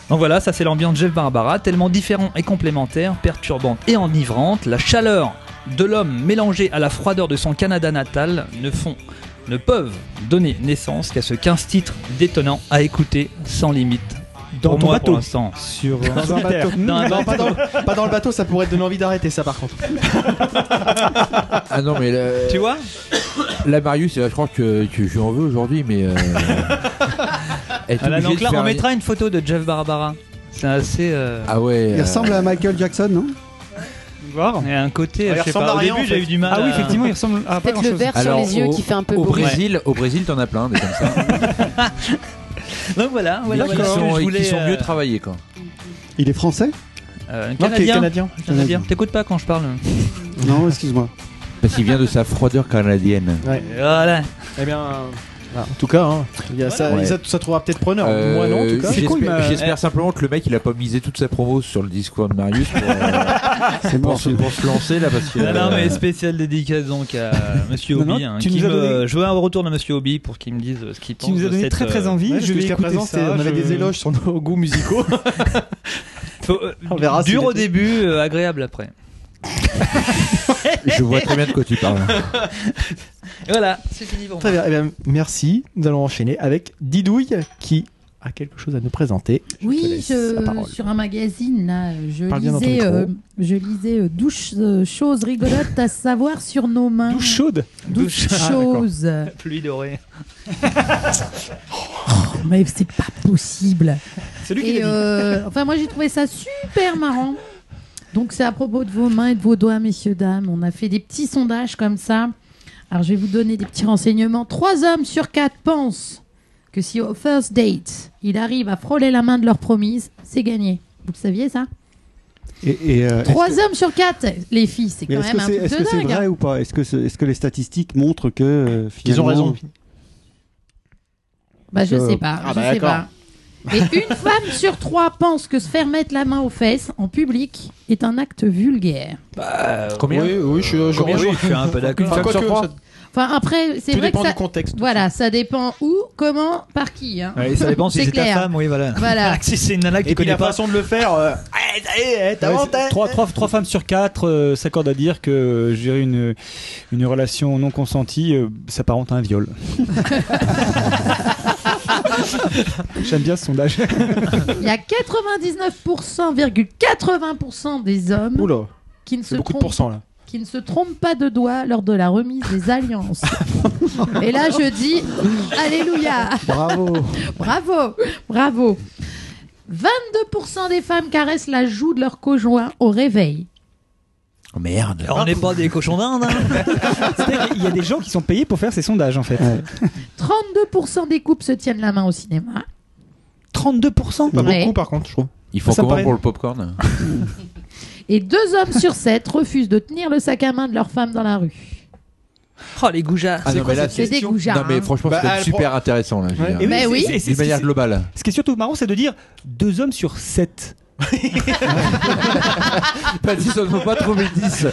Speaker 1: Donc voilà, ça c'est l'ambiance Jeff Barbara, tellement différent et complémentaire, perturbante et enivrante. La chaleur de l'homme mélangée à la froideur de son Canada natal ne font, ne peuvent donner naissance qu'à ce 15 titres détonnant à écouter sans limite.
Speaker 8: Dans
Speaker 1: pour
Speaker 8: ton
Speaker 1: moi, pour
Speaker 8: bateau.
Speaker 1: l'instant.
Speaker 8: Sur.
Speaker 3: Dans un bateau.
Speaker 1: Dans- dans-
Speaker 3: Non, pas dans, pas dans le bateau, ça pourrait te donner envie d'arrêter ça par contre.
Speaker 4: *laughs* Ah non, mais là,
Speaker 1: Tu vois
Speaker 4: là, Marius, euh, je crois que, que je lui en veux aujourd'hui, mais. *laughs* euh, être
Speaker 1: Voilà,
Speaker 4: obligé
Speaker 1: donc
Speaker 4: de
Speaker 1: là,
Speaker 4: faire
Speaker 1: on
Speaker 4: un-
Speaker 1: mettra une photo de Jeff Barbara. C'est assez. euh,
Speaker 4: Ah ouais.
Speaker 10: Il
Speaker 4: euh,
Speaker 10: ressemble à Michael Jackson, non
Speaker 8: Voir.
Speaker 1: Il y a un côté,
Speaker 3: Il
Speaker 1: je sais
Speaker 3: ressemble
Speaker 1: pas,
Speaker 3: à
Speaker 1: au
Speaker 3: rien,
Speaker 1: début
Speaker 3: en
Speaker 1: j'ai
Speaker 3: fait.
Speaker 1: eu du mal.
Speaker 8: Ah oui,
Speaker 1: à-
Speaker 8: effectivement, il ressemble à pas
Speaker 2: Peut-être le
Speaker 8: grand-chose.
Speaker 2: vert sur
Speaker 4: Alors,
Speaker 2: les yeux
Speaker 4: au-
Speaker 2: qui fait un peu
Speaker 4: Au
Speaker 2: bourré.
Speaker 4: Brésil, au Brésil, t'en as plein des comme ça.
Speaker 1: Donc voilà, voilà,
Speaker 4: Mais qui
Speaker 1: voilà ce que
Speaker 4: sont,
Speaker 1: je
Speaker 4: et
Speaker 1: voulais,
Speaker 4: qui sont
Speaker 1: euh,
Speaker 4: mieux travaillés quoi.
Speaker 10: Il est français
Speaker 1: euh,
Speaker 3: Non, qui est
Speaker 1: Canadien.
Speaker 3: canadien.
Speaker 1: Canadien. T'écoutes pas quand je parle.
Speaker 10: Non, excuse-moi.
Speaker 4: Parce qu'il vient de sa froideur canadienne.
Speaker 1: Voilà.
Speaker 3: Eh bien, voilà, en tout cas, hein, il y a ça,
Speaker 4: Ouais. Euh,
Speaker 3: ça, ça trouvera peut-être preneur. Moi non, en tout cas.
Speaker 4: J'espère,
Speaker 8: cool, mais-
Speaker 4: j'espère simplement que le mec il a pas misé toute sa promo sur le discours de Marius pour, *laughs* euh,
Speaker 10: C'est
Speaker 4: pour,
Speaker 10: mort.
Speaker 4: se, pour se lancer là parce que.
Speaker 1: Non, non, mais
Speaker 4: euh,
Speaker 1: spécial dédicace donc à Monsieur
Speaker 8: Non, non,
Speaker 1: Obi. hein,
Speaker 8: tu
Speaker 1: qui
Speaker 8: nous as
Speaker 1: me-
Speaker 8: donné-
Speaker 1: Je veux un retour de Monsieur Obi pour qu'il me dise euh, ce qu'il pense.
Speaker 8: Tu nous as
Speaker 1: de
Speaker 8: donné
Speaker 1: cette,
Speaker 8: très très
Speaker 1: euh,
Speaker 8: envie.
Speaker 3: Ouais,
Speaker 8: je vais
Speaker 3: jusqu'à
Speaker 8: écouter
Speaker 3: présent, c'est-
Speaker 8: ça.
Speaker 3: on avait
Speaker 8: je-
Speaker 3: des éloges sur nos goûts musicaux.
Speaker 1: faut, euh,
Speaker 3: On verra s'il
Speaker 1: dur au
Speaker 3: était-
Speaker 1: début, euh, agréable après.
Speaker 4: je vois très bien de quoi tu parles.
Speaker 1: Et voilà, c'est fini pour
Speaker 3: Très
Speaker 1: moi.
Speaker 3: bien, eh bien, merci. Nous allons enchaîner avec Didouille qui a quelque chose à nous présenter. Je te
Speaker 6: Oui,
Speaker 3: laisse la
Speaker 6: je,
Speaker 3: parole.
Speaker 6: sur un magazine, là, je
Speaker 3: Parle bien dans ton
Speaker 6: lisais,
Speaker 3: micro.
Speaker 6: euh, je lisais euh, douche euh, choses rigolotes à savoir sur nos mains.
Speaker 8: Douche chaude.
Speaker 3: *laughs*
Speaker 6: Douche
Speaker 1: Douche. Ah,
Speaker 6: choses.
Speaker 1: Pluie dorée.
Speaker 6: Mais c'est pas possible.
Speaker 8: C'est lui qui
Speaker 6: Et
Speaker 8: l'a dit.
Speaker 6: euh, enfin, moi j'ai trouvé ça super marrant. Donc c'est à propos de vos mains et de vos doigts, messieurs dames. On a fait des petits sondages comme ça. Alors je vais vous donner des petits renseignements. Trois hommes sur quatre pensent que si au first date il arrive à frôler la main de leur promise, c'est gagné. Vous le saviez ça
Speaker 10: Et, et, euh, est-ce
Speaker 6: Trois
Speaker 10: que-
Speaker 6: hommes sur quatre, les filles, c'est
Speaker 10: mais
Speaker 6: quand
Speaker 10: est-ce que
Speaker 6: même un
Speaker 10: c'est
Speaker 6: truc
Speaker 10: est-ce
Speaker 6: de
Speaker 10: que c'est
Speaker 6: dingue.
Speaker 10: vrai ou pas Est-ce que, ce- est-ce que les statistiques montrent que euh,
Speaker 3: Ils ont
Speaker 10: finalement-
Speaker 3: raison.
Speaker 6: Bah, je
Speaker 10: Euh,
Speaker 6: sais pas.
Speaker 3: ah
Speaker 6: je
Speaker 3: bah,
Speaker 6: sais
Speaker 3: d'accord.
Speaker 6: pas. Et une femme sur trois pense que se faire mettre la main aux fesses en public est un acte vulgaire.
Speaker 1: Euh,
Speaker 4: Combien
Speaker 3: Oui, oui, je, je
Speaker 1: Combien
Speaker 3: rejoins.
Speaker 1: Oui, je suis un peu d'accord.
Speaker 3: Enfin,
Speaker 4: Une femme sur
Speaker 3: quoique,
Speaker 4: trois.
Speaker 3: ça-
Speaker 6: Enfin, après, c'est
Speaker 3: Tout
Speaker 6: vrai que
Speaker 3: dépend
Speaker 6: ça.
Speaker 3: du contexte.
Speaker 6: Voilà, ça dépend où, comment, par qui. hein.
Speaker 1: Ouais, ça dépend si
Speaker 6: C'est
Speaker 1: c'est ta
Speaker 6: clair.
Speaker 1: femme, oui, voilà. *laughs* Ah,
Speaker 6: Voilà.
Speaker 1: si c'est une nana que
Speaker 3: Et
Speaker 1: tu
Speaker 3: puis
Speaker 1: connais
Speaker 3: la
Speaker 1: pas.
Speaker 3: façon de le faire. euh, Allez, allez, *laughs* t'as hein.
Speaker 8: Ouais,
Speaker 3: inventé.
Speaker 8: c'est- trois, trois, trois femmes sur quatre euh, s'accordent à dire que euh, je dirais une, une relation non consentie euh, s'apparente à un viol. J'aime bien ce sondage.
Speaker 6: Il y a 99,80% des hommes
Speaker 3: Oula,
Speaker 6: qui ne, se
Speaker 3: c'est beaucoup de
Speaker 6: trompent,
Speaker 3: pourcents là.
Speaker 6: qui ne se trompent pas de doigts lors de la remise des
Speaker 1: *laughs*
Speaker 6: alliances. Et là, je dis Alléluia
Speaker 10: *laughs* Bravo.
Speaker 6: Bravo, bravo. 22% des femmes caressent la joue de leur conjoint au réveil.
Speaker 4: Oh, Merde.
Speaker 11: On n'est pas des cochons d'Inde. hein.
Speaker 8: C'est-à-dire qu'il y a des gens qui sont payés pour faire ces sondages en fait.
Speaker 6: 32% des couples se tiennent la main au cinéma.
Speaker 3: Pas
Speaker 8: 32%
Speaker 6: Ouais.
Speaker 3: beaucoup, par contre, je trouve.
Speaker 4: Il faut
Speaker 3: Ça me
Speaker 4: comment
Speaker 3: paraît-
Speaker 4: pour le popcorn Ah,
Speaker 6: Et deux hommes sur sept refusent de tenir le sac à main de leur femme dans la rue.
Speaker 11: Oh, les goujats.
Speaker 4: *laughs* Ah non, mais là,
Speaker 6: C'est hein.
Speaker 4: c'est-
Speaker 6: dégoûtant.
Speaker 4: Non, mais franchement,
Speaker 3: Bah,
Speaker 4: c'était
Speaker 3: elle
Speaker 4: super intéressant. là, je veux
Speaker 8: Ouais.
Speaker 4: dire.
Speaker 8: Et
Speaker 6: Mais
Speaker 11: Bah,
Speaker 6: bah
Speaker 8: c'est-
Speaker 6: oui.
Speaker 8: c'est- c'est-
Speaker 4: D'une manière
Speaker 8: c'est-
Speaker 4: globale.
Speaker 8: Ce qui est surtout marrant, c'est de dire deux hommes sur sept.
Speaker 4: *laughs* Pas 10, on ne peut pas trouver 10.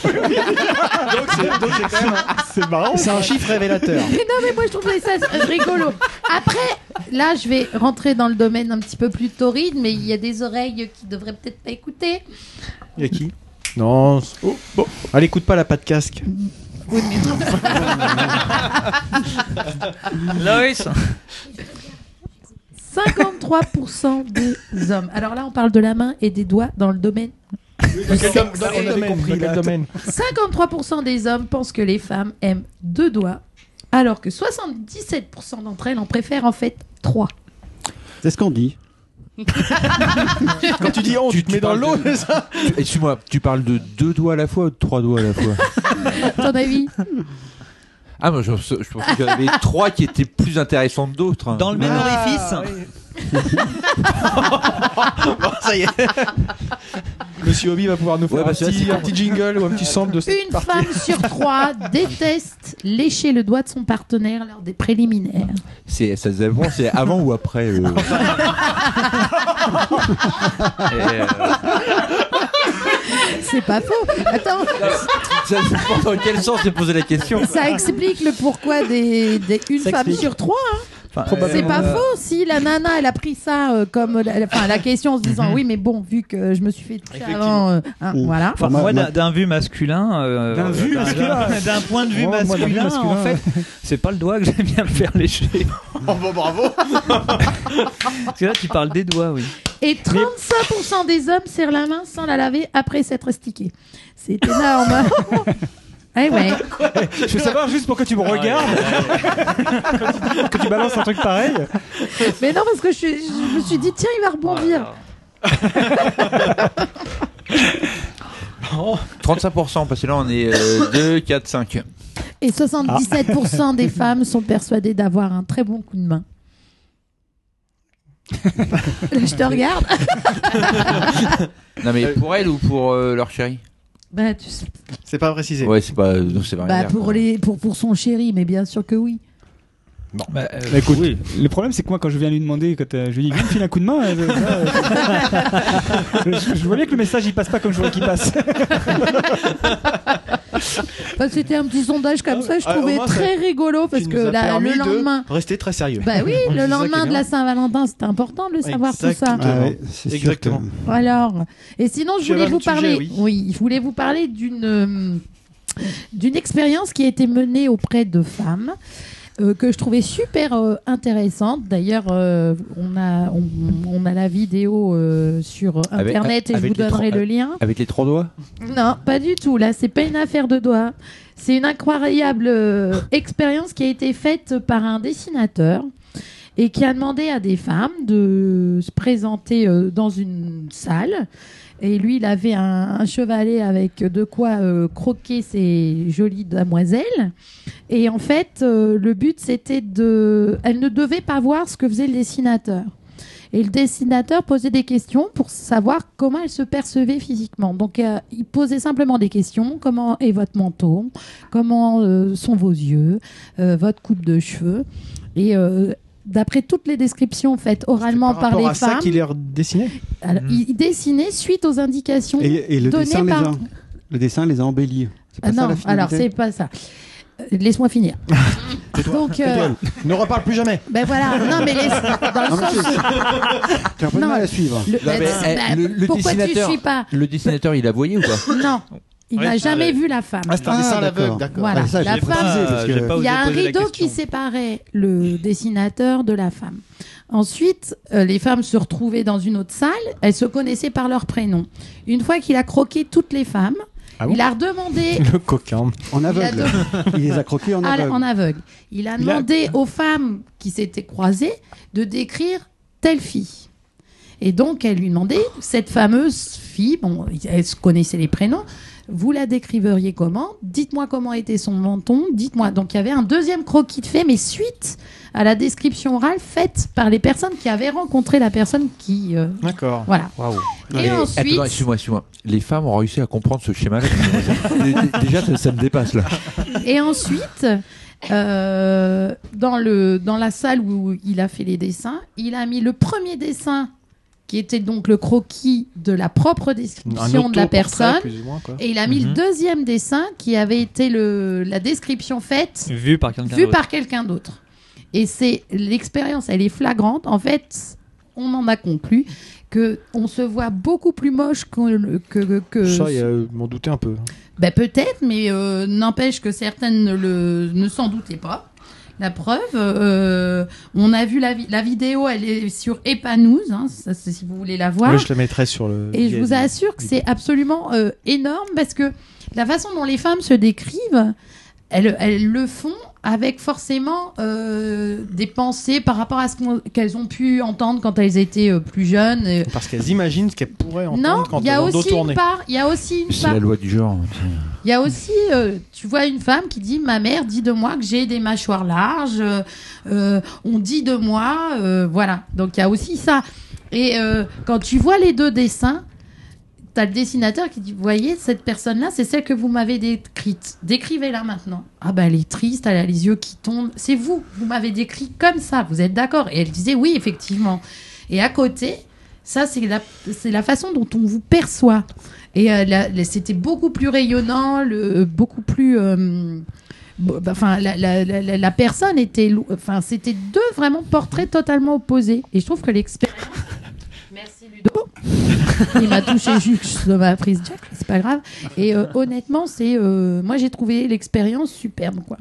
Speaker 8: C'est marrant.
Speaker 3: C'est un chiffre révélateur.
Speaker 6: Mais *laughs* non, mais moi je trouvais ça euh, rigolo. Après, là, je vais rentrer dans le domaine un petit peu plus torride, mais il y a des oreilles qui devraient peut-être pas écouter.
Speaker 8: Il y a qui
Speaker 3: Non. c'est- oh, bon. Elle écoute pas la pas de casque.
Speaker 11: Loïs.
Speaker 6: 53% des hommes. Alors là, on parle de la main et des doigts dans le domaine.
Speaker 3: Dans quel dom- dans
Speaker 8: on
Speaker 3: quel
Speaker 8: avait
Speaker 3: domaine,
Speaker 8: compris,
Speaker 3: dans quel
Speaker 8: là.
Speaker 3: domaine
Speaker 6: 53% des hommes pensent que les femmes aiment deux doigts, alors que 77% d'entre elles en préfèrent en fait trois.
Speaker 10: C'est ce qu'on dit.
Speaker 3: Quand tu dis on, tu, te mets dans
Speaker 4: parles
Speaker 3: l'eau,
Speaker 4: de-
Speaker 3: c'est ça
Speaker 4: Excuse-moi, tu parles de deux doigts à la fois ou de trois doigts à la fois
Speaker 6: Ton avis
Speaker 4: Ah, moi, je, je pensais qu'il y en *laughs* avait trois qui étaient plus intéressants que d'autres. hein.
Speaker 11: Dans le même
Speaker 3: Ah,
Speaker 11: orifice.
Speaker 3: Monsieur Obi va pouvoir nous faire
Speaker 4: Ouais,
Speaker 3: un,
Speaker 4: parce que là,
Speaker 3: petit,
Speaker 4: c'est
Speaker 3: un petit jingle ou un petit sample de cette
Speaker 6: Une
Speaker 3: partie.
Speaker 6: femme sur trois déteste lécher le doigt de son partenaire lors des préliminaires.
Speaker 4: C'est ça se avance, c'est avant ou après *laughs* le- Et, euh,
Speaker 6: C'est pas faux. Attends,
Speaker 4: ça dépend dans quel sens j'ai posé la question.
Speaker 6: ça explique le pourquoi des, des- une
Speaker 11: Ça
Speaker 6: femme
Speaker 11: explique.
Speaker 6: sur trois. hein.
Speaker 1: euh,
Speaker 6: C'est pas faux. Si la nana, elle a pris ça euh, comme la, la- enfin, la question en se disant oui, mais bon, vu que je me suis fait toucher avant, euh, hein,
Speaker 10: Ouh.
Speaker 6: voilà.
Speaker 11: Enfin,
Speaker 10: Ma-
Speaker 11: moi,
Speaker 10: ma-
Speaker 11: d'un- d'un vue masculin, euh,
Speaker 8: D'un vue masculin.
Speaker 11: d'un- d'un point de vue
Speaker 8: Ouais, moi, d'un
Speaker 11: masculin,
Speaker 8: vue masculin,
Speaker 11: en fait, *laughs* c'est pas le doigt que j'aime bien me faire lécher. Parce que là, tu parles des doigts, oui.
Speaker 6: Et 35% des hommes serrent la main sans la laver après s'être stiquée. C'est énorme. *laughs* Eh ouais.
Speaker 8: Je veux savoir juste pourquoi tu me regardes quand tu balances un truc pareil.
Speaker 6: Mais non, parce que je, suis- je me suis dit, tiens, il va rebondir.
Speaker 4: 35%, parce que là on est euh, 2, 4, 5.
Speaker 6: Et 77%
Speaker 3: Ah.
Speaker 6: des femmes sont persuadées d'avoir un très bon coup
Speaker 3: *laughs*
Speaker 6: de main. Là, je te regarde.
Speaker 4: Non mais pour elle ou pour euh, leur chéri
Speaker 6: Bah, tu sais-
Speaker 3: C'est pas précisé.
Speaker 4: Ouais, c'est pas. non, c'est pas
Speaker 6: bah,
Speaker 4: rien,
Speaker 6: pour,
Speaker 4: quoi.
Speaker 6: les, pour, pour son chéri, mais bien sûr que oui.
Speaker 11: Bah, euh,
Speaker 8: écoute, le problème c'est que moi quand je viens lui demander, quand euh, je lui dis viens me file un coup de main, euh, ça, euh, je, je vois bien que le message il passe pas comme je voulais qu'il passe.
Speaker 6: Bah, C'était un petit sondage comme ça, je
Speaker 3: Ah, au
Speaker 6: trouvais
Speaker 3: moins, ça-
Speaker 6: très rigolo parce
Speaker 3: Qui
Speaker 6: que
Speaker 3: nous a
Speaker 6: là, le
Speaker 3: permis de
Speaker 6: lendemain.
Speaker 3: Rester très sérieux.
Speaker 6: Bah
Speaker 3: *laughs*
Speaker 6: oui,
Speaker 3: C'est ça
Speaker 6: le
Speaker 3: qui est
Speaker 6: lendemain de
Speaker 3: bien.
Speaker 6: la Saint-Valentin, c'était important de le savoir tout ça.
Speaker 3: Exactement.
Speaker 10: Ah ouais, c'est sûr
Speaker 3: Exactement.
Speaker 10: que-
Speaker 6: Alors, et sinon, je
Speaker 3: Tu avais
Speaker 6: voulais
Speaker 3: un
Speaker 6: vous
Speaker 3: autre
Speaker 6: parler.
Speaker 3: sujet, oui.
Speaker 6: je voulais vous parler d'une euh, d'une expérience qui a été menée auprès de femmes. euh, que je trouvais super euh, intéressante. D'ailleurs, euh, on, a, on, on a la vidéo euh, sur
Speaker 4: Avec-
Speaker 6: Internet et je
Speaker 4: avec
Speaker 6: vous
Speaker 4: les
Speaker 6: donnerai
Speaker 4: trois-
Speaker 6: le lien.
Speaker 4: Avec les trois doigts
Speaker 6: Non, pas du tout. Là, c'est pas une affaire de doigts. C'est une incroyable euh, expérience qui a été faite par un dessinateur et qui a demandé à des femmes de se présenter euh, dans une salle. Et lui, il avait un, un chevalet avec de quoi euh, croquer ces jolies damoiselles. Et en fait, euh, le but, c'était de... Elles ne devaient pas voir ce que faisait le dessinateur. Et le dessinateur posait des questions pour savoir comment elle se percevait physiquement. Donc, euh, il posait simplement des questions. Comment est votre menton Comment euh, sont vos yeux Euh, Votre coupe de cheveux Et euh, d'après toutes les descriptions faites oralement
Speaker 3: Par
Speaker 6: par,
Speaker 3: rapport
Speaker 6: les
Speaker 3: à ça
Speaker 6: femmes,
Speaker 3: qu'il est redessiné.
Speaker 6: alors, il dessinait suite aux indications.
Speaker 10: Et, et le,
Speaker 6: Donné
Speaker 10: dessin les
Speaker 6: par-
Speaker 10: a, le dessin les a embellis. C'est pas
Speaker 6: Ah
Speaker 10: ça,
Speaker 6: non,
Speaker 10: la
Speaker 6: alors
Speaker 10: finalité
Speaker 6: c'est pas ça. Euh, Laisse-moi finir. Donc, euh,
Speaker 3: Ne reparle plus jamais.
Speaker 6: ben voilà. Non, mais
Speaker 10: *laughs*
Speaker 6: laisse- dans le
Speaker 10: Non, mais
Speaker 6: sens.
Speaker 10: c'est- T'as un peu de
Speaker 6: Non.
Speaker 10: mal à suivre.
Speaker 6: le-
Speaker 4: mais, eh,
Speaker 6: bah,
Speaker 4: le- le
Speaker 6: pourquoi
Speaker 4: dessinateur-
Speaker 6: tu suis pas
Speaker 4: Le dessinateur il la voyait ou pas
Speaker 6: Non, il n'a jamais vu la femme.
Speaker 3: Ah, c'est un
Speaker 10: Ah,
Speaker 3: dessin à
Speaker 10: d'accord.
Speaker 3: l'aveugle, d'accord.
Speaker 6: Voilà,
Speaker 10: Ah, ça,
Speaker 6: la
Speaker 10: j'ai
Speaker 6: femme-
Speaker 10: précisé, parce que-
Speaker 1: j'ai pas
Speaker 6: Il y a un
Speaker 1: osé poser la
Speaker 6: rideau qui
Speaker 1: question.
Speaker 6: séparait le dessinateur de la femme. Ensuite, euh, les femmes se retrouvaient dans une autre salle, elles se connaissaient par leur prénom. Une fois qu'il a croqué toutes les femmes,
Speaker 8: Ah bon
Speaker 6: il a redemandé
Speaker 3: Le coquin.
Speaker 10: En aveugle.
Speaker 6: Il
Speaker 10: Il les a croqués en
Speaker 6: à la-
Speaker 10: aveugle.
Speaker 6: en aveugle. Il Ah, a
Speaker 8: Il a-
Speaker 6: demandé aux femmes qui s'étaient croisées de décrire telle fille. Et donc, elle lui demandait, cette fameuse fille, bon, elle se connaissait les prénoms, vous la décriveriez comment Dites-moi comment était son menton, dites-moi. Donc, il y avait un deuxième croquis de fait, mais suite à la description orale faite par les personnes qui avaient rencontré la personne qui... euh,
Speaker 3: D'accord.
Speaker 6: voilà. Et ensuite-
Speaker 4: Attends, Eh, excuse-moi, excuse-moi. Les femmes ont réussi à comprendre ce schéma-là. *laughs* Dé- dé- Déjà, ça, ça me dépasse là.
Speaker 6: Et ensuite, euh, dans, le, dans la salle où il a fait les dessins, il a mis le premier dessin qui était donc le croquis de la propre description de la
Speaker 3: autoportrait,
Speaker 6: personne.
Speaker 3: plus ou moins, quoi.
Speaker 6: Et il a mis
Speaker 1: Mhm.
Speaker 6: le deuxième dessin qui avait été le, la description faite
Speaker 1: Vu par quelqu'un
Speaker 6: vue
Speaker 1: d'autre.
Speaker 6: par quelqu'un d'autre. Et c'est l'expérience, elle est flagrante. En fait, on en a conclu que on se voit beaucoup plus moche que, que, que, que-
Speaker 3: Ça, il y a- euh, m'en doutais un peu.
Speaker 6: ben peut-être, mais euh, n'empêche que certaines ne le, ne s'en doutaient pas. La preuve, euh, on a vu la, vi- la vidéo, elle est sur Epanouz, hein, ça, c'est si vous voulez la voir.
Speaker 3: Oui, je le mettrai sur le.
Speaker 6: Ah. Et je vous assure que c'est absolument euh, énorme parce que la façon dont les femmes se décrivent, elles, elles le font avec forcément euh, des pensées par rapport à ce qu'on- qu'elles ont pu entendre quand elles étaient euh, plus jeunes. euh.
Speaker 3: Parce qu'elles imaginent ce qu'elles pourraient entendre
Speaker 6: Non,
Speaker 3: quand
Speaker 6: il y a
Speaker 3: elles ont
Speaker 6: aussi
Speaker 3: dos tourné.
Speaker 6: une part, il y a aussi une
Speaker 4: C'est
Speaker 6: part
Speaker 4: la loi du genre.
Speaker 6: il y a aussi, euh, tu vois, une femme qui dit Ma mère dit de moi que j'ai des mâchoires larges, euh, euh, on dit de moi, euh, voilà. Donc il y a aussi ça. Et euh, quand tu vois les deux dessins, t'as le dessinateur qui dit Vous voyez, cette personne-là, c'est celle que vous m'avez décrite. Décrivez-la maintenant. Ah ben, elle est triste, elle a les yeux qui tombent. C'est vous, vous m'avez décrit comme ça, vous êtes d'accord Et elle disait Oui, effectivement. Et à côté, ça, c'est la, c'est la façon dont on vous perçoit. Et euh, la- la- c'était beaucoup plus rayonnant, le, beaucoup plus. euh, bo- bah, Enfin, la, la- la- la- la personne était, lo- enfin, c'était deux vraiment portraits totalement opposés. Et je trouve que l'expérience. *laughs* Merci Ludo. Il m'a touché juste de ma prise Jack, mais c'est pas grave. Et euh, honnêtement, c'est, euh, moi j'ai trouvé l'expérience superbe, quoi.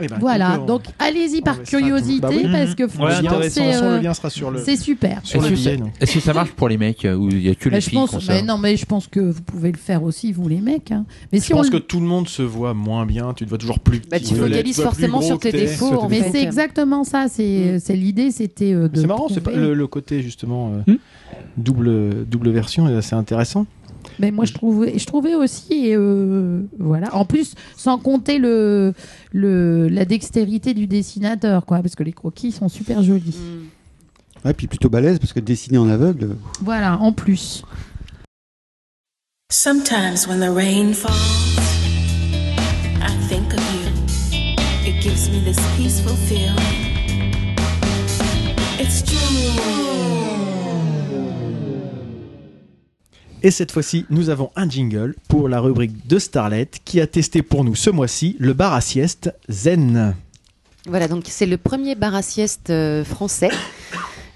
Speaker 3: Eh ben,
Speaker 6: voilà.
Speaker 3: écoutez, on-
Speaker 6: Donc allez-y
Speaker 3: on
Speaker 6: par
Speaker 3: laissera tout-
Speaker 6: curiosité
Speaker 3: Bah oui.
Speaker 6: parce que
Speaker 3: Le
Speaker 1: Ouais,
Speaker 3: lien,
Speaker 6: franchement,
Speaker 3: de toute
Speaker 6: c'est,
Speaker 3: façon,
Speaker 6: euh,
Speaker 3: le lien sera sur le.
Speaker 6: c'est super.
Speaker 3: Sur
Speaker 4: Est-ce
Speaker 3: le
Speaker 4: que
Speaker 3: billet,
Speaker 4: ça-
Speaker 3: donc.
Speaker 4: Est-ce que ça marche pour les mecs euh, ou il y a que
Speaker 6: Bah,
Speaker 4: les
Speaker 6: je
Speaker 4: filles qui ont
Speaker 6: pense,
Speaker 4: ça
Speaker 6: mais non, mais je pense que vous pouvez le faire aussi, vous les mecs. hein. Mais si
Speaker 3: Je
Speaker 6: on
Speaker 3: pense
Speaker 6: le-
Speaker 3: que tout le monde se voit moins bien. Tu te vois toujours plus petit.
Speaker 2: Bah, tu te
Speaker 3: vois
Speaker 2: focalises
Speaker 3: plus gros
Speaker 2: forcément
Speaker 3: que
Speaker 2: sur tes
Speaker 3: t'es,
Speaker 2: défauts,
Speaker 3: sur
Speaker 2: en
Speaker 3: tes
Speaker 2: fait. Mm.
Speaker 6: Mais c'est exactement ça, c'est c'est l'idée, c'était euh, de.
Speaker 3: C'est marrant, c'est pas
Speaker 6: prouver-
Speaker 3: le, le côté justement euh, double double version est assez intéressant.
Speaker 6: Mais moi, je trouvais, je trouvais aussi, et, euh, voilà. En plus, sans compter le, le la dextérité du dessinateur, quoi, parce que les croquis sont super jolis.
Speaker 10: Ouais, puis plutôt balèze parce que dessiner en aveugle.
Speaker 6: Voilà, en plus.
Speaker 14: Sometimes when the rain falls, I think of you. It gives me this peaceful feeling. It's June.
Speaker 3: Et cette fois-ci, nous avons un jingle pour la rubrique de Starlet qui a testé pour nous ce mois-ci le bar à sieste Zen.
Speaker 2: Voilà, donc c'est le premier bar à sieste euh, français.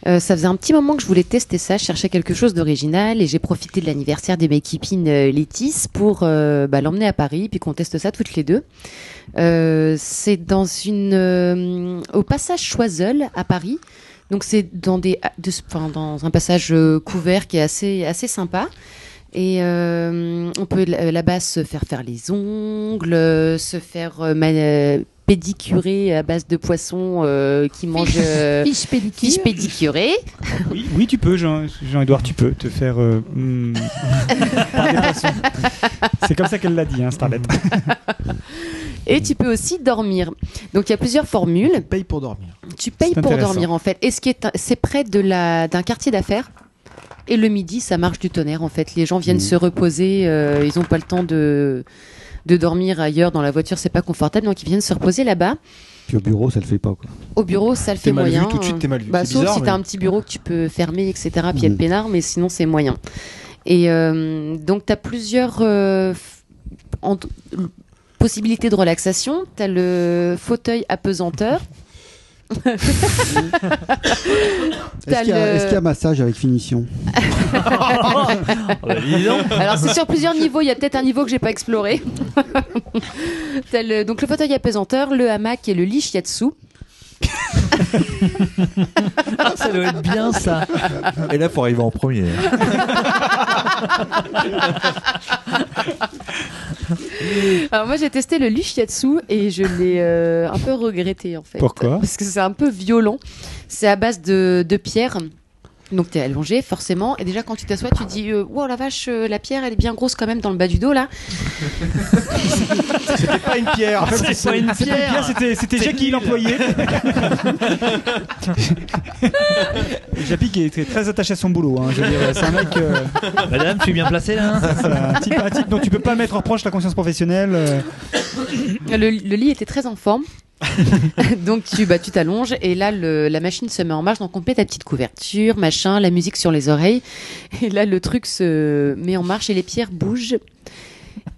Speaker 2: Euh, ça faisait un petit moment que je voulais tester ça, je cherchais quelque chose d'original et j'ai profité de l'anniversaire des mes copines euh, Letis pour euh, bah, l'emmener à Paris puis qu'on teste ça toutes les deux. Euh, c'est dans une euh, au passage Choiseul à Paris. Donc c'est dans des ah, de- enfin, dans un passage euh, couvert qui est assez assez sympa. Et euh, on peut euh, là-bas se faire faire les ongles, euh, se faire euh, ma- euh, pédicurer à base de poissons euh, qui mangent euh,
Speaker 6: *laughs* Fiche pellicule.
Speaker 2: fiche pédicurée.
Speaker 8: Oui, oui, tu peux, Jean- Jean-Edouard, tu peux te faire. euh, hmm, par des poissons. C'est comme ça qu'elle l'a dit, hein, Starlet.
Speaker 2: Et tu peux aussi dormir. Donc il y a plusieurs formules.
Speaker 3: Paye pour dormir.
Speaker 2: Tu payes
Speaker 8: C'est
Speaker 2: pour
Speaker 8: intéressant.
Speaker 2: dormir en fait. Et ce qui est, c'est près de la d'un quartier d'affaires. Et le midi, ça marche du tonnerre en fait. Les gens
Speaker 8: Mmh.
Speaker 2: viennent se reposer. euh, ils n'ont pas le temps de de dormir ailleurs dans la voiture, c'est pas confortable. Donc ils viennent se reposer là-bas.
Speaker 10: Puis au bureau, ça le fait pas. Quoi.
Speaker 2: Au bureau, ça le
Speaker 3: T'es
Speaker 2: fait
Speaker 3: mal
Speaker 2: moyen.
Speaker 3: vu tout de suite, t'es mal vu.
Speaker 2: Bah,
Speaker 3: C'est
Speaker 2: sauf
Speaker 3: bizarre,
Speaker 2: si
Speaker 3: mais- Mm.
Speaker 2: t'as un petit bureau que tu peux fermer, etc. Puis
Speaker 10: Mhm.
Speaker 2: être peinard, mais sinon c'est moyen. Et euh, donc t'as plusieurs euh, f- en- possibilités de relaxation. T'as le fauteuil apesanteur.
Speaker 10: Est-ce
Speaker 2: T'as
Speaker 10: qu'il y, a-
Speaker 2: le-
Speaker 10: est-ce qu'il y a massage avec finition
Speaker 2: Alors c'est sur plusieurs niveaux. Il y a peut-être un niveau que j'ai pas exploré. *laughs* T'as le- donc le fauteuil apesanteur, le hamac et le lit shiatsu.
Speaker 1: Ça doit être
Speaker 11: *laughs*
Speaker 1: bien ça.
Speaker 4: Et là, faut arriver en premier.
Speaker 2: Alors moi j'ai testé le Lushiatsu et je l'ai euh, un peu regretté en fait.
Speaker 8: Pourquoi
Speaker 2: Parce que c'est un peu violent. C'est à base de, de pierre. Donc t'es allongé forcément et déjà quand tu t'assois tu te dis euh, wow la vache euh, la pierre elle est bien grosse quand même dans le bas du dos là.
Speaker 3: C'était pas une pierre.
Speaker 8: C'était pas une pierre, c'était- c'était Jackie l'employé. Japi qui est très attaché à son boulot. hein, je veux dire, c'est un mec. euh,
Speaker 11: Bah,
Speaker 1: Madame, je suis bien placé
Speaker 11: hein.
Speaker 1: là.
Speaker 8: c'est Euh, un type, un type dont tu peux pas mettre en reproche la conscience professionnelle. euh.
Speaker 2: le, le lit était très en
Speaker 10: *laughs*
Speaker 2: forme. donc tu bah, tu t'allonges et là le- la machine se met en marche donc on met ta petite couverture machin la musique sur les oreilles et là le truc se met en marche et les pierres bougent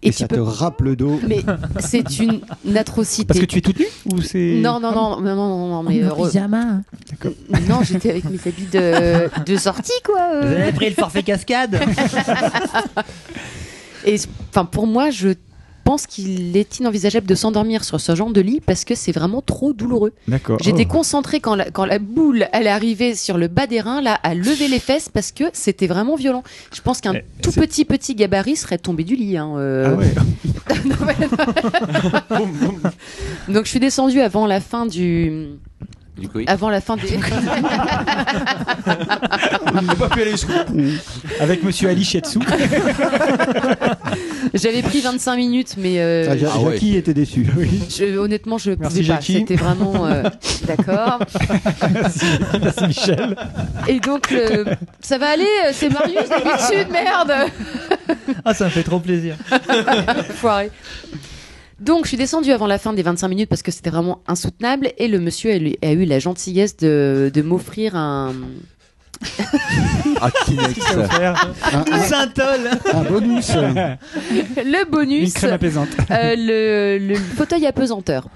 Speaker 10: Et,
Speaker 2: et, tu
Speaker 10: ça
Speaker 2: peux
Speaker 10: te râpe
Speaker 2: *laughs*
Speaker 10: le dos.
Speaker 2: mais c'est une atrocité
Speaker 8: Parce que tu es toute nue ou c'est Ah
Speaker 2: non non non non non non, non, mais
Speaker 6: En
Speaker 2: heureux-
Speaker 6: Oh, pyjama. hein.
Speaker 2: non j'étais avec mes habits de de sortie quoi euh.
Speaker 1: pris le forfait cascade
Speaker 2: *laughs* Et enfin, pour moi, je pense qu'il est inenvisageable de s'endormir sur ce genre de lit parce que c'est vraiment trop douloureux.
Speaker 8: D'accord. Oh.
Speaker 2: J'étais concentrée quand la, quand la boule elle est arrivée sur le bas des reins, là, à lever les fesses parce que c'était vraiment violent. Je pense qu'un
Speaker 1: Eh,
Speaker 2: tout
Speaker 8: c'est-
Speaker 2: petit petit gabarit serait tombé du lit. hein,
Speaker 8: Oh.
Speaker 2: euh.
Speaker 8: Ah ouais.
Speaker 2: *laughs* Non, mais-
Speaker 8: *laughs*
Speaker 2: Donc je suis descendue avant la fin du,
Speaker 4: Du coup, oui.
Speaker 2: *laughs*
Speaker 6: Ah,
Speaker 2: avant la
Speaker 3: *laughs*
Speaker 2: fin des.
Speaker 3: J'ai pas pu aller jusqu'au bout.
Speaker 8: Mm. Avec Monsieur Ali Shetsu.
Speaker 2: *laughs* J'avais pris 25 minutes, mais euh,
Speaker 10: Ah, Ja-
Speaker 4: Ah ouais.
Speaker 10: Jackie était déçu.
Speaker 2: je- honnêtement, je ne
Speaker 8: Merci,
Speaker 2: pouvais pas.
Speaker 8: Jackie.
Speaker 2: C'était vraiment
Speaker 8: *laughs*
Speaker 2: euh, d'accord.
Speaker 8: Merci Michel.
Speaker 2: Et donc, le- ça va aller, euh, c'est Marius d'habitude, merde
Speaker 1: *laughs* Ah, ça me fait trop plaisir.
Speaker 2: Foiré. Donc, je suis descendue avant la fin des 25 minutes parce que c'était vraiment insoutenable. Et le monsieur a, lui- a eu la gentillesse de, de m'offrir un.
Speaker 4: Ah, Kleenex.
Speaker 8: Qu'est-ce qu'elle va faire
Speaker 10: Un,
Speaker 11: Ah.
Speaker 10: un-
Speaker 1: Saint-Ol hein.
Speaker 10: un
Speaker 3: *laughs*
Speaker 10: bonus.
Speaker 2: Le
Speaker 8: Une
Speaker 2: bonus
Speaker 8: crème apaisante.
Speaker 2: euh, le, le fauteuil apesanteur.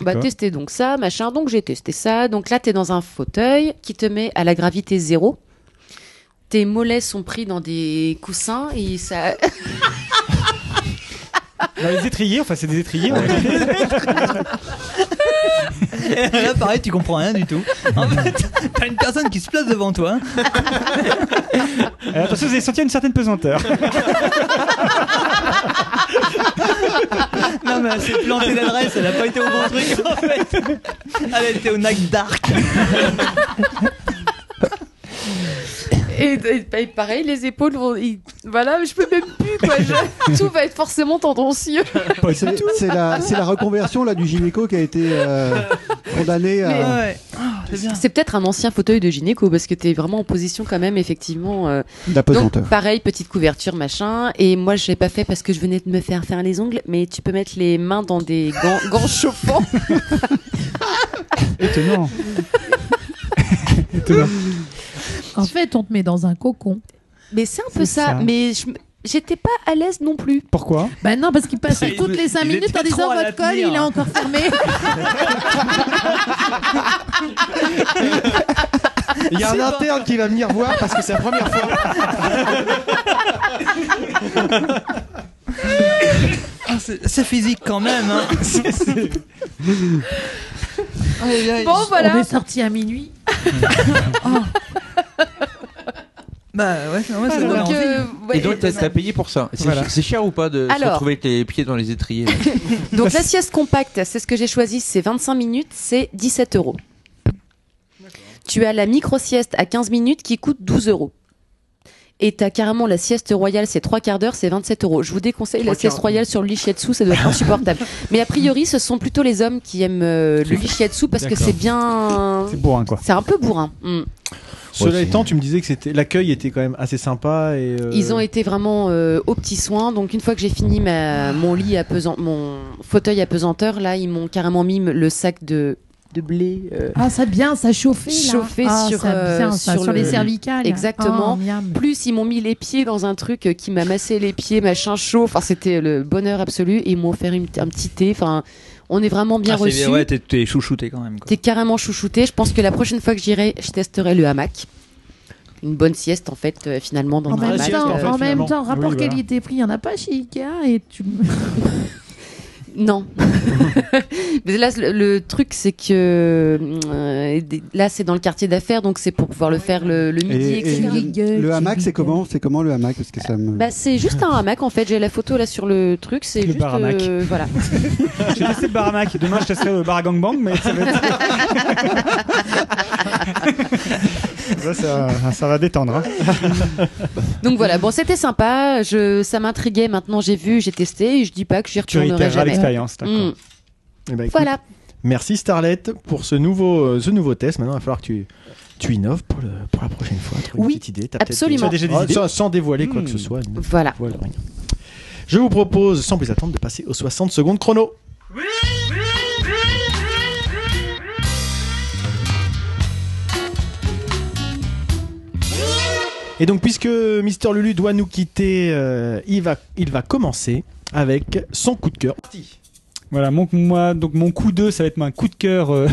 Speaker 2: Bah,
Speaker 8: D'accord.
Speaker 2: tester donc ça, machin. Donc, j'ai testé ça. Donc là, t'es dans un fauteuil qui te met à la gravité zéro. Tes mollets sont pris dans des coussins et ça, *laughs*
Speaker 8: Dans Bah, les étriers, enfin c'est des étriers. ouais.
Speaker 1: *laughs* Là, pareil, tu comprends rien du tout.
Speaker 11: *laughs*
Speaker 1: En fait, t'as une personne qui se place devant toi.
Speaker 8: Euh, attention, vous allez sentir une certaine *laughs* pesanteur.
Speaker 1: Non, mais elle s'est plantée d'adresse, elle a pas été au bon truc en fait. Elle était au Night Dark.
Speaker 2: Et, et- et pareil, les épaules vont. ils- voilà, je peux même plus, quoi. je- tout va être forcément tendancieux.
Speaker 8: Pas du
Speaker 10: C'est
Speaker 8: tout.
Speaker 10: c'est la, c'est la reconversion là du gynéco qui a été euh, condamné à.
Speaker 1: Ouais. c'est bien.
Speaker 2: C'est peut-être un ancien fauteuil de gynéco, parce que t'es vraiment en position, quand même, effectivement. euh.
Speaker 10: La
Speaker 2: Donc,
Speaker 10: pesanteur.
Speaker 2: pareil, petite couverture, machin. Et moi, je l'ai pas fait parce que je venais de me faire faire les ongles, mais tu peux mettre les mains dans des gants, gants chauffants.
Speaker 8: Étonnant. Étonnant.
Speaker 6: En fait, on te met dans un cocon.
Speaker 2: Mais c'est un peu
Speaker 8: C'est
Speaker 2: ça.
Speaker 8: ça.
Speaker 2: Mais je me- j'étais pas à l'aise non plus.
Speaker 8: Pourquoi
Speaker 6: Bah non, parce qu'il
Speaker 3: *laughs*
Speaker 6: passait
Speaker 1: Il-
Speaker 6: toutes les 5
Speaker 1: il
Speaker 6: minutes
Speaker 1: était
Speaker 6: en disant
Speaker 1: trop à la
Speaker 6: votre col,
Speaker 1: tenir.
Speaker 6: il est encore fermé.
Speaker 3: Il y a un interne qui va venir voir parce que c'est la première fois.
Speaker 1: Ah, c'est c'est physique quand même.
Speaker 3: *laughs*
Speaker 1: Hein. Aïe, aïe.
Speaker 2: Bon,
Speaker 6: On
Speaker 2: *laughs* voilà.
Speaker 6: est sorti à minuit.
Speaker 1: Bah ouais, non, ouais, ça donne
Speaker 2: Donc,
Speaker 1: envie.
Speaker 2: euh, ouais,
Speaker 4: Et donc, t'as t'as payé pour ça. C'est
Speaker 8: Voilà.
Speaker 4: c'est cher ou pas de se
Speaker 2: Alors.
Speaker 4: retrouver avec les pieds dans les étriers
Speaker 2: donc, la sieste compacte, c'est ce que j'ai choisi, c'est 25 minutes, c'est 17 euros. Tu as la micro-sieste à 15 minutes qui coûte 12 euros. Et t'as carrément la sieste royale, c'est 3 quarts d'heure, c'est 27 euros. Je vous déconseille la
Speaker 8: Trois quarts
Speaker 2: sieste royale sur le lit shiatsu, ça doit être *laughs* insupportable. Mais a priori, ce sont plutôt les hommes qui aiment euh, le lit shiatsu parce que
Speaker 8: D'accord.
Speaker 2: c'est bien.
Speaker 8: C'est bourrin quoi.
Speaker 2: C'est un peu bourrin. Mm.
Speaker 3: Cela
Speaker 4: c'est-
Speaker 3: étant, tu me disais que c'était l'accueil était quand même assez sympa et euh,
Speaker 2: Ils ont été vraiment euh, aux petits soins. Donc une fois que j'ai fini ma, mon lit à pesant, mon fauteuil à pesanteur, là ils m'ont carrément mis le sac de, de blé. euh,
Speaker 6: Ah, ça bien, ça chauffait. là.
Speaker 2: Chauffait
Speaker 6: Ah,
Speaker 2: sur,
Speaker 6: ça
Speaker 2: euh,
Speaker 6: bien, ça,
Speaker 2: sur
Speaker 6: sur,
Speaker 2: le-
Speaker 6: les cervicales.
Speaker 2: Exactement.
Speaker 6: Ah, miam.
Speaker 2: Plus ils m'ont mis les pieds dans un truc euh, qui m'a massé les pieds, machin chaud. Enfin c'était le bonheur absolu. Et ils m'ont offert une- un petit thé. Enfin on est vraiment bien
Speaker 1: Ah, c'est
Speaker 2: reçus.
Speaker 1: bien, Ouais, t'es- t'es chouchouté quand même. Quoi.
Speaker 2: T'es carrément chouchouté. Je pense que la prochaine fois que j'irai, je testerai le hamac. Une bonne sieste en fait euh, finalement dans
Speaker 6: En
Speaker 2: un
Speaker 6: même,
Speaker 2: hamac.
Speaker 6: temps,
Speaker 3: en fait,
Speaker 6: en même
Speaker 3: finalement.
Speaker 6: temps, rapport
Speaker 8: Oui, voilà.
Speaker 6: qualité-prix, il n'y en a pas chez Ikea. Et tu... *laughs*
Speaker 2: Non. Mais là, le, le truc, c'est que euh, des- là, c'est dans le quartier d'affaires, donc c'est pour pouvoir le faire le, le midi,
Speaker 10: Et- et
Speaker 2: etc.
Speaker 10: le, le hamac, c'est comment C'est comment le hamac Parce que ça me.
Speaker 2: Bah, c'est juste un hamac en fait. J'ai la photo là sur le truc. C'est
Speaker 8: Le
Speaker 2: juste.
Speaker 8: bar hamac.
Speaker 2: euh, voilà.
Speaker 8: J'ai testé le baramac. Demain je testerai le bar à gangbang, mais ça va être. Ça, ça, ça va détendre. hein.
Speaker 2: Donc voilà, bon, c'était sympa. Je, ça m'intriguait. Maintenant, j'ai vu, j'ai testé. Et je dis pas que j'y
Speaker 8: Tu
Speaker 2: retournerai
Speaker 8: itéreras
Speaker 2: jamais.
Speaker 8: l'expérience, d'accord.
Speaker 2: Mm.
Speaker 3: Eh ben, écoute,
Speaker 2: Voilà.
Speaker 3: Merci Starlet pour ce nouveau, euh, ce nouveau test. Maintenant, il va falloir que tu, tu innoves pour, le- pour la prochaine fois. Trouve
Speaker 2: Oui,
Speaker 3: une petite idée. T'as peut-être
Speaker 2: absolument. Hmm.
Speaker 3: des-
Speaker 2: Tu as déjà des
Speaker 3: Ah,
Speaker 2: idées
Speaker 3: sans, sans dévoiler quoi que ce soit. ne
Speaker 2: Voilà.
Speaker 3: dévoile rien. Je vous propose, sans plus attendre, de passer aux 60 secondes chrono. Et donc, puisque Mister Lulu doit nous quitter, euh, il, va, il va commencer avec son coup de cœur.
Speaker 8: Voilà, mon, moi, donc mon coup 2, ça va être un coup de cœur euh,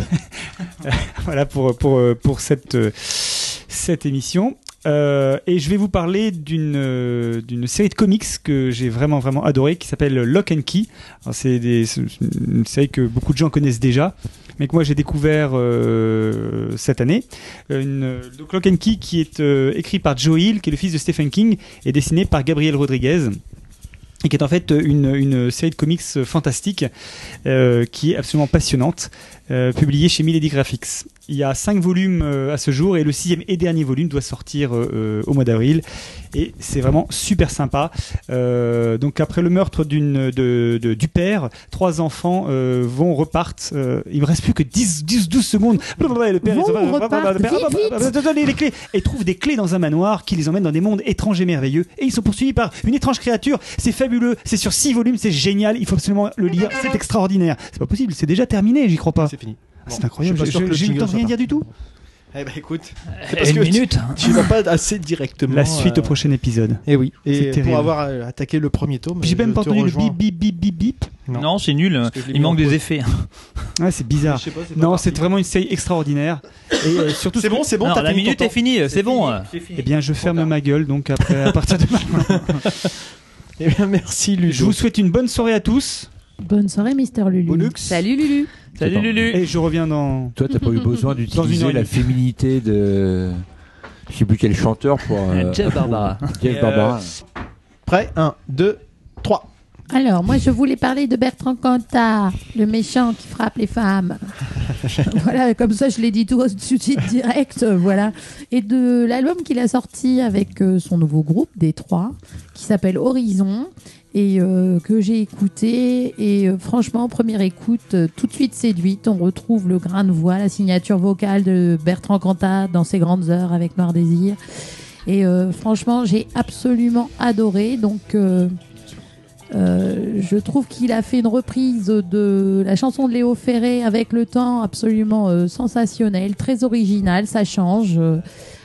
Speaker 8: *laughs* voilà, pour, pour, euh, pour cette, euh, cette émission. Euh, et je vais vous parler d'une euh, d'une série de comics que j'ai vraiment vraiment adoré qui s'appelle Lock and Key. Alors, C'est des- c'est une série que beaucoup de gens connaissent déjà, mais que moi j'ai découvert euh, cette année. Euh, Une, donc Lock and Key qui est euh, écrit par Joe Hill, qui est le fils de Stephen King, et dessiné par Gabriel Rodriguez et qui est en fait une, une série de comics euh, fantastique euh, qui est absolument passionnante, euh, publiée chez Milady Graphics. Il y a cinq volumes euh, à ce jour et le sixième et dernier volume doit sortir euh, euh, au mois d'avril et c'est vraiment super sympa. Euh, donc après le meurtre d'une de, de- du père, trois enfants euh, vont repartent. euh, il me reste plus que 10 10 12 secondes. Blablabla, et le père
Speaker 13: Vont,
Speaker 8: ils sont-
Speaker 13: repartent, vite,
Speaker 8: Ah, bah,
Speaker 13: vite.
Speaker 8: bah, bah, donnez les clés et trouvent des clés dans un manoir qui les emmène dans des mondes étranges et merveilleux et ils sont poursuivis par une étrange créature c'est fabuleux c'est sur six volumes c'est génial il faut absolument le lire c'est extraordinaire c'est pas possible c'est déjà terminé j'y crois pas c'est
Speaker 3: fini
Speaker 8: c'est incroyable
Speaker 3: je suis pas sûr que
Speaker 8: je-
Speaker 3: le
Speaker 8: j'ai eu le
Speaker 3: jingle
Speaker 8: temps de
Speaker 3: soit
Speaker 8: rien dire du tout
Speaker 3: Eh ben écoute,
Speaker 8: Eh, une
Speaker 3: tu-
Speaker 8: minute.
Speaker 3: Tu, vas pas assez directement.
Speaker 8: la suite
Speaker 3: euh,
Speaker 8: au prochain épisode
Speaker 3: Et oui
Speaker 8: c'est
Speaker 3: Et
Speaker 8: terrible
Speaker 3: pour avoir euh, attaqué le premier tome,
Speaker 8: J'ai même pas entendu le bip bip bip bip bip.
Speaker 3: Non,
Speaker 1: c'est nul.
Speaker 3: que je l'ai
Speaker 1: Il
Speaker 3: mis
Speaker 1: manque
Speaker 3: en
Speaker 1: des
Speaker 3: pause.
Speaker 1: effets.
Speaker 8: Ouais, c'est bizarre.
Speaker 3: Je sais pas, c'est pas
Speaker 8: non, c'est vraiment une série extraordinaire. Et
Speaker 3: *laughs*
Speaker 8: euh, surtout,
Speaker 3: C'est bon, c'est bon,
Speaker 1: Non,
Speaker 8: t'as
Speaker 1: la
Speaker 8: fini
Speaker 1: minute
Speaker 8: ton
Speaker 1: est
Speaker 8: temps.
Speaker 1: finie, c'est bon.
Speaker 8: Eh bien, je ferme ma gueule donc après, à
Speaker 3: *laughs*
Speaker 8: partir de maintenant.
Speaker 3: eh bien, merci Ludo.
Speaker 8: Je vous souhaite une bonne soirée à tous. Mmh.
Speaker 6: Bonne soirée, Mister Lulu.
Speaker 2: Salut Lulu.
Speaker 1: Salut Lulu.
Speaker 8: Et je reviens dans.
Speaker 4: Toi, t'as pas
Speaker 3: *laughs*
Speaker 4: eu besoin
Speaker 8: une heure
Speaker 4: d'utiliser
Speaker 8: et
Speaker 4: la
Speaker 8: demie.
Speaker 4: féminité de. Je sais plus quel chanteur pour.
Speaker 1: *laughs*
Speaker 4: euh,
Speaker 1: Jeff Barbara.
Speaker 4: Jeff
Speaker 3: Euh,
Speaker 4: Barbara.
Speaker 3: Prêt 1, 2, 3.
Speaker 6: Alors, moi, je voulais parler de Bertrand Cantat, le méchant qui frappe les femmes. voilà, comme ça, je l'ai dit tout tout de suite direct. euh, Voilà. Et de l'album qu'il a sorti avec euh, son nouveau groupe, des trois, qui s'appelle Horizon, et euh, que j'ai écouté. Et euh, franchement, première écoute, euh, tout de suite séduite. On retrouve le grain de voix, la signature vocale de Bertrand Cantat dans ses grandes heures avec Noir Désir. Et euh, franchement, j'ai absolument adoré. Donc. euh, euh, je trouve qu'il a fait une reprise de la chanson de Léo Ferré avec le temps absolument euh, sensationnelle, très originale, ça change, euh,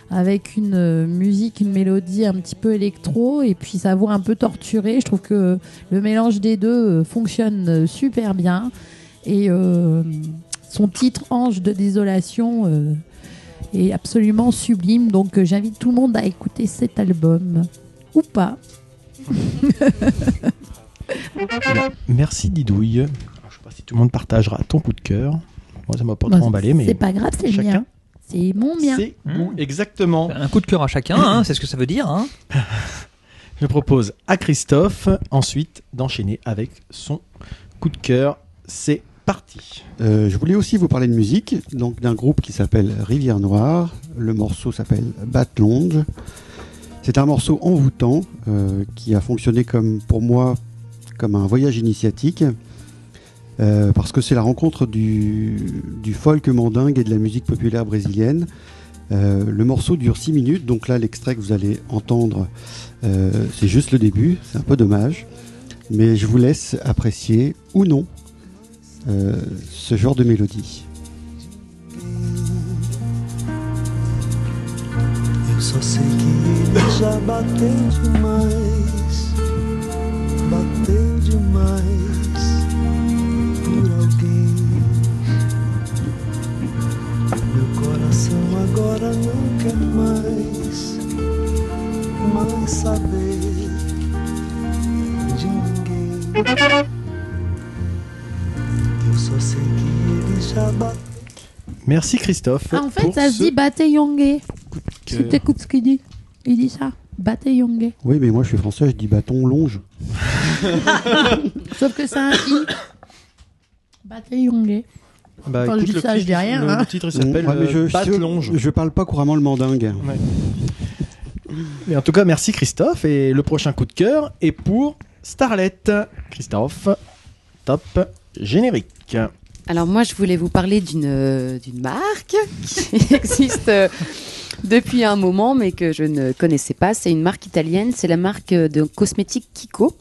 Speaker 6: avec une euh, musique, une mélodie un petit peu électro et puis sa voix un peu torturée. Je trouve que le mélange des deux euh, fonctionne euh, super bien et euh, son titre Ange de désolation euh, est absolument sublime. Donc euh, j'invite tout le monde à écouter cet album ou pas.
Speaker 3: Merci Didouille. Alors, je sais pas si tout le monde partagera ton coup de cœur. Moi, ça m'a pas
Speaker 6: Bah,
Speaker 3: trop emballé, mais.
Speaker 6: C'est pas grave, c'est le
Speaker 3: chacun.
Speaker 6: mien. C'est mon mien.
Speaker 3: C'est
Speaker 8: Hmm.
Speaker 3: bon, exactement.
Speaker 1: Un coup de cœur à chacun, hein, c'est ce que ça veut dire. hein.
Speaker 3: Je propose à Christophe ensuite d'enchaîner avec son coup de cœur. C'est parti.
Speaker 10: Euh, je voulais aussi vous parler de musique, donc d'un groupe qui s'appelle Rivière Noire. Le morceau s'appelle Bat Longe. C'est un morceau envoûtant euh, qui a fonctionné comme pour moi comme un voyage initiatique euh, parce que c'est la rencontre du, du folk mandingue et de la musique populaire brésilienne. Euh, le morceau dure 6 minutes, donc là l'extrait que vous allez entendre, euh, c'est juste le début, c'est un peu dommage, mais je vous laisse apprécier ou non euh, ce genre de mélodie.
Speaker 13: Eu só sei que ele já bateu demais, bateu demais por alguém. Meu coração agora não quer mais, mais saber de ninguém. Eu só sei que ele já bateu.
Speaker 3: Merci Christophe.
Speaker 6: Ah, en fait,
Speaker 3: pour
Speaker 6: ça se
Speaker 3: ce
Speaker 6: dit Bateyongé.
Speaker 3: cœur.
Speaker 6: Tu t'écoutes ce qu'il dit. Il dit ça. Bateyongé.
Speaker 10: Oui, mais moi je suis français, je dis bâton longe.
Speaker 6: Sauf que c'est un i. *coughs* Bateyongé.
Speaker 3: Bah,
Speaker 6: Enfin, je
Speaker 3: écoute,
Speaker 6: dis
Speaker 3: le
Speaker 6: ça, je dis
Speaker 3: titre-
Speaker 6: rien,
Speaker 3: le
Speaker 6: hein.
Speaker 3: titre, il s'appelle,
Speaker 10: Ouais, mais
Speaker 3: euh,
Speaker 10: je,
Speaker 3: Pâte
Speaker 10: je-
Speaker 3: Longe.
Speaker 10: je parle pas couramment le mandingue.
Speaker 3: *laughs* Mais en tout cas, merci Christophe. Et le prochain coup de cœur est pour Starlet. Christophe, top générique.
Speaker 2: Alors moi, je voulais vous parler d'une euh, d'une marque *laughs* qui existe euh, depuis un moment, mais que je ne connaissais pas. C'est une marque italienne. C'est la marque euh, de cosmétiques Kiko.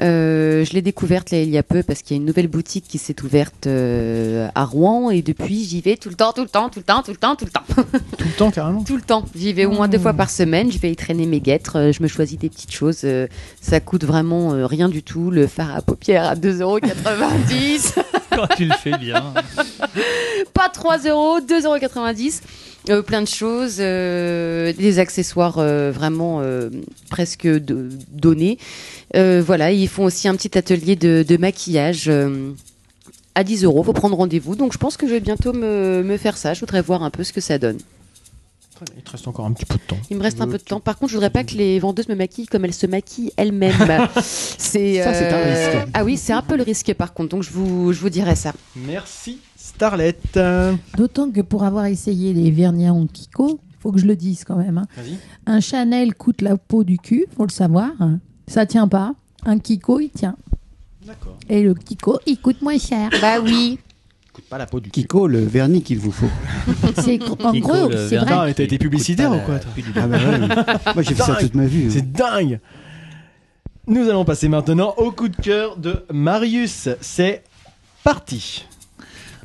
Speaker 2: Euh, je l'ai découverte là, il y a peu parce qu'il y a une nouvelle boutique qui s'est ouverte euh, à Rouen et depuis j'y vais tout le temps, tout le temps, tout le temps, tout le temps, tout le temps.
Speaker 3: Tout le temps, carrément.
Speaker 2: Tout le temps. J'y vais au moins deux fois par semaine. Je vais y traîner mes guêtres. euh, Je me choisis des petites choses. euh, Ça coûte vraiment euh, rien du tout. Le fard à paupières à 2,90€.
Speaker 1: Quand tu le fais bien.
Speaker 2: Pas 3 euros, 2,90 euros. Plein de choses. euh, des accessoires euh, vraiment euh, presque de- donnés. Euh, voilà, ils font aussi un petit atelier de, de maquillage. euh, à 10 euros, faut prendre rendez-vous. Donc je pense que je vais bientôt me, me faire ça. Je voudrais voir un peu ce que ça donne.
Speaker 3: Il te reste encore un petit peu de temps.
Speaker 2: Il me reste un peu de temps. Par contre, je voudrais pas que les vendeuses me maquillent comme elles se maquillent elles-mêmes. c'est
Speaker 3: Ça, c'est un
Speaker 2: euh,
Speaker 3: risque.
Speaker 2: Ah oui, c'est un peu le risque par contre. Donc je vous, je vous dirai ça.
Speaker 3: Merci Starlet. Euh,
Speaker 6: D'autant que pour avoir essayé les vernis en Kiko, faut que je le dise quand même. hein.
Speaker 3: Vas-y.
Speaker 6: Un Chanel coûte la peau du cul, faut le savoir. hein. Ça tient pas. Un Kiko, il tient. Et le Kiko, il coûte moins cher.
Speaker 2: Bah oui.
Speaker 3: Coûte pas la peau du cul.
Speaker 10: Kiko, le vernis qu'il vous faut.
Speaker 6: C'est en
Speaker 1: Kiko,
Speaker 6: gros,
Speaker 1: le
Speaker 6: c'est
Speaker 1: vernis.
Speaker 6: vrai.
Speaker 3: Putain, t'as été publicitaire ou quoi toi
Speaker 10: Ah bah ouais, mais- *laughs* Moi j'ai fait ça toute ma vie. hein.
Speaker 3: C'est dingue Nous allons passer maintenant au coup de cœur de Marius. C'est parti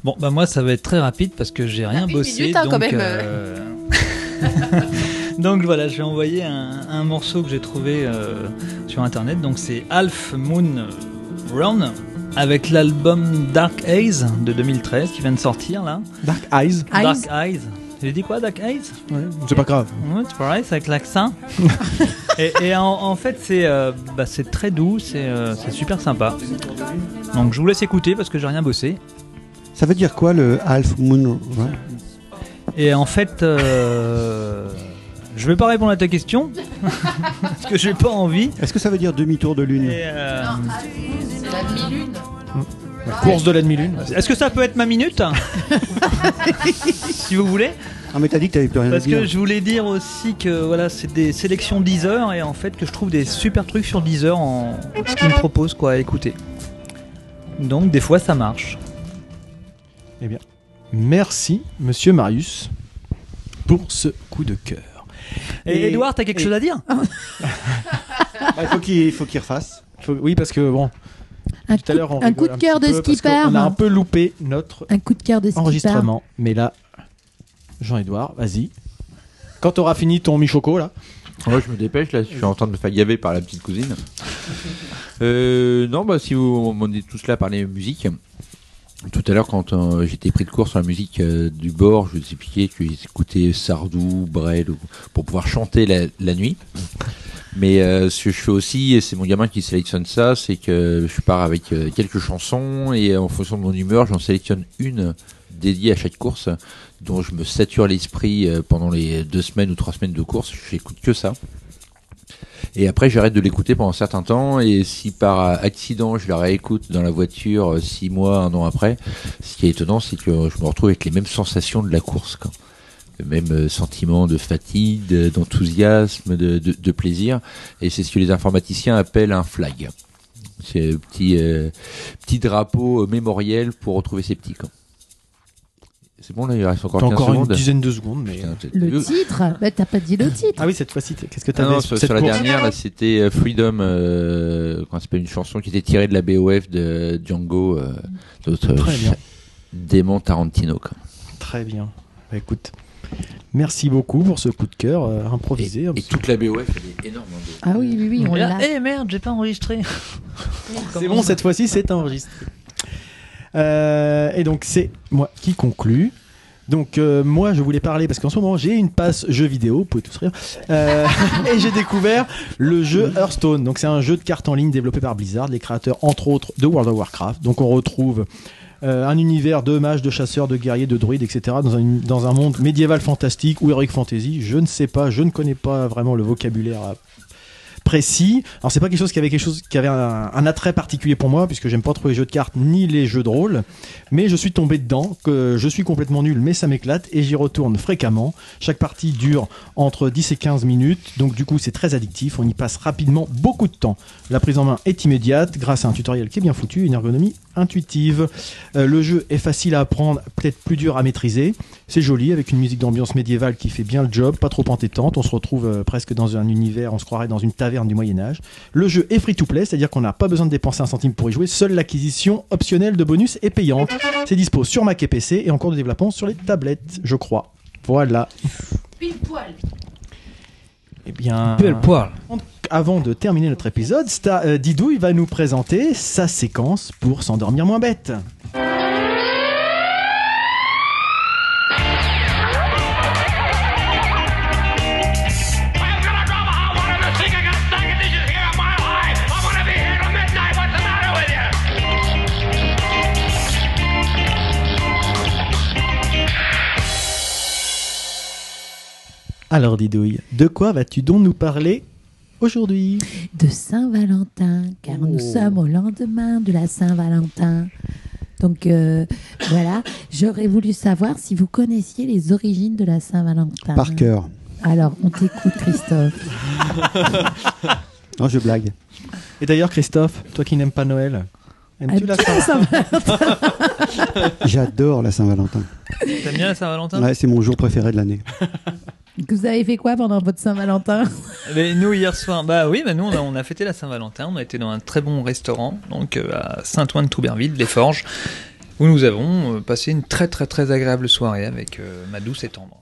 Speaker 1: Bon, bah moi, ça va être très rapide parce que j'ai rien
Speaker 2: une
Speaker 1: bossé.
Speaker 2: minute, hein,
Speaker 1: donc,
Speaker 2: quand même.
Speaker 1: euh, *laughs* donc voilà, je vais envoyer un, un morceau que j'ai trouvé euh, sur internet. Donc c'est Half Moon Run avec l'album Dark Eyes de 2013 qui vient de sortir là.
Speaker 3: Dark Eyes.
Speaker 6: Eyes.
Speaker 1: Dark Eyes. J'ai dit quoi, Dark Eyes
Speaker 3: C'est pas grave.
Speaker 1: Ouais, c'est pareil, c'est avec
Speaker 2: *laughs*
Speaker 1: l'accent. et et en, en fait, c'est euh, bah, c'est très doux, c'est euh, c'est super sympa. Donc je vous laisse écouter parce que j'ai rien bossé.
Speaker 10: Ça veut dire quoi le Half Moon ouais.
Speaker 1: Et en fait, euh, je vais pas répondre à ta
Speaker 3: *laughs*
Speaker 1: question parce que j'ai pas envie.
Speaker 10: Est-ce que ça veut dire demi-tour de lune
Speaker 1: Et, euh,
Speaker 3: La course de la demi-lune.
Speaker 1: Est-ce que ça peut être ma
Speaker 3: *laughs*
Speaker 1: minute Si vous voulez.
Speaker 10: Ah mais t'as dit que t'avais plus rien à
Speaker 1: Parce que
Speaker 10: dire.
Speaker 1: je voulais dire aussi que voilà, c'est des sélections Deezer et en fait que je trouve des super trucs sur Deezer en ce qu'ils me proposent quoi à écouter. Donc des fois ça marche.
Speaker 3: Merci, monsieur Marius, pour ce coup de cœur.
Speaker 1: Et,
Speaker 3: Et-
Speaker 1: Edouard, t'as quelque
Speaker 3: et-
Speaker 1: chose à dire
Speaker 10: Ah, il faut qu'il faut qu'il refasse.
Speaker 3: Faut- Oui, parce que bon,
Speaker 6: Un
Speaker 3: tout à l'heure, on
Speaker 6: coup, un
Speaker 3: rigole
Speaker 6: coup de cœur de
Speaker 3: petit peu parce
Speaker 6: skipper. hein.
Speaker 3: qu'on a un peu loupé notre
Speaker 6: Un coup de cœur de skipper.
Speaker 3: enregistrement. Mais là, Jean-Edouard, vas-y. Quand t'auras fini ton Michoco, là.
Speaker 4: Moi, je me dépêche, là, je suis en train de me faire gaver par la petite cousine. Euh, non, bah, si vous on est tous là par les musiques. Tout à l'heure, quand euh, j'étais pris de cours sur la musique euh, du bord, je vous expliquais que j'écoutais Sardou, Brel, ou- pour pouvoir chanter la, la nuit. Mais euh, ce que je fais aussi, et c'est mon gamin qui sélectionne ça, c'est que je pars avec euh, quelques chansons et en fonction de mon humeur, j'en sélectionne une dédiée à chaque course, dont je me sature l'esprit euh, pendant les deux semaines ou trois semaines de course. J'écoute que ça. Et après, j'arrête de l'écouter pendant un certain temps. Et si par accident, je la réécoute dans la voiture euh, six mois, un an après, ce qui est étonnant, c'est que je me retrouve avec les mêmes sensations de la course. Quoi. Le même euh, sentiment de fatigue, de- d'enthousiasme, de, de- de plaisir. Et c'est ce que les informaticiens appellent un flag. C'est un petit, euh, petit drapeau euh, mémoriel pour retrouver ses petits. quoi. C'est bon, là, il reste encore
Speaker 3: T'as
Speaker 4: 15
Speaker 3: encore une
Speaker 4: secondes.
Speaker 3: dizaine de secondes, mais. euh,
Speaker 4: Putain, t'es-
Speaker 6: Le titre Bah, T'as pas dit le titre.
Speaker 3: Ah oui, cette fois-ci, t'es- qu'est-ce que
Speaker 4: Ah
Speaker 3: t'avais
Speaker 4: non,
Speaker 3: sur
Speaker 4: sur,
Speaker 3: cette
Speaker 4: sur la
Speaker 3: course
Speaker 4: dernière, là, c'était euh, Freedom, euh, comment ça s'appelle, une chanson qui était tirée de la BOF de Django, euh, d'autres
Speaker 3: Très bien.
Speaker 4: démon Tarantino. quoi.
Speaker 3: Très bien. Bah, écoute, merci beaucoup pour ce coup de cœur euh, improvisé.
Speaker 4: Et, et toute la BOF, elle est énorme. hein, de-
Speaker 6: Ah oui, oui, oui,
Speaker 3: Oh
Speaker 6: on
Speaker 1: Et là,
Speaker 6: l'a.
Speaker 1: Eh merde, j'ai pas enregistré.
Speaker 3: C'est bon, cette fois-ci, c'est enregistré. Euh, et donc, c'est moi qui conclue. Donc, euh, moi, je voulais parler parce qu'en ce moment, j'ai une passe jeu vidéo, vous pouvez tous rire. Euh, *laughs* et j'ai découvert le jeu Hearthstone. Donc, c'est un jeu de cartes en ligne développé par Blizzard, les créateurs, entre autres, de World of Warcraft. Donc, on retrouve euh, un univers de mages, de chasseurs, de guerriers, de druides, etc. Dans un, dans un monde médiéval fantastique ou heroic fantasy. Je ne sais pas, je ne connais pas vraiment le vocabulaire euh, précis. Alors c'est pas quelque chose qui avait quelque chose qui avait un, un attrait particulier pour moi puisque j'aime pas trop les jeux de cartes ni les jeux de rôle, mais je suis tombé dedans, que je suis complètement nul mais ça m'éclate et j'y retourne fréquemment. Chaque partie dure entre 10 et 15 minutes, donc du coup c'est très addictif, on y passe rapidement beaucoup de temps. La prise en main est immédiate grâce à un tutoriel qui est bien foutu, une ergonomie intuitive. Euh, le jeu est facile à apprendre, peut-être plus dur à maîtriser. C'est joli avec une musique d'ambiance médiévale qui fait bien le job, pas trop entêtante. On se retrouve euh, presque dans un univers, on se croirait dans une taverne du Moyen Âge. Le jeu est free to play, c'est-à-dire qu'on n'a pas besoin de dépenser un centime pour y jouer. Seule l'acquisition optionnelle de bonus est payante. C'est dispo sur Mac et PC et en cours de développement sur les tablettes, je crois. Voilà.
Speaker 6: Pile poil.
Speaker 3: Eh bien,
Speaker 1: Belle poire.
Speaker 3: avant de terminer notre épisode, Sta- euh, Didouille va nous présenter sa séquence pour s'endormir moins bête. Alors Didouille, de quoi vas-tu donc nous parler aujourd'hui
Speaker 6: de Saint-Valentin, car nous sommes au lendemain de la Saint-Valentin. Donc euh, voilà, j'aurais voulu savoir si vous connaissiez les origines de la Saint-Valentin.
Speaker 10: Par cœur.
Speaker 6: Alors, on t'écoute, Christophe.
Speaker 10: Non, je blague.
Speaker 3: Et d'ailleurs Christophe, toi qui n'aimes pas Noël,
Speaker 6: Ah,
Speaker 3: aimes-tu la Saint-
Speaker 10: J'adore la Saint-Valentin.
Speaker 1: T'aimes bien la Saint-Valentin
Speaker 10: Ouais, c'est mon jour préféré de l'année.
Speaker 6: Que Vous avez fait quoi pendant votre Saint-Valentin
Speaker 1: Mais nous hier soir, bah oui, bah nous on a, on a fêté la Saint-Valentin, on a été dans un très bon restaurant, donc euh, à Saint-Ouen-de-Touberville, Les Forges, où nous avons euh, passé une très très très agréable soirée avec euh, ma douce et tendre.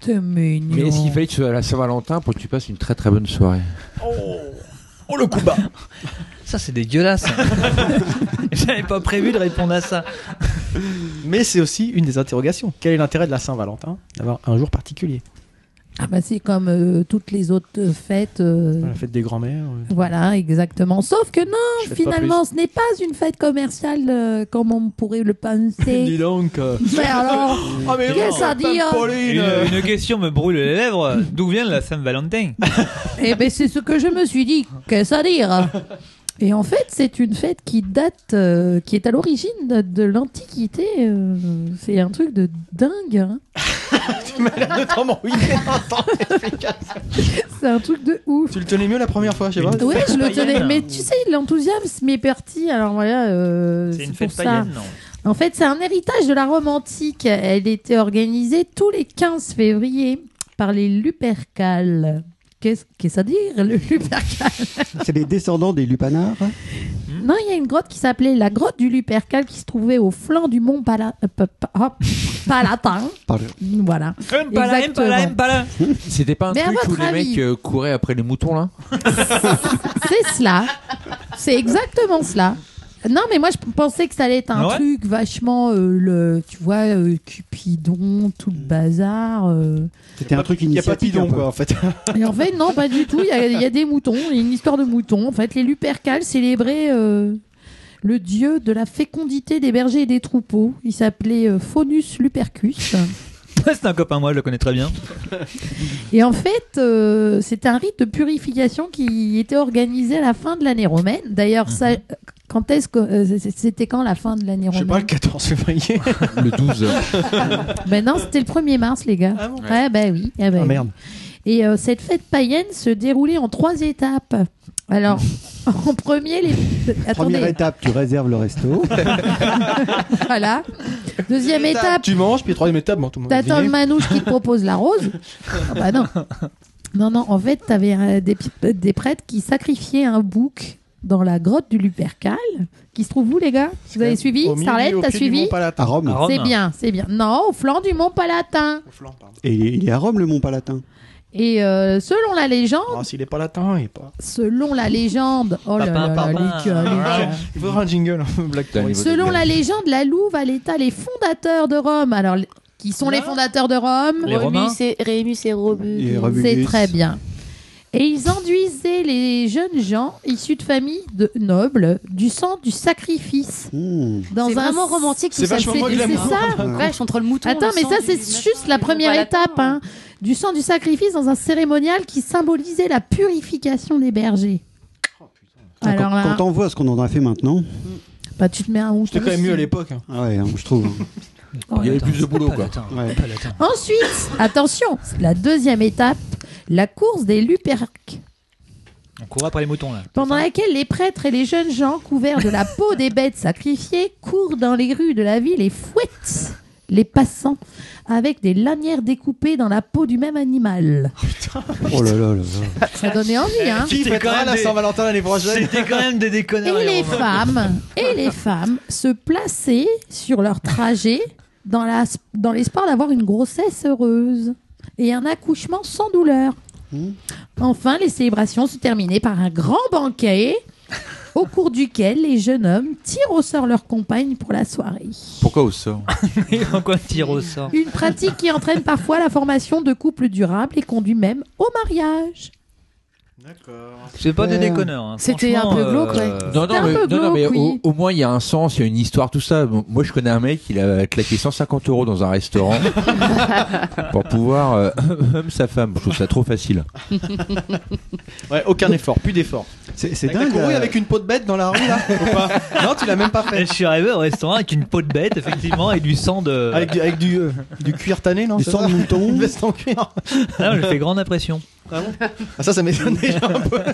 Speaker 6: T'es mignon.
Speaker 15: Mais est-ce qu'il fallait que tu sois à la Saint-Valentin pour que tu passes une très très bonne soirée
Speaker 1: Oh le coup bas *laughs* Ça c'est dégueulasse hein. *laughs* J'avais pas prévu de répondre à ça
Speaker 3: Mais c'est aussi une des interrogations. Quel est l'intérêt de la Saint-Valentin d'avoir un jour particulier
Speaker 6: Ah bah, c'est comme euh, toutes les autres euh, fêtes. euh,
Speaker 3: La fête des grands-mères euh,
Speaker 6: Voilà, exactement. Sauf que
Speaker 3: Je
Speaker 6: non,
Speaker 3: fais
Speaker 6: finalement, ce n'est pas une fête commerciale euh, comme on pourrait le
Speaker 3: Dis
Speaker 1: *laughs*
Speaker 6: penser.
Speaker 3: donc euh, *laughs*
Speaker 6: Mais alors,
Speaker 3: Ah, mais
Speaker 6: qu'est-ce que ça dit hein
Speaker 1: euh, Une, euh, une question me brûle les lèvres, d'où vient la Saint-Valentin
Speaker 6: Eh ben, c'est ce que je me suis dit. Qu'est-ce
Speaker 1: *laughs*
Speaker 6: à dire Et en fait, c'est une fête qui date, euh, qui est à l'origine de, de l'Antiquité. euh, c'est un truc de dingue. hein.
Speaker 3: Notamment, oui,
Speaker 6: C'est un truc de ouf.
Speaker 3: Tu le tenais mieux la première fois, je sais pas
Speaker 6: Oui, je le
Speaker 1: païenne.
Speaker 6: tenais. Mais tu sais, l'enthousiasme m'est parti. Alors voilà, euh,
Speaker 1: C'est une
Speaker 6: pour
Speaker 1: fête
Speaker 6: ça.
Speaker 1: païenne, non
Speaker 6: En fait, c'est un héritage de la Rome antique. Elle était organisée tous les 15 février par les Lupercales. Qu'est-ce qu'est-ce à dire, le Lupercal
Speaker 10: C'est les descendants des lupanards.
Speaker 6: Non, il y a une grotte qui s'appelait la grotte du Lupercal qui se trouvait au flanc du mont Pala- euh, pa- pa- ah, *laughs* Palatin.
Speaker 10: Pardon.
Speaker 6: Voilà.
Speaker 1: Impala,
Speaker 6: Exactement.
Speaker 1: impala, impala
Speaker 15: C'était pas un
Speaker 6: Mais à
Speaker 15: truc où
Speaker 6: votre
Speaker 15: les
Speaker 6: avis-
Speaker 15: mecs euh, couraient après les moutons là
Speaker 6: C'est cela. C'est exactement cela. Non, mais moi, je pensais que ça allait être un
Speaker 1: Ouais.
Speaker 6: truc vachement, euh, le, tu vois, euh, Cupidon, tout le bazar. euh.
Speaker 10: C'était un truc
Speaker 3: Il n'y a pas
Speaker 10: initiatique.
Speaker 3: Pidon,
Speaker 10: un peu.
Speaker 3: quoi, en fait.
Speaker 6: Et en fait, non, pas du tout. Il y, a- il y a des moutons, il y a une histoire de moutons. En fait, les Lupercales célébraient euh, le dieu de la fécondité des bergers et des troupeaux. Il s'appelait euh, Faunus Lupercus.
Speaker 1: C'est un copain, moi je le connais très bien.
Speaker 6: Et en fait, euh, c'est un rite de purification qui était organisé à la fin de l'année romaine. D'ailleurs, ça, quand est-ce que euh, c'est- c'était quand la fin de l'année
Speaker 3: Mhm. Je sais
Speaker 6: romaine
Speaker 3: pas, le 14 février.
Speaker 15: Le 12.
Speaker 6: Ben non, c'était le 1er mars, les gars.
Speaker 3: Ah bon
Speaker 6: ouais, ben oui. ah ben
Speaker 3: Ah
Speaker 6: oui.
Speaker 3: merde.
Speaker 6: Et euh, cette fête païenne se déroulait en trois étapes. Alors, *laughs* en premier, les.
Speaker 10: Première
Speaker 6: Attendez,
Speaker 10: étape, tu réserves le resto.
Speaker 6: voilà. Deuxième étape,
Speaker 3: Tu manges, puis troisième étape, bon, tout le monde a
Speaker 6: T'attends le
Speaker 3: deviné.
Speaker 6: manouche qui te propose la rose Ah Bah non. Non, non, en fait, t'avais euh, des, pi- euh, des prêtres qui sacrifiaient un bouc dans la grotte du Lupercal, qui se trouve où, les gars Vous avez suivi
Speaker 3: Au milieu,
Speaker 6: Starlet,
Speaker 3: au
Speaker 6: t'as
Speaker 3: pied du
Speaker 6: suivi
Speaker 3: Mont Palatin.
Speaker 10: À Rome.
Speaker 1: À Rome.
Speaker 6: C'est bien, c'est bien. Non, au flanc du Mont Palatin.
Speaker 3: Au flanc, pardon.
Speaker 10: Et il est à Rome, le Mont Palatin.
Speaker 6: Et euh, selon la légende,
Speaker 3: Ah, s'il est pas latin, il est pas.
Speaker 6: selon la légende, oh là
Speaker 1: Papin,
Speaker 6: là,
Speaker 1: papin. Ah,
Speaker 6: Luc, euh, Luc, euh,
Speaker 3: Il faudra un jingle, blague
Speaker 15: Putain,
Speaker 3: pourrie.
Speaker 15: niveau
Speaker 6: selon
Speaker 15: de-
Speaker 6: la légende, la Louve allait à les fondateurs de Rome. Alors, les- qui sont les fondateurs de Rome
Speaker 1: Les Romains
Speaker 2: Rémus et, Rémus et Robus.
Speaker 10: Et Robus.
Speaker 6: C'est très bien. Et ils enduisaient les jeunes gens issus de familles de nobles du sang du sacrifice. Dans
Speaker 10: Hmm.
Speaker 2: C'est
Speaker 6: un-
Speaker 2: vraiment romantique, tout
Speaker 6: C'est
Speaker 2: ça, le
Speaker 6: vachement
Speaker 2: fait-
Speaker 6: moins
Speaker 2: C'est
Speaker 6: glamour.
Speaker 2: ça,
Speaker 6: Ouais.
Speaker 2: vache, entre le mouton.
Speaker 6: Attends,
Speaker 2: le
Speaker 6: mais
Speaker 2: sang
Speaker 6: ça
Speaker 2: du-
Speaker 6: c'est juste la première étape, hein, du sang du sacrifice dans un cérémonial qui symbolisait la purification des bergers.
Speaker 10: Putain,
Speaker 6: Alors
Speaker 10: quand,
Speaker 6: là-
Speaker 10: quand on voit ce qu'on en a fait maintenant,
Speaker 6: Bah tu te mets un mouton.
Speaker 10: C'était quand même mieux à
Speaker 3: l'époque.
Speaker 10: ah ouais, hein, je trouve.
Speaker 6: *laughs* Il y avait
Speaker 10: plus de boulot quoi.
Speaker 6: Ensuite, attention, la deuxième étape, la course des luperques,
Speaker 11: On court après les moutons là.
Speaker 6: pendant laquelle les prêtres et les jeunes gens couverts de la peau des bêtes sacrifiées courent dans les rues de la ville et fouettent les passants avec des lanières découpées dans la peau du même animal.
Speaker 10: Oh là là là.
Speaker 6: Ça donnait envie, hein
Speaker 3: Qui fêtera la Saint-Valentin l'année prochaine
Speaker 11: C'était quand même des déconneurs.
Speaker 6: Et les
Speaker 11: Romains.
Speaker 6: femmes, *laughs* et les femmes se plaçaient sur leur trajet dans la- dans l'espoir d'avoir une grossesse heureuse et un accouchement sans douleur.
Speaker 11: Hmm.
Speaker 6: Enfin, les célébrations se terminaient par un grand
Speaker 11: *laughs*
Speaker 6: banquet au cours duquel les jeunes hommes tirent au sort leur compagne pour la soirée.
Speaker 4: Pourquoi au sort
Speaker 11: En quoi tire au sort
Speaker 6: Une pratique qui entraîne parfois la formation de couples durables et conduit même au mariage.
Speaker 11: C'est pas des déconneurs. hein.
Speaker 6: C'était un
Speaker 11: Franchement,
Speaker 6: peu glauque, ouais.
Speaker 11: euh,
Speaker 15: Non,
Speaker 6: C'était
Speaker 15: non,
Speaker 6: un
Speaker 15: mais,
Speaker 6: peu
Speaker 15: non, non, mais
Speaker 6: glauque, oui.
Speaker 15: au, au moins il y a un sens, il y a une histoire, tout ça. Bon, Moi je connais un mec, il a claqué 150 euros dans un restaurant
Speaker 6: *laughs*
Speaker 15: pour pouvoir euh, *coughs* hum sa femme. Je trouve ça trop facile.
Speaker 3: Ouais, *laughs* aucun effort, plus d'effort.
Speaker 10: C'est
Speaker 3: T'as
Speaker 10: dingue.
Speaker 3: couru
Speaker 10: euh,
Speaker 3: avec une peau de bête dans la rue là *laughs* ou pas Non, tu l'as même pas fait.
Speaker 11: Je suis arrivé au restaurant avec une peau de bête, effectivement, et du sang de.
Speaker 3: Avec du, avec du, euh, du cuir tanné, non
Speaker 10: Du
Speaker 3: c'est
Speaker 10: sang
Speaker 3: ça
Speaker 10: de mouton.
Speaker 3: Une veste en cuir.
Speaker 11: Ah, j'ai fait grande impression.
Speaker 3: Ah, ça, ça m'étonne déjà un peu. *laughs*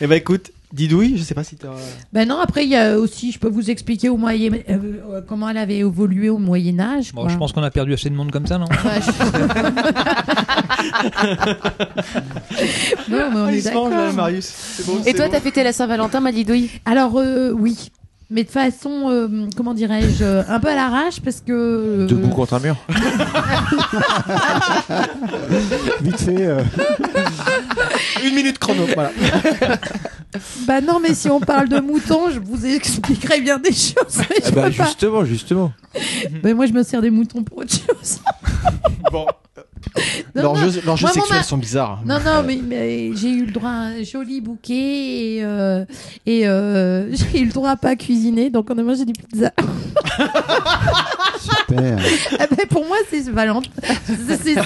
Speaker 3: Eh ben écoute, Didouille, je sais pas si t'as.
Speaker 6: Ben non, après, il y a aussi, je peux vous expliquer au moyen, euh, comment elle avait évolué au Moyen-Âge.
Speaker 11: Bon, je pense qu'on a perdu assez de monde comme ça, non
Speaker 6: Non, mais on
Speaker 3: Ah, il
Speaker 6: est
Speaker 3: se mange, là,
Speaker 6: d'accord.
Speaker 3: Marius. C'est beau,
Speaker 2: Et
Speaker 3: c'est
Speaker 2: toi,
Speaker 3: beau.
Speaker 2: t'as fêté la Saint-Valentin, Malidouille
Speaker 6: Alors, euh, oui. Mais de façon, euh, comment dirais-je, euh, un peu à l'arrache, parce que. euh,
Speaker 15: Debout contre un mur.
Speaker 10: Vite fait. euh,
Speaker 3: Une minute chrono, voilà.
Speaker 6: Bah non, mais si on parle de moutons, je vous expliquerai bien des choses. Mais,
Speaker 15: Ah
Speaker 6: je
Speaker 15: bah,
Speaker 6: peux pas.
Speaker 15: justement, justement.
Speaker 6: Mais moi, je me sers des moutons pour
Speaker 15: *laughs*
Speaker 6: autre chose.
Speaker 3: Bon.
Speaker 6: Non,
Speaker 3: Leurs
Speaker 6: non.
Speaker 3: jeux, leurs jeux
Speaker 6: Moi, mon
Speaker 3: sexuels
Speaker 6: ma-
Speaker 3: sont bizarres.
Speaker 6: Non, non, mais, mais j'ai eu le droit à un joli bouquet et, euh, et euh, *laughs* j'ai eu le droit à pas cuisiner, donc on a mangé des pizzas. *laughs*
Speaker 10: père.
Speaker 6: Ah ben, pour moi, c'est valent. C'est c'est ça.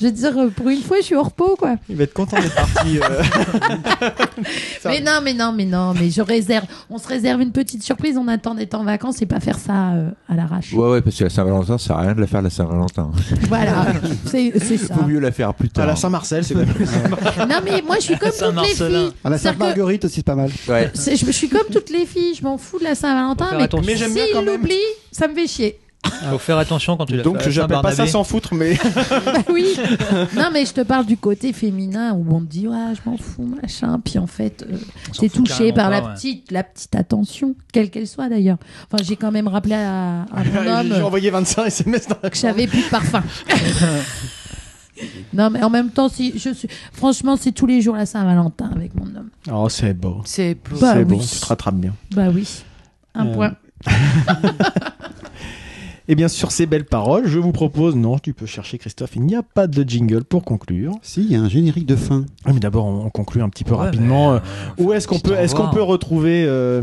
Speaker 6: Je veux dire, euh, pour une fois, je suis au repos, quoi.
Speaker 3: Il va être content d'être parti. euh. Ça-
Speaker 6: Mais non, mais non, mais non, mais je réserve. On se réserve une petite surprise. On attend d'être en vacances et pas faire ça euh, à l'arrache.
Speaker 15: Ouais, ouais, parce que la Saint-Valentin, ça sert à rien de la faire la Saint-Valentin.
Speaker 6: *laughs* Voilà, c'est c'est ça.
Speaker 15: Vaut mieux la faire plus
Speaker 3: À
Speaker 15: tard.
Speaker 3: la Saint-Marcel, c'est même.
Speaker 6: Non, mais moi, je suis comme toutes les
Speaker 11: Saint-Marcelin.
Speaker 6: filles.
Speaker 10: Ah,
Speaker 3: bah,
Speaker 6: C'est-à-dire que
Speaker 10: la Sainte-Marguerite aussi, c'est pas mal.
Speaker 15: Ouais.
Speaker 6: c'est- je, je suis comme toutes les filles. Je m'en fous de la Saint-Valentin,
Speaker 11: Faut faire
Speaker 6: mais,
Speaker 11: attention.
Speaker 3: Mais j'aime bien quand
Speaker 6: s'il
Speaker 3: même.
Speaker 6: l'oublie, ça me fait chier. *laughs*
Speaker 11: Faut faire attention quand tu l'as
Speaker 3: Donc j'appelle pas ça sans
Speaker 11: *laughs*
Speaker 3: foutre, mais. *laughs*
Speaker 6: Bah oui. Non, mais je te parle du côté féminin où on te dit ouais, je m'en fous, machin. Puis en fait, euh,
Speaker 11: s'en
Speaker 6: t'es
Speaker 11: fout
Speaker 6: touché par
Speaker 11: carrément pas,
Speaker 6: la
Speaker 11: ouais.
Speaker 6: petite, la petite attention, quelle qu'elle soit d'ailleurs. Enfin, j'ai quand même rappelé à, à mon homme
Speaker 3: Ah, J'ai envoyé 25 SMS dans la
Speaker 6: *laughs* que j'avais plus de
Speaker 3: *laughs*
Speaker 6: parfum. non, mais en même temps, si je suis, franchement, c'est tous les jours la Saint-Valentin avec mon homme.
Speaker 3: Oh, c'est beau.
Speaker 2: C'est beau.
Speaker 6: Bah oui.
Speaker 3: rattrapes bien.
Speaker 6: Bah oui. Un
Speaker 3: Euh,
Speaker 6: point.
Speaker 3: Eh bien, sur ces belles paroles, je vous propose. Non, tu peux chercher Christophe, il n'y a pas de jingle pour conclure.
Speaker 10: Si, il y a un générique de fin.
Speaker 3: Ah, mais d'abord, on on conclut un petit peu
Speaker 11: Ouais,
Speaker 3: rapidement.
Speaker 11: mais,
Speaker 3: euh, où est-ce qu'on
Speaker 11: petit
Speaker 3: peut, est-ce
Speaker 11: au
Speaker 3: qu'on
Speaker 11: revoir.
Speaker 3: peut retrouver euh,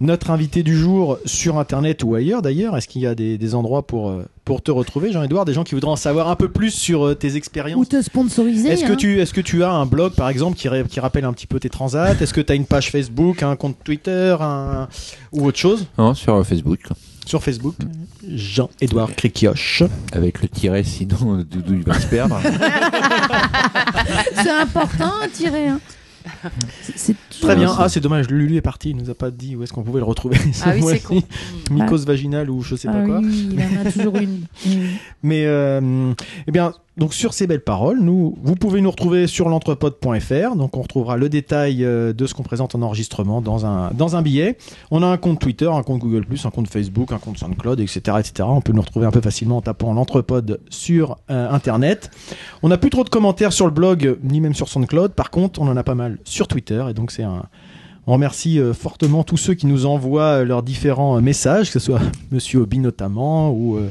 Speaker 3: notre invité du jour sur Internet ou ailleurs d'ailleurs Est-ce qu'il y a des, des endroits pour, euh, pour te retrouver, Jean-Edouard Des gens qui voudraient en savoir un peu plus sur euh, tes
Speaker 6: Ou
Speaker 3: expériences
Speaker 6: te sponsoriser.
Speaker 3: Est-ce que,
Speaker 6: hein.
Speaker 3: tu, est que tu as un blog, par exemple, qui, ra- qui rappelle un petit peu tes transats Est-ce que tu as une page Facebook, un compte Twitter un- ou autre chose
Speaker 15: Non, sur euh, Facebook,
Speaker 3: Sur Facebook, Jean-Edouard Cricioche.
Speaker 15: avec le tiret, sinon euh, Doudou il va se perdre.
Speaker 6: *laughs* C'est important à tirer. hein. C'est- C'est
Speaker 3: *laughs* Très bien.
Speaker 15: Ouais,
Speaker 3: Ah, c'est dommage, Lulu est parti, il nous a pas dit où est-ce qu'on pouvait le retrouver.
Speaker 2: Ah
Speaker 3: *laughs*
Speaker 2: oui,
Speaker 3: Moi
Speaker 2: c'est
Speaker 3: aussi.
Speaker 2: con.
Speaker 3: Mycose vaginale ou je sais pas
Speaker 6: Ah
Speaker 3: quoi.
Speaker 6: oui, il en a
Speaker 3: *laughs*
Speaker 6: toujours une. Oui.
Speaker 3: Mais euh, eh bien, donc sur ces belles paroles, nous, vous pouvez nous retrouver sur l'entrepode.fr. Donc on retrouvera le détail euh, de ce qu'on présente en enregistrement dans un, dans un billet. On a un compte Twitter, un compte Google, un compte Facebook, un compte SoundCloud, etc. etc. On peut nous retrouver un peu facilement en tapant l'entrepode sur euh, Internet. On n'a plus trop de commentaires sur le blog, euh, ni même sur SoundCloud. Par contre, on en a pas mal sur Twitter. Et donc c'est un. On remercie euh, fortement tous *laughs* ceux qui nous envoient euh, leurs différents euh, messages, que ce soit Monsieur Obi notamment ou euh,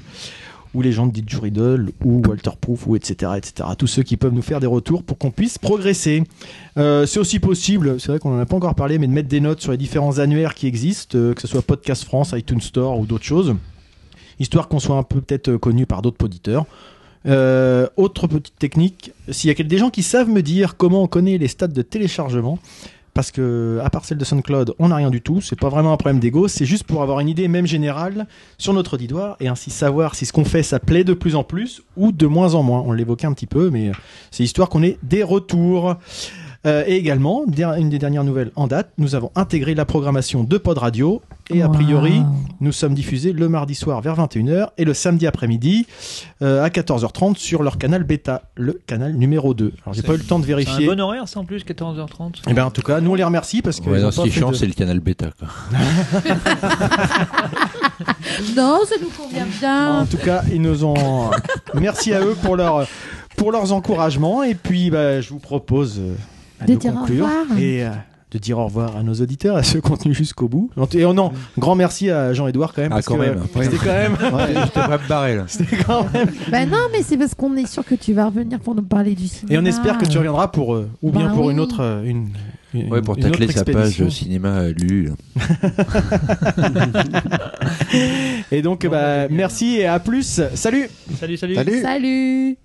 Speaker 3: ou les gens de Didgeridoo ou Walter Proof ou etc etc tous ceux qui peuvent nous faire des retours pour qu'on puisse progresser Euh, c'est aussi possible c'est vrai qu'on en a pas encore parlé mais de mettre des notes sur les différents annuaires qui existent euh, que ce soit Podcast France iTunes Store ou d'autres choses histoire qu'on soit un peu peut-être euh, connu par d'autres auditeurs Euh, autre petite technique s'il y a quel- des gens qui savent me dire comment on connaît les stats de téléchargement parce que à part celle de SoundCloud, on n'a rien du tout. C'est pas vraiment un problème d'ego, c'est juste pour avoir une idée même générale sur notre auditoire et ainsi savoir si ce qu'on fait ça plaît de plus en plus ou de moins en moins. On l'évoquait un petit peu, mais euh, c'est histoire qu'on ait des retours. Euh, et également, der- une des dernières nouvelles en date, nous avons intégré la programmation de Pod Radio et a priori, nous sommes diffusés le mardi soir vers 21h et le samedi après-midi euh, à 14h30 sur leur canal bêta, le canal numéro 2. Alors j'ai pas eu le temps de
Speaker 11: C'est un
Speaker 3: vérifier.
Speaker 11: bon horaire, ça en plus, 14h30.
Speaker 3: Eh ben, en tout cas, nous on les remercie parce que.
Speaker 15: Ouais,
Speaker 3: ils
Speaker 15: non,
Speaker 3: ont
Speaker 15: ce
Speaker 3: pas
Speaker 15: qui est
Speaker 3: fait
Speaker 15: chiant,
Speaker 3: de-
Speaker 15: c'est le canal bêta. quoi.
Speaker 6: Non, ça nous convient bien.
Speaker 3: En tout cas, ils nous *laughs* ont. Merci à eux pour, leur, pour leurs encouragements. Et puis, bah, je vous propose euh,
Speaker 6: De
Speaker 3: de,
Speaker 6: dire au
Speaker 3: conclure
Speaker 6: revoir.
Speaker 3: et euh, de dire au revoir à nos auditeurs, à ceux qui ont tenu jusqu'au bout. Et oh non, grand merci à Jean-Edouard quand même.
Speaker 15: Ah,
Speaker 3: parce
Speaker 15: quand
Speaker 3: que,
Speaker 15: même.
Speaker 3: euh, C'était quand même.
Speaker 15: *laughs* Ouais, J'étais pas barré là.
Speaker 3: c'était quand même-
Speaker 6: Bah non, mais c'est parce qu'on est sûr que tu vas revenir pour nous parler du cinéma.
Speaker 3: Et on espère que tu reviendras pour euh, ou bien
Speaker 6: Ah. Bah
Speaker 3: pour
Speaker 6: oui.
Speaker 3: une autre euh, une, une-
Speaker 15: Ouais, pour
Speaker 3: une autre
Speaker 15: tacler sa page
Speaker 3: expédition.
Speaker 15: euh, cinéma euh, lu.
Speaker 3: Et donc bah, merci et à plus. Salut.
Speaker 11: Salut, salut.
Speaker 10: Salut.
Speaker 6: Salut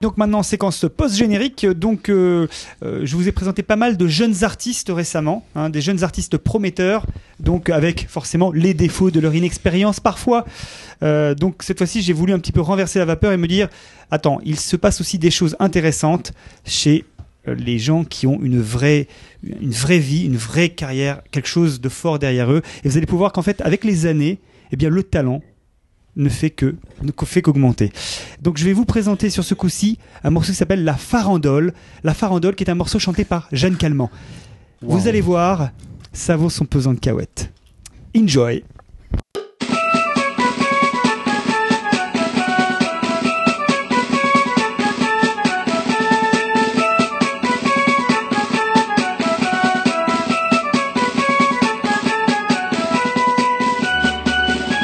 Speaker 8: Donc maintenant, séquence post-générique. Donc, euh, euh, je vous ai présenté pas mal de jeunes artistes récemment, hein, des jeunes artistes prometteurs, donc avec forcément les défauts de leur inexpérience parfois. Euh, donc cette fois-ci, j'ai voulu un petit peu renverser la vapeur et me dire, attends, il se passe aussi des choses intéressantes chez euh, les gens qui ont une vraie, une vraie vie, une vraie carrière, quelque chose de fort derrière eux. Et vous allez pouvoir qu'en fait, avec les années, eh bien, le talent ne fait que ne co- fait qu'augmenter. Donc je vais vous présenter sur ce coup-ci un morceau qui s'appelle La Farandole. La Farandole qui est un morceau chanté par Jeanne Calment. Vous allez voir, ça vaut son pesant de cahuètes. Enjoy.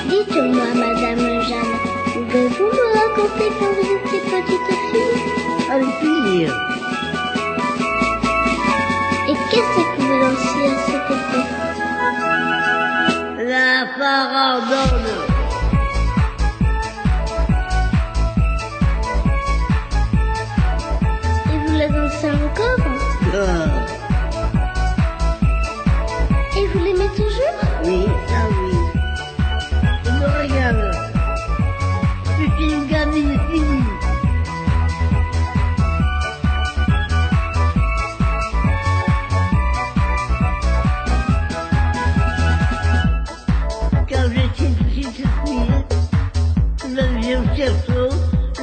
Speaker 16: Dites-moi, Madame Jeanne, pouvez-vous me raconter quand vous étiez petite fille Un pire. Et qu'est-ce que vous lanciez à cette époque La farandole. Et vous la dansez encore Et vous l'aimez toujours Ah. Oui, ah oui. Je me régale. Je suis une gamine finie. Quand j'étais une petite fille, le vieux cerceau,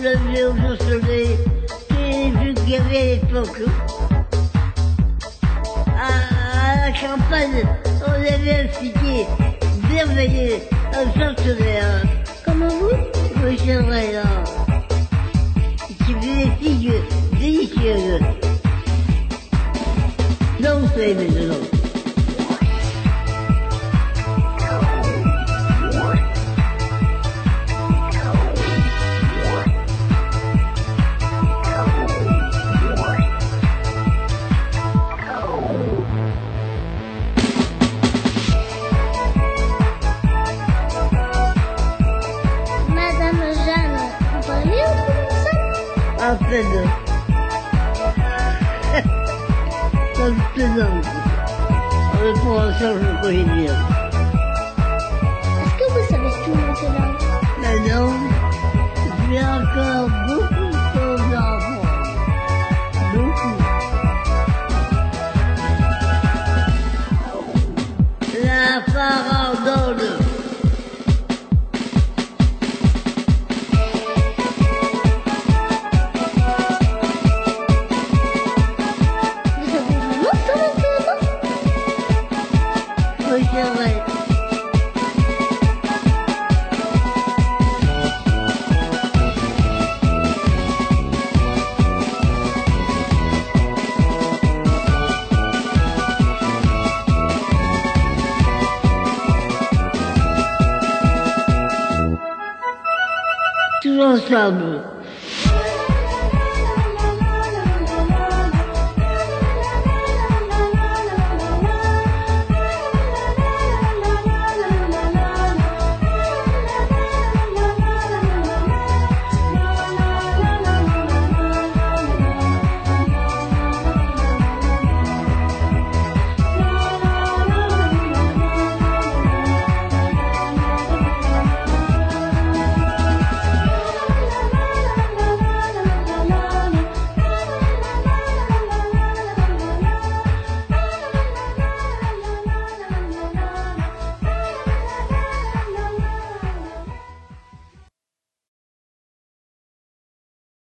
Speaker 16: le vieux au soleil, et vu qu'il y avait à l'époque. À, à la campagne, on avait un piquet merveilleux, un centenaire. Comment vous Oui, c'est vrai, là. euh, Qui faisait des figues délicieuses. Non, vous savez maintenant. un peu d'eau. Comme plaisante. On le prend ensemble au quotidien.
Speaker 17: Est-ce que vous savez tout maintenant
Speaker 16: Mais non, j'ai encore beaucoup de choses à apprendre. Beaucoup. La farandole.
Speaker 17: Vous avez longtemps été là-bas
Speaker 16: Oui, c'est vrai. Tous ensemble.